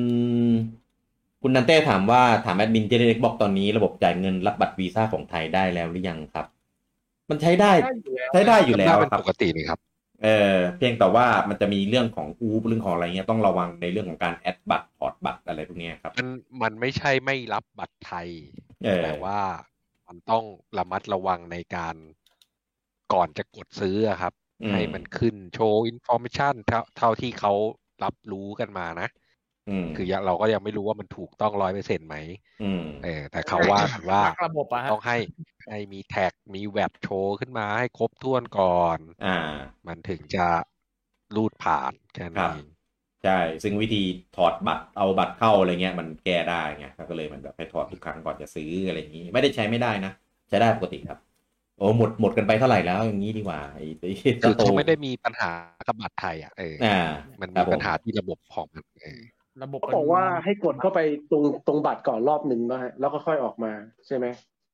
S1: คุณนันเต้ถามว่าถามแอดมินเจเน็กบอกตอนนี้ระบบจ่ายเงินรับบัตรวีซ่าของไทยได้แล้วหรือยังครับ มันใช้ได้ ใช้ได้อยู่แล้ว
S7: เป็น
S1: ครับ
S7: ปกตินี่ครับ
S1: เออเพียงแต่ว่ามันจะมีเรื่องของอูเรื่องของอะไรเงี้ยต้องระวังในเรื่องของการแอดบัตรพอร์ตบัตรอะไรพวกเนี้ยครับ
S7: มันมันไม่ใช่ไม่รับบัตรไทย
S1: เออ
S7: แต่ว่ามันต้องระมัดระวังในการก่อนจะกดซื้ออะครับ
S1: อืม
S7: ให้มันขึ้นโชว์อินฟอร์มชันเท่าที่เขารับรู้กันมานะ
S1: อืม
S7: คือยังเราก็ยังไม่รู้ว่ามันถูกต้องร้อยเปอร์เซ็นต์ไหม
S1: อืม
S7: เออแต่เขาว่ากันว่า
S2: ระบบอะฮะ
S7: ต้องให้ให้มีแท็กมีแวดโชว์ขึ้นมาให้ครบถ้วนก่อน
S1: อ่า
S7: มันถึงจะรูดผ่านแค่
S1: ครั
S7: นี้
S1: บ ใช่ ซึ่งวิธีถอดบัตรเอาบัตรเข้าอะไรเงี้ยมันแก้ได้ไงครับก็เลยมันแบบให้ถอดทุกครั้งก่อนจะซื้ออะไรอย่างนี้ ไม่ได้ใช้ไม่ได้นะ ใช้ได้ปกติครับ โอ้หมดหมดกันไปเท่าไหร่แล้วอย่างนี้ดีกว่าไอ้ไอ้
S7: คือ
S1: โต
S7: เขาไม่ได้มีปัญหากับบัตรไทยอ่ะเออ
S1: อ่า
S7: มัน
S1: ครับผ
S7: มีปัญหาที่ระบบของมันเออ
S2: ระบบ
S10: เขาบอกว่าให้กดเข้าไปตรงตรงบัตรก่อนรอบหนึ่งนะฮะแล้วก็ค่อยออกมาใช่ไหม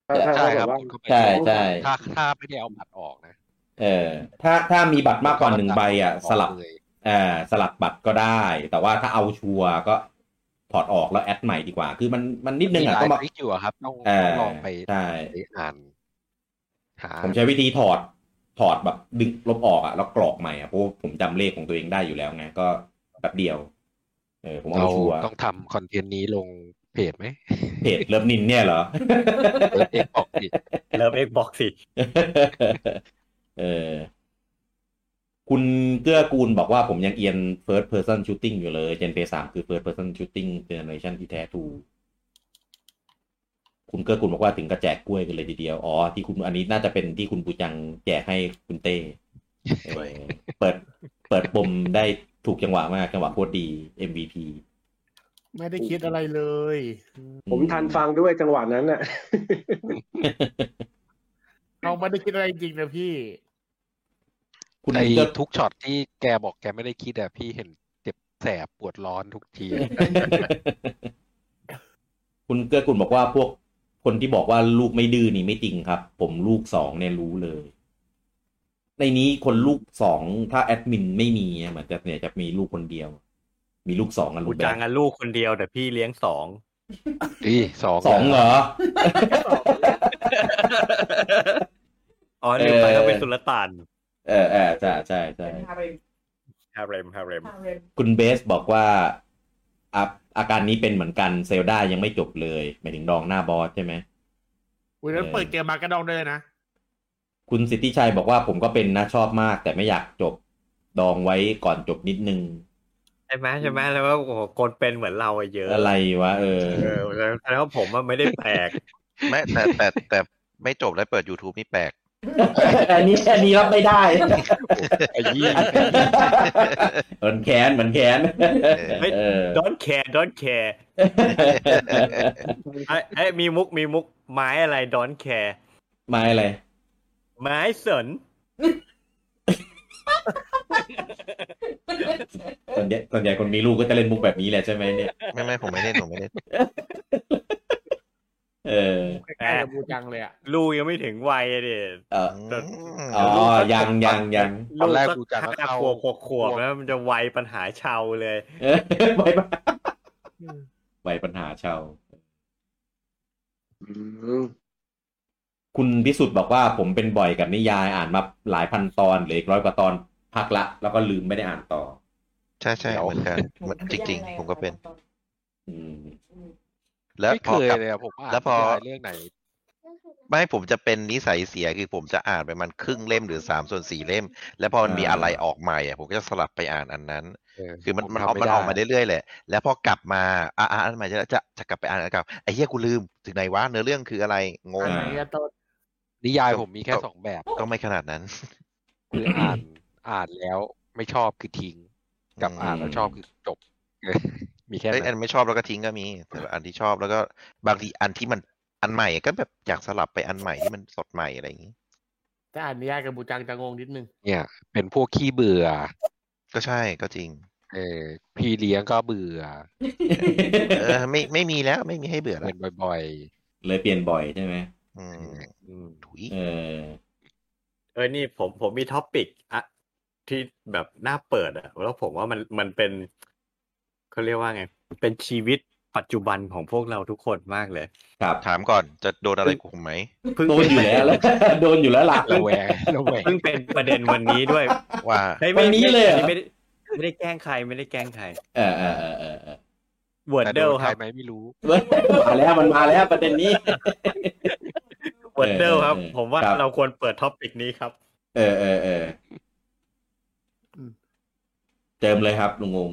S10: ถ้าถ้า
S7: ใช่
S10: ถ้าแบ
S7: ครับ
S10: บว่า
S7: กดเข้าไป
S1: ใช่ใช่
S7: ถ้าถ้าไม่ได้เอาบัตรออกนะ
S1: เออถ้าถ้ามีบัตรมากกว่าหนึ่งใบอ่ะ
S7: ก
S1: สลับ
S7: เลย
S1: เออสลับบัตรก็ได้ แต่ว่าถ้าเอาชัวร์ก็ถอดออกแล้วแอดใหม่ดีกว่า คือมันมันนิดนึงอ่ะ
S7: มี
S1: ต้อง
S7: ห
S1: มา
S7: ลายทริคอยู่อะครับต้อง
S1: เออ
S7: ลองไป
S1: ใช่
S7: ไปอ่านหา
S1: ผมใช้วิธีถอดถอดแบบดึงลบออกอ่ะแล้วกรอกใหม่อ่ะเพราะว่าผมจำเลขของตัวเองได้อยู่แล้วไงก็แบบเดียว เออผมเอา
S7: เรา
S1: ชัวร์
S7: ต้องทำคอนเทนต์นี้ลงเพจไหม
S1: เพจเลิฟนินเนี่ยเหรอ
S7: เออเอกบอกดิ
S5: เลิฟเอ็กบอกสิ
S1: เออ คุณเกื้อกูลบอกว่าผมยังเอียน first person shooting อยู่เลย Gen Play 3 คือ first person shooting generation ที่แท้ทรูคุณเกื้อกูลบอกว่าถึงกระแจกกล้วยกันเลยทีเดียว อ๋อ ที่คุณอันนี้น่าจะเป็นที่คุณปูจังแจกให้คุณเต้เออเปิด เปิดปมได้ถูกจังหวะมาก จังหวะโคตรดี MVP
S2: ไม่ได้คิดอะไรเลย
S10: ผมทันฟังด้วยจังหวะนั้นน่ะ
S2: เราไม่ได้คิดอะไรจริงๆนะพี่
S1: คุณ
S7: ไอ้
S1: เกื้อ
S7: ทุกช็อตที่แกบอกแกไม่ได้คิดอะพี่เห็นเจ็บแสบปวดร้อนทุกที อะ
S1: คุณเกื้อกุลบอกว่าพวกคนที่บอกว่าลูกไม่ดื้อนี่ไม่จริงครับ ผมลูกสองเนี่ยรู้เลย ในนี้คนลูกสองถ้าแอดมินไม่มีเนี่ยเหมือนจะเนี่ยจะมีลูกคนเดียว มีลูกสองกันลู
S5: กู
S1: กแบ
S5: จั
S1: บ
S5: งอะลูกคนเดียวแต่พี่เลี้ยงสอง
S7: ดีสอง
S1: สอง เหรอ
S5: อ๋อลืม
S1: เอ
S5: ไป
S1: อ
S5: เขาเป็นสุลต่าน
S1: เออเออใช่ใช่ใช่
S11: ฮาเร็ม
S5: ฮาเร็มฮาเร็ม
S11: ฮาเร็ม
S1: คุณเบสบอกว่าอาอาการนี้เป็นเหมือนกันเซลดายังไม่จบเลยหมายถึงดองหน้าบอสใช่ไหม
S2: วันนั้น
S1: เออ
S2: เปิดเกมมากระดองเลยนะ
S1: คุณสิทธิชัยบอกว่าผมก็เป็นนะชอบมาก แต่ไม่อยากจบดองไว้ก่อนจบนิดนึง
S5: ใช่ไหมใช่ไหมแล้วก็โอ้โหคนเป็นเหมือนเราอะเยอะ
S1: อะไรวะเออ
S5: เออแล้วแล้วผมอะไม่ได้แปลก
S4: ไม่แต่แต่แต่ไม่จบแล้วเปิด YouTube นี่แปลก
S1: อันนี้อันนี้รับไม่ได้
S7: ไอ้ยี่
S1: เหมือนแค้นเหมือนแค้น
S5: เฮ้ย
S1: เออ
S5: don't care don't care ไอ้ไอ้มีมุกมีมุกไม้อะไร don't care
S1: ไม่อะไร
S5: ไม้สน
S1: ส่วนใหญ่ส่วนใหญ่คนมีลูกก็จะเล่นมุกแบบนี้แหละใช่ไหมเนี่ย
S4: ไม่ไม่ผมไม่เล่นผมไม่เล่น
S1: เออ
S2: ใกล้ๆกับบูจังเลยอะ
S5: ลูกยังไม่ถึงวัยเด็ด
S1: เออ
S5: แต่
S1: อ๋อยังยังยัง
S7: ตอนแรกดูจากก็
S5: ห้า
S7: เข้า
S5: ขวบหกขวบแล้วมันจะวัยปัญหาชาวเลย
S1: เอ อไปปะไปปัญหาชาว
S10: อืม
S1: คุณพิสุทธิ์บอกว่าผมเป็นบ่อยกับนิยายอ่านมาหลายพันตอนเหลืออีกร้อยกว่าตอนพักละ แล้วก็ลืมไม่ได้อ่านต่อ
S4: ใช่ใช่เหมือนกันเหมือนจริง ๆ ผมก็เป็น
S1: อืม
S4: แล้ว
S7: ไม่
S4: พ
S7: เค
S4: อย กลับ
S7: เลยอะผมอ่าน
S4: แล้วพอ
S7: นิยายเรื่องไหน
S4: ไม่ผมจะเป็นนิสัยเสียคือผมจะอ่านไปมันครึ่งเล่มหรือสามส่วนสี่เล่ม แล้วพอมันมีอะไรออกใหม่อะผมก็จะสลับไปอ่านอันนั้น คือมันมันออกมันออกมาเรื่อยๆแหละ แล้วพอกลับมาอ่านอันใหม่จะจะจะกลับไปอ่านอันเก่าไอ้เหี้ยกูลืมถึงไหนวะเนื้อเรื่องคืออะไรงง
S2: อันไหนอะต้น
S7: นิยายผมมีแค่สองแบบ
S4: ก็ไม่ขนาดนั้น
S7: คืออ่าน อ่านแล้วไม่ชอบคือทิ้ง กับอ่านแล้วชอบคือจบ เออมีแค่
S4: เอ้ย
S7: นั้
S4: อั
S7: น
S4: นไม่ชอบแล้วก็ทิ้งก็มี แต่อันที่ชอบแล้วก็บางทีอันที่มันอันใหม่ก็แบบอยากสลับไปอันใหม่ที่มันสดใหม่อะไรอย่างนี้
S2: ถ้าอ่านนิยายกับบูจังจะงงนิดนึง
S7: เนี่ย เป็นพวกขี้เบื่อ
S4: ก็ใช่ก็จริง
S7: เออ พี่เลี้ยงก็เบื่อ
S4: เออไม่ไม่มีแล้วไม่มีให้เบื่อแล้
S7: เป็
S4: วน
S7: บ่อย
S1: เลยเปลี่ยนบ่อยใช่ไหม
S4: อืม
S5: อืม
S4: ถุย
S1: เออ
S5: เออนี่ผมผมมีท็อปิกอะที่แบบน่าเปิดอะแล้วผมว่ามันมันเป็นเขาเรียกว่าไง เป็นชีวิตปัจจุบันของพวกเราทุกคนมากเลย
S1: ครับ
S4: ถามก่อนจะโดนอะไรกูไหม
S5: เพิ่ง
S1: โดนอยู่แล้วแล้ว โดนอยู่แล้วล่ะ
S7: ๆระแวงระแวง
S5: เพิ่งเป็นประเด็นวันนี้ด้วย
S4: ว่า
S5: ฮ้ย
S1: วันนี้เลยเหรอ
S5: ไม่ได้ไม่ได้แกล้งใครไม่ได้แกล้งใคร
S1: เออเออเออเออเออ
S5: วอร์
S7: แต่
S5: เดิล
S7: โนใค
S5: ค
S7: ร
S5: รับ
S7: ไหมไม่รู้
S1: มาแล้วมันมาแล้วประเด็นนี้
S5: วอร์เดิลครับ
S1: เออ
S5: ผมว่า
S1: ครับ
S5: เราควรเปิดท็อปิกนี้ครับ
S1: เออเออเออเติมเลยครับลุงงม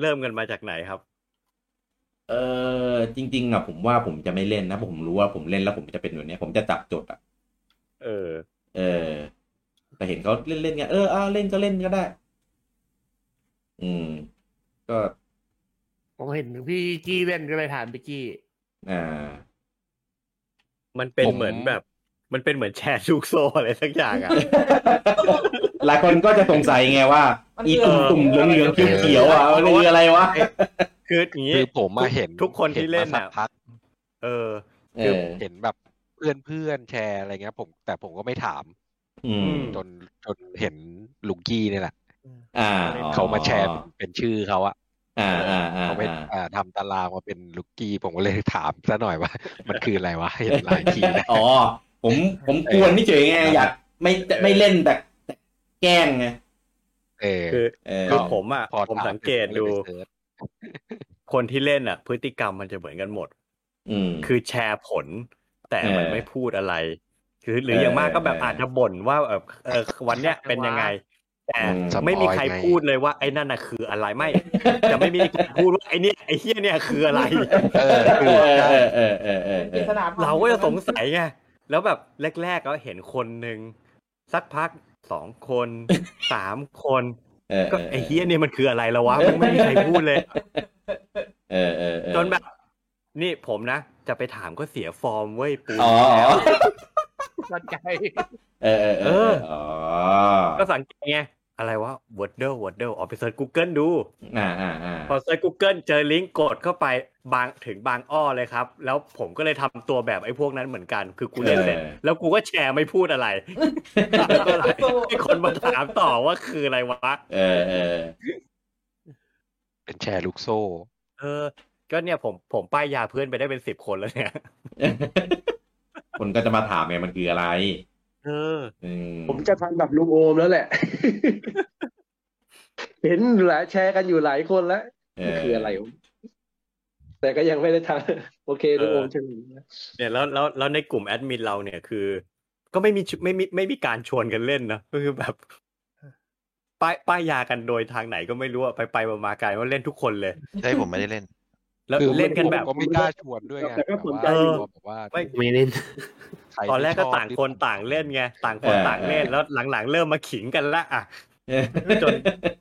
S5: เริ่มกันมาจากไหนครับ
S1: เออจริง ๆอะผมว่าผมจะไม่เล่นนะผมรู้ว่าผมเล่นแล้วผมจะเป็นแบบเนี้ย ผมจะจับจดอะ
S5: เออ
S1: เออ แต่เห็นเขาเล่นเล่นไงเอออ่าเล่นก็เล่นก็ได้ อืม ก็
S2: ผมเห็นพี่กี้เล่นก็เลยถามพี่กี้
S1: อ่า
S5: มันเป็น
S7: ผม
S5: เหมือนแบบ มันเป็นเหมือนแชร์ลูกโซ่อะไรสักอย่างอะ
S1: หลายคนก็จะสงสัยไงว่า
S11: มัน
S1: อี
S11: คือ
S1: ตุ่มตุ่มๆเหลืองเหลืองเขียวเขียวๆอ่ะมันคืออะไรวะ
S5: คืออย่างนี้
S7: คือผมมาเห็น
S5: ทุกคนที่เล่น
S7: ห็มาสั
S5: อะ
S7: กพัก
S5: เออ
S1: เอ
S7: คือ
S1: อ
S7: เห็นแบบเพื่อนเพื่อนๆแชร์อะไรเงี้ย ผมแต่ผมก็ไม่ถาม
S1: อืม
S7: จนจนเห็นลุงกี้เนี่ยแหละ
S1: อ่า
S7: เขามาแชร์เป็นเป็นชื่อเขาอะ
S1: อ่าอ่าอ่า
S7: เขาเป็น
S1: อ่า
S7: อ่าทำตารางมาเป็นลุงกี้ผมก็เลยถามซะหน่อยว่า มันคืออะไรวะเห็นหลายทีนะ
S1: อ๋อ ผมผมกวนนี่เฉยไงอยากไม่ไม่เล่นแต่แต่แกล้งไง
S7: เออ
S5: คือ
S1: เออ
S5: คือผมอะ
S7: พอ
S5: ผม
S7: ถา
S5: สังเกต
S7: ผมลย
S5: ดู
S7: ไปเสิร์ช
S5: คนที่เล่นอะพฤติกรรมมันจะเหมือนกันหมด
S1: อืม
S5: คือแชร์ผล แต่มัน
S1: เออ
S5: ไม่พูดอะไร คือหรือ
S1: เออ
S5: อย่างมากก็แบบ
S1: เอออ
S5: อาจจะบ่นว่าแบบเออวันเนี้ยเป็นยังไง แต่
S1: อืม
S5: ไม่มีใครพูดเลยว่าไอ้นั่นน่ะคืออะไรไม่ จะไม่มีใครพูดว่าไอ้เนี่ยไอ้เฮี้ยเนี่ยคือ อะไร
S7: เออ
S1: เอ
S7: ถูก
S1: อ
S7: ใช่
S1: เออเออเออเออเอ
S11: ปริ
S1: อ
S11: ศนาธม
S5: เราก็จะสงสัยไง แล้วแบบแรกๆก็เห็นคนหนึ่งสักพักสองคน สามคน
S1: เออ
S5: ก็ไอ้เฮียนี่มันคืออะไรแล้ววะมันไม่มีใครพูดเลย
S1: เออเออเออ
S5: จนแบบ นี่ผมนะ จะไปถามก็เสียฟอร์มเว้ยปู
S1: อ๋ออ๋อ
S2: เข้าใจ
S1: เออเออเออเอออ๋อ
S5: ก็สังเกตไง อะไรวะ w o r d l e w o r d l e ออกไปเซิร์ช Google ดู
S1: อ่าอ่าอ่า
S5: พอเซิร์ช Google เจอลิงก์กดเข้าไปบางถึงบางอ้อเลยครับ แล้วผมก็เลยทำตัวแบบไอ้พวกนั้นเหมือนกัน คือกูเล่นเสร็จแล้วกูก็แชร์ไม่พูดอะไร แล้วก็ไลน์ให้คนมาถามต่อว่าคืออะไรวะ
S1: เออเออ
S7: เป็นแชร์ลูกโซ่
S5: เออ ก็เนี่ยผมผมป้ายยาเพื่อนไปได้เป็นสิบคนแล้วเนี่ย
S1: คนก็จะมาถามไงมันคืออะไร
S5: เออ
S1: อืม
S10: ผมจะทำแบบลุงโอมแล้วแหละ เห็นหลายแชร์กันอยู่หลายคนแล้วมันคืออะไรวะแต่ก็ยังไม่ได้ทำโอเคลุงโอมเชิญนะ
S5: เนี่ยแล้วแล้วแล้วในกลุ่มแอดมินเราเนี่ยคือ ก็ไม่มีชุไม่มีไม่มีการชวนกันเล่นนะก็คือ แบบป้ายป้ายยากันโดยทางไหนก็ไม่รู้อะไปไปมามากลายว่าเล่นทุกคนเลย
S4: ใช่ผมไม่ได้เล่น
S5: แล้ว
S7: คือ
S5: เล่นกันแบบ
S7: ผมก็ไม่กล้าชวนด้วยไง
S10: แต่ก็สนใจ
S7: แต่
S10: อยู่
S7: ว่าแบบว่า
S5: ไม่
S6: ไม่เล่น
S7: ใคร
S5: ตอนแรกก็
S7: ที่ชบ
S5: ต่างคนต่างเล่นไงต่างคน
S1: เออ
S5: ต่างเล่น
S1: เออ
S5: แล้วหลังๆ เริ่มมาขิงกันละอ่ะ
S1: เออ
S5: จน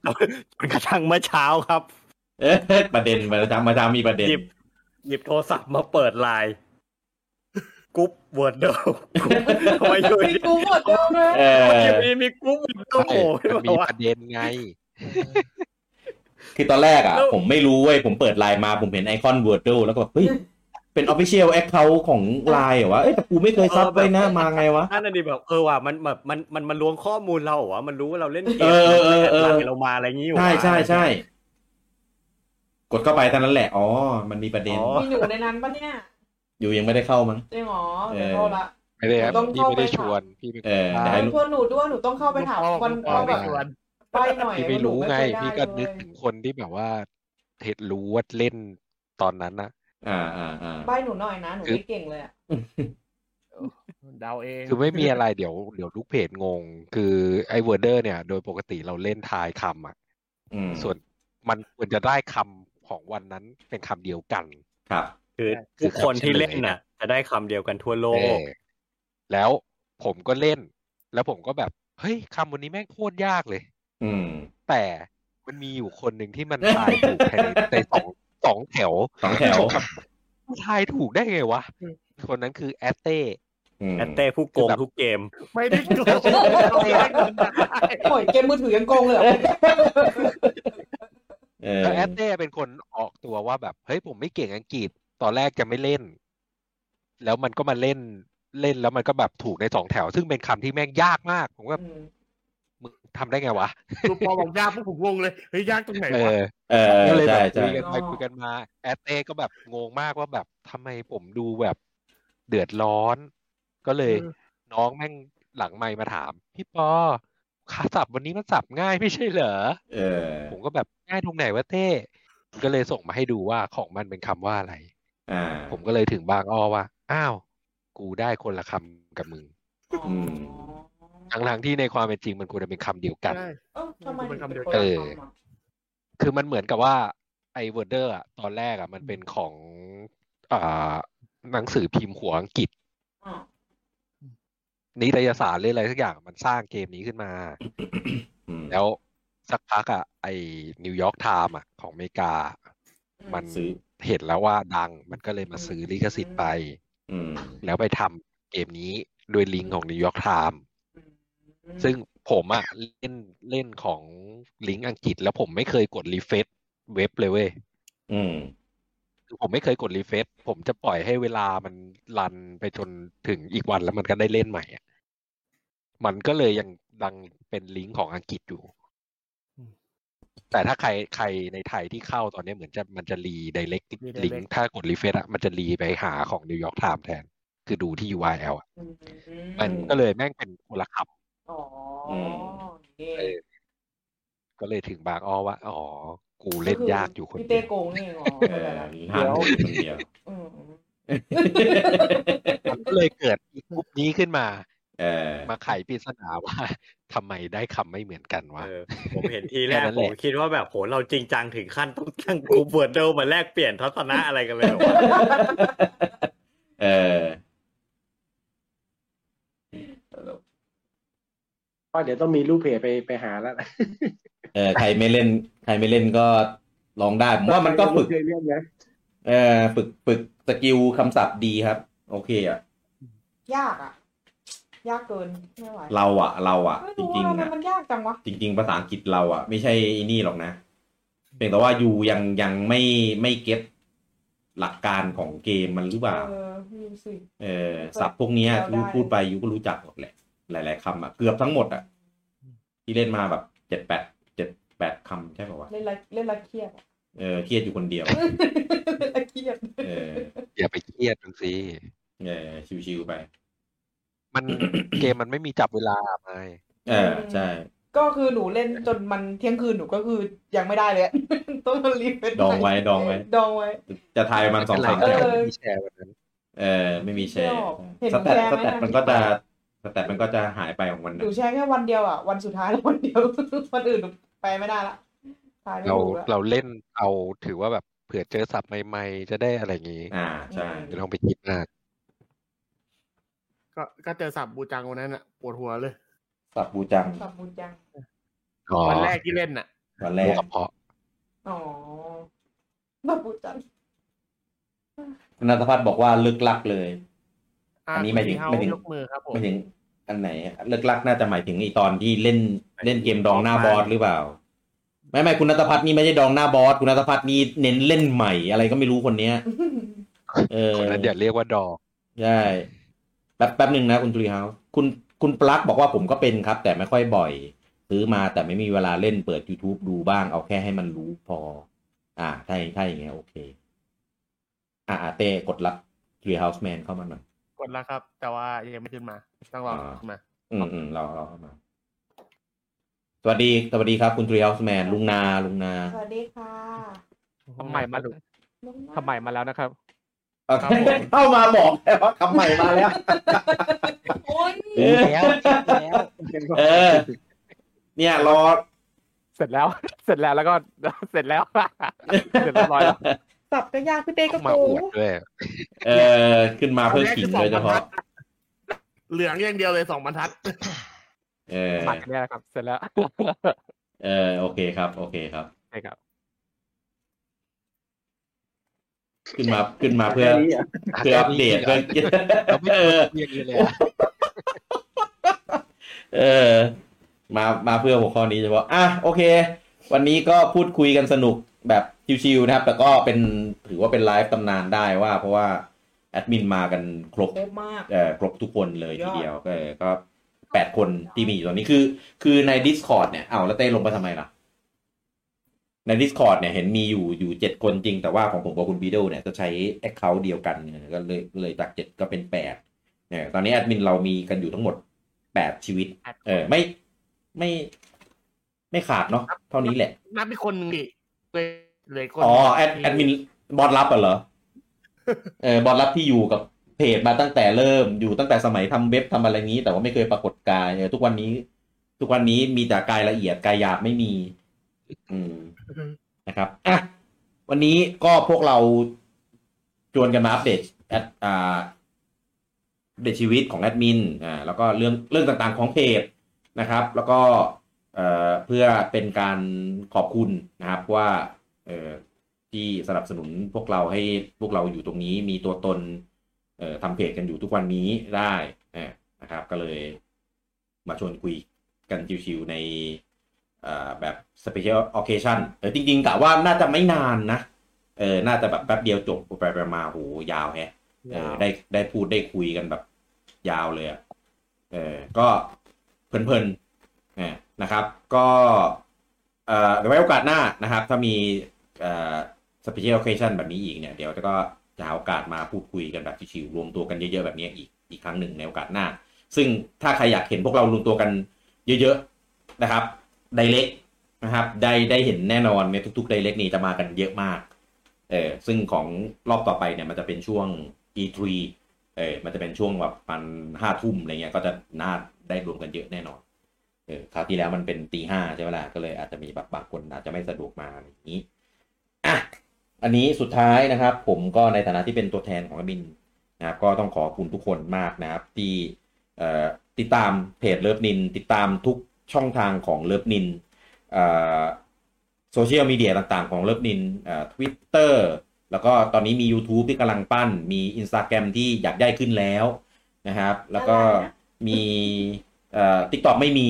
S5: จนกระทั่งเมื่อเช้าครับ
S1: เอ๊ะประเด็นมาทำมาทำมีประเด็น
S5: หยิบ หยิบโทรศัพท์มาเปิดไลน์กรุ๊ปเวิร์ดเดิลทำไมอยู่
S11: มี
S5: ดี
S11: กูหมดแล้วนะ
S1: เออ
S5: อยู่ดีมีกรุ๊ปเวิร์ดเดิลโผล่
S7: ใช่
S5: ขึ้น
S7: มันมี
S5: มาว่า
S7: ประเด็นไง
S1: คือตอนแรกอ่ะ
S5: แล้ว
S1: ผมไม่รู้เว้ย ผมเปิดไลน์มาผมเห็นไอคอน w o r d l e แล้วก็แบบเฮ้ย เป็น Official Account ของไลน์เหรอวะ เอ้ยแต่กูไม่เคยซับไว้นะมาไงวะ
S5: นั่นน่ะดิแบบเออว่ะมันแบบมันมันมันล้วงข้อมูลเราเหรอวะมันรู้ว่าเราเล่นเก
S1: เอ
S5: ม
S1: อเออเออ
S5: มันแอบไลน์เรามาอะไรอย่างงี้อยู่
S1: ใช่ใช่
S5: วะ
S1: ใช่กดเข้าไปเท่านั้นแหละ อ๋อ มันมีประเด็น
S5: อ๋อ
S11: มีหนูในนั้นปะเนี่ย
S1: อยู่ยังไม่ได้เข้ามั้ง
S11: เจ๊หมอเดี๋ยวเข้าละ
S7: ไม่ได้ครับ
S11: ต้อง
S7: พี่ไม่ได้
S11: เข้าไป
S7: ชวนพี่ไม่
S1: เออ
S7: ได้
S1: ได้
S11: เออชวนหนูด้วยหนูต้องเข้าไปถามวัน
S2: พ่อ
S11: ว่า
S2: ไป
S11: แบบ
S2: ชวน
S11: ไปหน่อย
S7: พี่ไม่รู้ไง
S11: ว่าหนูม่เคยด้
S7: พี่ก็
S11: เล
S7: นึก
S11: ย
S7: ถึงคนที่แบบว่าเห็นรู้ว่าเล่นตอนนั้นนะ
S1: อ่าอ่าอ่า
S11: ใบหนูหน่อยนะหนู
S7: คือ
S11: ไม่เก่งเลยอะ
S2: เดาเอง
S7: คือไม่มีอะไรเดี๋ยวเดี๋ยวลูกเพจงง คือไอ้เวอร์เดอร์เนี่ย โดยปกติเราเล่นทายคำอ่ะ
S1: อืม
S7: ส่วนมันควรจะได้คำของวันนั้นเป็นคำเดียวกัน
S1: ครับ
S5: คือ
S7: คือ
S5: ทุกคนที่เล่น
S7: คำเฉลย
S5: น่ะ
S7: น่ะ
S5: จะได้คำเดียวกันทั่วโล
S7: เอก อแล้วผมก็เล่น แล้วผมก็แบบ เฮ้ยคำวันนี้แม่งโคตรยากเลย
S1: อืม
S7: แต่มันมีอยู่คนหนึ่งที่มันทายถูกภาย ในในสองสองแถว
S1: สองแถว
S7: มันทายถูกได้ไงวะ คนนั้นคือแอตเต้
S1: ม
S5: แอตเต้ผู้โกงทุกเกม
S2: ไม่ได้โกง
S11: โอ้ยเกมมือถือยังโกงเลยเหรอ
S1: เออ
S7: แล้วแอตเต้เป็นคนออกตัวว่าแบบเฮ้ยผมไม่เก่งอังกฤษตอนแรกจะไม่เล่น แล้วมันก็มาเล่นเล่นแล้วมันก็แบบถูกในสองแถว ซึ่งเป็นคำที่แม่งยากมาก ผมก็แบบ
S11: อืม
S7: มึงทำได้ไงวะ
S2: ดูพอบอกยากพวกผมงงเลยเฮ้ยยากตรงไหน
S7: เอ
S2: วะ
S7: อ
S1: เออ
S7: ก็เลยแบ
S1: ใช่
S7: บคุ
S1: ใช่
S7: ยกันไปคุยกันมาแอตเต้ก็แบบงงมากว่าแบบทำไมผมดูแบบเดือดร้อน ก็เลย
S2: อืม
S7: น้องแม่งหลังไมค์มาถาม พี่ปอขาสับวันนี้มันสับง่ายไม่ใช่เหรอ
S1: เออ
S7: ผมก็แบบง่ายตรงไหนวะเต้ก็เลยส่งมาให้ดูว่าของมันเป็นคำว่าอะไร
S1: อ่า
S7: ผมก็เลยถึงบางอ้อว่า อ้าว กูได้คนละคำกับมึง
S11: อ๋อ
S7: ทั้งๆที่ในความเป็นจริงมันควรจะเป็นคำเดียวกัน
S2: ใช่
S11: เออทำไมถึงเป็น
S2: เออ
S11: คนละคำอะ
S7: คือมันเหมือนกับว่าไอ้เวอร์เดอร์อะตอนแรกอะมันเป็นของอ่าหนังสือพิมพ์หัวอังกฤษ
S11: อ่ะ
S7: นิตยสารหรืออะไรสักอย่างมันสร้างเกมนี้ขึ้นมา
S1: อืม
S7: แล้วสักพักอะไอ้นิวยอร์กไทม์อะของอเมริกา
S11: อื
S7: มัน
S1: ซื้อ
S7: เห็นแล้วว่าดัง มันก็เลยมาซื้อลิขสิทธิ์ไป
S1: อืม
S7: แล้วไปทำเกมนี้โดยลิงก์ของนิวยอร์กไทม์ ซึ่งผมอะเล่นเล่นของลิงก์อังกฤษ แล้วผมไม่เคยกดรีเฟซเว็บเลยเว้ย
S1: อืม
S7: คือผมไม่เคยกดรีเฟซผมจะปล่อยให้เวลามันรันไปจนถึงอีกวันแล้วมันก็ได้เล่นใหม่อะมันก็เลยยังดังเป็นลิงก์ของอังกฤษอยู่ แต่ถ้าใครใครในไทยที่เข้าตอนนี้เหมือนจะมันจะรีไดเ c ก
S2: redirect
S7: ลิงก์ถ้ากดรีเฟซอะมันจะรีไปหาของนิวยอร์กไทม์แทน คือดูที่ URL อะ
S11: อืม
S7: มันก็เลยแม่งเป็นคนละคำ
S11: อ๋อออย่างงี้
S7: เออ ก็เลยถึงบางอ้อว่า อ๋อ กูเล่นยากอยู่คน
S11: พี่
S7: เดี
S11: เต้
S7: ยว
S11: โกงนี่เองอ๋อ
S1: เออ
S11: เข้าใจละ
S1: ห้ามพูดคนเดียว
S11: อืม
S7: มันก็เลย เกิดอีกกรุ๊ปนี้ขึ้นมา
S1: เออ
S7: มาไขปริศนาว่าทำไมได้คำไม่เหมือนกันวะ
S5: เออผมเห็นทีแร
S7: แค่
S5: ก
S7: นั้น
S5: ผ
S7: แหละ
S5: มคิดว่าแบบโหเราจริงจังถึงขั้นต้องตั้งกลุ่มเวิร์ดเดิลมาแลกเปลี่ยนทัศนะอะไรกันเลยเหรอวะ
S1: เออ
S10: ก็เดี๋ยวต้องมีรูปเพจไปไปหาแล้วนะ
S1: เออใครไม่เล่น ใครไม่เล่นก็ลองได้ผมว่ามันก็ฝึก
S10: เคยเล่นนะ
S1: เออฝึกฝึกสกิลคำศัพท์ดีครับ โอเคอ่ะ
S11: ยากอ่ะ ยากเกินไม่ไหว
S1: เราอ่ะ เราอ่ะ
S11: ไม่
S1: จ
S11: รู้
S1: ริ
S11: ว่าง ทำ
S1: ๆนะ
S11: ไมมันยากจังวะ
S1: จริง ๆ ภาษาอังกฤษเราอ่ะ ไม่ใช่ไอีนี่หรอกนะเพียงแต่ว่าอยู่ยังยังไม่ไม่เก็ตหลักการของเกมมันหรือเปล่า
S11: เออไม่รู้สิ
S1: เออศัพท์พวกเนี้ย
S11: เราได้
S1: ยูพูดไปยูก็รู้จักหมดแหละหลาย ๆคำอ่ะ เกือบทั้งหมดอ่ะ ที่เล่นมาแบบเจ็ดแปดเจ็ดแปดคำใช่ป่าวะ
S11: เล่นละเล่นละเครียดอะ
S1: เออเครียดอยู่คนเดียว
S11: เล่นละเครียด
S1: เออ
S7: อย่าไปเครียดมันสิ
S1: เออชิวๆไป
S7: มัน เกมมันไม่มีจับเวลาไม่
S1: เออใช่
S11: ก็คือหนูเล่นจนมันเที่ยงคืนหนูก็คือยังไม่ได้เลยอะ ต้องมารีบเป็น
S1: ดองไว้ดองไว้
S11: ดองไว้
S1: จะทายประมาณสองสาม
S11: เอ
S1: แถ
S11: อ
S1: ว
S7: มีแชร์วันนั้น
S1: เออ ไม่มีแชร์
S11: เห็น
S1: สแตท
S11: แชร์ไหม
S1: สแตท
S11: นะ
S1: มันก็จะสแตทมันก็จะหายไปของมัน
S11: ห
S1: นะ
S11: นูแชร์แค่วันเดียวอ่ะ วันสุดท้ายแล้ววันเดียว วันอื่นหนูไปไม่ได้ละทายไม่
S7: เรา
S11: ถูกละ
S7: เราเล่นเอาถือว่าแบบเผื่อเจอศัพท์ใหม่ๆ จะได้อะไรอย่างงี้
S1: อ่าใช่
S7: เดี๋ยวลองไปคิดมาก
S2: ก็ก็เจอสับบูจังวันนั้นอะปวดหัวเลย
S1: สับบูจัง
S11: สับบุญจัง
S7: อ๋อ
S2: วันแรกที่เล่นน่ะ
S1: วันแร
S7: โร
S1: ก
S7: คกระเพาะ
S11: อ๋อสับบุญจัง
S1: คุณนัทพัฒน์บอกว่าลึกลักเลย
S2: อ่ะ
S1: อันนี้หมายถึงห
S2: คุณ
S1: มายถึง
S2: ยกมือครับผม
S1: ไม่ถึงอันไหนอะลึกลักน่าจะหมายถึงไอีตอนที่เล่นเล่นเกมดองหน้าบอสหรือเปล่า ไม่ไม่คุณนัทพัฒน์นี่ไม่ใช่ดองหน้าบอสคุณนัทพัฒน์นี่เน้นเล่นใหม่ อะไรก็ไม่รู้คนเนี้ย เออ
S7: คนนั้นอย่าเรียกว่าดอก
S1: ใช่แป๊บแป๊บหนึ่งนะคุณทรีเฮาคุณคุณปลั๊กบอกว่าผมก็เป็นครับ แต่ไม่ค่อยบ่อย ซื้อมาแต่ไม่มีเวลาเล่นเปิด YouTube ดูบ้างเอาแค่ให้มันรู้พอ อ่าถ้าถ้าอย่างเงี้ยโอเค อ่าเต้กดรับทรีเฮาส์แมนเข้ามาหน่อย
S2: กดแล้วครับ แต่ว่ายังไม่ขึ้นมา ต้องรอ
S1: อ่า
S2: ขึ้นมา
S1: อืมอืมเราเราเข้ามา สวัสดี สวัสดีครับ คุณทรีเฮาส์แมนลุงนาลุงนา
S11: สวัสดีค่ะ
S2: ทำไมมาดู
S11: น้องนะ
S14: ทำใหม่มาแล้วนะครับ
S1: เอา เข้ามาบอกแล้วว่าคำใหม่มาแล้ว
S11: เออ
S1: แล้วเออ เนี่ยรอ
S14: เสร็จแล้ว เสร็จแล้วแล้วก็ เสร็จแล้ว เสร็จเรียบร้อยแล้ว
S11: ตับก็ยากพี่เต้ก็
S7: มา
S11: โก
S7: อวดด้วย
S1: เออ ขึ้นมาเพื่อขิงโดยเฉพาะ
S2: เหลืองอย่างเดียวเลยสองบรรทัด
S1: เออ
S14: หมัดเนี่ยนะครับ เสร็จแล้ว
S1: เออ โอเคครับ โอเคครับ
S14: ใช่ครับ
S1: ขึ้นมา ขึ้นมาเพื่อ
S10: แค่นี้เหรอ
S1: เพื่ออัปเดตเพื่อ
S7: เราไม่
S1: เออ
S7: เรียกเลยอะ
S1: เออ มา มาเพื่อหัวข้อนี้เฉพาะอ่ะ โอเค วันนี้ก็พูดคุยกันสนุกแบบชิวๆนะครับ แต่ก็เป็น ถือว่าเป็นไลฟ์ตำนานได้ว่า เพราะว่าแอดมินมากันครบ
S11: โคตรมาก
S1: เอ่อครบทุกคนเลย
S11: ย
S1: ที
S11: อด
S1: เดียวก็เออก็แปดคนที่มีอยู่ตอนนี้คือ คือใน Discord เนี่ยเอาวแล้วเต้ลงไปทำไมล่ะ ใน Discord เนี่ยเห็นมีอยู่อยู่เจ็ดคนจริง แต่ว่าของผมกับคุณบีโดเนี่ยจะใช้ Account เดียวกันเออก็เลยเลยจากเจ็ดก็เป็นแปดเนี่ยตอนนี้แอดมินเรามีกันอยู่ทั้งหมดแปดชีวิต เออไม่ไม่ ไม่ขาดเนาะเท่านี้แหละ
S2: นับไปคนหนึ่งดิเลยเลยคน
S1: อ๋อแอดแอดมินบอสรับอ่ะ เหรอ เออบอสรับที่อยู่กับเพจมาตั้งแต่เริ่มอยู่ตั้งแต่สมัยทำเว็บทำอะไรนี้ แต่ว่าไม่เคยปรากฏกายเออทุกวันนี้ ทุกวันนี้มีแต่กายละเอียดกายหยาบไม่มี อืมนะครับอ่ะวันนี้ก็พวกเราชวนกันมาอัปเดตแอดอ่าอัปเดตชีวิตของแอดมินอ่าแล้วก็เรื่องเรื่องต่างๆของเพจนะครับ แล้วก็เอ่อเพื่อเป็นการขอบคุณนะครับว่า เอ่อที่สนับสนุนพวกเราให้พวกเราอยู่ตรงนี้มีตัวตน เอ่อทำเพจกันอยู่ทุกวันนี้ได้เอ่อนะครับ ก็เลยมาชวนคุยกันชิวๆในเอ่อแบบ Special Occasion เออจริงๆกะว่าน่าจะไม่นานนะ เออน่าจะแบบแป๊บเดียวจบไปไปมาโหยาวแฮะเออได้ได้พูดได้คุยกันแบบยาวเลยอะเออก็เพลินๆเออนะครับ ก็เอ่อเดี๋ยวไว้โอกาสหน้านะครับ ถ้ามีเอ่อ Special Occasion แบบนี้อีกเนี่ย เดี๋ยวก็จะหาโอกาสมาพูดคุยกันแบบชิวๆรวมตัวกันเยอะๆแบบนี้อีกอีกครั้งหนึ่งในโอกาสหน้า ซึ่งถ้าใครอยากเห็นพวกเรารวมตัวกันเยอะๆนะครับไดเ c กนะครับได้ได้เห็นแน่นอนในทุกๆไดเ c กนี้จะมากันเยอะมาก เออซึ่งของรอบต่อไปเนี่ยมันจะเป็นช่วง E3 เออมันจะเป็นช่วงแบบประมันห้าทุ่มอะไรเงี้ยก็จะน่าได้รวมกันเยอะแน่นอน เออคราวที่แล้วมันเป็นตีห้าใช่ไหมล่ะก็เลยอาจจะมีแบบบางคนอาจจะไม่สะดวกมาอะไรอย่างนี้อ่ะอันนี้สุดท้ายนะครับ ผมก็ในฐานะที่เป็นตัวแทนของอบินนะครับก็ต้องขอบคุณทุกคนมากนะครับที่เอ่อติดตามเพจเลิฟนิน ติดตามทุกช่องทางของเลิฟนิน โซเชียลมีเดียต่างๆ ของเลิฟนินทวิตเตอร์แล้วก็ตอนนี้มี YouTube ที่กำลังปั้น มี Instagram ที่อยากได้ขึ้นแล้วนะครับ แล้วก็มีทิกตอกไม่มี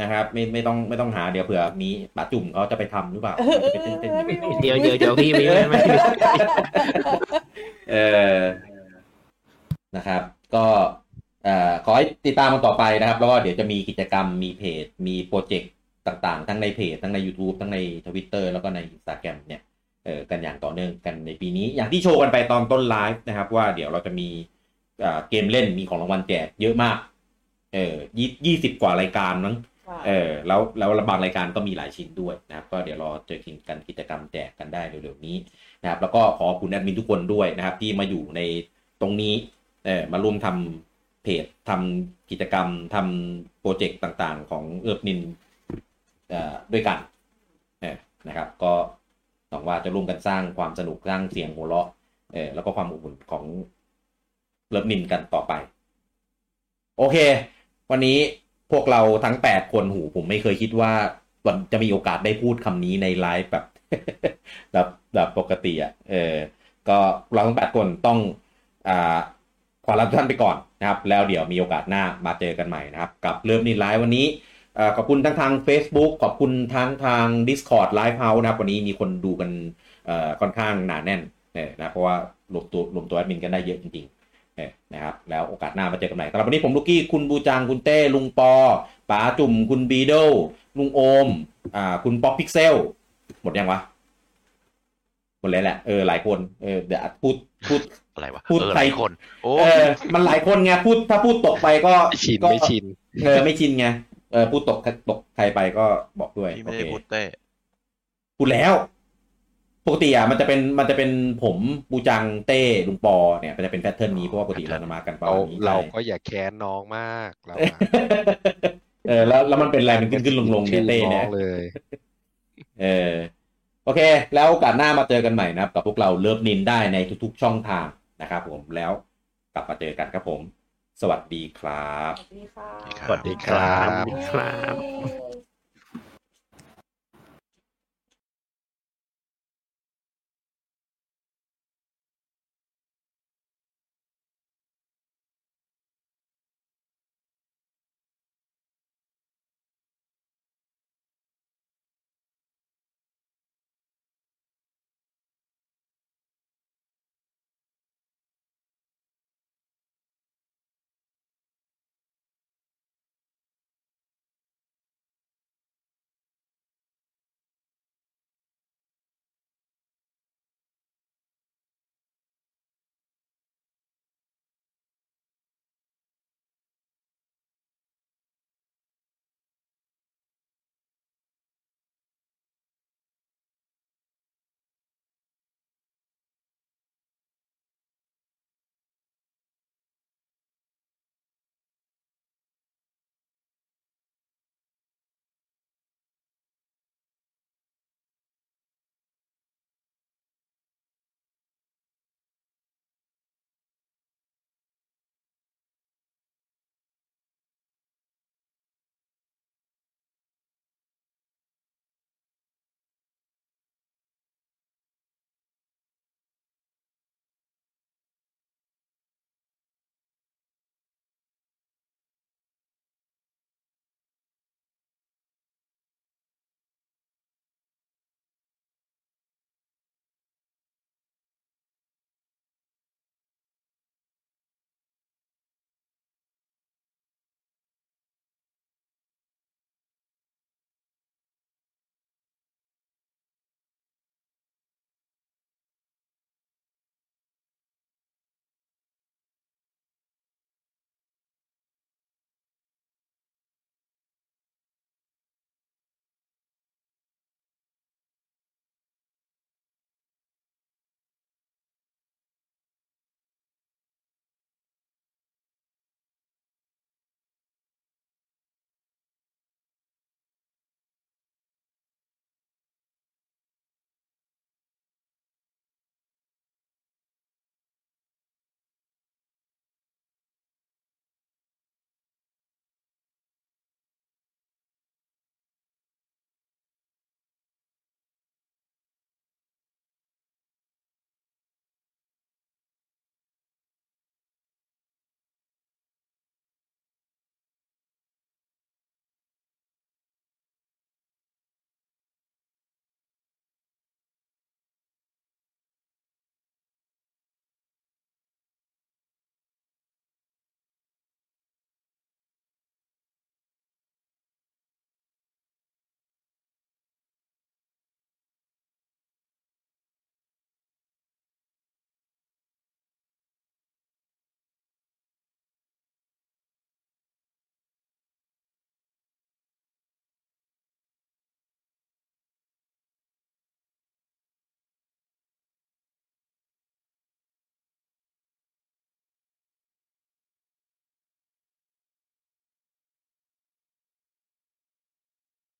S1: นะครับ ไม่ไม่ต้องไม่ต้องหาเดี๋ยวเผื่อมีป๋าจุ่มเขาจะไปทำหรือเปล่าจะไปเต้นเต้นๆ
S6: เดี๋ยวเดี๋ยวเดี๋ยวพี่ไม่ไม่ไม่
S1: เออนะครับ ก็เอ่อขอให้ติดตามมันต่อไปนะครับ แล้วก็เดี๋ยวจะมีกิจกรรมมีเพจ มีโปรเจกต์ต่างๆ ทั้งในเพจ ทั้งใน YouTube ทั้งใน Twitter แล้วก็ใน Instagram เนี่ยเออกันอย่างต่อเนื่องกันในปีนี้ อย่างที่โชว์กันไปตอนต้นไลฟ์นะครับ ว่าเดี๋ยวเราจะมีเอ่อเกมเล่นมีของรางวัลแจกเยอะมาก เออยี่สิบกว่ารายการมั้ง เออแล้วแล้วบางรายการก็มีหลายชิ้นด้วยนะครับ ก็เดี๋ยวรอเจอกินกันกิจกรรมแจกกันได้เร็วๆนี้นะครับ แล้วก็ขอบคุณแอดมินทุกคนด้วยนะครับ ที่มาอยู่ในตรงนี้เออมาร่วมทำเพจทำกิจกรรมทำโปรเจกต์ต่างๆ ของเอิบนินเอ่อด้วยกันเออนะครับ ก็หวังว่าจะร่วมกันสร้างความสนุกสร้างเสียงหัวเราะเออแล้วก็ความอบอุ่นของเลิฟนินกันต่อไป โอเค วันนี้พวกเราทั้งแปดคนหูผมไม่เคยคิดว่าวันจะมีโอกาสได้พูดคำนี้ในไลฟ์แบบ แบบแบบปกติอ่ะเออ ก็เราทั้งแปดคนต้องอ่าขอลาทุกท่านไปก่อนนะครับ แล้วเดี๋ยวมีโอกาสหน้ามาเจอกันใหม่นะครับ กับเริ่มนินไลฟ์วันนี้เอ่อขอบคุณทั้งทาง Facebook ขอบคุณทั้งทาง Discord Live House นะครับ วันนี้มีคนดูกันเอ่อค่อนข้างหนาแน่นเออนะเพราะว่ารวมตัวรวมตัวแอดมินกันได้เยอะจริงๆ เออนะครับแล้วโอกาสหน้ามาเจอกันใหม่สำหรับวันนี้ผมลูกกี้ คุณบูจัง คุณเต้ ลุงปอป๋าจุ่ม คุณบีโดลุงโอม อ่า คุณป๊อปพิกเซล หมดยังวะ หมดแล้วแหละ เออ หลายคน เออ เดี๋ยวพูด พูด
S4: อะไรวะ
S1: พูด
S4: เออ
S1: ไป
S4: หลายคน โอ้
S1: เออ มันหลายคนไง พูด ถ้าพูดตกไปก็
S7: ไม่ชิน
S1: ก็
S7: ไม่ชิน
S1: เออ ไม่ชินไง เออ พูดตก ตกใครไปก็บอกด้วย
S4: พี่
S1: โอ
S4: ไม่
S1: เค
S4: ได้พูดเต้
S1: พูดแล้ว ปกติอ่ะมันจะเป็นมันจะเป็นผมปูจังเต้ลุงปอเนี่ยมันจะเป็นแพทเทิร์นนี้เพราะว่าปกติเราจะมากันประ
S7: เรา
S1: มาณนี้
S7: เรา
S1: ใช่
S7: ก็อย่าแค้นน้องมากเราอะ
S1: เออแล้วแล้วมันเป็นแรงมันขึ้นขึ้นลงลงเนี่ยเต้
S7: ชื่อน้
S1: เนี่
S7: อย งเลย
S1: เออโอเค แล้วโอกาสหน้ามาเจอกันใหม่นะครับ กับพวกเราเลิฟนินได้ในทุกๆช่องทางนะครับผมแล้วกลับมาเจอกันครับผม สวัสดีครับ
S11: สวัสดีค่ะ
S4: ครับ
S7: สวัสดีครับ
S6: ครับ